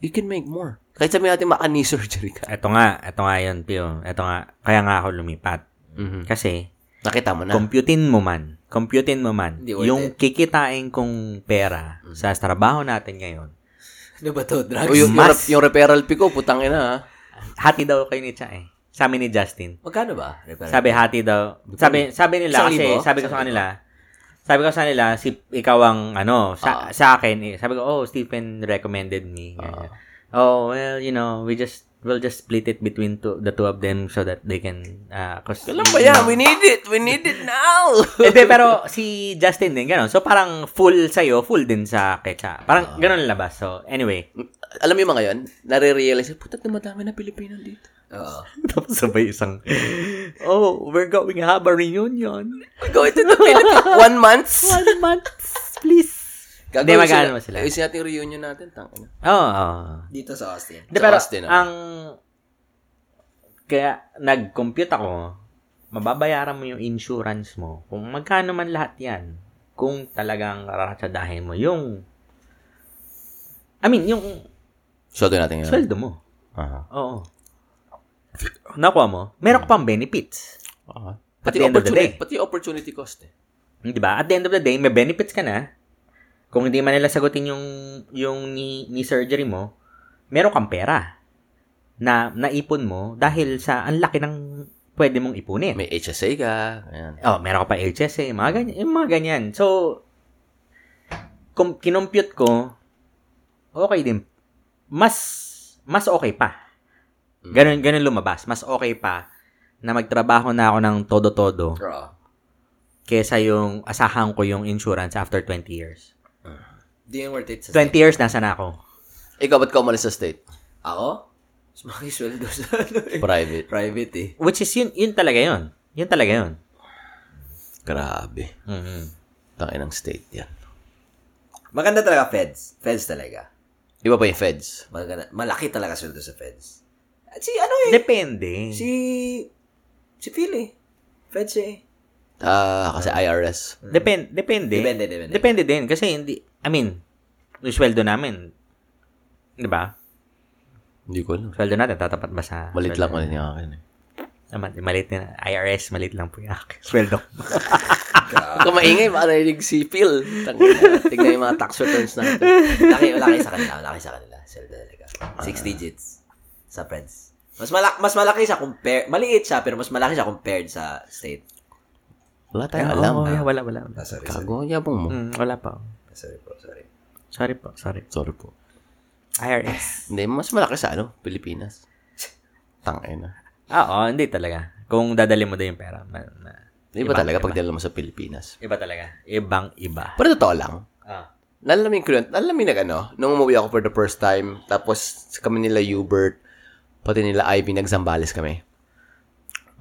Speaker 2: you can make more. Kahit sabihin natin maka knee <laughs> surgery ka.
Speaker 3: Ito nga, ito nga yun, Pio. Ito nga, kaya nga ako lumipat.
Speaker 2: Mhm.
Speaker 3: Kasi,
Speaker 2: Nakita mo na.
Speaker 3: computin mo man, computin mo man,
Speaker 1: Hindi worth
Speaker 3: yung kikitain kong pera
Speaker 2: Hmm.
Speaker 3: sa trabaho natin ngayon,
Speaker 1: <laughs> Ano ba to? Drugs?
Speaker 2: o, Oh, yung, yung,
Speaker 3: mas-
Speaker 2: rep- yung referral fee ko, putang ina ha.
Speaker 3: hati daw kayo ni Cha eh. Sa amin ni Justin.
Speaker 1: Magkano ba?
Speaker 3: Sabi hati daw. Sabi sabi nila
Speaker 2: Isang
Speaker 3: kasi
Speaker 2: libo?
Speaker 3: sabi ko sa kanila. Sabi ko sa kanila si ikaw ang ano sa, sa akin eh. Sabi ko oh Stephen recommended me. Ganyan. Oh well, you know, we just we'll just split it between two, the two of them so that they can uh cause
Speaker 2: Alam ba
Speaker 3: <laughs>
Speaker 2: yan? We need it! We need it now!
Speaker 3: Hindi, pero si Justin din, gano'n. So, parang full sa'yo, full din sa Kecha. Parang gano'n labas. So, anyway.
Speaker 2: <laughs> Alam mo yung mga yun? Nare-realize, puta't na madami na Pilipino dito.
Speaker 1: Oo.
Speaker 3: <laughs> Tapos sabay isang, oh, we're going have a reunion.
Speaker 2: Go into the Philippines. <laughs> One month.
Speaker 3: One month, please. Hindi, magkano sila?
Speaker 2: Ayusin natin yung reunion natin. Tang, ano.
Speaker 3: Oo. Oh,
Speaker 1: Dito sa Austin.
Speaker 3: Hindi,
Speaker 2: Sa
Speaker 3: pero
Speaker 2: Austin, ah.
Speaker 3: ang... Kaya nag-compute ako, mababayaran mo yung insurance mo. Kung magkano man lahat yan, kung talagang ratsadahin mo yung... I mean, yung
Speaker 2: Sweldo natin yun.
Speaker 3: sweldo mo.
Speaker 2: Aha.
Speaker 3: Oo. Nakuha mo, meron ka pang benefits.
Speaker 2: Aha.
Speaker 3: At
Speaker 2: Pati,
Speaker 3: the end of the
Speaker 2: opportunity,
Speaker 3: day.
Speaker 2: pati opportunity cost eh.
Speaker 3: Di ba? Diba? At the end of the day, may benefits ka na. Kung hindi man nila sagutin yung, yung ni, ni surgery mo, meron kang pera na naipon mo dahil sa ang laki ng pwede mong ipunin.
Speaker 2: May HSA ka. Ayan.
Speaker 3: Oh, meron ka pa HSA, mga ganyan, yung mga ganyan. So, kung kinompute ko, okay din. Mas, mas okay pa. Ganun, ganun lumabas. Mas okay pa na magtrabaho na ako ng todo-todo
Speaker 1: Oo.
Speaker 3: kesa yung asahan ko yung insurance after 20 years.
Speaker 1: Hindi yung worth it. Sa
Speaker 3: 20 years, nasa na ako.
Speaker 2: Ikaw, ba't ka umalis sa state?
Speaker 1: Ako? Mas makisweldo sa ano eh.
Speaker 2: <laughs> Private.
Speaker 1: Private eh.
Speaker 3: Which is, yun, yun talaga yun. Yun talaga yun.
Speaker 2: Grabe.
Speaker 3: Mhm.
Speaker 2: Tangin ng state yan.
Speaker 1: Maganda talaga feds. Feds talaga.
Speaker 2: Iba pa yung feds.
Speaker 1: Maganda. Malaki talaga sweldo sa feds. At si ano eh.
Speaker 3: Depende.
Speaker 1: Si... Si Phil eh. Feds siya eh.
Speaker 2: Ah, kasi IRS.
Speaker 3: Depen- depende.
Speaker 1: Depende, depende.
Speaker 3: Depende din. Kasi hindi, I mean, yung sweldo namin, di ba?
Speaker 2: Hindi ko alam.
Speaker 3: Sweldo natin, tatapat ba sa...
Speaker 2: Malit lang
Speaker 3: sweldo?
Speaker 2: ulit yung akin eh.
Speaker 3: Ah, mal- malit na. IRS, malit lang po yung
Speaker 1: <laughs>
Speaker 3: akin. Sweldo.
Speaker 2: Huwag ka maingay, makarinig si Phil. Tangina, Tignan yung mga tax returns natin.
Speaker 1: Laki, laki sa kanila. Laki sa kanila. Sweldo talaga.
Speaker 2: Ah.
Speaker 1: Six digits. Sa feds. Mas, malaki, mas malaki siya compare... Maliit siya, pero mas malaki siya compared sa state.
Speaker 2: Wala tayong alam.
Speaker 3: Oo, yeah, oh, wala, wala. wala.
Speaker 1: Ah, sorry, sorry.
Speaker 2: Kago, yabang mo.
Speaker 3: Mm, wala pa.
Speaker 1: Sorry po, sorry.
Speaker 3: Sorry po, sorry.
Speaker 2: Sorry po.
Speaker 3: IRS.
Speaker 2: Hindi, mas malaki sa ano, Pilipinas. Tangin na.
Speaker 3: Oo, Ah, oh, hindi talaga. Kung dadali mo din yung pera. Ma- ma-
Speaker 2: Iba, talaga pag dinala mo sa Pilipinas.
Speaker 3: Iba talaga. Ibang iba.
Speaker 2: Pero totoo lang,
Speaker 3: Ah.
Speaker 2: nalamin ko yun, nalamin na ano, nung umuwi ako for the first time, tapos kami nila Hubert, pati nila Ivy, nagzambales kami.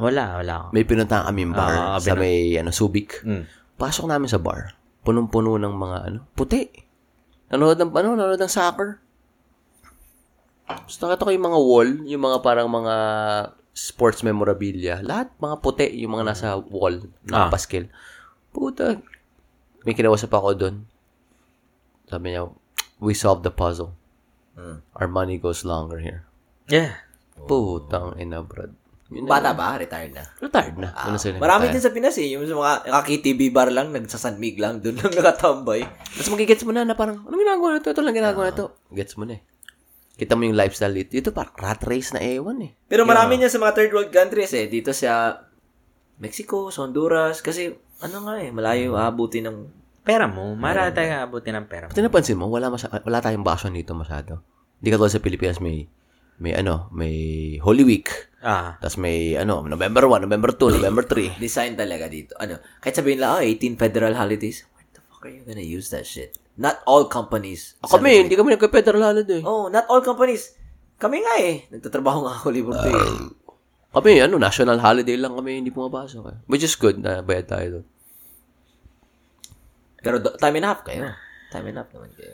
Speaker 3: Wala, wala ako.
Speaker 2: May pinuntahan kami bar
Speaker 3: Ah,
Speaker 2: sa may ano, Subic.
Speaker 3: Mm.
Speaker 2: Pasok namin sa bar, punong-puno ng mga ano, puti. Nanonood ng ano, nanonood ng soccer. Tapos nakita ko yung mga wall, yung mga parang mga sports memorabilia. Lahat mga puti yung mga nasa wall,
Speaker 1: Ah.
Speaker 2: nakapaskil. Puta. May kinausap ako doon. Sabi niya, we solved the puzzle.
Speaker 1: Mm.
Speaker 2: Our money goes longer here.
Speaker 3: Yeah.
Speaker 2: Putang ina, brad. Yun na
Speaker 1: Oh. Bata ba? Retired na. Ah,
Speaker 2: yun. Retired na. Ano sila?
Speaker 1: Marami din
Speaker 2: Retired.
Speaker 1: sa Pinas eh. Yung sa mga kaki-TV bar lang, nagsasanmig lang, doon lang nakatambay.
Speaker 2: Tapos magigets mo na na parang, ano ginagawa na to? Ito lang ginagawa na to. Gets mo na eh. Kita mo yung lifestyle dito. Dito parang rat race na ewan eh.
Speaker 1: Pero marami niya sa mga third world countries eh. Dito sa Mexico, sa Honduras. Kasi ano nga eh, malayo aabuti ng...
Speaker 3: Pera mo, mara tayo abutin ng pera mo.
Speaker 2: Pati napansin mo, wala, masya- wala tayong basyon dito masyado. Hindi katulad sa Pilipinas may, may ano, may Holy Week.
Speaker 3: Ah.
Speaker 2: Tapos may ano, November 1, November 2, November 3.
Speaker 1: Design talaga dito. Ano, kahit sabihin lang, ah, 18 federal holidays. What the fuck? fuck are you gonna use that shit? Not all companies.
Speaker 2: <clears throat> Kami, hindi kami nagka-Pedro Lalo doon.
Speaker 1: Oh, not all companies. Kami nga eh. Nagtatrabaho nga ako Labor Day.
Speaker 2: Kami, ano, national holiday lang kami, hindi pumapasok. eh. Which is good, na bayad tayo doon.
Speaker 1: Pero do- time and a half kayo. Time and a half naman kayo.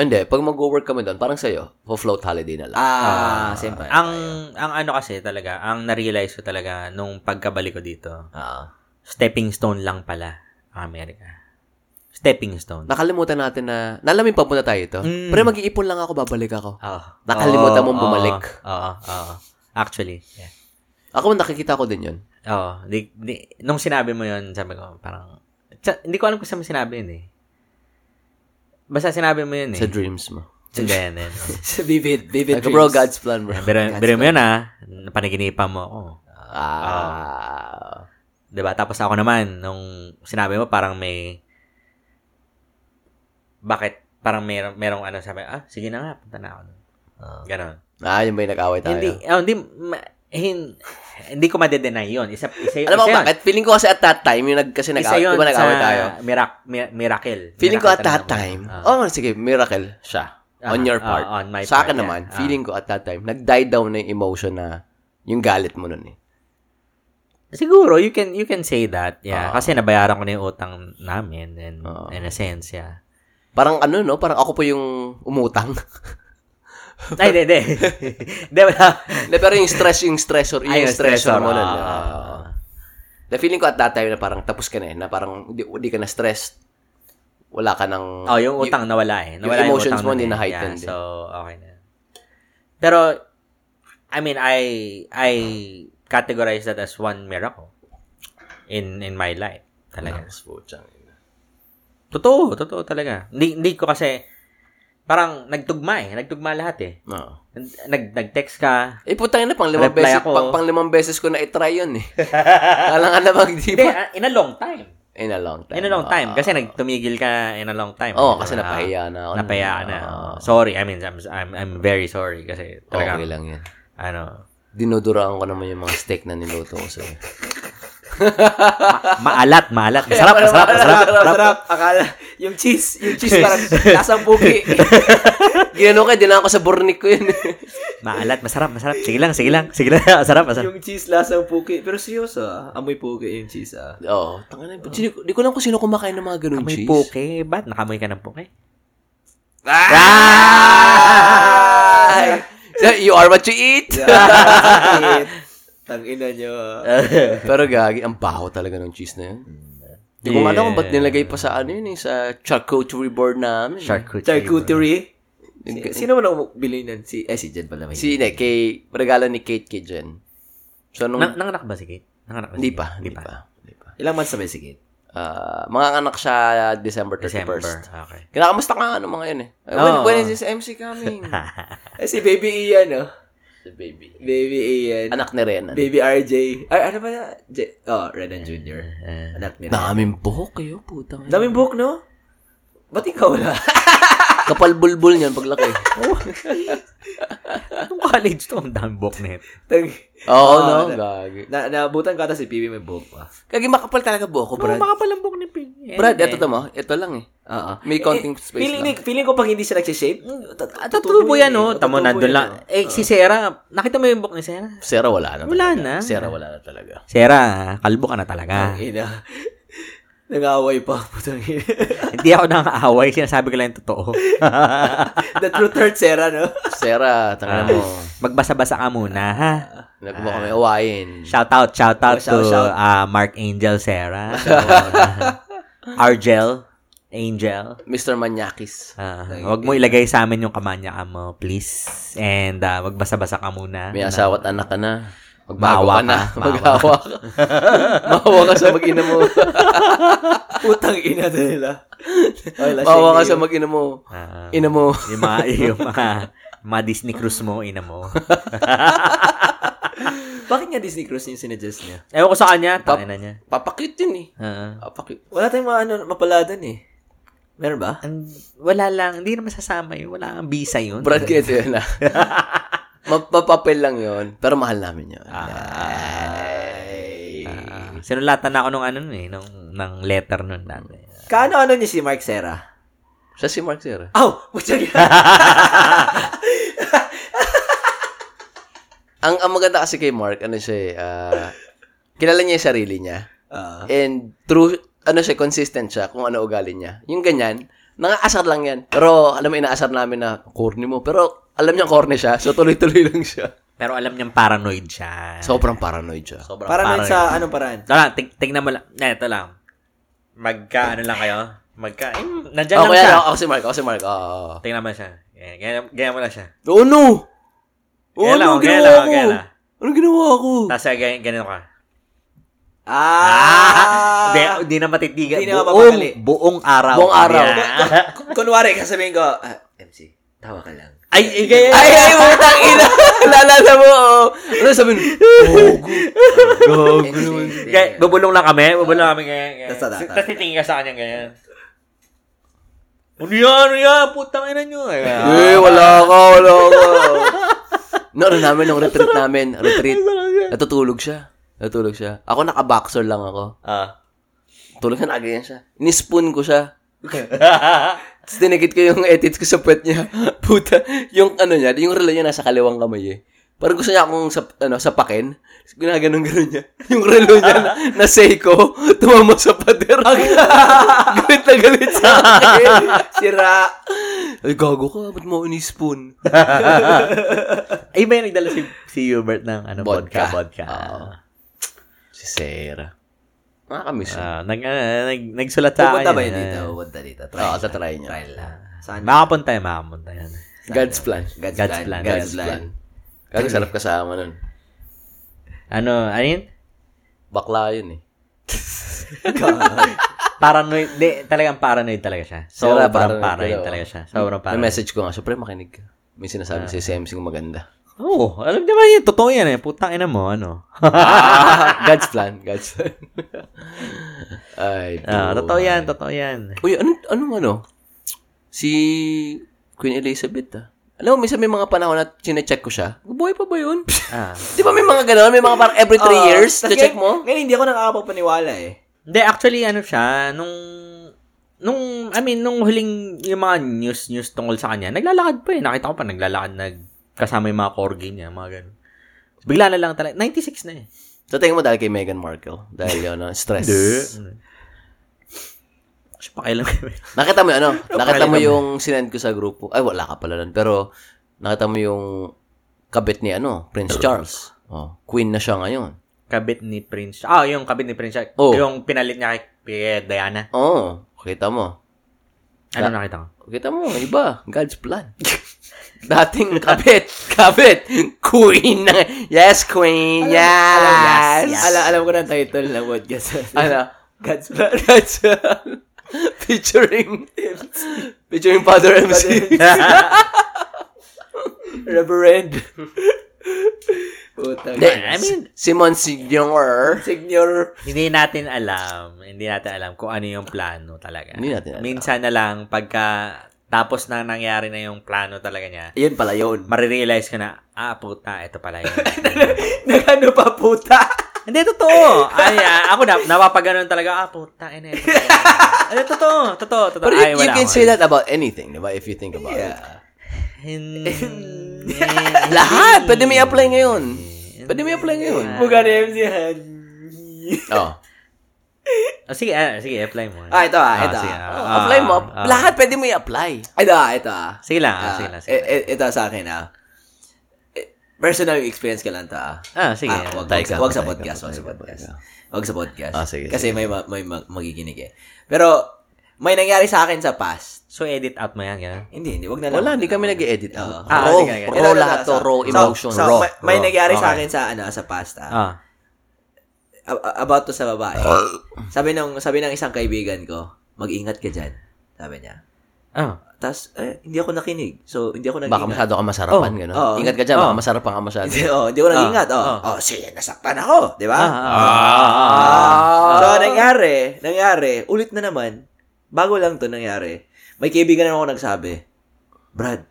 Speaker 2: Hindi, pag mag-work kami doon, parang sa'yo, for float holiday na lang.
Speaker 1: Ah, same pa. <laughs>
Speaker 3: Ang ang ano kasi talaga, ang na-realize ko talaga nung pagkabalik ko dito,
Speaker 1: Ah.
Speaker 3: stepping stone lang pala ang Amerika. Stepping stone.
Speaker 2: Nakalimutan natin na, nalamin pa muna tayo ito.
Speaker 3: Mm.
Speaker 2: Pero mag-iipon lang ako, babalik ako.
Speaker 3: Oh.
Speaker 2: Ah, Nakalimutan mong bumalik.
Speaker 3: Oo, oo. Actually, yeah.
Speaker 2: Ako, nakikita ko din yun.
Speaker 3: Oo, di, di, nung sinabi mo yun, sabi ko, parang, tsa- hindi ko alam kung saan mo sinabi yun eh. Basta sinabi mo yun eh.
Speaker 2: Sa dreams mo.
Speaker 3: Hindi, hindi, hindi.
Speaker 1: vivid, vivid
Speaker 2: Like, bro,
Speaker 1: dreams.
Speaker 2: God's plan, <laughs> bro.
Speaker 3: Biro, biro mo yun ah. Panaginipan mo ako.
Speaker 2: Ah.
Speaker 3: 'Di ba Diba? Tapos ako naman, nung sinabi mo, parang may, bakit, parang may, merong ano, sabi, ah, sige na nga, punta na ako.
Speaker 1: Ah.
Speaker 3: Ganon.
Speaker 2: Ah, yun ba yung nag-away tayo?
Speaker 3: Hindi, oh, hindi, ma- hin- hindi ko madedenay yun. Isa, isa,
Speaker 2: Alam mo
Speaker 3: isa
Speaker 2: kung
Speaker 3: yun.
Speaker 2: bakit? Feeling ko kasi at that time, yung nag, kasi
Speaker 3: Isa
Speaker 2: nag-away,
Speaker 3: yun
Speaker 2: di ba nag-away
Speaker 3: sa
Speaker 2: tayo?
Speaker 3: Mirac- mi- miracle.
Speaker 2: Feeling ko
Speaker 3: Miracle
Speaker 2: at that
Speaker 3: talaga.
Speaker 2: time,
Speaker 3: Ah.
Speaker 2: oh, sige, miracle siya.
Speaker 3: Ah,
Speaker 2: on your
Speaker 3: ah,
Speaker 2: part.
Speaker 3: on my
Speaker 2: Sa
Speaker 3: part,
Speaker 2: akin
Speaker 3: yeah.
Speaker 2: naman,
Speaker 3: Ah.
Speaker 2: feeling ko at that time, nag-die down na yung emotion na yung galit mo nun eh.
Speaker 3: Siguro, you can you can say that. Yeah.
Speaker 2: Ah.
Speaker 3: Kasi nabayaran ko na yung utang namin and
Speaker 2: Ah.
Speaker 3: in a sense, yeah.
Speaker 2: Parang ano, no? Parang ako po yung umutang. <laughs>
Speaker 3: Ay, hindi, hindi. Hindi, wala.
Speaker 2: Na, pero yung stress, yung stressor, yung,
Speaker 3: Ay, yung
Speaker 2: stressor,
Speaker 3: stressor,
Speaker 2: mo nun.
Speaker 3: ah,
Speaker 2: ah.
Speaker 3: ah, ah.
Speaker 2: Na feeling ko at that time na parang tapos ka na eh, na parang di, di ka na stressed. Wala ka ng...
Speaker 3: Oh, yung utang nawala eh. Nawala
Speaker 2: ah. emotions
Speaker 3: utang
Speaker 2: mo
Speaker 3: nun eh.
Speaker 2: hindi na-heightened
Speaker 3: Yeah,
Speaker 2: eh.
Speaker 3: so, okay na. Pero, I mean, I I categorize that as one miracle in in my life. Talaga. Totoo, totoo talaga. Hindi, hindi ko kasi, parang nagtugma eh. Nagtugma lahat eh.
Speaker 2: No.
Speaker 3: Nag, nag-text ka.
Speaker 2: Eh, putang ina, pang limang
Speaker 3: Reply
Speaker 2: beses,
Speaker 3: ako.
Speaker 2: pang, pang limang beses ko na itry yun eh. Kailangan na mag, di
Speaker 3: Hindi, ah,
Speaker 2: ba?
Speaker 3: in a long time.
Speaker 2: In a long time.
Speaker 3: In a long time.
Speaker 2: Ah.
Speaker 3: Kasi nagtumigil ka in a long time.
Speaker 2: Oo, kasi
Speaker 3: Ah,
Speaker 2: napahiya na ako.
Speaker 3: napahiya ka na.
Speaker 2: Ah.
Speaker 3: sorry. I mean, I'm, I'm, I'm very sorry. Kasi talaga,
Speaker 2: okay lang yan.
Speaker 3: ano,
Speaker 2: Dinuduraan ko naman yung mga steak na niluto ko sa'yo. <laughs>
Speaker 3: maalat, maalat.
Speaker 2: <laughs>
Speaker 3: Masarap,
Speaker 1: Parang-
Speaker 3: masarap,
Speaker 1: parang-
Speaker 3: masarap.
Speaker 1: parang- sarap. Akala, yung cheese, yung <laughs> cheese parang lasang <laughs> pugi.
Speaker 2: Ginano ka, dinaan ko sa burnik ko yun. eh. <laughs>
Speaker 3: Maalat, masarap, masarap. Sige lang, sige lang. <laughs> Sige lang, masarap, masarap.
Speaker 1: yung cheese lasang pugi. Pero seryoso ah, amoy pugi yung cheese ah.
Speaker 2: Oo. Tanga na, hindi ko- hindi ko lang kung sino kumakain ng mga
Speaker 3: Ah,
Speaker 2: ganun
Speaker 3: May
Speaker 2: cheese.
Speaker 3: puke. Ba't nakamoy ka ng puke? Ah!
Speaker 2: <laughs> Ah! You are what you eat!
Speaker 1: Tang ina nyo. ah.
Speaker 2: Pero gagi, ang baho talaga ng cheese na yun. Hindi ko
Speaker 3: Yeah.
Speaker 2: alam kung ba't nilagay pa sa ano yun, eh, sa charcuterie board namin.
Speaker 3: Charcuterie.
Speaker 1: Charcuterie. Si- Sino man ang bili nun? Si, eh, si Jed pala may.
Speaker 2: Si, hindi, kay, regalo ni Kate kay Jen. So, nung,
Speaker 3: Nang, nanganak ba si Kate? Nanganak ba si
Speaker 2: hindi
Speaker 3: Kate?
Speaker 2: pa, hindi pa. Hindi pa.
Speaker 1: Ilang months na ba si Kate?
Speaker 2: Ah, mga anak siya December 31st.
Speaker 3: December. Okay. <laughs>
Speaker 2: Kinakamusta ka ano mga yun eh. Uh, when,
Speaker 3: Oo.
Speaker 2: when is this MC coming?
Speaker 1: Eh, si Baby Ian oh.
Speaker 2: The baby.
Speaker 1: Baby Ian.
Speaker 2: Anak ni Renan.
Speaker 1: Baby RJ. Ay, ano ba na? J- oh, Renan Jr.
Speaker 3: Eh,
Speaker 1: Anak ni Renan.
Speaker 2: Daming buhok eh. kayo, putang. ina.
Speaker 1: Daming book, no? Ba't ikaw wala? <laughs>
Speaker 2: Kapal bulbul niyan paglaki.
Speaker 3: Anong college to? Ang dami book
Speaker 2: <laughs>
Speaker 3: net.
Speaker 1: Tang-
Speaker 2: Oo, oh, no?
Speaker 1: na-
Speaker 2: Gagi.
Speaker 1: na, naabutan ka ata si PB may book pa.
Speaker 2: Gagi, makapal talaga buhok ko, Brad.
Speaker 3: Makapalang book ni Pig.
Speaker 2: Brad, ito to mo. Ito lang eh.
Speaker 1: Oo.
Speaker 2: May konting
Speaker 1: Eh,
Speaker 2: space
Speaker 1: feeling,
Speaker 2: lang.
Speaker 1: Feeling ko pag hindi siya hmm, nagsishape,
Speaker 3: Tatubo Ah, yan,
Speaker 2: oh.
Speaker 3: no? Tamo,
Speaker 1: na
Speaker 3: nandun lang. Eh, si Sarah, nakita mo yung book ni Sarah?
Speaker 2: Sera wala na.
Speaker 3: Wala
Speaker 2: talaga.
Speaker 3: na.
Speaker 2: Sera wala na talaga.
Speaker 3: Sarah, kalbo ka na
Speaker 2: Ah.
Speaker 3: talaga.
Speaker 1: <laughs> Ina. Nangaway pa. Putang ina. <laughs>
Speaker 3: Hindi ako nang-aaway. Sinasabi ko lang yung totoo.
Speaker 1: The truth hurts, Sarah, no? <laughs>
Speaker 2: Sera, tanga <laughs> mo.
Speaker 3: Ah. Magbasa-basa ka muna, ha?
Speaker 2: Nagmo kami awain.
Speaker 3: Shout out, shout out
Speaker 1: Oh, shout,
Speaker 3: to
Speaker 1: shout.
Speaker 3: ah, Mark Angel
Speaker 2: <laughs>
Speaker 3: Sarah. Argel. Angel.
Speaker 2: Mr. Manyakis.
Speaker 3: Ah,
Speaker 1: Thank
Speaker 3: huwag mo ilagay sa amin yung kamanya ka mo, please. And ah, magbasa-basa ka muna.
Speaker 2: May asawa't anak ka na. Magbago
Speaker 3: Maawa
Speaker 2: ka <laughs> na.
Speaker 3: ka.
Speaker 2: Maghawa ka. Maawa ka sa mag-ina
Speaker 3: <laughs>
Speaker 2: mo.
Speaker 1: Putang ina nila. Okay, last
Speaker 2: Maawa
Speaker 1: thing
Speaker 2: ka sa
Speaker 1: na yun.
Speaker 2: mag-ina mo.
Speaker 3: Ah,
Speaker 2: Ina mo.
Speaker 3: <laughs> yung mga, yung mga, mga Disney cruise mo, ina mo.
Speaker 1: Bakit nga Disney Cruise yung sinadjust niya?
Speaker 3: Ewan ko sa kanya, tangina niya.
Speaker 2: Papakit yun eh.
Speaker 3: Ah.
Speaker 2: Papakit.
Speaker 1: Wala tayong mga ano, mapala dun eh. Meron ba?
Speaker 3: Ang- wala lang, hindi na masasama yun. Wala kang visa yun.
Speaker 2: Brad, kaya ito
Speaker 3: <laughs>
Speaker 2: yun ah. Ah. Mapapapel lang yun. Pero mahal namin yun. Ay.
Speaker 3: Ah. Sinulatan na ako nung ano nun eh, nung, ng letter nun namin.
Speaker 1: Kaano-ano niya si Mark Serra?
Speaker 2: Siya si Mark Sierra.
Speaker 1: Oh, putang
Speaker 2: <laughs> Ang, ang maganda kasi kay Mark, ano siya eh, ah, kilala niya yung sarili niya.
Speaker 1: Ah.
Speaker 2: And true, ano siya, consistent siya kung ano ugali niya. Yung ganyan, nangaasar lang yan. Pero alam mo, inaasar namin na corny mo. Pero alam niya corny siya, so tuloy-tuloy <laughs> lang siya.
Speaker 3: Pero alam niyang paranoid siya.
Speaker 2: Sobrang paranoid siya.
Speaker 3: Sobrang
Speaker 1: Para nun sa anong paraan?
Speaker 3: Ito lang, tig- tignan mo lang. Eh, ito lang. Magka, ano lang kayo? Magka, eh, nandyan
Speaker 2: Ako
Speaker 3: lang
Speaker 2: yan,
Speaker 3: siya.
Speaker 2: Oh, ako, ako si Mark, ako si Mark. Oo, oo.
Speaker 3: Tingnan mo siya. Ganyan, ganyan, ganyan mo lang siya.
Speaker 2: Oh no! Oh,
Speaker 3: Kaya lang,
Speaker 2: ano
Speaker 3: kaya lang, kaya lang.
Speaker 2: Anong ginawa ko?
Speaker 3: Tapos eh, ganyan, ganyan ka.
Speaker 1: Ah!
Speaker 2: <laughs>
Speaker 3: Hindi, hindi na matitigan.
Speaker 1: Hindi na
Speaker 3: buong,
Speaker 1: mapapagali.
Speaker 3: buong araw.
Speaker 2: Buong araw.
Speaker 3: Yeah.
Speaker 1: Kunwari, kasabihin ko, ah, MC, tawa ka
Speaker 2: <laughs>
Speaker 1: lang. <laughs>
Speaker 3: ay, ay, ganyan.
Speaker 2: Ay, ay, putang
Speaker 3: <laughs>
Speaker 2: ina! Naalala mo, oo. Ano sabi nun? Gogo.
Speaker 1: MC,
Speaker 3: Kaya,
Speaker 1: yeah.
Speaker 3: bubulong lang kami, bubulong kami ganyan. ganyan.
Speaker 1: Tapos tataas.
Speaker 3: Tapos titingin ka sa kanya ganyan. Ano yan, ano yan, putang ina nyo. ah.
Speaker 2: Eh, wala ka, wala ka. no, ano namin, nung retreat namin, retreat, natutulog siya. Natulog siya. Ako naka-boxer lang ako.
Speaker 3: Ah. <laughs>
Speaker 2: Tulog na agayan siya. Nispoon ko siya. Tapos dinagit ko yung edits ko sa puwet niya. <laughs> Puta, yung ano niya, yung relo niya nasa kaliwang kamay eh. Parang gusto niya akong sa, ano, sapakin. Ginaganon gano'n niya. <laughs> Yung relo niya na, na Seiko, <laughs> tumama sa pader. <laughs> galit na galit sa akin. Sira. Ay, gago ka. Ba't mo unispoon?
Speaker 3: Ay, may nagdala si, si Hubert ng ano, vodka, vodka.
Speaker 2: Oo. <laughs> Si Sarah. Nakakamiss yun.
Speaker 3: Ah, nag, ah, nag, Ah. nagsulat sa
Speaker 1: Pupunta
Speaker 3: akin
Speaker 1: ba yun
Speaker 3: yan.
Speaker 1: dito? Pupunta dito. Try.
Speaker 2: Oo,
Speaker 1: lang.
Speaker 2: tatry niya.
Speaker 1: Try lang. Saan?
Speaker 3: Makapunta yan, makapunta yan.
Speaker 2: God's plan.
Speaker 1: God's,
Speaker 3: God's
Speaker 1: plan.
Speaker 3: plan,
Speaker 1: God's
Speaker 2: God's
Speaker 1: plan.
Speaker 2: plan. Gago, sarap kasama nun.
Speaker 3: Ano, ano yun?
Speaker 2: Bakla yun eh.
Speaker 3: Paranoid, di, talagang paranoid talaga siya. Sobrang paranoid, talaga siya. Sobrang Ah.
Speaker 2: May
Speaker 3: paranoid.
Speaker 2: message ko nga, syempre makinig ka. May sinasabi si Samsung
Speaker 3: <laughs>
Speaker 2: maganda.
Speaker 3: Oo, oh, alam naman yun, totoo yan eh. Putang ina mo,
Speaker 1: <laughs>
Speaker 3: ano.
Speaker 2: <laughs> God's plan, God's plan. <laughs> Ay,
Speaker 3: Ah,
Speaker 2: buhay.
Speaker 3: totoo yan, totoo yan.
Speaker 2: Uy, anong, anong ano? Si Queen Elizabeth ah. Alam mo, minsan may mga panahon na chinecheck ko siya. Buhay pa ba
Speaker 3: <laughs>
Speaker 2: yun?
Speaker 3: Ah.
Speaker 2: Di ba may mga gano'n? May mga parang every three
Speaker 1: Oo.
Speaker 2: years,
Speaker 1: Tas
Speaker 2: check
Speaker 1: ngayon-
Speaker 2: mo?
Speaker 1: Ngayon, hindi ako nakakapapaniwala eh.
Speaker 3: Hindi, actually, ano siya, nung, nung, I mean, nung huling yung mga news, news tungkol sa kanya, naglalakad pa eh. Nakita ko pa, naglalakad, nag, kasama yung mga corgi niya, mga ganun. Bigla na lang talaga, 96 na eh.
Speaker 2: So, tingin mo dahil kay Meghan Markle. Dahil yun, ano, stress.
Speaker 3: Siya pa kailan kami.
Speaker 2: Nakita mo yung ano? Nakita mo
Speaker 3: Napakalitan mo.
Speaker 2: yung sinend ko sa grupo. Ay, wala ka pala nun. Pero, nakita mo yung kabit ni ano, Prince Charles. Oh, queen na siya ngayon.
Speaker 3: Kabit ni Prince. Ah, yung kabit ni Prince.
Speaker 2: Oh.
Speaker 3: Yung pinalit niya kay- kay Diana.
Speaker 2: Oo, oh, kita mo.
Speaker 3: Ano
Speaker 2: Ah. <laughs>
Speaker 3: nakita ko?
Speaker 2: Kita mo, iba. God's plan. <laughs> Dating kabit. Kabit. Queen na. Yes, queen. yes.
Speaker 1: Alam, alam ko na ang title na
Speaker 2: <laughs>
Speaker 1: podcast.
Speaker 2: Ano? <laughs>
Speaker 1: God's plan.
Speaker 2: God's plan.
Speaker 1: <laughs>
Speaker 2: Featuring. Featuring Father MC.
Speaker 1: Reverend. Puta.
Speaker 2: <laughs> Hindi.
Speaker 3: I mean-
Speaker 2: si Monsignor.
Speaker 1: Signor.
Speaker 3: Hindi natin alam. Hindi natin alam kung ano yung plano talaga.
Speaker 2: Hindi natin alam.
Speaker 3: Minsan na lang, pagka tapos na nangyari na yung plano talaga niya,
Speaker 1: Ayun pala <laughs> yun.
Speaker 3: marirealize ko na, ah, puta, ito pala yun. <laughs>
Speaker 1: Nagano ano pa puta.
Speaker 3: Hindi, totoo. Ay, ah, ako na, napapaganon talaga, ah, puta, ina, ito pala yun. Ano, totoo, totoo, totoo.
Speaker 2: But
Speaker 3: Ay,
Speaker 2: you, you
Speaker 3: wala
Speaker 2: can
Speaker 3: ako. eh.
Speaker 2: say that about anything, di ba? If you think about it.
Speaker 3: Hindi.
Speaker 2: <laughs>
Speaker 1: <laughs>
Speaker 2: Lahat! Pwede may apply ngayon. Pwede may apply ngayon.
Speaker 1: Buga ni MC Han.
Speaker 2: Oh.
Speaker 3: Oh, sige, ah, sige, apply mo.
Speaker 1: Ah, ito ah, ito
Speaker 3: sige,
Speaker 1: ah.
Speaker 3: ah, ah,
Speaker 2: apply mo.
Speaker 3: ah.
Speaker 2: Lahat pwede mo i-apply.
Speaker 1: Ito ah, ito ah.
Speaker 3: Sige lang, ah,
Speaker 1: Ah,
Speaker 3: sige lang. Sige
Speaker 1: eh,
Speaker 3: lang.
Speaker 1: eh, ito sa akin ah. Eh, Personal experience ka lang to ah.
Speaker 3: ah, sige.
Speaker 1: Ah, wag,
Speaker 2: Patay
Speaker 1: wag,
Speaker 2: ka,
Speaker 1: wag sa
Speaker 2: patay ka,
Speaker 1: podcast, wag sa
Speaker 2: patay ka,
Speaker 1: podcast.
Speaker 2: patay
Speaker 1: Wag sa podcast.
Speaker 2: Ah, sige,
Speaker 1: Kasi may ma- may mag- magiginig eh. Pero may nangyari sa akin sa past.
Speaker 3: so, edit out mo yan, gano'n?
Speaker 1: Hindi, hindi, wag na lang.
Speaker 2: Wala, hindi kami nag-edit out.
Speaker 3: Ah,
Speaker 2: raw,
Speaker 3: sige, sige.
Speaker 2: raw lahat to, raw emotion,
Speaker 1: So, so,
Speaker 2: raw.
Speaker 1: may, may
Speaker 2: raw.
Speaker 1: nangyari sa
Speaker 3: Okay.
Speaker 1: akin sa ano sa past ah.
Speaker 3: Ah.
Speaker 1: A- a- about to sa babae.
Speaker 2: Ah.
Speaker 1: sabi ng sabi ng isang kaibigan ko, mag-ingat ka diyan. Sabi niya.
Speaker 3: Ah.
Speaker 1: Tapos eh, hindi ako nakinig. So hindi ako nag
Speaker 2: Baka masyado ka masarapan,
Speaker 3: Oh,
Speaker 2: gano'n.
Speaker 1: oo.
Speaker 2: Ingat ka dyan, baka
Speaker 3: Oo.
Speaker 2: masarapan ka
Speaker 1: <laughs>
Speaker 2: masyado. Ah.
Speaker 1: Hindi, oh, hindi ko nag-ingat. Oh,
Speaker 3: Ah,
Speaker 1: oh. sige, nasaktan ako. Di ba?
Speaker 3: Ah.
Speaker 1: So, nangyari, nangyari, ulit na naman, bago lang to nangyari, may kaibigan na ako nagsabi, Brad,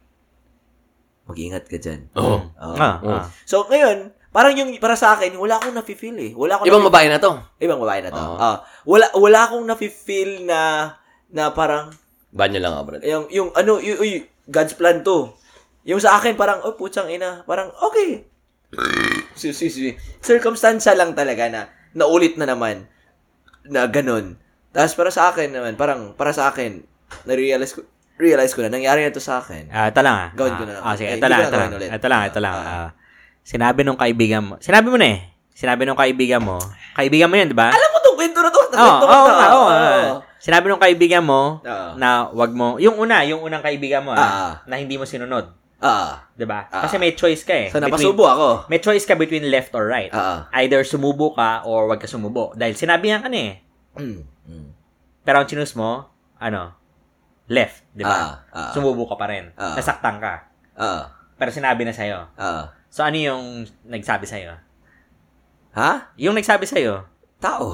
Speaker 1: mag-ingat ka dyan. Oh.
Speaker 2: Oo.
Speaker 1: Oo.
Speaker 2: Oh.
Speaker 3: Ah. Ah.
Speaker 1: So, ngayon, Parang yung, para sa akin, wala akong nafe-feel eh. Wala akong
Speaker 2: Ibang babae na to.
Speaker 1: Ibang babae na to.
Speaker 2: Oo.
Speaker 1: Ah, wala, wala akong nafe-feel na, na parang,
Speaker 2: Banyo lang ako, brad.
Speaker 1: yung, yung ano, yung, uy, God's plan to. Yung sa akin, parang, oh, putsang ina. Parang, okay. si, si, si. Circumstansya lang talaga na, naulit na naman, na ganun. Tapos para sa akin naman, parang, para sa akin, na-realize ko, realize ko na, nangyari na to sa akin.
Speaker 3: Ah, ito lang ah.
Speaker 1: Gawin ko
Speaker 3: Ah,
Speaker 1: na lang.
Speaker 3: Ah, sige,
Speaker 1: Eh,
Speaker 3: ito
Speaker 1: hindi
Speaker 3: lang,
Speaker 1: ko na
Speaker 3: ito lang.
Speaker 1: gawin ulit.
Speaker 3: Ito lang, ito lang.
Speaker 1: Ah.
Speaker 3: Ah, sinabi nung kaibigan mo. Sinabi mo na eh. Sinabi nung kaibigan mo. Kaibigan mo yun, di ba?
Speaker 1: Alam mo tong kwento na to?
Speaker 3: Oo,
Speaker 1: Kwento ko
Speaker 3: oo,
Speaker 1: na.
Speaker 3: nga, oo,
Speaker 1: Oo.
Speaker 3: nga. Sinabi nung kaibigan mo
Speaker 1: Oo.
Speaker 3: na wag mo, yung una, yung unang kaibigan mo
Speaker 1: Ah.
Speaker 3: ah, na hindi mo sinunod.
Speaker 1: Ah.
Speaker 3: Di ba?
Speaker 1: Ah.
Speaker 3: Kasi may choice ka eh.
Speaker 1: So,
Speaker 3: Between-
Speaker 1: napasubo ako.
Speaker 3: May choice ka between left or right.
Speaker 1: Ah.
Speaker 3: Either sumubo ka or wag ka sumubo. Dahil sinabi nga ka na eh.
Speaker 1: Mm.
Speaker 3: hmm.
Speaker 1: Mm.
Speaker 3: Pero ang chinus mo, ano, left, di ba?
Speaker 1: Ah. Ah.
Speaker 3: sumubo ka pa rin.
Speaker 1: Ah.
Speaker 3: Nasaktan ka.
Speaker 1: Ah.
Speaker 3: Pero sinabi na sa'yo.
Speaker 1: Ah.
Speaker 3: So, ano yung nagsabi sa'yo?
Speaker 1: Ha?
Speaker 3: Yung nagsabi sa'yo
Speaker 1: Tao.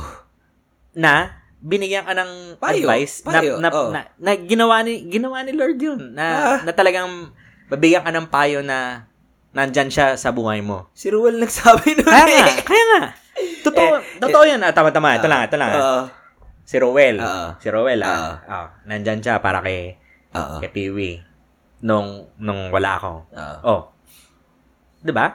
Speaker 3: na binigyan ka ng
Speaker 1: Payo,
Speaker 3: advice na-
Speaker 1: payo,
Speaker 3: na, na,
Speaker 1: oh.
Speaker 3: na, ginawa, ni, ginawa ni Lord yun. Na,
Speaker 1: Ah.
Speaker 3: na talagang babigyan ka ng payo na nandyan siya sa buhay
Speaker 1: <laughs>
Speaker 3: mo.
Speaker 1: Si Ruel nagsabi nun
Speaker 3: Kaya nga,
Speaker 1: eh.
Speaker 3: kaya nga. Totoo, totoo yun. Ah, tama-tama. Ito lang, ito lang.
Speaker 1: Oo.
Speaker 3: si Rowell.
Speaker 1: Ah.
Speaker 3: si Rowell, ah.
Speaker 1: Ah.
Speaker 3: Ah, nandyan siya para kay,
Speaker 1: Oo.
Speaker 3: kay Peewee nung, nung wala ako.
Speaker 1: Oo.
Speaker 3: Oh. 'Di ba?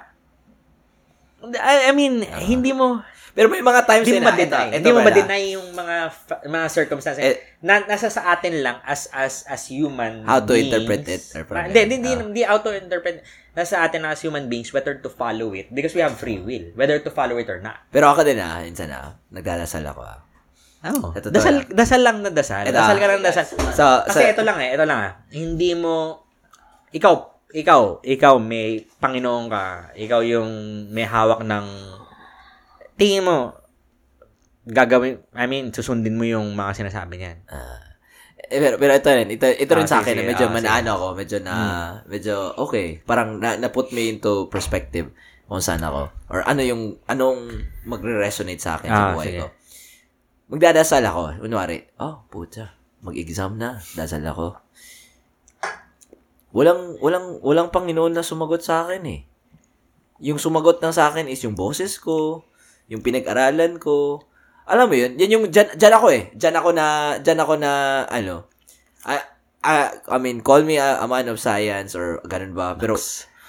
Speaker 3: I, I mean,
Speaker 1: Ah.
Speaker 3: hindi mo
Speaker 1: Pero may mga times
Speaker 3: hindi mo
Speaker 1: na,
Speaker 3: ma-deny.
Speaker 1: ito, eh. ito
Speaker 3: Hindi mo
Speaker 1: pala.
Speaker 3: ma-deny yung mga fa- mga circumstances.
Speaker 1: Eh,
Speaker 3: na, nasa sa atin lang as as as human
Speaker 1: How to
Speaker 3: beings.
Speaker 1: interpret it or
Speaker 3: Ma-
Speaker 1: parang-
Speaker 3: Hindi, hindi, hindi,
Speaker 1: ah.
Speaker 3: hindi how to interpret. Nasa atin lang as human beings whether to follow it because we have free will, whether to follow it or not.
Speaker 1: Pero ako din ah, minsan ah, nagdadasal ako ah.
Speaker 3: Oh.
Speaker 1: Sa totoo
Speaker 3: Dasal, dasal lang na dasal.
Speaker 1: Ito,
Speaker 3: dasal
Speaker 1: ah.
Speaker 3: ka lang na dasal.
Speaker 1: So,
Speaker 3: Kasi
Speaker 1: so-
Speaker 3: ito lang eh, ito lang ah. Hindi mo ikaw, ikaw, ikaw may Panginoon ka. Ikaw yung may hawak ng tingin mo gagawin, I mean, susundin mo yung mga sinasabi niyan.
Speaker 1: Ah. eh, pero, pero ito rin, ito, ito rin
Speaker 3: Ah,
Speaker 1: sa
Speaker 3: sige,
Speaker 1: akin,
Speaker 3: sige. Hmm.
Speaker 1: na medyo
Speaker 3: Ah,
Speaker 1: manaano ako, medyo na, medyo okay. Parang na, na-put me into perspective kung saan ako. Or ano yung, anong magre-resonate sa akin sa
Speaker 3: Ah,
Speaker 1: buhay
Speaker 3: sige.
Speaker 1: ko. Magdadasal ako, unwari, oh, puta, mag-exam na, dasal ako. Walang, walang, walang Panginoon na sumagot sa akin eh. Yung sumagot lang sa akin is yung boses ko, yung pinag-aralan ko. Alam mo yun, yan yung, dyan, dyan ako eh. Dyan ako na, dyan ako na, ano, I, I, I mean, call me a, a man of science or ganun ba. Pero,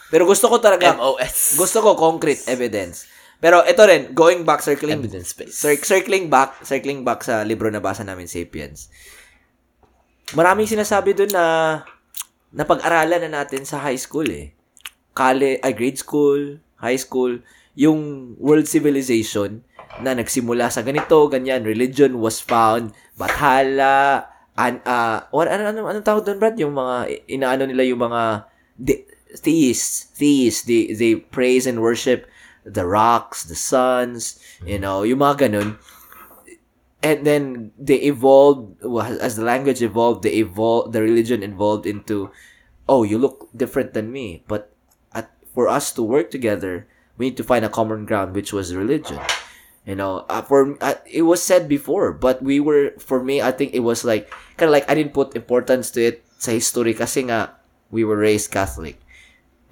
Speaker 1: pero gusto ko talaga,
Speaker 2: MOS.
Speaker 1: gusto ko concrete evidence. Pero ito rin, going back, circling,
Speaker 2: Evidence-based.
Speaker 1: cir- circling back, circling back sa libro na basa namin, Sapiens. Maraming sinasabi doon na napag-aralan na natin sa high school eh. Kale, ay, grade school, high school, yung world civilization na nagsimula sa ganito, ganyan, religion was found, bathala, an, ah, what, ano, ano, anong tawag doon, Brad? Yung mga, i- inaano nila yung mga de- theists, theists, they, they praise and worship the rocks, the suns, you know, yung mga ganun. And then they evolved well, as the language evolved. They evolved the religion evolved into, oh, you look different than me, but at, for us to work together, we need to find a common ground, which was religion. You know, uh, for uh, it was said before, but we were for me, I think it was like kind of like I didn't put importance to it sa history kasi nga we were raised Catholic,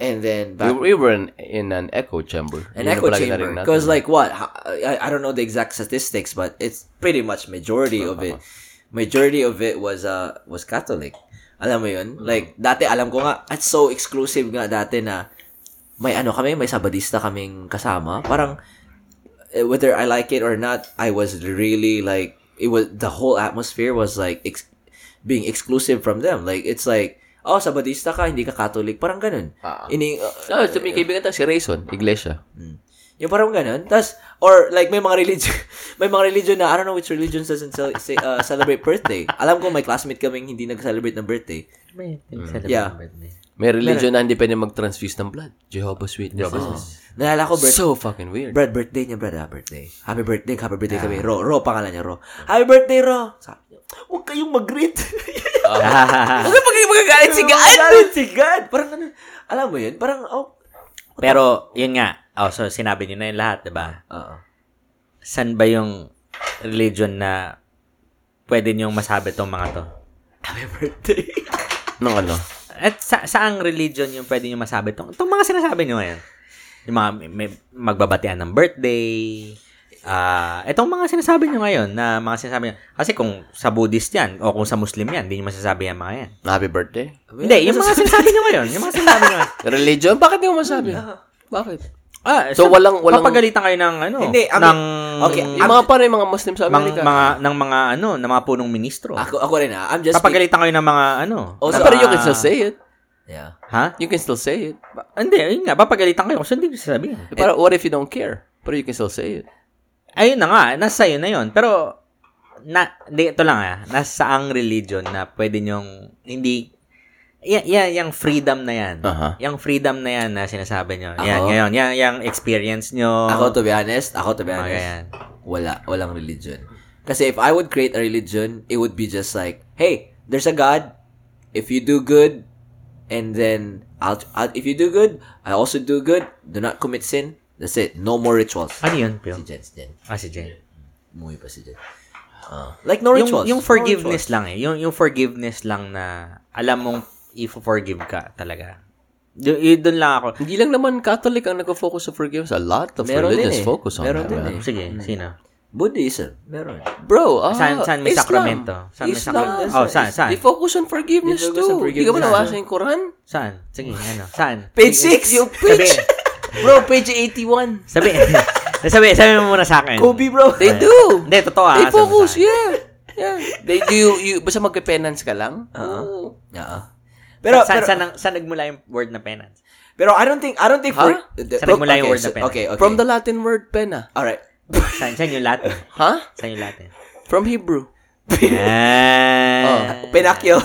Speaker 1: and then back
Speaker 2: We, we were in, in an echo chamber.
Speaker 1: an
Speaker 2: Yun ang
Speaker 1: echo
Speaker 2: palagi na
Speaker 1: chamber
Speaker 2: rin natin.
Speaker 1: because like what I, I don't know the exact statistics but it's pretty much majority of it
Speaker 2: Uh-huh.
Speaker 1: majority of it was uh was catholic alam mo yun
Speaker 2: Mm.
Speaker 1: like dati alam ko nga at so exclusive nga dati na may ano kami may sabadista kaming kasama parang eh, whether I like it or not, I was really like it was the whole atmosphere was like ex- being exclusive from them. Like it's like oh sabadista ka hindi ka Catholic parang ganun.
Speaker 2: Ah.
Speaker 1: Ini uh,
Speaker 2: No, ito may kaibigan tayo, si Rayson, Iglesia.
Speaker 1: yung parang ganun. Tas, or like may mga religion, <laughs> may mga religion na, I don't know which religion doesn't cel- say, uh, celebrate birthday. Alam ko may classmate kaming hindi nag-celebrate ng birthday. Yeah.
Speaker 2: May religion na hindi pwede mag-transfuse ng blood. Jehovah's Witnesses.
Speaker 1: Oh. Nalala ko, birthday.
Speaker 2: So fucking weird.
Speaker 1: Brad, birthday niya, Brad, ah, birthday. Happy birthday, happy birthday kami. Ro, Ro, pangalan niya, Ro. Happy birthday, Ro! Sabi niya, huwag kayong mag-greet. <laughs> Huwag kayong mag- magagalit si God! Ah. Magagalit si God! Parang, ano, alam mo yun, parang, oh,
Speaker 3: Pero, yun nga. Oh, so, sinabi niyo na yun lahat, di ba?
Speaker 1: oo.
Speaker 3: San ba yung religion na pwede niyong masabi tong mga to?
Speaker 1: Happy birthday.
Speaker 2: Nung ano?
Speaker 3: At sa, saang religion yung pwede niyong masabi tong, tong mga sinasabi niyo ngayon? Yung mga may, may- magbabatean ng birthday. Ah, etong mga sinasabi nyo ngayon na mga sinasabi nyo. Kasi kung sa Buddhist yan o kung sa Muslim yan, hindi nyo masasabi yan mga yan.
Speaker 2: Happy birthday.
Speaker 3: Hindi, yung mga sinasabi nyo ngayon. Yung mga sinasabi nyo
Speaker 2: <laughs>
Speaker 3: ngayon.
Speaker 2: Religion? Bakit di mo masabi? Bakit?
Speaker 3: Ah,
Speaker 2: So,
Speaker 3: sabi-
Speaker 2: walang- walang-
Speaker 3: Papagalitan kayo ng ano?
Speaker 1: Hindi, I mean-
Speaker 3: ng,
Speaker 1: Okay,
Speaker 2: Yung mga paano yung mga Muslim sa
Speaker 3: Mm. mang,
Speaker 2: Amerika?
Speaker 3: mga, ng mga ano, ng mga punong ministro.
Speaker 1: Ako, ako rin ah. I'm just...
Speaker 3: Papagalitan kayo ng mga ano.
Speaker 1: Oh,
Speaker 2: Ah,
Speaker 1: so-
Speaker 2: pero you can still say it.
Speaker 1: yeah.
Speaker 3: Ha?
Speaker 2: You can still say it.
Speaker 3: Ba- Hindi, yun nga, papagalitan kayo kasi hindi ko sasabihin.
Speaker 2: Pero what if you don't care? Pero you can still say it.
Speaker 3: Ayun na nga, nasa iyo na yun. Pero, na, hindi, ito lang ah, nasa ang religion na pwede nyong, hindi, yan, yan, yung freedom na yan.
Speaker 2: Aha.
Speaker 3: Yung freedom na yan na sinasabi nyo.
Speaker 1: Uh-huh. Ako?
Speaker 3: Yan, ngayon, yan, yung experience nyo.
Speaker 1: Ako, to be honest, ako, to be
Speaker 3: mga
Speaker 1: honest,
Speaker 3: ganyan.
Speaker 1: wala. Walang religion. Kasi if I would create a religion, it would be just like, hey, there's a God. If you do good, and then, I'll, I'll, if you do good, I also do good. Do not commit sin. That's it. No more rituals.
Speaker 3: Ano yun, Pio?
Speaker 1: Si Jen, si Jen.
Speaker 3: Ah, si Jen.
Speaker 1: Umuwi pa si Jen. Ah. like, no rituals.
Speaker 3: Yung, yung
Speaker 1: No
Speaker 3: forgiveness lang eh. Yung, yung forgiveness lang na alam mong i-forgive ka talaga. Do, yun, doon lang ako.
Speaker 2: Hindi lang naman Catholic ang nag-focus sa forgiveness. A lot of
Speaker 1: Meron din
Speaker 2: religions
Speaker 1: eh.
Speaker 2: focus on
Speaker 1: Meron
Speaker 2: that.
Speaker 1: din
Speaker 2: man.
Speaker 1: eh.
Speaker 3: Sige, sino?
Speaker 1: Buddhism. Meron.
Speaker 2: Bro, ah,
Speaker 3: Saan- saan may
Speaker 2: Islam.
Speaker 3: sakramento? Saan may
Speaker 2: Islam.
Speaker 3: sakramento? Oh, saan, saan?
Speaker 2: They focus on forgiveness
Speaker 1: They focus on
Speaker 2: too. Hindi ka ba
Speaker 1: forgiveness.
Speaker 2: nabasa yung Quran?
Speaker 3: Saan? Sige, ano? Saan?
Speaker 1: Page 6!
Speaker 2: Yung page. Bro, page 81.
Speaker 3: Sabi, <laughs> sabi, sabi mo muna sa akin.
Speaker 1: Kobe, bro.
Speaker 2: They do.
Speaker 3: Hindi, totoo ah.
Speaker 2: They
Speaker 3: sabi mo sa
Speaker 2: focus,
Speaker 3: akin.
Speaker 2: yeah. Yeah. <laughs> Uh-huh. They do you, you basta magpe-penance ka lang. Oo.
Speaker 1: Oo. Ah, Pero,
Speaker 3: saan,
Speaker 1: pero,
Speaker 3: saan, ang- saan nagmula yung word na penance?
Speaker 1: pero I don't think, I don't think for...
Speaker 2: Huh?
Speaker 1: the-
Speaker 3: Sa nagmula yung
Speaker 1: okay,
Speaker 3: word na
Speaker 1: so-
Speaker 3: pera.
Speaker 1: Okay, okay.
Speaker 2: From the Latin word pena.
Speaker 1: Alright.
Speaker 3: Saan, saan yung Latin?
Speaker 2: Huh?
Speaker 3: Saan yung eh? Latin?
Speaker 2: From Hebrew.
Speaker 3: Ah.
Speaker 2: Oh,
Speaker 1: <laughs>
Speaker 3: <laughs>
Speaker 1: Pinakyo.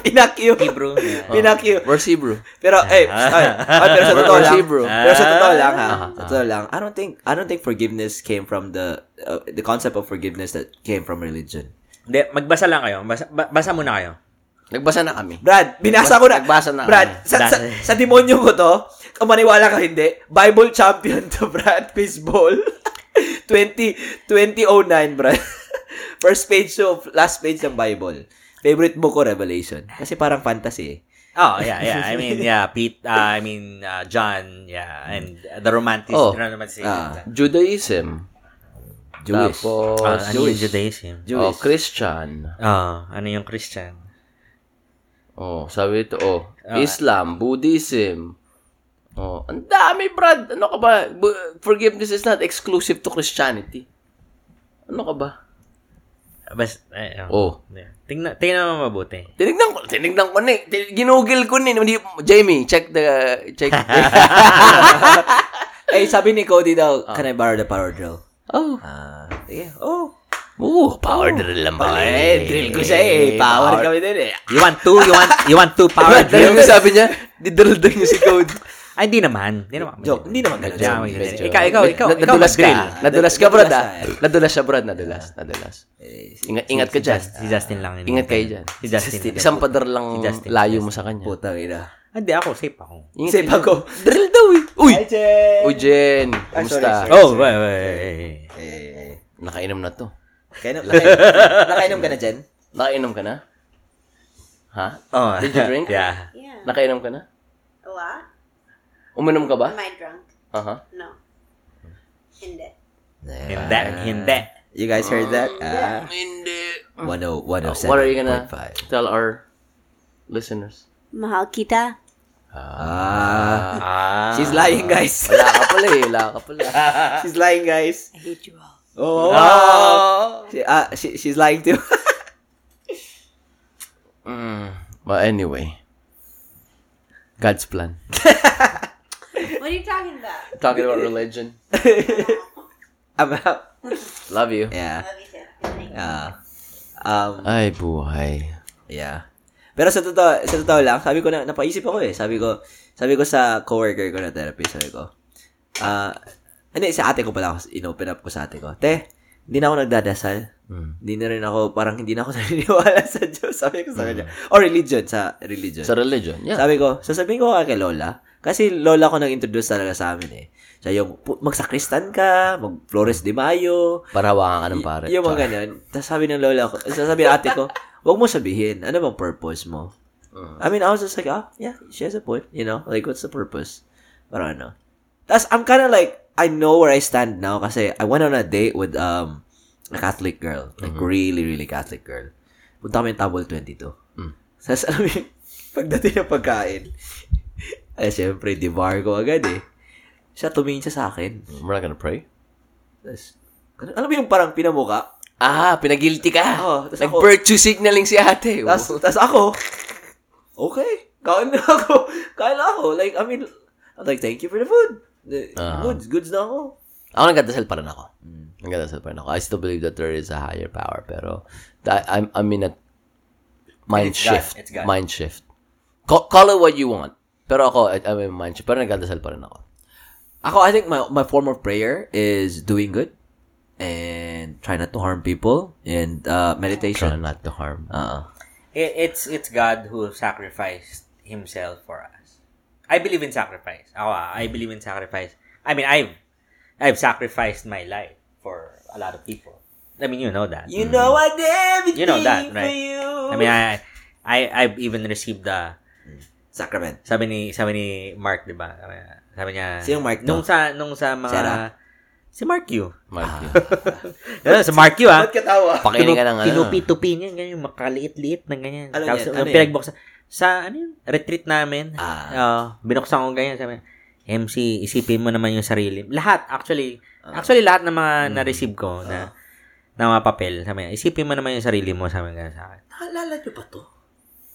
Speaker 1: Pinakyo.
Speaker 3: Hebrew. Yeah.
Speaker 1: Pinakyo.
Speaker 2: Where's Hebrew?
Speaker 1: Pero, eh, ay, ay, pero sa totoo lang,
Speaker 2: Mercy, bro.
Speaker 1: pero sa totoo lang,
Speaker 2: Ah.
Speaker 1: ha, sa totoo lang, I don't think, I don't think forgiveness came from the, uh, the concept of forgiveness that came from religion.
Speaker 3: Hindi, magbasa lang kayo. Basa, ba- basa muna kayo.
Speaker 2: Nagbasa na kami.
Speaker 1: Brad, binasa ko na.
Speaker 2: Nagbasa na.
Speaker 1: Brad, sa, sa, sa demonyo ko to, kung maniwala ka hindi, Bible champion to, Brad, <laughs> baseball. 20, 2009, Brad. <laughs> First page to last page ng Bible. Favorite book ko, Revelation. Kasi parang fantasy eh.
Speaker 3: Oh, yeah, yeah. I mean, yeah, Pete, uh, I mean, uh, John, yeah, and uh, the romantic,
Speaker 2: Oh.
Speaker 3: romantic.
Speaker 1: Ah.
Speaker 2: Judaism.
Speaker 1: Jewish.
Speaker 2: Tapos,
Speaker 3: Ah, ano yung Judaism?
Speaker 2: oh,
Speaker 1: Jewish.
Speaker 2: Christian.
Speaker 3: Ah, ano yung Christian?
Speaker 2: Oh, sabi ito, oh, Islam, Buddhism. Oh, ang dami, Brad. Ano ka ba? Bu- Forgiveness is not exclusive to Christianity. Ano ka ba?
Speaker 3: Bas, eh,
Speaker 2: Oh.
Speaker 3: Yeah. Tingnan, tingnan mo mabuti.
Speaker 2: Tinignan ko, tinignan ko na eh. Tin- Ginugil ko na eh. Hindi- Jamie, check the, check. <laughs>
Speaker 1: Eh, sabi ni Cody daw,
Speaker 2: Ah.
Speaker 1: can I borrow the power drill?
Speaker 2: oh.
Speaker 1: Ah, sige. Oh.
Speaker 2: Oh, power drill lang ba?
Speaker 1: Eh, drill ko siya eh. Power kami din eh.
Speaker 3: You want two? You want, you want two power
Speaker 2: Brad, alam
Speaker 3: drills?
Speaker 2: mo sabi niya, didrill daw niya si <laughs> Code.
Speaker 3: Ay, hindi naman. Hindi naman.
Speaker 1: Joke. Hindi naman ganun.
Speaker 3: Hindi naman
Speaker 1: Joke.
Speaker 3: ganun. Ikaw, ikaw, ikaw.
Speaker 2: Nad-
Speaker 3: ikaw
Speaker 2: Nadulas ka.
Speaker 3: mag-drill.
Speaker 2: Nadulas ka, Brad. ah.
Speaker 1: Nadulas
Speaker 2: Nadulas siya, Brad. Nadulas. Nadulas.
Speaker 1: Eh,
Speaker 2: Ingat, ingat ka dyan.
Speaker 3: Si Justin lang. yun.
Speaker 2: Ingat kayo dyan.
Speaker 3: Si Justin.
Speaker 2: Isang pader lang
Speaker 3: Justin.
Speaker 2: layo mo sa kanya.
Speaker 1: Putang ina.
Speaker 3: Hindi, ako. Safe ako.
Speaker 2: Ingat
Speaker 1: Safe
Speaker 2: kayo
Speaker 1: ako.
Speaker 2: dyan. Drill daw eh. Uy!
Speaker 1: Hi, Jen!
Speaker 2: Uy, Jen.
Speaker 1: sorry,
Speaker 2: Kumusta?
Speaker 1: sorry.
Speaker 3: Oh, wait, wait, wait.
Speaker 1: Eh,
Speaker 2: Nakainom na to.
Speaker 1: kainom,
Speaker 2: <laughs>
Speaker 1: nakainom, nakainom ka na, Jen?
Speaker 2: Nakainom ka na? Ha?
Speaker 3: Oh,
Speaker 2: Did you drink?
Speaker 3: <laughs> Yeah.
Speaker 4: Yeah.
Speaker 2: Nakainom ka na?
Speaker 4: A lot?
Speaker 2: Uminom ka ba?
Speaker 4: Am I drunk?
Speaker 2: Aha.
Speaker 4: No. Hindi.
Speaker 3: Hindi, hindi.
Speaker 1: Ah. You guys heard that? Ah. oh,
Speaker 2: Hindi.
Speaker 1: 10-
Speaker 2: Uh, What are you gonna
Speaker 1: 107.5.
Speaker 2: tell our listeners?
Speaker 4: Mahal kita.
Speaker 1: Ah.
Speaker 3: Ah.
Speaker 1: She's lying,
Speaker 2: <laughs>
Speaker 1: guys.
Speaker 2: Wala ka pala eh. Wala ka <laughs> pala.
Speaker 1: she's lying, guys.
Speaker 4: I hate you all.
Speaker 1: Oh,
Speaker 2: Oh.
Speaker 1: wow. She, ah, she, she's lying too. <laughs>
Speaker 2: Mm. But anyway. God's plan.
Speaker 4: What are you talking about?
Speaker 2: Talking about religion.
Speaker 1: I'm out.
Speaker 2: Love you.
Speaker 1: Yeah.
Speaker 4: Love you too. Good night.
Speaker 1: Ah. um,
Speaker 2: Ay, buhay.
Speaker 1: Yeah. Pero sa totoo, sa totoo lang, sabi ko na, napaisip ako eh. Sabi ko, sabi ko sa coworker ko na therapist, sabi ko, ah, hindi, sa ate ko pala, ako, inopen up ko sa ate ko, te, hindi na ako nagdadasal.
Speaker 2: Hmm.
Speaker 1: Hindi na rin ako, parang hindi na ako <laughs> naniniwala sa Diyos. Sabi ko sa kanya. Or religion, sa religion.
Speaker 2: Hmm. Sa religion, yeah.
Speaker 1: Sabi ko, sasabihin ko kay Lola. Kasi Lola ko nag-introduce talaga sa amin eh. Siya yung, "Pu- magsakristan ka, mag Flores de Mayo,
Speaker 2: Para hawakan ka ng pare.
Speaker 1: yung mga ganun. Tapos sabi ng lola ko, sabi ng ate ko, wag mo sabihin, ano bang purpose mo? I mean, I was just like, ah, yeah, she has a point, you know? Like, what's the purpose? Parang ano. That's I'm kind of like I know where I stand now kasi I went on a date with um a Catholic girl, like really really Catholic girl. Punta kami Table 22.
Speaker 2: Mm.
Speaker 1: Tapos alam mo, yun, <laughs> pagdating ng pagkain, <laughs> ay syempre, di bar ko agad eh. Siya tumingin siya sa akin.
Speaker 2: We're not gonna pray.
Speaker 1: Tapos, ano, alam mo yung parang pinamuka?
Speaker 2: Ah, pinagilty ka.
Speaker 1: Oo, tas ako-
Speaker 2: Nag-virtue signaling si ate.
Speaker 1: Tapos, tas ako, okay, kain na ako. Kain na ako. Like, I mean, I'm like, thank you for the food. The-
Speaker 2: Ah.
Speaker 1: Goods, goods na ako.
Speaker 2: Ako nagdadasal pa rin ako.
Speaker 3: Mm.
Speaker 2: Nagdadasal pa rin ako. I still believe that there is a higher power, pero that, I'm, I'm in a mind
Speaker 3: It's God.
Speaker 2: shift.
Speaker 3: It's God.
Speaker 2: Mind shift. Call, call it what you want. Pero ako, I- I'm in mind shift. Pero nagdadasal pa rin ako.
Speaker 1: Ako, I think my, my form of prayer is doing good and try not to harm people and uh,
Speaker 2: Try
Speaker 1: meditation.
Speaker 2: not to harm.
Speaker 1: Uh,
Speaker 3: It, it's it's God who sacrificed himself for us. I believe in sacrifice. Ako, ah, I believe in sacrifice. I mean, I've I've sacrificed my life for a lot of people. I mean, you know that.
Speaker 1: you know I did everything
Speaker 3: You know that,
Speaker 1: for
Speaker 3: right?
Speaker 1: you.
Speaker 3: I mean, I I I've even received the
Speaker 1: Sacrament.
Speaker 3: sabi ni sabi ni Mark, 'di ba? Sabi, sabi niya
Speaker 1: Sinong Mark to?
Speaker 3: nung sa nung sa mga
Speaker 1: Sarah?
Speaker 3: si Mark Yu.
Speaker 2: Mark, yun.
Speaker 3: Ano, si Mark Yu ah.
Speaker 1: Ba't katawa?
Speaker 2: Pakinig ka ng ano.
Speaker 3: Pinupi-tupi niya, ganyan, makaliit-liit na ganyan.
Speaker 1: Ano
Speaker 3: Tapos,
Speaker 1: yan? Ano
Speaker 3: ano
Speaker 1: yan?
Speaker 3: pinagbuksan. Sa, ano yun, retreat namin,
Speaker 1: Ah.
Speaker 3: ah, binuksan ko ganyan, sabi, MC, isipin mo naman yung sarili. Lahat, actually,
Speaker 1: Ah.
Speaker 3: actually, lahat ng mga
Speaker 1: Hmm.
Speaker 3: na-receive ko na, na mga papel, sabi niya, isipin mo naman yung sarili mo, sabi niya sa akin.
Speaker 1: Naalala niyo ba to?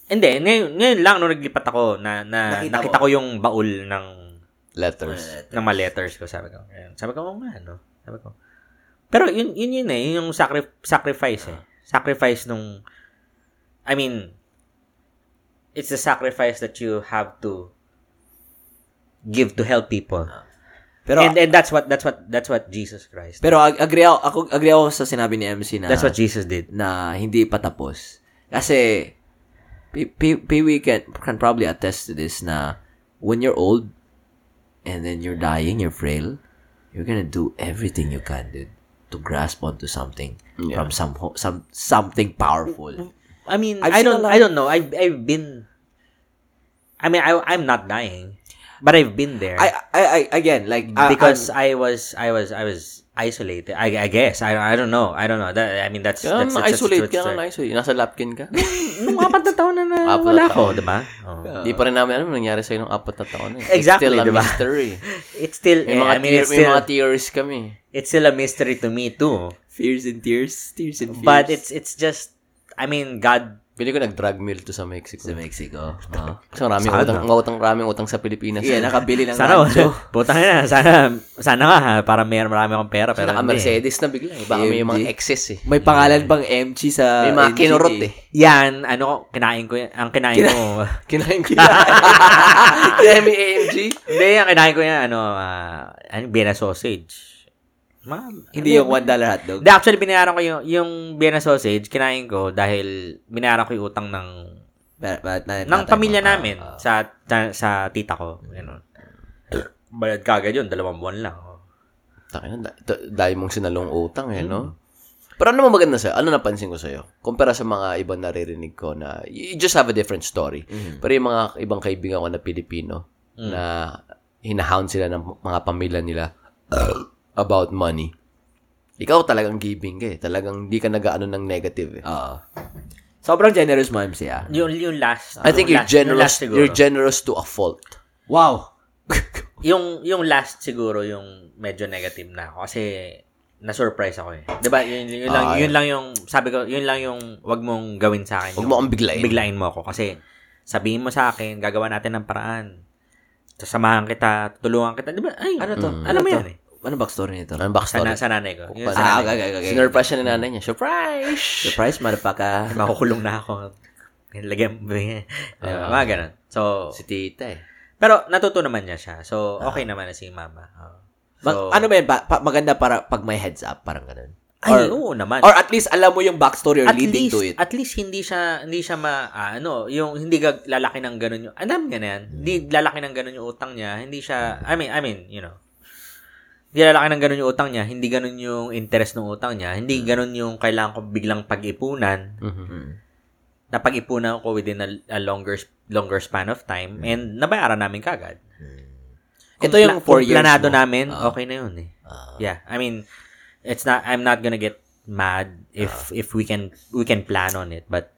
Speaker 3: Hindi, ngayon, ngayon lang, nung naglipat ako, na, na
Speaker 1: Nakita
Speaker 3: nakita,
Speaker 1: mo.
Speaker 3: ko yung baul ng
Speaker 2: Letters.
Speaker 3: ng mga letters ko, sabi ko. Ayun. Sabi ko, oh, nga, no? Sabi ko. Pero yun, yun yun eh, yun yung sacri- sacrifice eh.
Speaker 1: Ah.
Speaker 3: Sacrifice nung, I mean, it's a sacrifice that you have to give to help people.
Speaker 1: Ah. Pero,
Speaker 3: and and that's what that's what that's what Jesus Christ.
Speaker 1: pero ag- agree ako, ako, agree ako sa sinabi ni MC na
Speaker 3: That's what Jesus did.
Speaker 1: na hindi pa tapos. Kasi, P- P- Pee-wee can, can probably attest to this na when you're old and then you're dying, you're frail, you're gonna do everything you can, dude, to grasp onto something
Speaker 2: Yeah.
Speaker 1: from some, ho- some something powerful.
Speaker 3: I mean,
Speaker 1: I've
Speaker 3: I
Speaker 1: seen a
Speaker 3: don't
Speaker 1: lot-
Speaker 3: I don't know. I've I've been I mean, I I'm not dying, but I've been there.
Speaker 1: I, I, I again, like, I-
Speaker 3: because
Speaker 1: I'm-
Speaker 3: I, was I was I was isolated. I, I guess I, I don't know I don't know that I mean that's
Speaker 2: Kaya
Speaker 3: that's,
Speaker 2: nga,
Speaker 3: that's, that's
Speaker 2: isolate
Speaker 3: isolate
Speaker 2: ka nga, isolate. Nasa lapkin ka.
Speaker 3: <laughs> Nung apat na taon na, na
Speaker 2: Apat na
Speaker 3: wala
Speaker 2: taon.
Speaker 3: ako, di ba?
Speaker 2: <laughs>
Speaker 3: Oh.
Speaker 2: Hindi pa rin namin alam nangyari sa'yo nung apat na taon. Eh.
Speaker 3: Exactly,
Speaker 2: It's still a
Speaker 3: di ba?
Speaker 2: mystery.
Speaker 3: It's still
Speaker 2: May
Speaker 3: eh,
Speaker 2: mga,
Speaker 3: I mean
Speaker 2: theor-
Speaker 3: it's
Speaker 2: may
Speaker 3: still
Speaker 2: mga theories kami.
Speaker 3: it's still a mystery to me too.
Speaker 1: fears and tears, tears and fears.
Speaker 3: But it's it's just I mean God
Speaker 2: Pili ko nag-drug meal to sa Mexico.
Speaker 1: sa <laughs> Mexico. Oh.
Speaker 2: Kasi maraming
Speaker 3: Sana.
Speaker 2: utang, mga utang, maraming utang sa Pilipinas.
Speaker 1: yeah, nakabili ng
Speaker 3: sana
Speaker 1: rancho.
Speaker 3: putang ina sana sana nga ha, para may marami akong pera
Speaker 1: eh.
Speaker 3: pero
Speaker 2: Naka
Speaker 3: hindi.
Speaker 2: Mercedes na bigla. eh. Baka may
Speaker 1: AMG.
Speaker 2: mga excess eh.
Speaker 1: May pangalan pang MG sa
Speaker 2: May mga
Speaker 1: engine
Speaker 2: kinurot
Speaker 1: <laughs>
Speaker 2: eh.
Speaker 3: Yan ano kinain ko yan. ang kinain ko. <laughs>
Speaker 2: <laughs> Kinain ko yan. Kaya may AMG.
Speaker 3: Hindi, ang kinain ko yan, ano, ah, ano, Vienna sausage. Ma'am.
Speaker 1: Hindi yung one dollar hotdog.
Speaker 3: Hindi, actually, binayaran ko yung, yung Vienna sausage, kinain ko dahil binayaran ko yung utang ng,
Speaker 1: Ba- ba- na-
Speaker 3: ng
Speaker 1: natay
Speaker 3: pamilya
Speaker 1: mo.
Speaker 3: namin
Speaker 1: Ah, ah.
Speaker 3: sa, sa, sa tita ko. Ganun. Bayad kagad yun, dalawang buwan lang. oh.
Speaker 2: Takin na, da- dahil mong sinalong utang eh,
Speaker 1: Mm-hmm.
Speaker 2: no? Pero ano mo maganda sa'yo? Ano napansin ko sa'yo? Kumpara sa mga ibang naririnig ko na you you just have a different story.
Speaker 1: Mm-hmm.
Speaker 2: Pero yung mga ibang kaibigan ko na Pilipino
Speaker 1: Mm.
Speaker 2: na hinahound sila ng mga pamilya nila <coughs> about money. Ikaw talagang giving ka eh. Talagang di ka nag-ano ng negative eh.
Speaker 1: Oo. Sobrang generous mo, MC, ah.
Speaker 3: Yung, yung last.
Speaker 2: I think
Speaker 3: yung
Speaker 2: you're
Speaker 1: ano,
Speaker 3: last- yung last
Speaker 2: generous
Speaker 3: siguro.
Speaker 2: you're generous to a fault.
Speaker 1: Wow!
Speaker 3: yung, yung last siguro yung medyo negative na ako kasi na-surprise ako eh. 'Di ba? Yun, yun lang,
Speaker 2: Ah,
Speaker 3: yun lang yung sabi ko, yun lang yung wag mong gawin sa akin.
Speaker 2: Huwag
Speaker 3: Yung-
Speaker 2: mo akong biglain.
Speaker 3: biglain mo ako kasi sabihin mo sa akin, gagawa natin ng paraan. Sasamahan kita, tulungan kita. Di ba? Ay, ano to? Alam mo
Speaker 1: Ano to?
Speaker 3: yan eh.
Speaker 1: Ano backstory nito?
Speaker 3: Sa,
Speaker 2: Ano backstory?
Speaker 3: na, sa nanay ko. Yun,
Speaker 1: Ah,
Speaker 3: sa nanay.
Speaker 1: okay, okay, okay.
Speaker 2: Sinurprise siya ni nanay niya. Surprise!
Speaker 1: Surprise, motherfucker.
Speaker 3: Makukulong na ako. Lagyan
Speaker 1: <laughs>
Speaker 3: mo yan.
Speaker 2: Ah.
Speaker 3: Mga ganun. So,
Speaker 2: Si tita eh.
Speaker 3: pero natuto naman niya siya. So, okay naman na si mama. Oh.
Speaker 1: Mag-
Speaker 3: So,
Speaker 1: ano Ah. ba yan? Pa- pa- maganda para pag may heads up, parang ganun.
Speaker 3: Ay,
Speaker 1: Or,
Speaker 3: oo naman.
Speaker 1: or at least alam mo yung backstory or leading
Speaker 3: least,
Speaker 1: to it.
Speaker 3: At least hindi siya hindi siya ma ah, ano, yung hindi gag- lalaki ng ganun yung alam niya na yan. Hindi lalaki ng ganun yung utang niya. Hindi siya I mean, I mean, you know. Hindi lalaki ng ganun yung utang niya, hindi ganun yung interest ng utang niya, hindi
Speaker 1: Hmm.
Speaker 3: ganun yung kailangan ko biglang pag-ipunan.
Speaker 1: Mm-hmm.
Speaker 3: Hmm. na pag-ipunan
Speaker 1: Hmm.
Speaker 3: ko within a, a longer sp- longer span of time and nabayaran namin kagad. Kung
Speaker 1: Ito yung
Speaker 3: pla-
Speaker 1: Hmm. four
Speaker 3: kung
Speaker 1: years
Speaker 3: planado
Speaker 1: mo.
Speaker 3: namin,
Speaker 1: Ah.
Speaker 3: okay na yun eh.
Speaker 1: Ah.
Speaker 3: Yeah, I mean, it's not. I'm not gonna get mad if
Speaker 1: Ah.
Speaker 3: if we can we can plan on it. But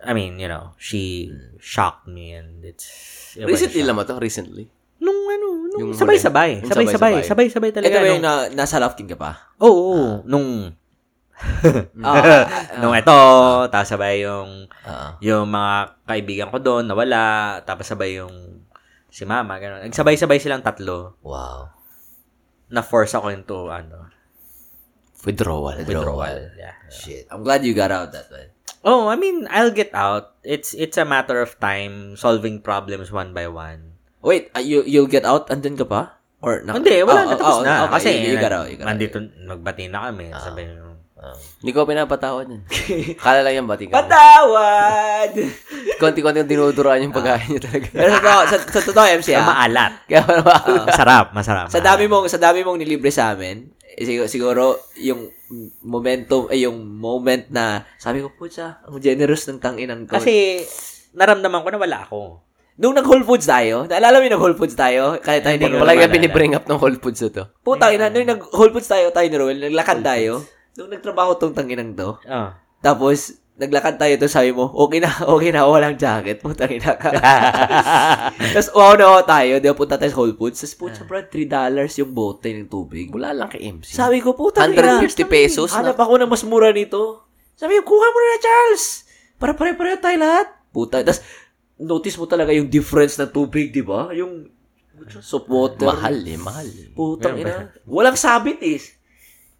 Speaker 3: I mean, you know, she
Speaker 1: Hmm.
Speaker 3: shocked me and it's. it was a
Speaker 2: Recently
Speaker 3: shock.
Speaker 2: lang ba to? Recently?
Speaker 3: Nung ano, nung
Speaker 2: Yung
Speaker 3: sabay-sabay.
Speaker 2: huli. Yung
Speaker 3: Sabay-sabay.
Speaker 2: sabay-sabay.
Speaker 3: Sabay-sabay talaga.
Speaker 1: Ito ba yung
Speaker 3: nung,
Speaker 1: na, nasa lofting ka
Speaker 3: <laughs>
Speaker 1: pa?
Speaker 3: oo, oo, nung,
Speaker 1: Ah,
Speaker 3: nung eto, tapos sabay yung,
Speaker 1: ah.
Speaker 3: yung mga kaibigan ko doon, nawala, tapos sabay yung, si mama, gano'n. Nagsabay-sabay silang tatlo,
Speaker 1: wow.
Speaker 3: na-force ako into, ano,
Speaker 2: Withdrawal.
Speaker 3: withdrawal. Yeah.
Speaker 1: Shit. I'm glad you got out that way.
Speaker 3: Oh, I mean, I'll get out. It's it's a matter of time solving problems one by one.
Speaker 1: Wait, ah, you you'll get out andun ka pa? Or na-
Speaker 3: Hindi,
Speaker 1: Oh, oh,
Speaker 3: wala na tapos
Speaker 1: oh,
Speaker 3: na.
Speaker 1: okay.
Speaker 3: Kasi
Speaker 1: you, you got
Speaker 3: <laughs>
Speaker 1: out, you got out. Ah.
Speaker 3: nandito magbati na kami. Sabi nyo,
Speaker 2: Hindi ko pinapatawad yun. Kala lang yan, bati ka.
Speaker 3: <laughs> patawad.
Speaker 2: Konti-konti yung dinuduraan yung pagkain niya talaga.
Speaker 1: <laughs> Pero sa totoo, sa, sa totoo MC
Speaker 3: Yeah.
Speaker 1: ah.
Speaker 3: Maalat.
Speaker 1: <laughs>
Speaker 2: Kaya wala ba?
Speaker 3: Masarap, masarap.
Speaker 1: Oh. Sa dami mong sa dami mong nilibre sa amin, eh, siguro, siguro yung momentum ay yung moment na sabi ko putya, ang generous ng tanginan ko.
Speaker 3: Kasi naramdaman ko na wala ako.
Speaker 1: nung nag Whole Foods tayo, naalala mo yung nag Whole Foods tayo, kaya tayo ni
Speaker 2: <laughs>
Speaker 3: Hindi ko
Speaker 2: Wala
Speaker 3: wala,
Speaker 2: nga
Speaker 3: wala.
Speaker 2: binibring up ng Whole Foods ito.
Speaker 1: Puta ina, nung nag Whole Foods tayo, tayo ni Roel, naglakad tayo. Nung nagtrabaho tong tanginang to,
Speaker 3: Oh.
Speaker 1: Tapos, naglakad tayo to sabi mo, okay na, okay na, walang jacket. Putang ina ka. Tapos, wow na wow tayo. Di ba, punta tayo sa Whole Foods. Tapos, puta, bro, $3 yung bote ng tubig.
Speaker 2: Wala lang kay MC.
Speaker 1: Sabi ko, puta,
Speaker 2: 150 pesos na.
Speaker 1: Hanap ako ng mas mura nito. Sabi ko, kuha mo na, Charles. Para pare-pareho tayo lahat. Puta. Tapos, notice mo talaga yung difference ng tubig, di ba? Yung soap water.
Speaker 2: Mahal eh, mahal eh.
Speaker 1: Putang ina. Walang sabit eh.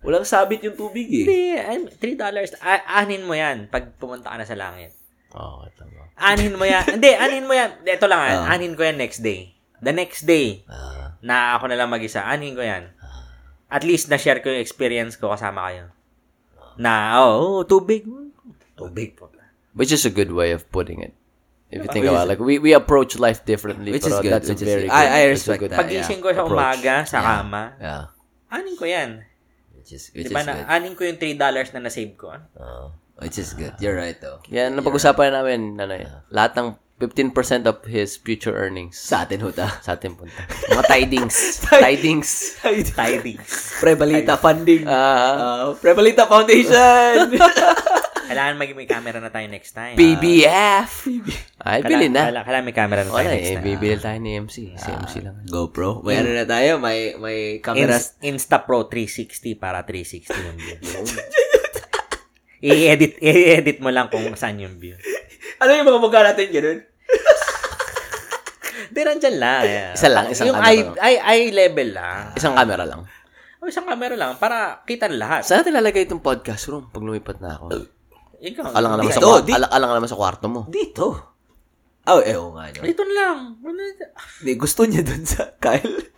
Speaker 1: Walang sabit yung tubig eh.
Speaker 3: Hindi, an- three dollars. A- anin mo yan pag pumunta ka na sa langit.
Speaker 2: Oo, tama.
Speaker 3: Anin mo yan. Hindi, anin mo yan. Ito lang,
Speaker 1: Ah.
Speaker 3: ah, anin ko yan next day. The next day,
Speaker 2: Ah,
Speaker 3: na ako na lang mag-isa. Anin ko yan. At least na-share ko yung experience ko kasama kayo. Na, oh, oh, tubig. Tubig po.
Speaker 2: which is a good way of putting it. If you think about it, like we we approach life
Speaker 1: Ano
Speaker 2: differently,
Speaker 1: Which is
Speaker 2: pero
Speaker 1: good,
Speaker 2: that's a
Speaker 1: which is good.
Speaker 2: very
Speaker 1: I-
Speaker 2: good.
Speaker 1: I
Speaker 2: that's a
Speaker 1: respect
Speaker 2: good-
Speaker 1: that.
Speaker 3: Pagising ko sa
Speaker 2: approach.
Speaker 3: umaga, sa kama,
Speaker 2: Yeah.
Speaker 3: anin ko yan.
Speaker 1: Ah, Which is, which
Speaker 3: Diba
Speaker 1: is good.
Speaker 3: na, anin ko yung $3 na na-save ko. ah.
Speaker 1: Oh, which is good. You're right, though.
Speaker 2: Yan, napag-usapan namin, ano yan, lahat ng 15% of his future earnings
Speaker 1: Sa atin, Huta.
Speaker 2: sa atin
Speaker 1: <laughs>
Speaker 2: punta. Mga tidings. tidings.
Speaker 3: Tidings.
Speaker 1: Prebalita <laughs> Funding.
Speaker 2: Ah,
Speaker 1: Uh, Prebalita Foundation. <laughs>
Speaker 3: Kailangan maging may camera na tayo next time.
Speaker 2: PBF. Ay,
Speaker 3: Kailangan-
Speaker 2: bili na.
Speaker 3: Kailangan, kailangan may camera na tayo
Speaker 2: Wala
Speaker 3: next
Speaker 2: eh,
Speaker 3: time.
Speaker 2: bibili tayo ni MC. Si MC
Speaker 1: Ah.
Speaker 2: lang.
Speaker 1: GoPro. May ano na tayo? May, may camera.
Speaker 3: Ins- Insta Pro 360 para 360 yung <laughs> view. i-edit, i-edit mo lang kung saan yung view.
Speaker 1: ano yung mga mukha natin ganun?
Speaker 3: Hindi, nandyan lang.
Speaker 2: Isa lang, isang
Speaker 3: yung
Speaker 2: camera
Speaker 3: eye,
Speaker 2: lang.
Speaker 3: eye, eye level lang.
Speaker 2: Isang camera lang.
Speaker 3: O, isang camera lang para kita ng lahat.
Speaker 2: Saan natin lalagay itong podcast room pag lumipat na ako?
Speaker 3: Ikaw.
Speaker 2: Alang naman sa
Speaker 1: Dito,
Speaker 2: kwarto.
Speaker 1: di-
Speaker 2: Alang alang naman sa kwarto mo.
Speaker 1: Dito. Oh, eh, oo nga. No?
Speaker 3: Dito na lang. <laughs>
Speaker 1: Hindi, gusto niya dun sa Kyle. <laughs>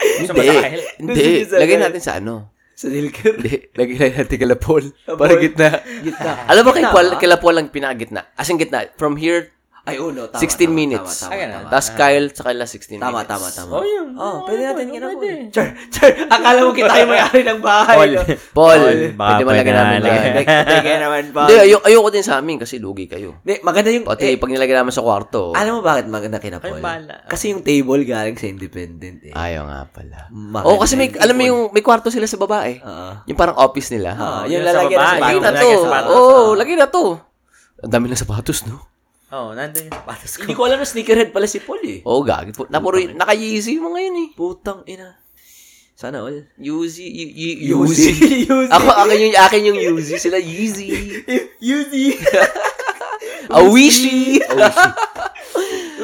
Speaker 3: Gusto mo
Speaker 2: Hindi.
Speaker 3: sa kahil?
Speaker 2: Hindi.
Speaker 1: Gusto niya sa-
Speaker 2: Lagay natin sa ano.
Speaker 1: sa Nilker.
Speaker 2: Hindi. Lagay natin kay Lapol.
Speaker 1: Lapol.
Speaker 2: Para gitna.
Speaker 1: Gitna.
Speaker 2: Alam mo kay,
Speaker 1: Gitna
Speaker 2: Kual,
Speaker 1: ba?
Speaker 2: kay Lapol ang pinakagitna. As in gitna. From here,
Speaker 1: Ay, oh, no. Tama,
Speaker 2: 16
Speaker 1: tama,
Speaker 2: minutes.
Speaker 1: Tama,
Speaker 3: Ayan,
Speaker 1: tama, tama.
Speaker 2: Tapos Kyle, tsaka Kayla
Speaker 1: Tama,
Speaker 2: 16 minutes.
Speaker 1: tama, tama.
Speaker 3: Oh, yun.
Speaker 1: Oh, pwede natin
Speaker 3: Pwede.
Speaker 1: ginamon. Char, char. Akala mo kita yung may-ari ng bahay.
Speaker 3: <laughs>
Speaker 2: Paul.
Speaker 1: no?
Speaker 2: Paul.
Speaker 3: baka
Speaker 2: Pwede mo lagyan
Speaker 3: pwede
Speaker 2: namin.
Speaker 3: na <laughs>
Speaker 2: dyan.
Speaker 3: lagyan.
Speaker 1: Teka naman, Paul.
Speaker 2: Hindi, Oh, ayo, ayoko din sa amin kasi lugi kayo.
Speaker 1: Hindi, maganda yung...
Speaker 2: Pati pag nilagay naman sa kwarto.
Speaker 1: Eh. Alam mo bakit maganda kina Paul?
Speaker 3: Ay, bahala.
Speaker 1: Kasi yung table galing sa independent eh.
Speaker 2: Ayaw nga pala.
Speaker 1: Maganda
Speaker 2: Oo, Oh, kasi may,
Speaker 1: yung
Speaker 2: alam mo
Speaker 1: table.
Speaker 2: yung may kwarto sila sa babae.
Speaker 1: Oo.
Speaker 2: Yung parang office nila.
Speaker 1: Oo,
Speaker 3: Oh,
Speaker 1: Ah. yung
Speaker 3: yun sa
Speaker 1: lalagyan
Speaker 3: baba,
Speaker 1: ng
Speaker 2: Lagi
Speaker 3: yung
Speaker 1: sapatos.
Speaker 2: na
Speaker 3: Lagyan ng sapatos, ah.
Speaker 2: to. Oh. Oo, lagi na to. Ang dami ng sapatos, no?
Speaker 3: Oh, nandun yung sapatos ko.
Speaker 1: Hindi ko alam na sneakerhead pala si Paul eh.
Speaker 2: Oo, gagit po. Napuro, naka-Yeezy mo ngayon eh.
Speaker 1: Putang ina. Sana all.
Speaker 2: Yeezy, y- y-
Speaker 1: Yuzi. <laughs>
Speaker 2: Yeezy.
Speaker 1: Yuzi.
Speaker 2: Ako, akin yung, akin yung Yeezy. Sila Yeezy.
Speaker 1: Yuzi.
Speaker 2: Awishi.
Speaker 3: <laughs>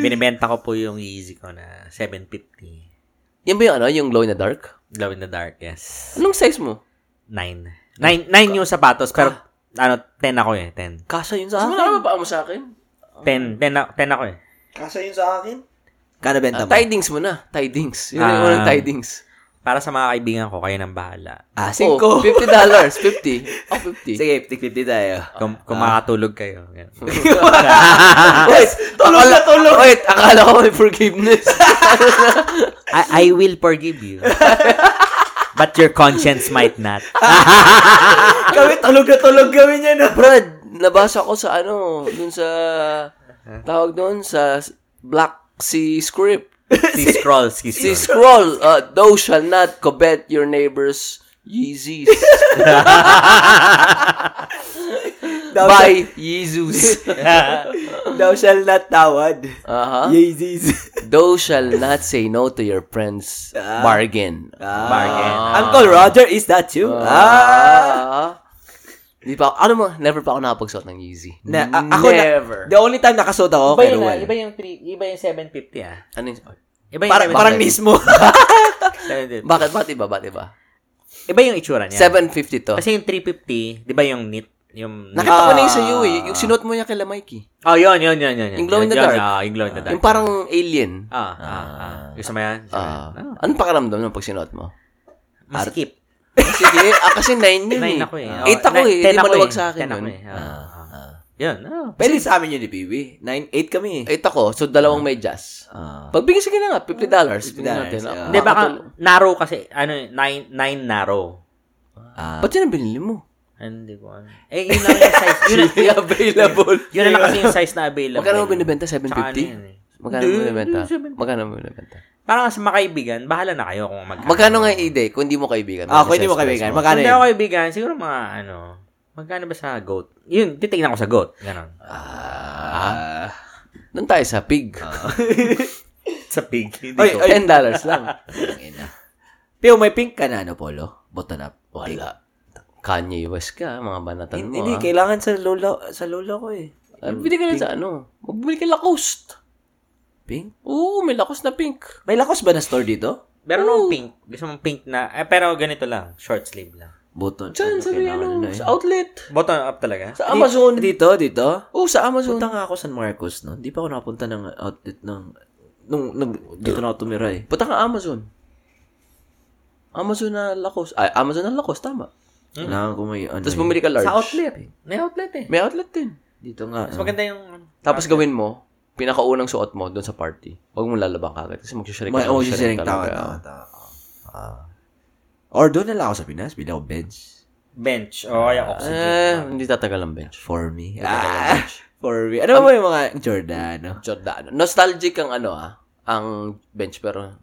Speaker 3: Binibenta ko po yung Yeezy ko na 750.
Speaker 2: Yan ba yung ano, yung glow in the dark?
Speaker 3: Glow in the dark, yes.
Speaker 2: Anong size mo?
Speaker 3: Nine. Nine, nine yung sapatos, pero ano, ten ako eh, ten.
Speaker 1: Kasa yun sa
Speaker 2: Mas
Speaker 1: akin.
Speaker 2: malaki ba mo sa akin?
Speaker 3: Ten, ten, a- ten ako eh.
Speaker 1: Kasa yun sa akin. Kana benta mo.
Speaker 2: Ah, tidings mo na. Tidings. Yun yung
Speaker 3: Ah.
Speaker 2: unang tidings.
Speaker 3: Para sa mga kaibigan ko, kayo nang bahala.
Speaker 1: Ah,
Speaker 2: Oh,
Speaker 1: singko.
Speaker 2: $50. 50. Oh, 50.
Speaker 1: <laughs> Sige, tig-50 tayo.
Speaker 3: Kung,
Speaker 2: Ah.
Speaker 3: kung makatulog kayo. ganun.
Speaker 2: Hmm.
Speaker 1: Wait, tulog na tulog.
Speaker 2: Wait, akala ko may forgiveness.
Speaker 3: <laughs> I, I will forgive you. <laughs> But your conscience might not.
Speaker 1: Ah, Kami tulog na tulog kami ah. niya no.
Speaker 2: Brad, nabasa ko sa ano, dun sa, tawag doon, sa Black Sea script. <laughs>
Speaker 3: Si Scroll, si
Speaker 2: Si
Speaker 3: Scroll.
Speaker 2: Scroll, uh, thou shall not covet your neighbor's Yeezys
Speaker 1: <laughs>
Speaker 3: <laughs>
Speaker 1: Thou, shall,
Speaker 2: by
Speaker 1: <laughs>
Speaker 2: <laughs> Jesus.
Speaker 1: thou shall not tawad. Ah?
Speaker 2: Aha.
Speaker 1: Yeezys.
Speaker 2: Uh-huh. Thou shall not say no to your friend's bargain.
Speaker 1: Ah.
Speaker 3: Bargain.
Speaker 1: Uncle Roger is that you? ah.
Speaker 2: Ah. Di pa, ano mo, never pa ako nakapagsuot ng Yeezy.
Speaker 1: Na, a- ako na-
Speaker 2: Never.
Speaker 1: the only time nakasuot ako
Speaker 3: Iba
Speaker 1: kay
Speaker 3: yung,
Speaker 1: Ruel.
Speaker 3: iba yung, three- iba yung 750 ah.
Speaker 2: Ano yung,
Speaker 3: Iba yung
Speaker 1: Parang,
Speaker 3: 750.
Speaker 1: parang mismo.
Speaker 2: <laughs> bakit, bakit iba, bakit iba?
Speaker 3: Iba yung itsura niya.
Speaker 2: 750 to.
Speaker 3: Kasi yung 350, di ba yung knit? Yung knit.
Speaker 2: Nakita ko na yung
Speaker 3: Ah.
Speaker 2: sa iyo eh. Yung sinuot mo niya kay Mikey.
Speaker 3: Oh, yun, yun, yun, yun. yun.
Speaker 2: Yung glow in the
Speaker 3: Yun,
Speaker 2: dark.
Speaker 3: ah, yung glow in the dark.
Speaker 2: Yung parang alien.
Speaker 3: Ah, ah, ah. Gusto mo yan?
Speaker 2: Ah. Anong pakaramdam nung pag sinuot mo?
Speaker 3: Masikip.
Speaker 2: Sige, ah, kasi 9 yun
Speaker 3: Ah, Nine
Speaker 2: eh.
Speaker 3: ako eh.
Speaker 2: Ah.
Speaker 3: Oh,
Speaker 2: Eight ako
Speaker 3: nine-
Speaker 2: eh.
Speaker 3: ten
Speaker 2: Hindi
Speaker 3: ako
Speaker 2: maluwag
Speaker 3: eh.
Speaker 2: sa akin
Speaker 3: Ten ako
Speaker 2: nun.
Speaker 3: eh. Ah, ah, ah. Yun, oh.
Speaker 1: Pwede sa amin yun ni Bibi. 9-8 kami. eh.
Speaker 2: 8 ako, so dalawang medyas.
Speaker 1: Ah.
Speaker 2: Pagbigay sige na nga, $50. dollars.
Speaker 1: dollars,
Speaker 2: natin.
Speaker 1: ah.
Speaker 3: Hindi, baka
Speaker 2: Nakatulong.
Speaker 3: narrow kasi, ano, nine, nine narrow.
Speaker 1: Ah.
Speaker 2: Ba't yun ang binili mo?
Speaker 3: Hindi ko ano. Eh, yun lang yung size. <laughs> Yun, lang- yun,
Speaker 2: available.
Speaker 3: yun lang kasi yung size na available.
Speaker 2: Magkano mo binibenta?
Speaker 3: Tsaka ano yun
Speaker 2: 750?
Speaker 3: eh.
Speaker 2: Magkano mo binibenta? Magkano mo binibenta?
Speaker 3: Parang sa makaibigan, bahala na kayo kung magkano.
Speaker 2: Magkano nga ide kung hindi mo kaibigan?
Speaker 1: Ah, kung hindi mo kaibigan, magkano
Speaker 3: ano? Kung
Speaker 1: yun?
Speaker 3: ako kaibigan, siguro mga ano, magkano ba sa goat? Yun, titignan ko sa goat. Ganon.
Speaker 1: Ah.
Speaker 2: Doon tayo sa
Speaker 3: <laughs>
Speaker 2: pig.
Speaker 3: Ah, Sa pig. Hindi
Speaker 1: Oy,
Speaker 3: ko.
Speaker 1: oy.
Speaker 2: $10 dollars lang.
Speaker 1: Pio, may pink ka na ano, Polo? Button up.
Speaker 2: Wala. Kanye West ka, mga banatan mo.
Speaker 1: Hindi,
Speaker 2: ah.
Speaker 1: kailangan sa lola, sa lola ko eh.
Speaker 2: Ah, Bili ka lang sa ano. Magbili ka Lacoste.
Speaker 1: Pink?
Speaker 2: Oo, may Lacoste na pink.
Speaker 1: May lakos ba na store dito?
Speaker 3: Meron akong pink. Gusto mong pink na, eh, pero ganito lang. Short sleeve lang.
Speaker 1: Button.
Speaker 2: Diyan, sa may
Speaker 1: kailangan
Speaker 2: ano,
Speaker 1: eh.
Speaker 2: sa outlet.
Speaker 3: Button up talaga.
Speaker 2: Sa Amazon.
Speaker 1: Dito, dito.
Speaker 2: Oo, sa Amazon.
Speaker 1: Punta nga ako San Marcos, no? Hindi pa ako napunta ng outlet ng... Nung, nag, dito na ako tumira eh.
Speaker 2: Punta ka Amazon. Amazon na Lacoste. Ay, Amazon na Lacoste, tama.
Speaker 1: Kailangan ko may ano.
Speaker 2: Hmm. Tapos
Speaker 1: eh.
Speaker 2: bumili ka large.
Speaker 3: Sa outlet eh. May outlet eh.
Speaker 2: May outlet din.
Speaker 1: Dito nga.
Speaker 3: Mas
Speaker 1: no?
Speaker 3: maganda yung ano,
Speaker 2: Tapos gawin mo, pinakaunang suot mo doon sa party. Huwag mo lalabang kagad kasi magsisharing
Speaker 1: May
Speaker 2: ka.
Speaker 1: oh, siya rin.
Speaker 2: magsisharing
Speaker 1: Tama,
Speaker 2: talaga.
Speaker 1: tama, tama. Ah. Or doon na lang ako sa Pinas. Bili ako bench.
Speaker 3: bench. O kaya oxygen.
Speaker 2: Eh, hindi tatagal ang bench.
Speaker 1: For me.
Speaker 2: Ano
Speaker 1: Ah, <laughs> for me. Ano ba yung mga Giordano?
Speaker 2: Jordan. Nostalgic ang ano ah. Ang bench pero...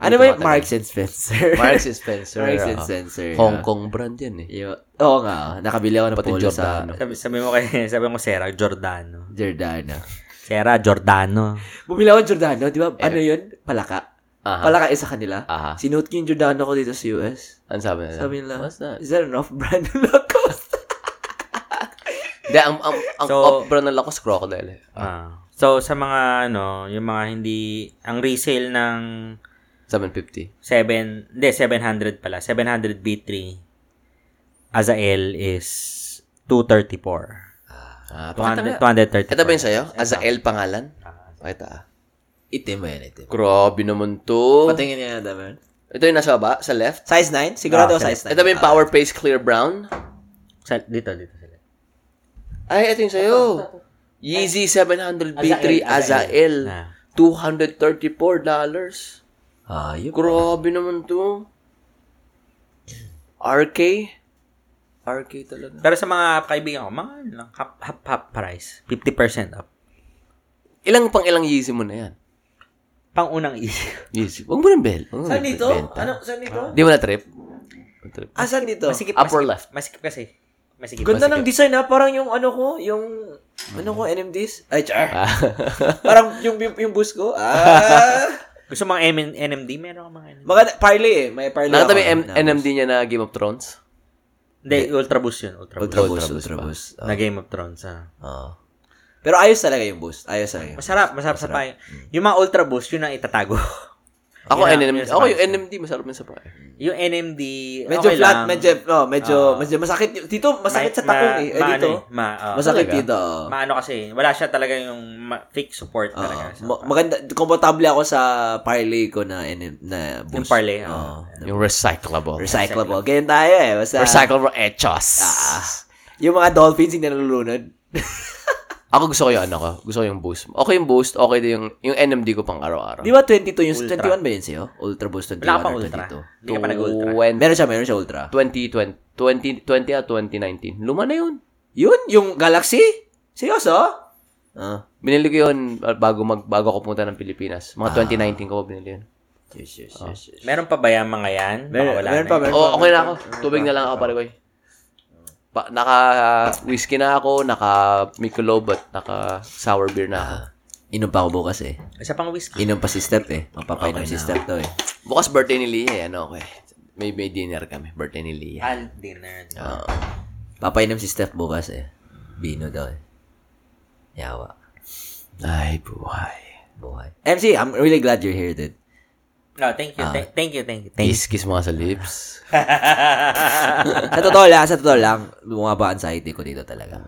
Speaker 1: Ano ba yung Marks and Spencer?
Speaker 2: <laughs> Marks and Spencer.
Speaker 1: Marks and
Speaker 2: ah.
Speaker 1: Spencer.
Speaker 2: Hong Kong brand yan eh.
Speaker 1: Yo, oo nga, oh. nakabili ako ng
Speaker 2: Pati
Speaker 1: polo sa
Speaker 2: Giordano.
Speaker 3: Sabi, sabi mo kay, sabi mo Sarah Giordano.
Speaker 2: <laughs>
Speaker 1: Giordano.
Speaker 3: Sarah Giordano.
Speaker 1: Bumili ako ng Giordano, di ba? Ano yun? Palaka.
Speaker 2: Aha.
Speaker 1: Palaka isa kanila.
Speaker 2: Aha.
Speaker 1: Sinuot ko yung Giordano ko dito sa US.
Speaker 2: Ano sabi nila?
Speaker 1: Sabi nila,
Speaker 2: What's that?
Speaker 1: is that an <laughs> off-brand Lacoste?
Speaker 2: Hindi, ang, ang, ang
Speaker 3: So-
Speaker 2: off-brand ng Lacoste Crocodile eh.
Speaker 3: Ah. So sa mga ano, yung mga hindi ang resale ng
Speaker 2: 750.
Speaker 3: 7, hindi 700 pala, 700 B3 Azael is 234.
Speaker 2: Ah, pakita nga.
Speaker 3: 200, 234.
Speaker 2: Ito ba yun sa'yo? Azael pangalan? Pakita ah.
Speaker 1: Itim ba yan, itim?
Speaker 2: Grabe naman to.
Speaker 1: Patingin niya na daman.
Speaker 2: Ito yung nasa baba, sa left.
Speaker 1: Size 9? Sigurado
Speaker 3: Ah,
Speaker 1: size 9.
Speaker 2: Ito ba yung Power Pace Clear Brown?
Speaker 3: Sa, dito, dito sila.
Speaker 2: Ay, ito yung sa'yo. Yeezy 700 B3 Azael.
Speaker 3: Ah.
Speaker 2: $234. dollars.
Speaker 1: Ah, yun.
Speaker 2: Grabe naman to. RK? RK talaga.
Speaker 3: Pero sa mga kaibigan ko, mga ano lang, half, half, half price. 50% up.
Speaker 2: Ilang pang ilang Yeezy mo na yan?
Speaker 3: Pang-unang isip.
Speaker 2: <laughs> Yeezy. Huwag mo nang bel. Huwag mo
Speaker 1: Saan
Speaker 2: nang
Speaker 1: dito?
Speaker 2: benta.
Speaker 1: Ano? Saan dito?
Speaker 2: Di mo na trip? trip.
Speaker 1: Ah, saan dito?
Speaker 3: Masikip,
Speaker 2: Upper
Speaker 3: masikip.
Speaker 2: left.
Speaker 3: Masikip kasi. Masikip.
Speaker 1: Ganda ng
Speaker 3: masikip.
Speaker 1: design ha, parang yung ano ko, yung ano
Speaker 2: Mm-hmm.
Speaker 1: ko, NMDs? Ay, char.
Speaker 2: Ah.
Speaker 1: <laughs> parang yung, yung, yung bus ko. Ah.
Speaker 3: Gusto mga M- NMD? Meron ka mga NMD?
Speaker 1: Mga parlay eh. May parlay
Speaker 2: Nakita mo
Speaker 1: ako.
Speaker 2: yung M- NMD niya na Game of Thrones?
Speaker 3: Hindi, Ultra Boost yun. Ultra Boost.
Speaker 1: Ultra boost.
Speaker 2: Ultra boost
Speaker 1: Ultra
Speaker 2: pa.
Speaker 1: boost.
Speaker 3: Na Game of Thrones. ah.
Speaker 1: Ah. Pero ayos talaga yung boost. Ayos talaga yung boost.
Speaker 3: Masarap, masarap, sa payo.
Speaker 1: Mm.
Speaker 3: Yung mga Ultra Boost, yun ang itatago. <laughs>
Speaker 2: Ako
Speaker 3: Yun ang-
Speaker 2: NMD.
Speaker 3: yun ang
Speaker 2: Ako yung
Speaker 3: sapatos.
Speaker 2: NMD masarap yun sa paa.
Speaker 3: Yung NMD,
Speaker 1: Medyo
Speaker 3: okay
Speaker 1: flat,
Speaker 3: lang.
Speaker 1: medyo, no, medyo, medyo masakit. y- Dito, masakit
Speaker 3: Ma-
Speaker 1: sa takong
Speaker 3: ma-
Speaker 1: eh. Eh, dito,
Speaker 3: ma- ano eh, ma, ah,
Speaker 1: masakit
Speaker 2: Talaga?
Speaker 1: dito. oo.
Speaker 3: maano kasi, wala siya talaga yung ma- fake support talaga.
Speaker 1: Oo. Ah, Ma- maganda, komportable ako sa parlay ko na, NM, na boost.
Speaker 3: Yung parlay,
Speaker 1: Oo.
Speaker 3: oo.
Speaker 2: Yung recyclable.
Speaker 1: Recyclable. Ganyan tayo eh. Basta,
Speaker 2: Recyclable etchos.
Speaker 1: Ah. yung mga dolphins hindi nalulunod.
Speaker 2: Ako gusto ko yung ano ko. Gusto ko yung boost. Okay yung boost. Okay din yung, yung NMD ko pang araw-araw.
Speaker 1: <laughs> Di ba 22 yung,
Speaker 3: Ultra.
Speaker 1: 21 ba yun sa'yo? Ultra boost 21
Speaker 3: Wala ka pa
Speaker 1: or
Speaker 3: Ultra.
Speaker 1: 22?
Speaker 3: Hindi ka pa nag-Ultra.
Speaker 2: 20,
Speaker 1: Meron siya, meron siya ultra.
Speaker 2: 20, 20, 20 at 2019. Luma na yun.
Speaker 1: Yun, yung Galaxy? Seryoso? Ah.
Speaker 2: Binili ko yun uh, bago, mag, bago ako pumunta ng Pilipinas. Mga
Speaker 1: Ah.
Speaker 2: 2019 ko ko binili yun.
Speaker 1: Yes, yes, yes, yes.
Speaker 3: Meron pa ba yan mga yan?
Speaker 1: Ah.
Speaker 3: Baka
Speaker 1: Meron-
Speaker 3: wala
Speaker 1: meron
Speaker 3: na
Speaker 1: pa,
Speaker 3: eh.
Speaker 1: meron.
Speaker 2: Oo, oh, okay na ako. Tubig na lang ako, pare ko Pa, naka whiskey na ako, naka Michelob at naka sour beer na ako.
Speaker 1: Inom pa ako bukas eh.
Speaker 3: Isa pang whiskey.
Speaker 1: Inom pa si Step eh. Magpapainom si Step to eh.
Speaker 2: Bukas birthday ni Lia, eh. ano okay. May may dinner kami, birthday ni Lia.
Speaker 1: Ah.
Speaker 3: Al dinner.
Speaker 1: Oo. Ah. Papainom si Steph bukas eh. Bino daw eh. Yawa.
Speaker 2: Ay, buhay.
Speaker 1: Buhay. MC, I'm really glad you're here, dude. <laughs>
Speaker 3: No, thank
Speaker 1: Ah.
Speaker 3: you. thank, thank you, thank you. Thank you.
Speaker 2: Kiss, kiss mo nga sa lips.
Speaker 1: sa totoo lang, sa totoo lang, bumaba ang anxiety ko dito talaga.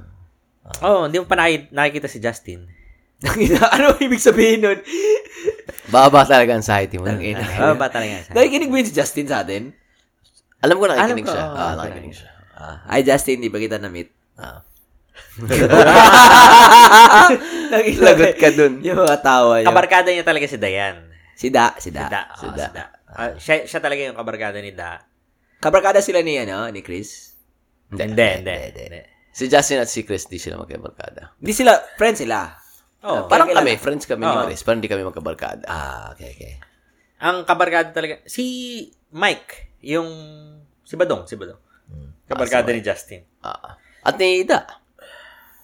Speaker 1: Ah.
Speaker 3: Oh, hindi mo pa naki- nakikita si Justin.
Speaker 1: <laughs> ano ang ibig sabihin nun? Ah,
Speaker 2: Baba talaga ang anxiety mo.
Speaker 3: Oh, ba talaga siya?
Speaker 1: Nakikinig ba yun si Justin sa atin?
Speaker 2: Alam ko nakikinig siya.
Speaker 3: oo,
Speaker 2: Ah, nakikinig siya.
Speaker 1: Ah, ay, Justin, di ba kita na-meet?
Speaker 3: <laughs>
Speaker 1: Ah.
Speaker 2: Lagot ka dun.
Speaker 1: Yung mga tawa niya.
Speaker 3: Kabarkada niya talaga si Dayan.
Speaker 1: Si Da, si Da.
Speaker 3: Si Da.
Speaker 1: Si
Speaker 3: oh,
Speaker 1: Da.
Speaker 3: si Da. Ah, siya, siya talaga yung kabarkada ni Da.
Speaker 1: Kabarkada sila ni, ano, ni Chris.
Speaker 3: Hindi,
Speaker 1: Ah,
Speaker 3: hindi. hindi.
Speaker 2: Si Justin at si Chris di sila magkabarkada.
Speaker 1: Hindi sila, friends sila.
Speaker 3: Oh,
Speaker 2: Parang
Speaker 1: kailan-
Speaker 2: kami, friends kami ni
Speaker 3: Oo.
Speaker 2: Chris, parang hindi kami magkabarkada.
Speaker 1: Ah, okay, okay.
Speaker 3: ang kabarkada talaga, si Mike, yung, si Badong, si Badong. Kabarkada ni Justin.
Speaker 2: Ah. At ni Ida.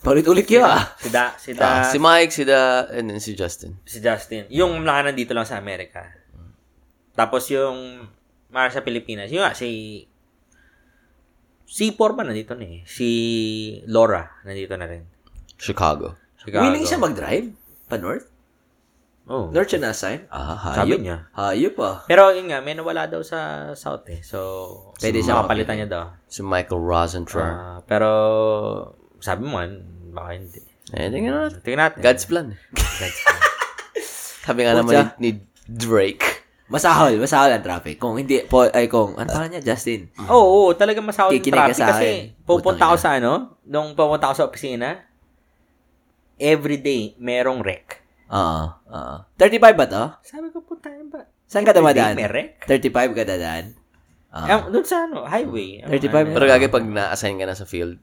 Speaker 1: Paulit-ulit yun ah.
Speaker 3: Si Da, si Da,
Speaker 2: Ah, si Mike, si Da, and then si Justin.
Speaker 3: si Justin. Yung mga nandito lang sa Amerika. Tapos yung mga sa Pilipinas. Yung nga, si... Si Forman nandito na eh. Si Laura nandito na rin.
Speaker 2: Chicago.
Speaker 3: Chicago.
Speaker 1: Willing siya mag-drive? Pa North?
Speaker 3: Oh.
Speaker 1: North siya na-assign?
Speaker 2: Ah,
Speaker 3: Sabi niya.
Speaker 1: Hayop ah.
Speaker 3: Pero yun nga, may nawala daw sa South eh. So,
Speaker 1: Pwede
Speaker 3: so,
Speaker 1: siya
Speaker 3: makapalitan niya daw.
Speaker 2: Si Michael Rosenthal.
Speaker 3: Ah, pero, sabi mo, baka hindi.
Speaker 2: eh, tingnan natin.
Speaker 3: Tingnan natin.
Speaker 2: God's plan.
Speaker 3: God's
Speaker 2: Sabi nga naman ni, ni Drake.
Speaker 1: Masahol, masahol ang traffic. Kung hindi, po, ay kung, ano pala niya, Justin?
Speaker 3: Oo, oh, oh, talaga masahol yung
Speaker 1: Kikinig ka
Speaker 3: traffic
Speaker 1: sa
Speaker 3: kasi
Speaker 1: akin.
Speaker 3: pupunta ako
Speaker 1: Putang
Speaker 3: sa ano, nung pupunta ako sa opisina, every day merong wreck.
Speaker 1: Oo, oo. 35 Ah, ba to?
Speaker 3: Sabi ko, puta ano ba?
Speaker 1: Saan ka
Speaker 3: Every day
Speaker 1: dumadaan? Ah.
Speaker 3: may wreck?
Speaker 1: 35 ka dadaan? Oo.
Speaker 3: Um, doon sa ano, highway. Ano,
Speaker 1: 35
Speaker 3: ano,
Speaker 2: Pero gagi pag na-assign ka na sa field,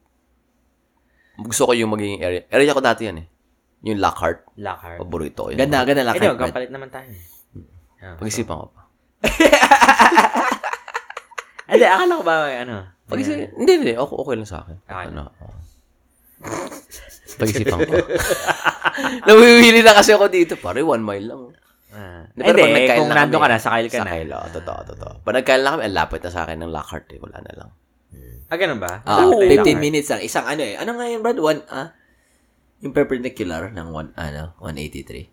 Speaker 2: gusto ko yung magiging area. Area ko dati yun eh. Yung Lockhart.
Speaker 3: Lockhart.
Speaker 2: Paborito ko yun.
Speaker 1: Ganda, ganda
Speaker 3: Hindi,
Speaker 1: lakad. man.
Speaker 3: magkapalit naman tayo. Ah.
Speaker 2: Pag-isipan ko pa.
Speaker 3: Hindi, Ah, akala ko ba, ano?
Speaker 2: Pag-isipan. Hindi, hindi. Okay, okay lang sa akin.
Speaker 3: Okay.
Speaker 2: Ano? oo. Pag-isipan
Speaker 3: <laughs>
Speaker 2: ko. Nawiwili na kasi ako dito. Pare, one mile lang.
Speaker 3: Ah.
Speaker 2: Hindi, pero
Speaker 3: Hindi,
Speaker 2: pag nagkail
Speaker 3: kung
Speaker 2: na
Speaker 3: nandun
Speaker 2: kami,
Speaker 3: ka na, sakay ka
Speaker 2: Sa
Speaker 3: na.
Speaker 2: Kailo. Totoo, totoo. Pag nagkail na kami, ang lapit na sa akin ng Lockhart eh. Wala na lang.
Speaker 3: Ah, ganun ba?
Speaker 1: Ah,
Speaker 3: Oo,
Speaker 1: 15
Speaker 3: Lockhart.
Speaker 1: minutes lang. Isang ano eh. Ano nga yun, Brad? One, ah? Yung perpendicular ng one, ano, 183.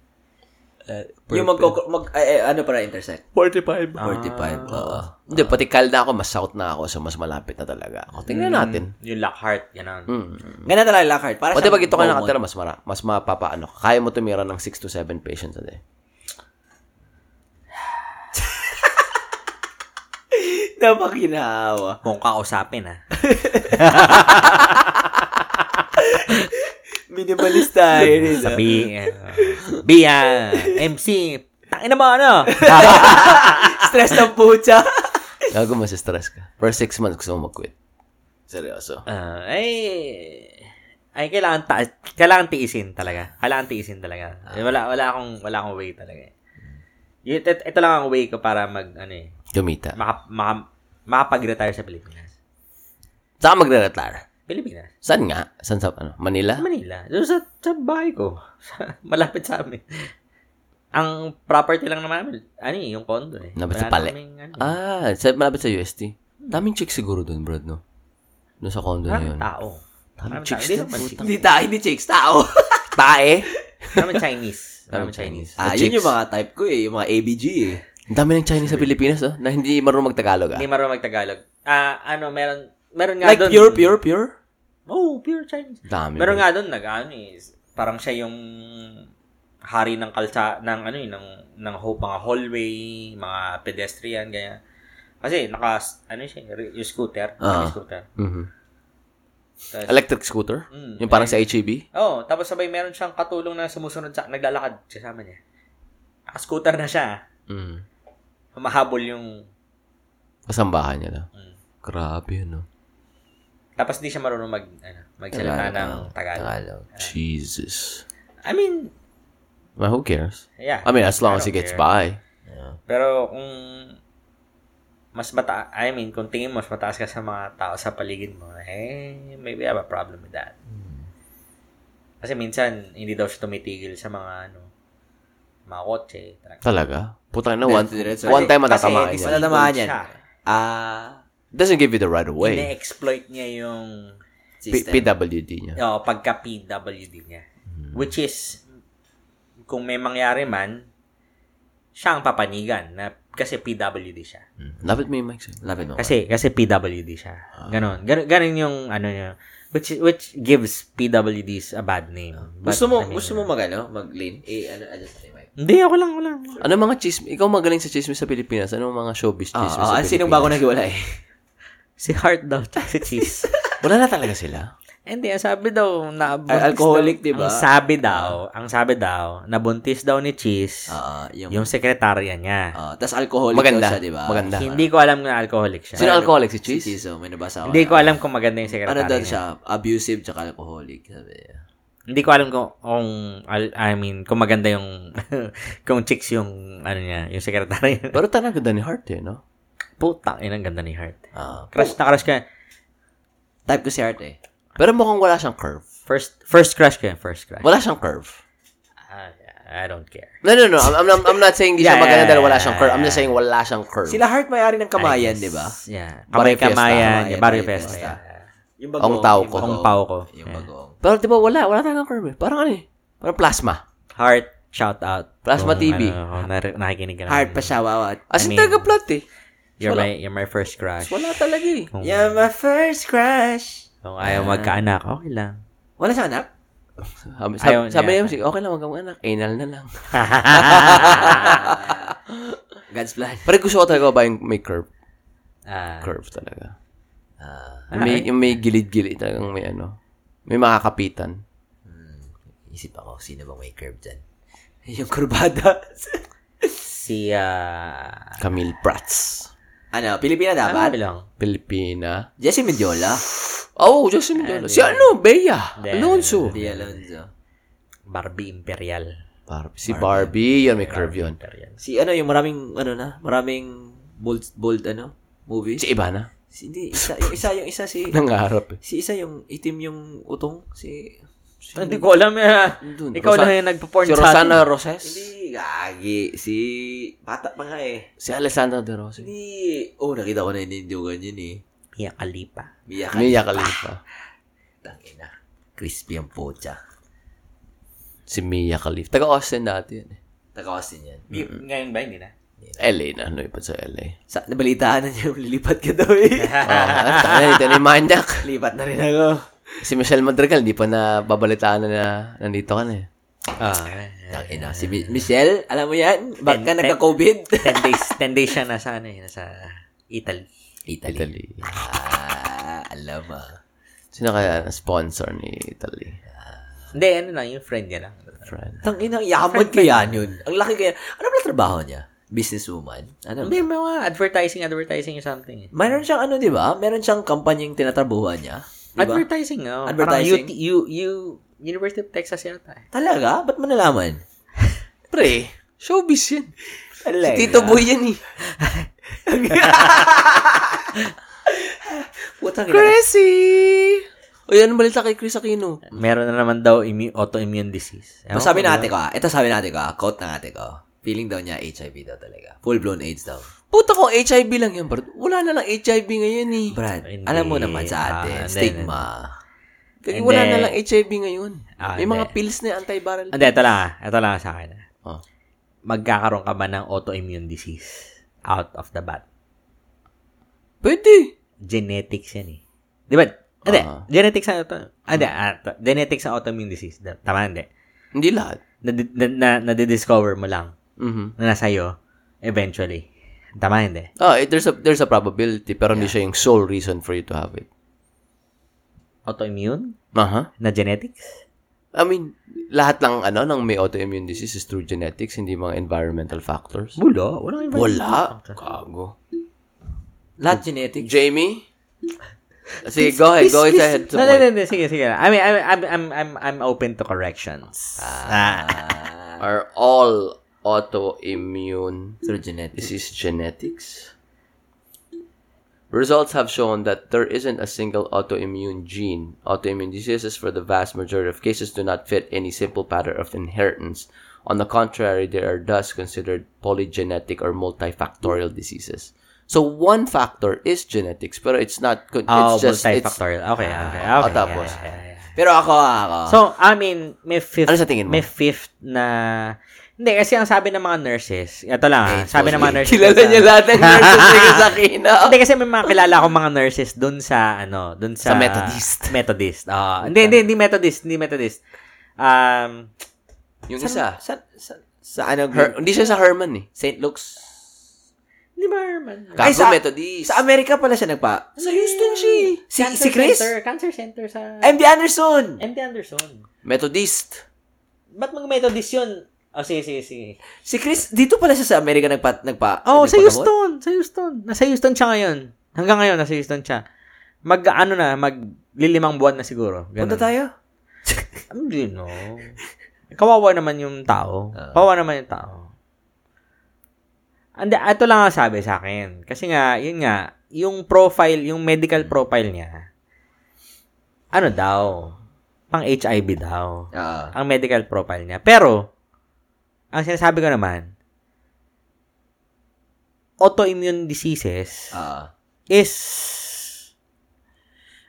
Speaker 1: yung mag, mag eh, eh, ano para intersect? oh.
Speaker 2: 45.
Speaker 1: 45. Oo.
Speaker 2: Hindi, pati kalda ako, mas south na ako, so mas malapit na talaga ako. Tingnan natin.
Speaker 3: Yung Lockhart, ganun.
Speaker 2: Mm.
Speaker 1: Ganda talaga lakad. Para
Speaker 2: Pati
Speaker 1: siyang
Speaker 2: pag ito ka
Speaker 1: Beaumont.
Speaker 2: nakatira, mas, mara, mas mapapaano. ka. Kaya mo tumira ng 6 to 7 patients ano eh. a day.
Speaker 1: Napakinahawa.
Speaker 3: Kung kakausapin, ah.
Speaker 1: Minimalist <laughs> tayo rin.
Speaker 3: Sa B. Bia. MC. Tangina mo, ano?
Speaker 1: Stress ng pucha.
Speaker 2: Gago, mas stress ka. For 6 months, gusto mo mag-quit. Seryoso.
Speaker 3: Ah, ay, ay, kailangan, ta- kailangan tiisin talaga. Kailangan tiisin talaga. Eh, Wala, wala akong, wala akong way talaga. eh. Yun, Ito, ito lang ang way ko para mag, ano eh,
Speaker 2: Kumita.
Speaker 3: maka, maka, makapag-retire sa Pilipinas.
Speaker 2: Saan magre-retire?
Speaker 3: Pilipinas.
Speaker 2: Saan nga? Saan sa, ano, Manila?
Speaker 3: Manila. Doon sa, sa bahay ko. <laughs> Malapit sa amin. Ang property lang naman namin, ano eh, yung condo eh.
Speaker 2: Labas
Speaker 3: Wala
Speaker 2: sa pali.
Speaker 3: naming, ano,
Speaker 2: Ah, sa, malapit sa UST. Daming chicks siguro dun, bro, no? Doon sa condo na
Speaker 3: maraming
Speaker 2: yun.
Speaker 3: tao.
Speaker 2: Daming
Speaker 3: Maraming tao.
Speaker 2: chicks
Speaker 3: Hindi
Speaker 2: dun,
Speaker 3: naman
Speaker 2: putang.
Speaker 1: Hindi tayo, hindi chicks, tao.
Speaker 2: Tae.
Speaker 3: Maraming Chinese. Maraming
Speaker 2: Maraming
Speaker 3: Chinese.
Speaker 1: Ah,
Speaker 2: Na
Speaker 1: yun
Speaker 2: chicks.
Speaker 1: yung mga type ko eh, yung mga ABG eh.
Speaker 2: Ang dami ng Chinese sa Pilipinas, oh, na hindi marunong magtagalog, ah.
Speaker 3: Hindi marunong magtagalog. Ah, ano, meron meron nga
Speaker 1: Like
Speaker 3: doon.
Speaker 1: pure, pure, pure?
Speaker 3: Oh, pure Chinese.
Speaker 2: Dami.
Speaker 3: Meron
Speaker 2: bro.
Speaker 3: nga doon nag ano, eh, parang siya yung hari ng kalsa ng ano eh, ng ng ho, mga hallway, mga pedestrian ganyan. Kasi naka ano siya, re- yung scooter,
Speaker 1: Ah.
Speaker 3: yung scooter.
Speaker 2: Mhm.
Speaker 3: Tapos,
Speaker 2: Electric scooter?
Speaker 3: Mm,
Speaker 2: yung parang sa E HEB?
Speaker 3: oh, tapos sabay meron siyang katulong na sumusunod sa naglalakad kasama niya. Naka-scooter na siya. ah.
Speaker 2: Mm.
Speaker 3: Humahabol yung
Speaker 2: Kasambahan niya na.
Speaker 3: Mm.
Speaker 2: Grabe yun, no? ah.
Speaker 3: tapos di siya marunong mag ano, magsalita ng Tagalog.
Speaker 1: Tagalog.
Speaker 2: Jesus.
Speaker 3: I mean,
Speaker 2: Well, who cares?
Speaker 3: yeah.
Speaker 2: I mean, as long as he
Speaker 3: don't
Speaker 2: gets
Speaker 3: care.
Speaker 2: by.
Speaker 3: Pero kung mas mata I mean, kung tingin mo mas mataas ka sa mga tao sa paligid mo, eh, maybe I have a problem with that. Kasi minsan, hindi daw siya tumitigil sa mga, ano, mga kotse. truck.
Speaker 2: Talaga? Putang na, one,
Speaker 1: Diretso.
Speaker 2: one time
Speaker 3: Kasi
Speaker 2: matatamaan
Speaker 3: disabled
Speaker 2: niya.
Speaker 1: Matatamaan yan.
Speaker 3: siya.
Speaker 1: Ah,
Speaker 2: Doesn't give you the right of way.
Speaker 3: Ine-exploit niya yung
Speaker 2: P-
Speaker 1: system.
Speaker 2: PWD niya.
Speaker 3: oh, pagka PWD niya.
Speaker 2: Hmm.
Speaker 3: Which is, kung may mangyari man, siya ang papanigan na kasi PWD siya.
Speaker 2: Mm-hmm. Lapit mo yung mic sa'yo.
Speaker 1: Lapit mo.
Speaker 3: Kasi kasi PWD siya.
Speaker 1: Ah.
Speaker 3: Ganon. Ganon, ganon yung ano niya. Which which gives PWDs a bad name. But,
Speaker 1: gusto mo,
Speaker 3: I mean,
Speaker 1: gusto mo mag, ano, mag-lean? Eh, ano, adjust na yung mic.
Speaker 3: Hindi, ako lang, ako lang.
Speaker 2: Ano mga chismis? Ikaw magaling sa chismis sa Pilipinas. Anong mga showbiz
Speaker 1: Ah, ah,
Speaker 2: chismis sa
Speaker 1: ah,
Speaker 2: Pilipinas?
Speaker 1: sinong bago naghiwalay?
Speaker 3: Si Heart daw, tsaka si
Speaker 1: <laughs>
Speaker 3: Cheese.
Speaker 2: Wala na talaga sila.
Speaker 3: Hindi, ang sabi daw, na
Speaker 1: Al- alcoholic, di ba?
Speaker 3: Ang sabi daw, ang sabi daw, nabuntis daw ni Cheese
Speaker 1: <laughs> Ah, yung,
Speaker 3: yung sekretarya niya.
Speaker 1: ah, tas alcoholic daw
Speaker 2: Maganda.
Speaker 1: siya, di ba?
Speaker 2: Maganda.
Speaker 3: Hindi ko alam na alcoholic siya.
Speaker 2: Sino alcoholic?
Speaker 1: Ano?
Speaker 2: Si
Speaker 1: Si
Speaker 2: Cheese?
Speaker 1: Tizo, may nabasa ako.
Speaker 3: Hindi
Speaker 1: na-
Speaker 3: ko alam kung maganda yung sekretarya
Speaker 1: Ano daw
Speaker 3: niya.
Speaker 1: siya? Abusive tsaka alcoholic. Sabi niya.
Speaker 3: Hindi ko alam kung, kung al- I mean, kung maganda yung, <laughs> kung chicks yung, ano niya, yung sekretarya niya.
Speaker 2: Pero tanang ganda ni Heart eh, no?
Speaker 3: Putang ina, ang ganda ni Heart.
Speaker 1: Ah,
Speaker 3: Crush na crush ka.
Speaker 1: type ko si Art eh.
Speaker 2: Pero mukhang wala siyang curve.
Speaker 3: First first crush ka, first crush.
Speaker 2: Wala siyang curve.
Speaker 3: Ah, I don't care.
Speaker 2: No, no, no. I'm, I'm, I'm not saying hindi
Speaker 3: Yeah,
Speaker 2: siya maganda
Speaker 3: yeah,
Speaker 2: dahil wala
Speaker 3: yeah,
Speaker 2: siyang curve. I'm
Speaker 3: yeah.
Speaker 2: just saying wala siyang curve.
Speaker 1: Sila Heart may-ari ng kamayan,
Speaker 3: I guess,
Speaker 1: di ba?
Speaker 3: Yeah.
Speaker 2: Barrio
Speaker 3: Kamay
Speaker 2: Fiesta.
Speaker 3: kamayan,
Speaker 1: Kamayan,
Speaker 3: yeah, barrio
Speaker 1: Barrio
Speaker 3: festa.
Speaker 1: Fiesta.
Speaker 3: yeah.
Speaker 1: Yung
Speaker 2: Ang tao ko.
Speaker 3: Ang pao ko.
Speaker 1: Yung
Speaker 3: Yeah.
Speaker 1: bagoong.
Speaker 2: Pero di ba wala? Wala talagang curve eh. Parang ano eh? Parang plasma.
Speaker 3: Heart, shout out.
Speaker 2: Plasma
Speaker 3: Kung
Speaker 2: TV.
Speaker 3: Ano, kung nar- nakikinig ka
Speaker 1: Heart
Speaker 3: naman.
Speaker 1: pa siya, wow.
Speaker 2: As
Speaker 3: I
Speaker 2: in,
Speaker 3: mean,
Speaker 2: talaga flat eh.
Speaker 3: You're my, you're my first crush.
Speaker 2: Wala talaga eh.
Speaker 3: Kung,
Speaker 1: You're my first crush.
Speaker 3: kung ayaw magkaanak, okay lang.
Speaker 1: Wala siyang anak?
Speaker 2: Sabi, sabi,
Speaker 3: Ayaw niya.
Speaker 2: sabi niya, "Sige, okay lang, wag kang anak. Anal na lang.
Speaker 1: God's plan.
Speaker 2: Pero gusto ko talaga ba yung may curve?
Speaker 3: Ah,
Speaker 2: Curve talaga.
Speaker 1: Ah,
Speaker 2: Yung may, yung may gilid-gilid talagang may ano. May makakapitan.
Speaker 1: Hmm. isip ako, sino bang may curve dyan? <laughs> Yung kurbada.
Speaker 3: si, ah,
Speaker 2: Camille Prats.
Speaker 1: <laughs> ano, Pilipina
Speaker 3: ano
Speaker 1: dapat?
Speaker 3: lang?
Speaker 2: Pilipina.
Speaker 1: Jesse Mendiola.
Speaker 2: Oh, Justin Mendoza. Si ano? Bea.
Speaker 3: Hindi.
Speaker 2: Alonso.
Speaker 1: Di Alonzo.
Speaker 3: Barbie Imperial.
Speaker 2: Barb- si Barbie. Yan, may curve yun.
Speaker 3: Imperial.
Speaker 1: Si ano, yung maraming, ano na, maraming bold, bold, ano, movies.
Speaker 2: Si Ibana.
Speaker 1: Si- hindi, isa, yung isa, yung isa <laughs> si,
Speaker 2: <laughs> Nangarap eh.
Speaker 1: si isa yung itim yung utong, si, si
Speaker 3: Hindi ko alam eh.
Speaker 2: Dun,
Speaker 3: Ikaw
Speaker 2: Rosa-
Speaker 3: lang yung nagpo-porn
Speaker 2: Si
Speaker 3: sa
Speaker 2: Rosana
Speaker 3: atin.
Speaker 2: Roses.
Speaker 1: Hindi, gagi. Si, bata pa nga eh.
Speaker 2: Si Alessandra De Rossi.
Speaker 1: Hindi, oh, nakita ko na inindiugan yun eh.
Speaker 3: Mia Khalifa.
Speaker 1: Mia ka.
Speaker 2: Mia Khalifa.
Speaker 1: Tangina. Crispy ang pocha.
Speaker 2: Si Mia Khalifa. Taga-Austin dati yan eh.
Speaker 1: Taka-Austin yan.
Speaker 3: Ngayon ba? Hindi na.
Speaker 2: LA na. Ano ipat sa LA?
Speaker 1: Sa, nabalitaan na <laughs> niya, lilipat ka daw <laughs> eh.
Speaker 2: Oh, tangina, ito na yung manyak.
Speaker 1: Lipat na rin ako.
Speaker 2: Si Michelle Madrigal, di pa na babalitaan na, na nandito ka na eh.
Speaker 3: Ah,
Speaker 1: Tangina, si Mi- Michelle, alam mo yan? Bakit ka
Speaker 3: Ten- ten-
Speaker 1: nagka-COVID?
Speaker 3: 10 days, 10 days siya nasa, ano eh, nasa Italy.
Speaker 1: Italy.
Speaker 2: Italy.
Speaker 1: <laughs> Ah, alam ah.
Speaker 2: Sino kaya ang sponsor ni Italy?
Speaker 3: Hindi, ano lang, yung friend niya lang.
Speaker 2: Friend.
Speaker 1: Tangina, ang yaman kaya yun. Ang laki ya. kaya. Ano pala trabaho niya? Businesswoman? Ano?
Speaker 3: Hindi, mga advertising, advertising or something. eh.
Speaker 1: Mayroon siyang ano, di ba? Meron siyang kampanyang tinatrabuhan niya. Di ba?
Speaker 3: Advertising, oh.
Speaker 1: Advertising?
Speaker 3: Parang UT, U, U, University of Texas yata. eh.
Speaker 1: Talaga? Ba't mo nalaman?
Speaker 2: Pre, showbiz yan.
Speaker 1: Talaga?
Speaker 2: Si Tito Boy
Speaker 3: <laughs>
Speaker 2: yan eh.
Speaker 1: Putang ina.
Speaker 2: Chrissy! O yan, balita kay Chris Aquino.
Speaker 3: Meron na naman daw immu- autoimmune disease. Ewan
Speaker 1: sabi
Speaker 3: ko,
Speaker 1: ng
Speaker 3: wala.
Speaker 1: ate ko, ah. ito sabi ng ate ko, ah. quote ng ate ko, feeling daw niya HIV daw talaga. Full-blown AIDS daw.
Speaker 2: Puta ko, HIV lang yan, bro. Wala na lang HIV ngayon eh.
Speaker 1: Brad,
Speaker 3: Hindi.
Speaker 1: alam mo naman sa
Speaker 3: Ah,
Speaker 1: atin,
Speaker 3: hindi,
Speaker 1: stigma.
Speaker 2: Kaya
Speaker 3: Hindi.
Speaker 2: wala na lang HIV ngayon.
Speaker 3: Ah,
Speaker 2: May mga
Speaker 3: hindi.
Speaker 2: pills na yung antiviral.
Speaker 3: Hindi, ito lang ah. Ito lang ah sa akin. ah.
Speaker 2: Oh.
Speaker 3: Magkakaroon ka ba ng autoimmune disease out of the bat?
Speaker 2: Pwede.
Speaker 3: Genetics yan eh. Di ba? Hindi,
Speaker 2: Ah.
Speaker 3: genetics ang auto. Hindi, ah, to- genetics ang autoimmune disease. Da- Tama, hindi.
Speaker 2: Hindi lahat.
Speaker 3: Na, na, na, nadidiscover mo lang
Speaker 2: Mhm.
Speaker 3: na nasa iyo eventually. Tama, hindi.
Speaker 2: Ah, eh, there's a there's a probability pero hindi siya yung sole reason for you to have it.
Speaker 3: Autoimmune?
Speaker 2: Aha.
Speaker 3: Na genetics?
Speaker 2: I mean, lahat ng ano ng may autoimmune disease is through genetics, hindi mga environmental factors.
Speaker 3: Bulo. Walang iba.
Speaker 2: Wala. Kago. <laughs>
Speaker 1: Lahat genetic.
Speaker 2: Jamie? Sige, go ahead. Go
Speaker 1: Kiss, kiss.
Speaker 2: ahead.
Speaker 3: No, no, no, no, sige, sige. I mean, I'm, I'm, I'm, I'm, I'm open to corrections. Ah.
Speaker 2: Are all autoimmune
Speaker 1: Through genetics.
Speaker 2: disease genetics? Results have shown that there isn't a single autoimmune gene. Autoimmune diseases, for the vast majority of cases, do not fit any simple pattern of inheritance. On the contrary, they are thus considered polygenetic or multifactorial diseases. So one factor is genetics, but it's not. It's
Speaker 3: Oh,
Speaker 2: just it's, <laughs>
Speaker 3: multifactorial. Okay, okay,
Speaker 2: Ah,
Speaker 3: okay.
Speaker 2: tapos.
Speaker 3: yeah, yeah, yeah.
Speaker 1: Pero ako, ah, ako.
Speaker 3: So, I mean, may fifth,
Speaker 2: Ano sa tingin mo?
Speaker 3: may fifth na, hindi, kasi ang sabi ng mga nurses, ito lang, ah, sabi ng mga nurses.
Speaker 2: Kilala
Speaker 3: sa-
Speaker 2: niya lahat ng nurses sa
Speaker 3: <laughs>
Speaker 2: Sakina.
Speaker 3: Hindi, kasi may mga kilala akong mga nurses dun sa, ano, dun sa...
Speaker 2: Sa Methodist.
Speaker 3: Methodist. Ah, hindi, hindi, hindi Methodist, hindi Methodist. Um,
Speaker 2: Yung isa.
Speaker 1: Sa, sa, sa ano?
Speaker 2: Her- hindi siya sa Herman eh.
Speaker 1: St. Luke's.
Speaker 3: hindi ba, Herman?
Speaker 1: Ay,
Speaker 2: Ay,
Speaker 1: sa-
Speaker 2: Methodist.
Speaker 1: Sa Amerika pala siya nagpa. Sa Houston siya. Si, si Chris?
Speaker 3: Center, cancer center sa...
Speaker 1: MD Anderson.
Speaker 3: MD Anderson.
Speaker 2: Methodist.
Speaker 3: Ba't mga Methodist yun? Oh, sige, sige, sige.
Speaker 1: Si Chris, dito pala siya sa Amerika nagpa, nagpa
Speaker 3: Oh, sa
Speaker 1: nagpagamot?
Speaker 3: Houston. Sa Houston. Nasa Houston siya ngayon. Hanggang ngayon, nasa Houston siya. Mag, ano na, mag lilimang buwan na siguro. Ganun.
Speaker 1: Punta tayo.
Speaker 3: <laughs> Hindi, no. Kawawa naman yung tao.
Speaker 1: Ah.
Speaker 3: Kawawa naman yung tao. Ande, ito lang ang sabi sa akin. Kasi nga, yun nga, yung profile, yung medical profile niya, ano daw, pang HIV daw,
Speaker 1: Ah.
Speaker 3: ang medical profile niya. Pero, ang sinasabi ko naman, autoimmune diseases
Speaker 1: Ah.
Speaker 3: is,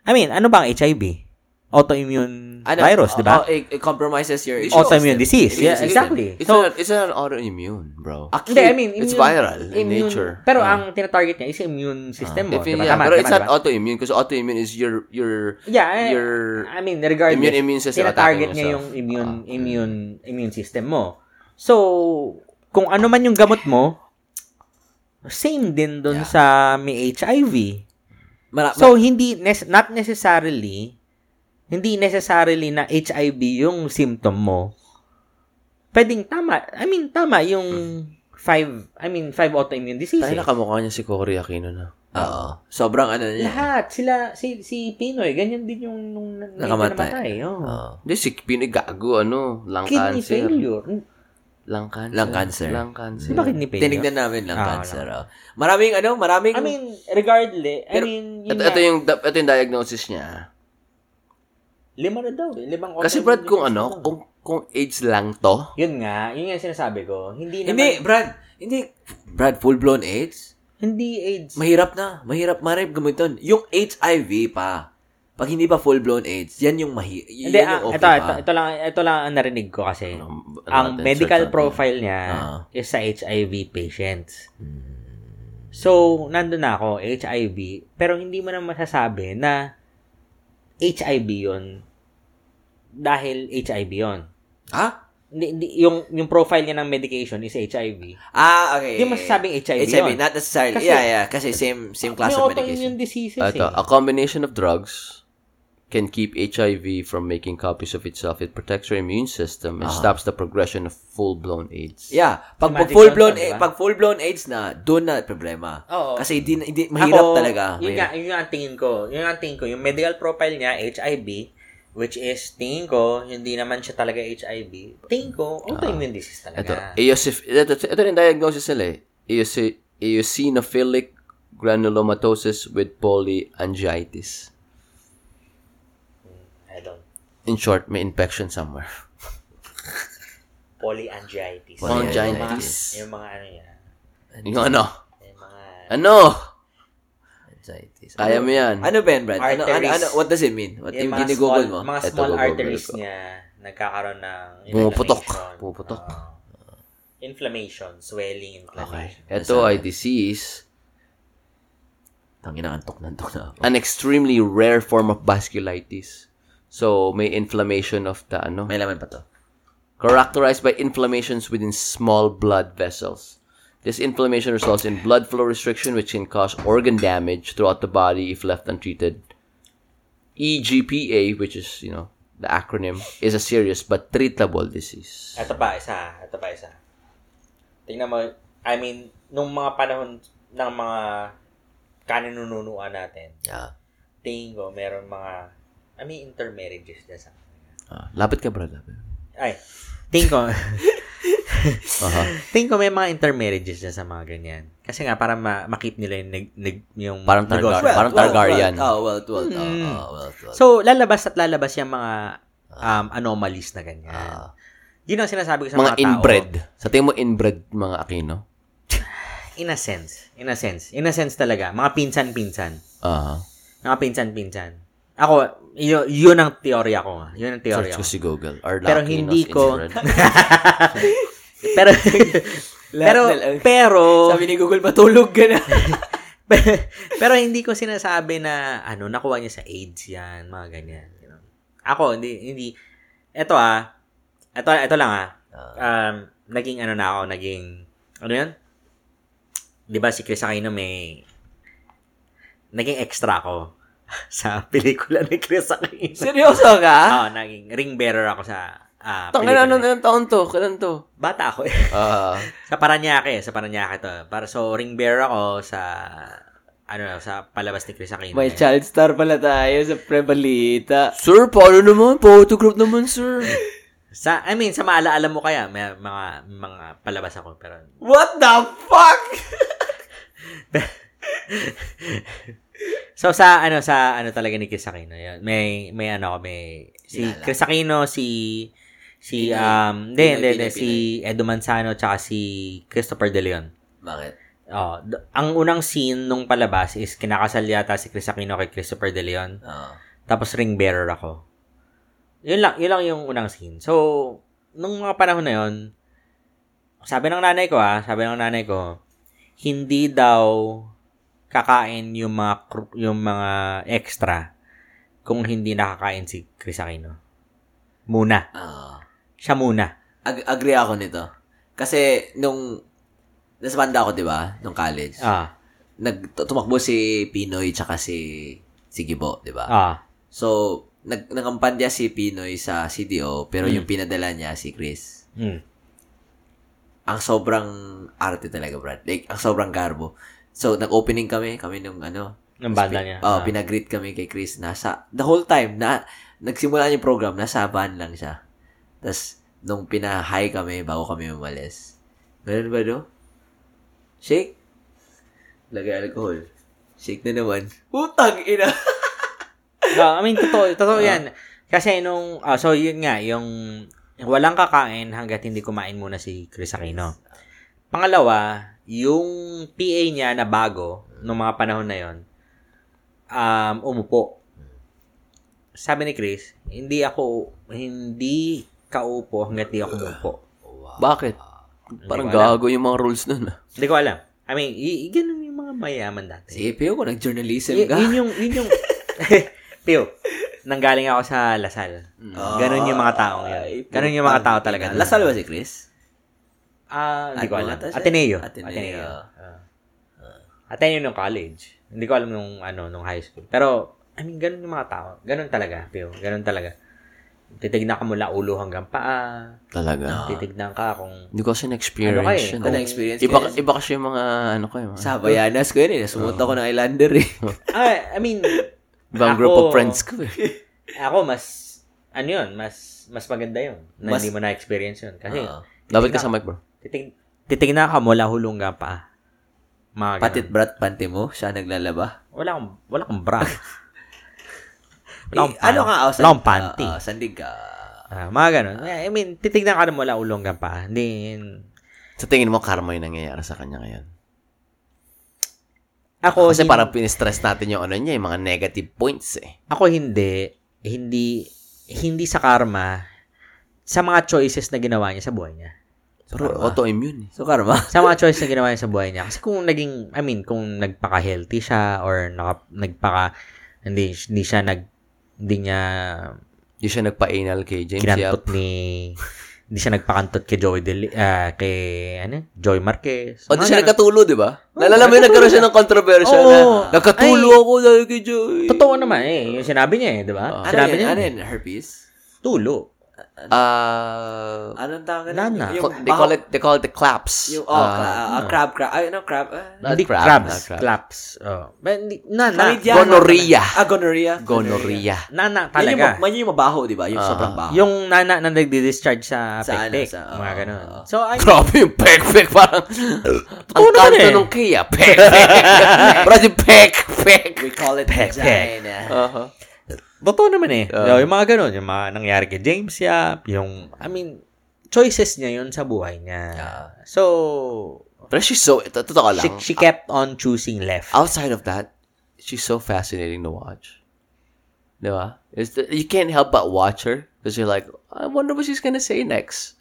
Speaker 3: I mean, ano ba ang HIV? Autoimmune
Speaker 1: Ano,
Speaker 3: virus,
Speaker 1: oh,
Speaker 3: di
Speaker 1: oh,
Speaker 3: ba?
Speaker 1: it, it compromises your
Speaker 2: Disease.
Speaker 3: autoimmune disease.
Speaker 1: Immune
Speaker 3: Yeah,
Speaker 1: system.
Speaker 3: exactly.
Speaker 2: It's,
Speaker 3: So,
Speaker 2: not, it's not autoimmune, bro.
Speaker 1: Acute.
Speaker 3: hindi, I mean,
Speaker 2: it's viral in nature.
Speaker 3: Pero
Speaker 2: Ah.
Speaker 3: ang tinatarget niya is yung immune system mo.
Speaker 2: If yun,
Speaker 3: diba?
Speaker 2: yeah,
Speaker 3: Tama,
Speaker 2: pero
Speaker 3: tama,
Speaker 2: it's not
Speaker 3: diba?
Speaker 2: autoimmune because autoimmune is your your
Speaker 3: Yeah, eh, I-
Speaker 2: your
Speaker 3: I mean, regardless,
Speaker 2: immune immune system
Speaker 3: tinatarget
Speaker 2: attacking
Speaker 3: niya
Speaker 2: yourself. Ah,
Speaker 3: yung immune, immune, immune system mo. So, kung ano man yung gamot mo, same din dun sa may HIV.
Speaker 2: Ah,
Speaker 1: Mara-
Speaker 3: So, hindi, nes- not necessarily, hindi necessarily na HIV yung symptom mo. Pwedeng tama, I mean, tama yung five, I mean, five autoimmune diseases.
Speaker 2: Tayo nakamukha niya si Cory Aquino na.
Speaker 1: Oo. Sobrang ano niya.
Speaker 3: Lahat, sila, si, si Pinoy, ganyan din yung nung nung
Speaker 1: Nakamatay.
Speaker 3: namatay, oh.
Speaker 1: Oo.
Speaker 2: Hindi, si Pinoy gago, ano? Lung
Speaker 3: kidney
Speaker 2: cancer.
Speaker 3: failure.
Speaker 2: Lung cancer.
Speaker 1: Lung cancer.
Speaker 2: Lung cancer.
Speaker 3: Di ba kidney failure?
Speaker 1: Tinignan namin lang
Speaker 3: Ah, wala.
Speaker 1: cancer. oh. Maraming ano, maraming
Speaker 3: I mean, regardless, I
Speaker 2: Pero,
Speaker 3: mean, yun
Speaker 2: Ito,
Speaker 3: nga, eh.
Speaker 2: ito, yung, ito yung diagnosis niya.
Speaker 3: lima na daw, eh, limang
Speaker 2: Kasi
Speaker 3: autoimmune
Speaker 2: Brad, kung
Speaker 3: disease
Speaker 2: ano,
Speaker 3: lang.
Speaker 2: kung, kung AIDS lang to,
Speaker 3: Yun nga, yun nga yung sinasabi ko. Hindi naman,
Speaker 1: hindi, Brad, hindi Brad full blown AIDS.
Speaker 3: hindi AIDS.
Speaker 1: Mahirap na, mahirap marip gamitin. Yung HIV pa. Pag hindi pa full blown AIDS, yan yung mahi yan
Speaker 3: Hindi, ah,
Speaker 1: yung okay
Speaker 3: ito,
Speaker 1: pa.
Speaker 3: ito, ito lang, ito lang ang narinig ko kasi.
Speaker 2: Ano
Speaker 3: Eh, ang
Speaker 2: natin,
Speaker 3: medical
Speaker 2: search natin.
Speaker 3: profile niya
Speaker 1: Ah.
Speaker 3: is sa HIV patients.
Speaker 2: Hmm.
Speaker 3: So, nandun na ako, HIV, pero hindi mo na masasabi na HIV yon dahil HIV yon.
Speaker 1: Ha?
Speaker 3: Hindi, hindi, yung, yung profile niya ng medication is HIV.
Speaker 1: Ah, okay.
Speaker 3: Hindi mo masasabing HIV,
Speaker 1: HIV,
Speaker 3: yun.
Speaker 1: not necessarily.
Speaker 3: Kasi-
Speaker 1: yeah, yeah. Kasi same same class
Speaker 3: May
Speaker 1: of
Speaker 3: autoimmune
Speaker 1: medication. Ah,
Speaker 3: diseases
Speaker 2: Ito,
Speaker 3: eh.
Speaker 2: a combination of drugs can keep HIV from making copies of itself. It protects your immune system and stops the progression of full-blown AIDS.
Speaker 1: Ah. Yeah, pag,
Speaker 3: Magic
Speaker 1: full blown
Speaker 3: Johnson, diba?
Speaker 1: pag full blown AIDS na, doon na problema.
Speaker 3: Oo.
Speaker 1: Kasi hindi, hindi mahirap
Speaker 3: Ako,
Speaker 1: talaga.
Speaker 3: Yun
Speaker 1: mahirap.
Speaker 3: nga, yun nga ang tingin ko. Yun nga ang tingin ko. Yung medical profile niya, HIV, which is, tingin ko, hindi naman siya talaga HIV. Tingin ko,
Speaker 1: Ah.
Speaker 3: autoimmune disease
Speaker 2: Ito,
Speaker 3: talaga.
Speaker 2: eosif- ito, ito, ito rin diagnosis nila eh. Eosi- eosinophilic granulomatosis with polyangiitis.
Speaker 3: I don't.
Speaker 2: In short, may infection somewhere. <laughs>
Speaker 3: Polyangiitis.
Speaker 2: Polyangiitis.
Speaker 3: Yung mga- Yung mga ano niya.
Speaker 2: Yung ano?
Speaker 3: Yung mga...
Speaker 2: Ano?
Speaker 1: Anxiety.
Speaker 2: Kaya mo yan.
Speaker 1: Ano Ben, Brad? Ano, ano,
Speaker 3: Arteries.
Speaker 1: ano, what does it mean? What, yung
Speaker 3: mga
Speaker 1: ginigugol
Speaker 3: small-
Speaker 1: mo?
Speaker 3: Mga
Speaker 2: Ito,
Speaker 3: small
Speaker 2: gugugol
Speaker 3: arteries
Speaker 2: ko.
Speaker 3: niya nagkakaroon ng
Speaker 2: Pumuputok.
Speaker 3: inflammation.
Speaker 2: Pumuputok.
Speaker 3: Oo. inflammation, swelling, inflammation.
Speaker 2: Ito ay disease
Speaker 1: Tangina, antok na antok na
Speaker 3: Ah.
Speaker 1: ako.
Speaker 2: an extremely rare form of vasculitis. So, may inflammation of the ano,
Speaker 1: May laman pa to.
Speaker 2: characterized by inflammations within small blood vessels. This inflammation results in blood flow restriction, which can cause organ damage throughout the body if left untreated. E EGPA, which is, you know, the acronym, is a serious but treatable disease.
Speaker 3: Ito pa, isa. Ito pa, isa. Tingnan mo, I mean, nung mga panahon ng mga kaninununuan natin,
Speaker 1: Yeah.
Speaker 3: tingin ko, meron mga, I mean, intermarriages dyan sa
Speaker 2: Ah, lapit ka, bro. Lapit.
Speaker 3: Ay,
Speaker 2: <laughs>
Speaker 3: tingin ko,
Speaker 2: Aha. <laughs>
Speaker 3: tingin ko may mga intermarriages dyan sa mga ganyan. Kasi nga, para ma- makip nila yung, neg, neg- yung
Speaker 2: Parang uh, Targar-
Speaker 3: negosyo.
Speaker 2: parang Targaryen.
Speaker 1: Wealth, oh, wealth, wealth. oh,
Speaker 3: Hmm.
Speaker 1: oh, wealth, wealth.
Speaker 3: So, lalabas at lalabas yung mga um, anomalies na ganyan.
Speaker 2: Ah.
Speaker 3: Yun ang sinasabi ko sa
Speaker 2: mga
Speaker 3: mga, tao.
Speaker 2: inbred. Sa tingin mo inbred mga Aquino?
Speaker 3: In a sense. In a sense. In a sense talaga. Mga pinsan-pinsan.
Speaker 2: Aha.
Speaker 3: Mga pinsan-pinsan. Ako, yun, yun ang teorya ko. nga. Yun ang teorya
Speaker 2: Search
Speaker 3: ko.
Speaker 2: ko si Google. Are
Speaker 3: oh. Pero
Speaker 2: Latinos
Speaker 3: hindi ko-
Speaker 2: inbred?
Speaker 3: Pero, pero, pero,
Speaker 1: oh. Sabi ni Google, matulog ka na.
Speaker 3: <laughs>
Speaker 1: <laughs>
Speaker 3: pero hindi ko sinasabi na, ano, nakuha niya sa AIDS yan, mga ganyan. You know. Ako, hindi, hindi, eto ah, eto, eto lang ah, um, naging ano na ako, naging, ano yan? Di ba si Chris Aquino may, eh, naging extra ako <laughs> sa pelikula ni Chris Aquino.
Speaker 1: Seryoso ka?
Speaker 3: Oo, Ah, naging ring bearer ako sa ah,
Speaker 2: Tangin na, ano
Speaker 3: pelikula.
Speaker 2: na yung taon to? Kailan to?
Speaker 3: Bata ako eh. <laughs>
Speaker 2: Ah.
Speaker 3: Sa Paranaque, eh, sa Paranaque to. Para so ring bearer ako sa ano sa palabas ni Chris Aquino. eh.
Speaker 1: May child star pala tayo sa prebalita.
Speaker 2: sir, paano naman? Photograph naman, sir.
Speaker 3: Sa I mean sa maalaala mo kaya may mga mga palabas ako pero
Speaker 1: What the fuck?
Speaker 3: So sa ano sa ano talaga ni Chris Aquino. Yun. May may ano ako, may si
Speaker 1: Kilala.
Speaker 3: Chris Aquino si si
Speaker 1: Pinoy.
Speaker 3: um hindi
Speaker 1: Pinoy,
Speaker 3: hindi hindi,
Speaker 1: Pinoy,
Speaker 3: si Edo Manzano tsaka si Christopher De Leon.
Speaker 1: Bakit?
Speaker 3: Oh, d- ang unang scene nung palabas is kinakasal yata si Chris Aquino kay Christopher De Leon.
Speaker 1: Oo.
Speaker 3: Tapos ring bearer ako. Yun lang, yun lang yung unang scene. So, nung mga panahon na yun, sabi ng nanay ko ah, sabi ng nanay ko, hindi daw kakain yung mga cr- yung mga extra kung hindi nakakain si Chris Aquino. Muna.
Speaker 1: Oo.
Speaker 3: Siya muna.
Speaker 1: Ag- agree ako nito. Kasi nung nasa banda ako, 'di ba, nung college.
Speaker 3: Ah,
Speaker 1: Nag tumakbo si Pinoy tsaka si si Gibo, 'di ba?
Speaker 3: ah,
Speaker 1: So, nag nangampanya si Pinoy sa CDO, pero
Speaker 3: Mm.
Speaker 1: yung pinadala niya si Chris.
Speaker 3: mm,
Speaker 1: Ang sobrang arte talaga, Brad. Like, ang sobrang garbo. So, nag-opening kami, kami nung ano.
Speaker 3: ng banda niya.
Speaker 1: Oh,
Speaker 3: Ah.
Speaker 1: pinag-greet kami kay Chris. Nasa, the whole time, na, nagsimula yung program, nasa van lang siya. Tapos, nung pina-high kami, bago kami umalis. Ganun ba, no? Shake? Lagay alcohol. Shake na naman. Putang ina!
Speaker 3: Ah, I mean, totoo, totoo yan. Kasi nung, ah, so yun nga, yung walang kakain hanggat hindi kumain muna si Chris Aquino. Pangalawa, yung PA niya na bago, nung mga panahon na yon um, umupo. Sabi ni Chris, hindi ako, hindi kaupo hanggat di ako umupo.
Speaker 2: Bakit? Parang
Speaker 3: Hindi ko alam.
Speaker 2: gago yung mga rules nun. ah.
Speaker 3: Hindi ko alam. I mean, y- y- ganun yung mga mayaman dati.
Speaker 1: Sige, Pio, kung nag-journalism
Speaker 3: Y-
Speaker 1: ka.
Speaker 3: yun yung, yun yung, <laughs> Pio, nanggaling ako sa Lasal. Ganon yung mga tao ngayon.
Speaker 1: Ah, Ay,
Speaker 3: Ganon yung mga tao
Speaker 1: putang
Speaker 3: talaga.
Speaker 1: ina. Lasal ba si Chris?
Speaker 3: Ah, hindi ko
Speaker 1: Ano
Speaker 3: alam.
Speaker 1: ata siya?
Speaker 3: Ateneo.
Speaker 1: Ateneo.
Speaker 3: Ateneo. Ah. Ateneo nung college. Hindi ko alam nung ano nung high school. Pero I mean, ganun yung mga tao. Ganun talaga, Pio. Ganun talaga. Titignan ka mula ulo hanggang paa.
Speaker 1: Ah.
Speaker 2: Talaga.
Speaker 3: Titignan ka kung
Speaker 2: Ah. Hindi ko kasi na-experience
Speaker 3: Ano kayo?
Speaker 2: yun. oh.
Speaker 1: Ano experience
Speaker 2: Iba,
Speaker 1: ko?
Speaker 2: iba kasi yung mga, ano ko yung mga...
Speaker 1: Sa Bayanas ko yun eh. Sumunta ko ng Islander eh.
Speaker 3: Ah, I
Speaker 1: <laughs>
Speaker 3: mean,
Speaker 2: Ibang
Speaker 3: ako-
Speaker 2: group of friends ko <laughs> eh.
Speaker 3: Ako mas ano 'yun, mas mas maganda 'yun. Na
Speaker 1: Mas- Ah.
Speaker 3: hindi mo na experience 'yun kasi
Speaker 1: Oo.
Speaker 2: Dapat ka sa mic, bro.
Speaker 3: titig titignan ka mula ulo hanggang paa. Mga ganun.
Speaker 1: Patit brat panty mo, siya naglalaba.
Speaker 3: Wala akong, wala akong bra. <laughs> wala akong
Speaker 1: Eh, ano ka? Oh,
Speaker 3: wala akong panty.
Speaker 1: Oo, sandig ka.
Speaker 3: Ah, mga ganun. Eh, I mean, titignan ka na mula ulo hanggang pa. Hindi,
Speaker 2: Sa tingin mo, karma yung nangyayari sa kanya ngayon.
Speaker 3: ako,
Speaker 2: kasi
Speaker 3: hin-
Speaker 2: parang pinistress natin yung ano niya, yung mga negative points eh.
Speaker 3: ako hindi, hindi, hindi sa karma, sa mga choices na ginawa niya sa buhay niya.
Speaker 2: Pero
Speaker 1: Karma.
Speaker 2: autoimmune eh.
Speaker 1: So, karma.
Speaker 3: Sa mga choices na ginawa niya sa buhay niya. Kasi kung naging, I mean, kung nagpaka-healthy siya or naka, nagpaka, hindi, hindi siya nag, hindi niya
Speaker 2: Di siya nagpa-anal kay James
Speaker 3: kinantot
Speaker 2: Yap.
Speaker 3: ni hindi siya nagpakantot kay Joey Del, ah, kay ano, Joy Marquez.
Speaker 1: Oh,
Speaker 3: Mga
Speaker 2: O, Oh, di siya
Speaker 3: ganun.
Speaker 2: nagkatulo, di ba? Nalala mo yung nagkaroon siya ng controversy
Speaker 3: Oo.
Speaker 2: na nagkatulo
Speaker 3: Ay.
Speaker 2: ako dahil kay Joey. Ah.
Speaker 3: Totoo naman eh. Yung sinabi niya eh, di ba?
Speaker 2: Oo.
Speaker 1: Ano
Speaker 3: sinabi
Speaker 1: yun?
Speaker 3: niya,
Speaker 1: Ano yun? Herpes?
Speaker 3: tulo.
Speaker 2: uh,
Speaker 1: Anong tawag na?
Speaker 3: Lana.
Speaker 1: Yung,
Speaker 2: they call it they call it the claps.
Speaker 1: Yung, oh, cla- ah, ah, crab, crab. Ay, ano, crab? ah.
Speaker 2: Not
Speaker 3: Hindi
Speaker 2: crab,
Speaker 3: crabs.
Speaker 2: not crab.
Speaker 3: Claps. Oh. Ba, hindi- na, na.
Speaker 1: Chlamydia.
Speaker 2: Gonorrhea.
Speaker 1: Ah, gonorrhea.
Speaker 2: gonorrhea.
Speaker 3: Na,
Speaker 1: Yun
Speaker 3: na,
Speaker 1: yung,
Speaker 3: talaga.
Speaker 1: ma- yun yung mabaho, di ba? Yung
Speaker 2: Ah.
Speaker 1: sobrang baho.
Speaker 3: Yung nana na nagdi-discharge sa
Speaker 1: Sa ano,
Speaker 3: pekpek.
Speaker 1: sa- oo,
Speaker 3: mga ganun.
Speaker 1: oo.
Speaker 3: So, ay,
Speaker 2: Grabe yung pek-pek. Parang, ang
Speaker 3: Totoo naman
Speaker 2: kanto
Speaker 3: eh.
Speaker 2: nung kaya, pek-pek. Parang yung pek-pek.
Speaker 1: We call it
Speaker 3: Pek,
Speaker 1: vagina.
Speaker 2: Aha.
Speaker 3: totoo naman eh.
Speaker 1: Oh.
Speaker 2: Oo.
Speaker 3: yung mga ganun, yung mga nangyari kay James Yap, yung, I mean, choices niya yun sa buhay niya. So,
Speaker 2: Pero she's so, to- totoo lang.
Speaker 3: she, she kept on choosing left.
Speaker 2: outside of that, she's so fascinating to watch. Di ba? It's the- you can't help but watch her because you're like, I wonder what she's gonna say next.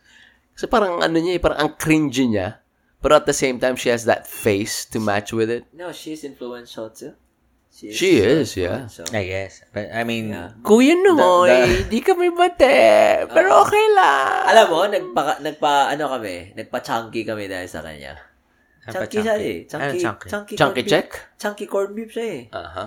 Speaker 2: Kasi parang ano niya, eh, parang ang cringy niya. But at the same time, she has that face to match with it.
Speaker 1: No, she's influential too.
Speaker 2: She is, yeah.
Speaker 1: influential.
Speaker 3: I guess. But, I mean,
Speaker 2: Kuya
Speaker 1: Noy,
Speaker 2: di kami bate, pero okay lang.
Speaker 1: Alam mo, nagpa, nagpa, ano kami, nagpa-chunky kami dahil sa kanya. Chunky siya eh. Chunky,
Speaker 3: Ano chunky?
Speaker 1: chunky,
Speaker 2: Chunky
Speaker 1: corned
Speaker 2: check?
Speaker 1: beef. Chunky corned beef siya eh.
Speaker 2: Aha. Uh-huh.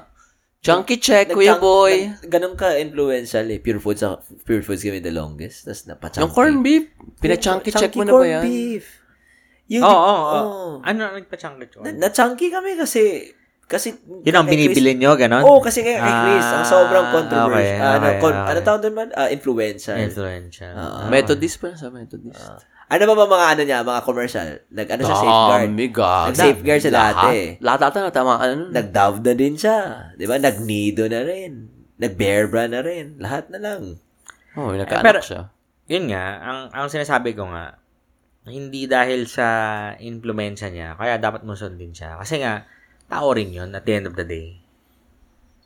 Speaker 2: Chunky check, Eh, kuya
Speaker 1: Nag-chunk-
Speaker 2: boy.
Speaker 1: nag- ganun ka influential eh. Pure foods, ang- pure foods kami the longest. Tapos napa-chunky.
Speaker 2: Yung corned beef, pina-chunky check mo na ba
Speaker 1: corned
Speaker 2: yan?
Speaker 1: beef. Yung,
Speaker 3: Oo, oo,
Speaker 1: oo.
Speaker 3: oo. Ano, nagpa-chunky ko?
Speaker 1: Eh, oh. Na, na-chunky kami kasi, kasi,
Speaker 3: Yun ang
Speaker 1: kay Chris-
Speaker 3: binibili nyo, ganon?
Speaker 1: Oo, oh, kasi kaya kay Chris, ang sobrang
Speaker 3: Ah,
Speaker 1: controversial.
Speaker 3: okay,
Speaker 1: ano,
Speaker 3: okay,
Speaker 1: con-
Speaker 3: okay.
Speaker 1: ano tawag doon man? Ah, influential.
Speaker 3: Influential.
Speaker 1: Oo.
Speaker 2: Ah. Methodist pa sa Methodist.
Speaker 1: Ano ba ba mga ano niya, mga commercial? Nag ano siya, safeguard.
Speaker 2: Dami, gaga.
Speaker 1: Nag-safeguard siya
Speaker 2: Ah, Lahat.
Speaker 1: dati.
Speaker 2: Lahat ata na tama. Ano? Nag-
Speaker 1: Nag-dove na din siya. Di ba? Nag-nido na rin. Nag-bear bra na rin. Lahat na lang.
Speaker 2: oh,
Speaker 3: Eh, pero-
Speaker 2: nagkaanak siya.
Speaker 3: Yun nga, ang, ang sinasabi ko nga, hindi dahil sa influensya niya, kaya dapat mo sundin siya. Kasi nga, tao rin yun at the end of the day.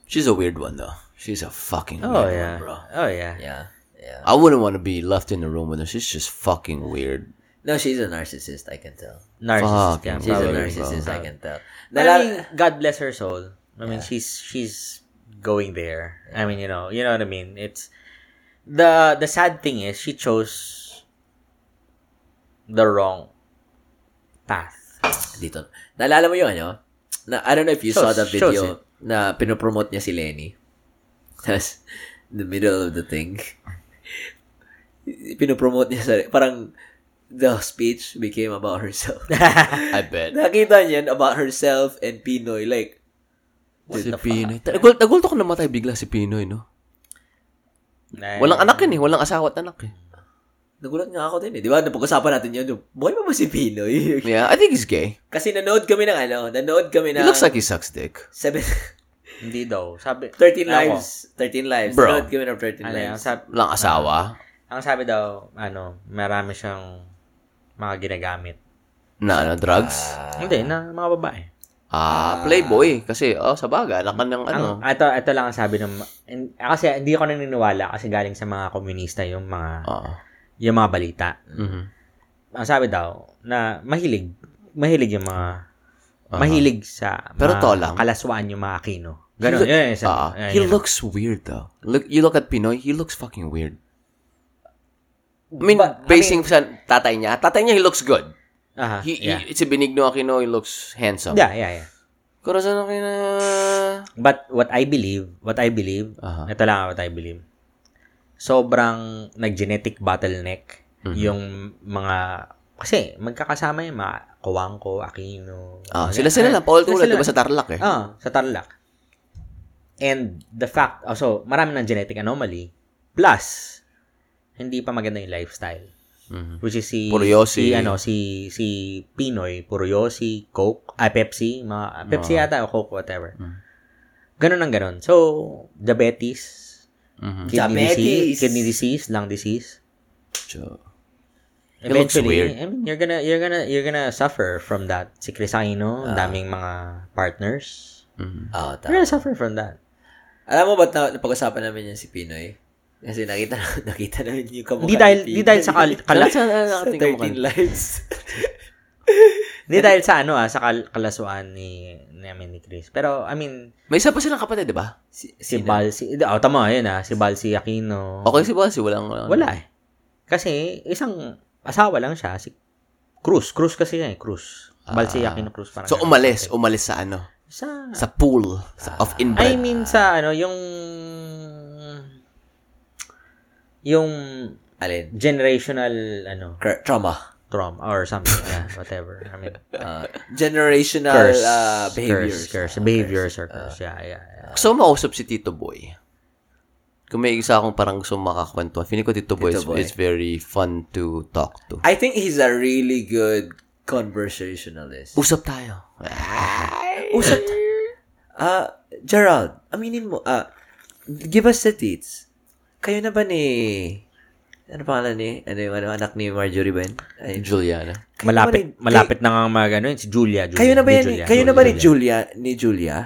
Speaker 2: She's a weird one though. She's a fucking
Speaker 3: Oh,
Speaker 2: weird
Speaker 3: yeah.
Speaker 2: one, bro.
Speaker 3: Oh, yeah.
Speaker 1: Yeah. Yeah.
Speaker 2: I wouldn't want to be left in the room with her. She's just fucking weird.
Speaker 1: No, she's a narcissist, I can tell.
Speaker 3: Narcissist
Speaker 2: Fucking
Speaker 3: yan.
Speaker 1: She's a
Speaker 2: Probably,
Speaker 1: narcissist, I
Speaker 2: Ah.
Speaker 1: can tell.
Speaker 3: I
Speaker 1: Nalala-
Speaker 3: mean, God bless her soul. I mean, she's she's going there. I mean, you know, you know what I mean. It's the the sad thing is she chose the wrong path.
Speaker 1: dito. Naalala mo yun, ano? Na, I don't know if you saw
Speaker 3: Shows-
Speaker 1: the
Speaker 3: shows
Speaker 1: video
Speaker 2: eh.
Speaker 1: na pinopromote niya si Lenny. <laughs> Tapos, in the middle of the thing, <laughs> pinopromote niya sarili. Parang, the speech became about herself.
Speaker 2: <laughs> I bet.
Speaker 1: Nakita niya yun about herself and Pinoy. Like,
Speaker 2: si Pinoy. Nagul- nagulto ko namatay bigla si Pinoy, no?
Speaker 3: Eh,
Speaker 2: Walang anak yun eh. Walang asawa at anak eh.
Speaker 1: nagulat nga ako din eh. Di ba? Napag-usapan natin yun. yung, Buhay pa ba si Pinoy? <laughs>
Speaker 2: Yeah, I think he's gay.
Speaker 1: Kasi nanood kami ng ano, nanood kami ng...
Speaker 2: He looks like he sucks dick.
Speaker 1: seven,
Speaker 3: Hindi daw. Sabi
Speaker 1: 13
Speaker 3: Ako.
Speaker 1: lives. 13 lives.
Speaker 2: Bro.
Speaker 1: Nanood kami ng 13
Speaker 3: Ano, ang
Speaker 1: lives.
Speaker 3: sabi,
Speaker 2: Walang asawa.
Speaker 3: ang sabi daw, ano, marami siyang mga ginagamit.
Speaker 2: Na ano, drugs.
Speaker 3: Hindi, na mga babae.
Speaker 2: Ah, playboy. Kasi, oh, sabaga. Anak ka ng ano.
Speaker 3: Ang, ito, ito lang ang sabi ng... in- Kasi hindi ako naniniwala kasi galing sa mga komunista yung mga,
Speaker 2: Oo.
Speaker 3: yung mga balita.
Speaker 2: Mhm.
Speaker 3: ang sabi daw na mahilig mahilig yung mga
Speaker 2: Aha.
Speaker 3: mahilig sa mga
Speaker 2: Pero to lang.
Speaker 3: kalaswaan yung mga Aquino.
Speaker 2: He
Speaker 3: Ganun.
Speaker 2: look-
Speaker 3: yun, yun, yun,
Speaker 2: Ah,
Speaker 3: yun,
Speaker 2: he
Speaker 3: yun.
Speaker 2: looks weird though. Look, you look at Pinoy, he looks fucking weird. I mean,
Speaker 3: But, I
Speaker 2: basing sa tatay niya, tatay niya, he looks good.
Speaker 3: Aha,
Speaker 2: He,
Speaker 3: uh-huh, yeah.
Speaker 2: he, si Benigno Aquino, he looks handsome.
Speaker 3: yeah, yeah, yeah.
Speaker 2: Corazon Aquino.
Speaker 3: But what I believe, what I believe,
Speaker 2: Aha.
Speaker 3: ito lang what I believe. Sobrang nag-genetic bottleneck
Speaker 2: Mm-hmm.
Speaker 3: yung mga kasi magkakasama yung mga Kuwangko, Aquino.
Speaker 2: Ah,
Speaker 3: mga-
Speaker 2: sila sila lang. Paul tulad,
Speaker 3: sila-
Speaker 2: diba sa Tarlac eh?
Speaker 3: Ah, sa Tarlac. And the fact, oh, so marami ng genetic anomaly. Plus, hindi pa maganda yung lifestyle.
Speaker 2: Mhm.
Speaker 3: Which is si,
Speaker 2: Puro yosi.
Speaker 3: si, ano, si, si Pinoy, puro yosi, Coke, ah, Pepsi, mga, Pepsi yata o Coke, whatever.
Speaker 2: Mm.
Speaker 3: Ganun ang ganun. So, diabetes,
Speaker 2: Mhm.
Speaker 1: Diabetes.
Speaker 3: kidney disease, kidney disease, lung disease.
Speaker 2: So, It looks
Speaker 3: Eventually,
Speaker 2: weird.
Speaker 3: I mean, you're gonna, you're gonna, you're gonna suffer from that. Si Chris Aquino, ang daming mga partners.
Speaker 2: mhm.
Speaker 1: Oo, Ah. tama.
Speaker 3: You're gonna suffer from that.
Speaker 1: Alam mo ba't na, napag-usapan namin yan si Pinoy? Kasi nakita <laughs> nakita namin yung
Speaker 2: <laughs>
Speaker 1: kamukha
Speaker 3: Di dahil,
Speaker 1: ni
Speaker 3: di dahil sa
Speaker 1: <laughs>
Speaker 3: kal, kala,
Speaker 2: Saan- saan
Speaker 1: Pinoy sa
Speaker 2: nakatingin mo
Speaker 1: 13
Speaker 2: kanina?
Speaker 1: lives.
Speaker 3: di dahil sa ano ah, sa kal, kalasuan ni, ni, I mean, ni Chris. Pero, I mean,
Speaker 2: May isa pa silang kapatid, diba? di ba?
Speaker 1: <laughs> si,
Speaker 3: si Bal, si, oh, tama, yun ah, si Bal, si Aquino.
Speaker 2: Okay si Bossy, walang... ano.
Speaker 3: Wala eh. Kasi, isang asawa lang siya, si Cruz. Cruz kasi yan eh, Cruz. Bal, si Aquino Cruz. Parang
Speaker 2: Ah. So,
Speaker 3: ganun.
Speaker 2: umalis. Umalis sa ano?
Speaker 3: Sa,
Speaker 2: Sa pool sa- of
Speaker 3: I
Speaker 2: inbred.
Speaker 3: mean, sa ano, yung, yung
Speaker 1: Alin?
Speaker 3: generational ano
Speaker 1: Cur- trauma.
Speaker 3: trauma or something yeah whatever i mean
Speaker 1: Uh, generational
Speaker 3: curse,
Speaker 1: uh, behaviors. Uh,
Speaker 3: curse curse behaviors or curse yeah yeah, yeah.
Speaker 2: Gusto ko makausap si Tito Boy. Kung may isa akong parang gusto makakwento. Feeling ko Tito Boy,
Speaker 1: Tito
Speaker 2: is-
Speaker 1: Boy.
Speaker 2: is, very fun to talk to.
Speaker 1: I think he's a really good conversationalist.
Speaker 2: Usap tayo.
Speaker 1: Usap. Ah, Gerald, aminin mo, ah, give us the deets. Kayo na ba ni, ano pangalan ni, ano yung ano, anak ni Marjorie Ben? Ay,
Speaker 2: Juliana.
Speaker 1: kayo na ba
Speaker 3: malapit
Speaker 1: ni- kay-
Speaker 3: malapit na nga mag ano yun, si Julia, Julia
Speaker 1: kayo na ba
Speaker 3: Di
Speaker 1: yan,
Speaker 3: Julia,
Speaker 1: kayo na ba ni Julia, ni Julia?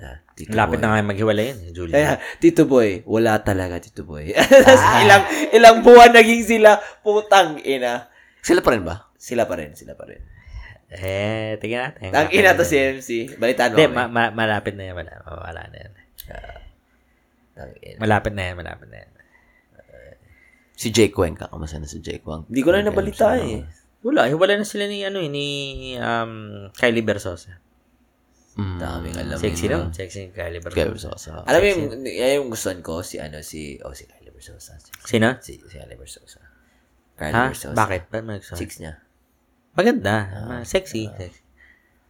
Speaker 1: Ah, Tito
Speaker 3: malapit
Speaker 1: Boy.
Speaker 3: na nga maghiwalay yun si Julia
Speaker 1: Kaya, Tito Boy, wala talaga, Tito Boy. <laughs> ilang, ilang buwan naging sila, putang ina.
Speaker 2: Sila pa rin ba?
Speaker 1: Sila pa rin, sila pa rin.
Speaker 3: eh tingnan natin
Speaker 1: Ang ina to si MC. Balitaan mo.
Speaker 3: Hindi,
Speaker 1: kami.
Speaker 3: ma- ma- malapit na yan. Wala, wala na yan.
Speaker 1: Ah, Tang ina.
Speaker 3: Malapit na yan, malapit na yan.
Speaker 2: Si Jake Wang. Kakamasa na si Jake Wang.
Speaker 1: Hindi ko na nabalita eh.
Speaker 3: Wala, hiwalay na sila ni, ano, eh, ni um, Kylie Versosa.
Speaker 2: Mm.
Speaker 1: Daming alam.
Speaker 3: Sexy lang. Sexy ni Kylie
Speaker 2: Kaya
Speaker 3: Versosa.
Speaker 2: sa sa-
Speaker 1: Alam mo yung, yan yung gustuhan ko, si ano, si, oh, si Kylie Versosa. Si,
Speaker 3: Sino?
Speaker 1: si, si Kylie Versosa. Kylie
Speaker 3: Ha?
Speaker 1: Versosa.
Speaker 3: Bakit? Ba't may gusto?
Speaker 1: Chicks niya.
Speaker 3: Maganda. Ah, sexy. Sexy.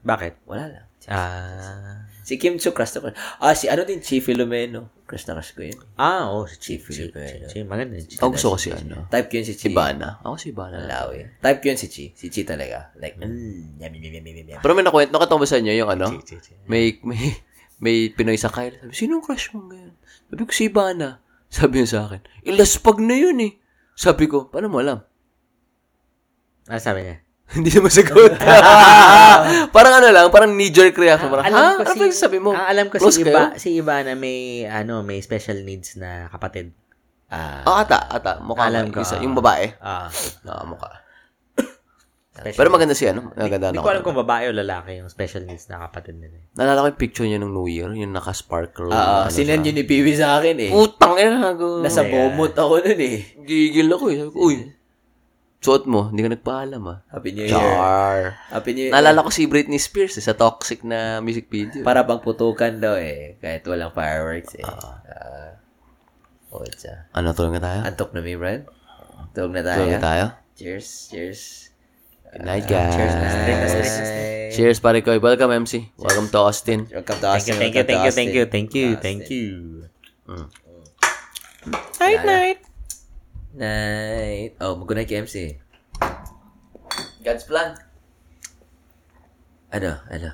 Speaker 3: Bakit?
Speaker 1: Wala lang.
Speaker 3: Ah,
Speaker 1: Si Kim Chu, crush na crush. Ah, si ano din, Chi Filomeno. Crush na crush ko yun.
Speaker 3: ah, oh, si Chief.
Speaker 1: Chief
Speaker 3: Chief,
Speaker 1: Filipino.
Speaker 3: Chief, Oh. maganda. yun.
Speaker 2: Ako gusto ko si ano.
Speaker 1: Type ko yun si Chi.
Speaker 2: Ibana. Ako si Ibana.
Speaker 1: Malawi. Type ko yun si Chi. Si Chi talaga. Like, mm, yum, yum, yum, yum, yum, yum.
Speaker 2: Pero may nakwento. Nakita ko ba sa inyo yung ano?
Speaker 3: Chief, Chief.
Speaker 2: May, may, may Pinoy sa Kyle. Sabi, sino yung crush mo ngayon? Sabi ko, si Ibana. Sabi niya sa akin, ilaspag na yun eh. Sabi ko, paano mo alam? <laughs>
Speaker 3: Ah, sabi niya.
Speaker 2: Hindi na masagot. <laughs> parang ano lang, parang knee-jerk reaction. Parang, ha? Ano ba yung sabi mo?
Speaker 3: Ah, alam ko
Speaker 2: Close
Speaker 3: si
Speaker 2: kayo?
Speaker 3: Iba, si Iba na may, ano, may special needs na kapatid.
Speaker 1: Ah,
Speaker 2: Ah, ata, ata. Mukha
Speaker 3: Alam
Speaker 2: alam
Speaker 3: ko,
Speaker 2: Isa,
Speaker 3: ah.
Speaker 2: yung babae.
Speaker 3: Ah,
Speaker 2: Nakamukha.
Speaker 3: special
Speaker 2: Pero maganda siya, no? Maganda
Speaker 3: Hindi
Speaker 2: na
Speaker 3: ko alam kung babae o lalaki yung special needs na kapatid nila.
Speaker 2: Nalala ko yung picture niya nung New Year, yung naka-sparkle. ano
Speaker 1: Ah,
Speaker 3: ano
Speaker 1: sinend yun ni Peewee sa akin eh.
Speaker 2: Putang ina nago.
Speaker 1: Nasa bomot ako nun eh.
Speaker 2: Gigil ako eh. Sabi ko, uy. Suot mo, hindi ka nagpaalam ah.
Speaker 1: Happy New Year.
Speaker 2: Char.
Speaker 1: Happy New Year.
Speaker 2: Naalala ko si Britney Spears eh, sa toxic na music video.
Speaker 1: Para pang putukan daw eh. Kahit walang fireworks eh. Ah. o, tsa.
Speaker 2: ano, tulungan tayo?
Speaker 1: Antok na mi, Brad. Tulog na tayo.
Speaker 2: Tulungan tayo?
Speaker 1: Cheers, cheers.
Speaker 2: Good night, guys. Cheers,
Speaker 1: Bye.
Speaker 2: Cheers, pare ko. Welcome, MC. Welcome to Austin.
Speaker 1: Welcome to
Speaker 3: Thank you,
Speaker 1: Austin.
Speaker 3: thank you,
Speaker 1: welcome
Speaker 3: thank
Speaker 1: to
Speaker 3: you, thank you,
Speaker 1: Austin.
Speaker 3: thank you,
Speaker 1: Austin.
Speaker 3: thank you.
Speaker 1: Night, night. Night. Oh, mag-night kay MC.
Speaker 2: God's plan.
Speaker 1: Ano, ano?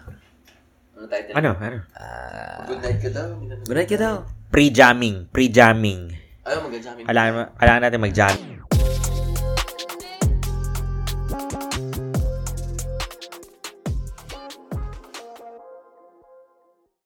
Speaker 2: Ano title?
Speaker 3: Ano, ano?
Speaker 2: Ah. Good night ka daw.
Speaker 1: Good night ka daw.
Speaker 3: Pre-jamming, pre-jamming.
Speaker 2: Ayaw, mag-jamming.
Speaker 3: Kailangan, mo- kailangan natin mag-jamming.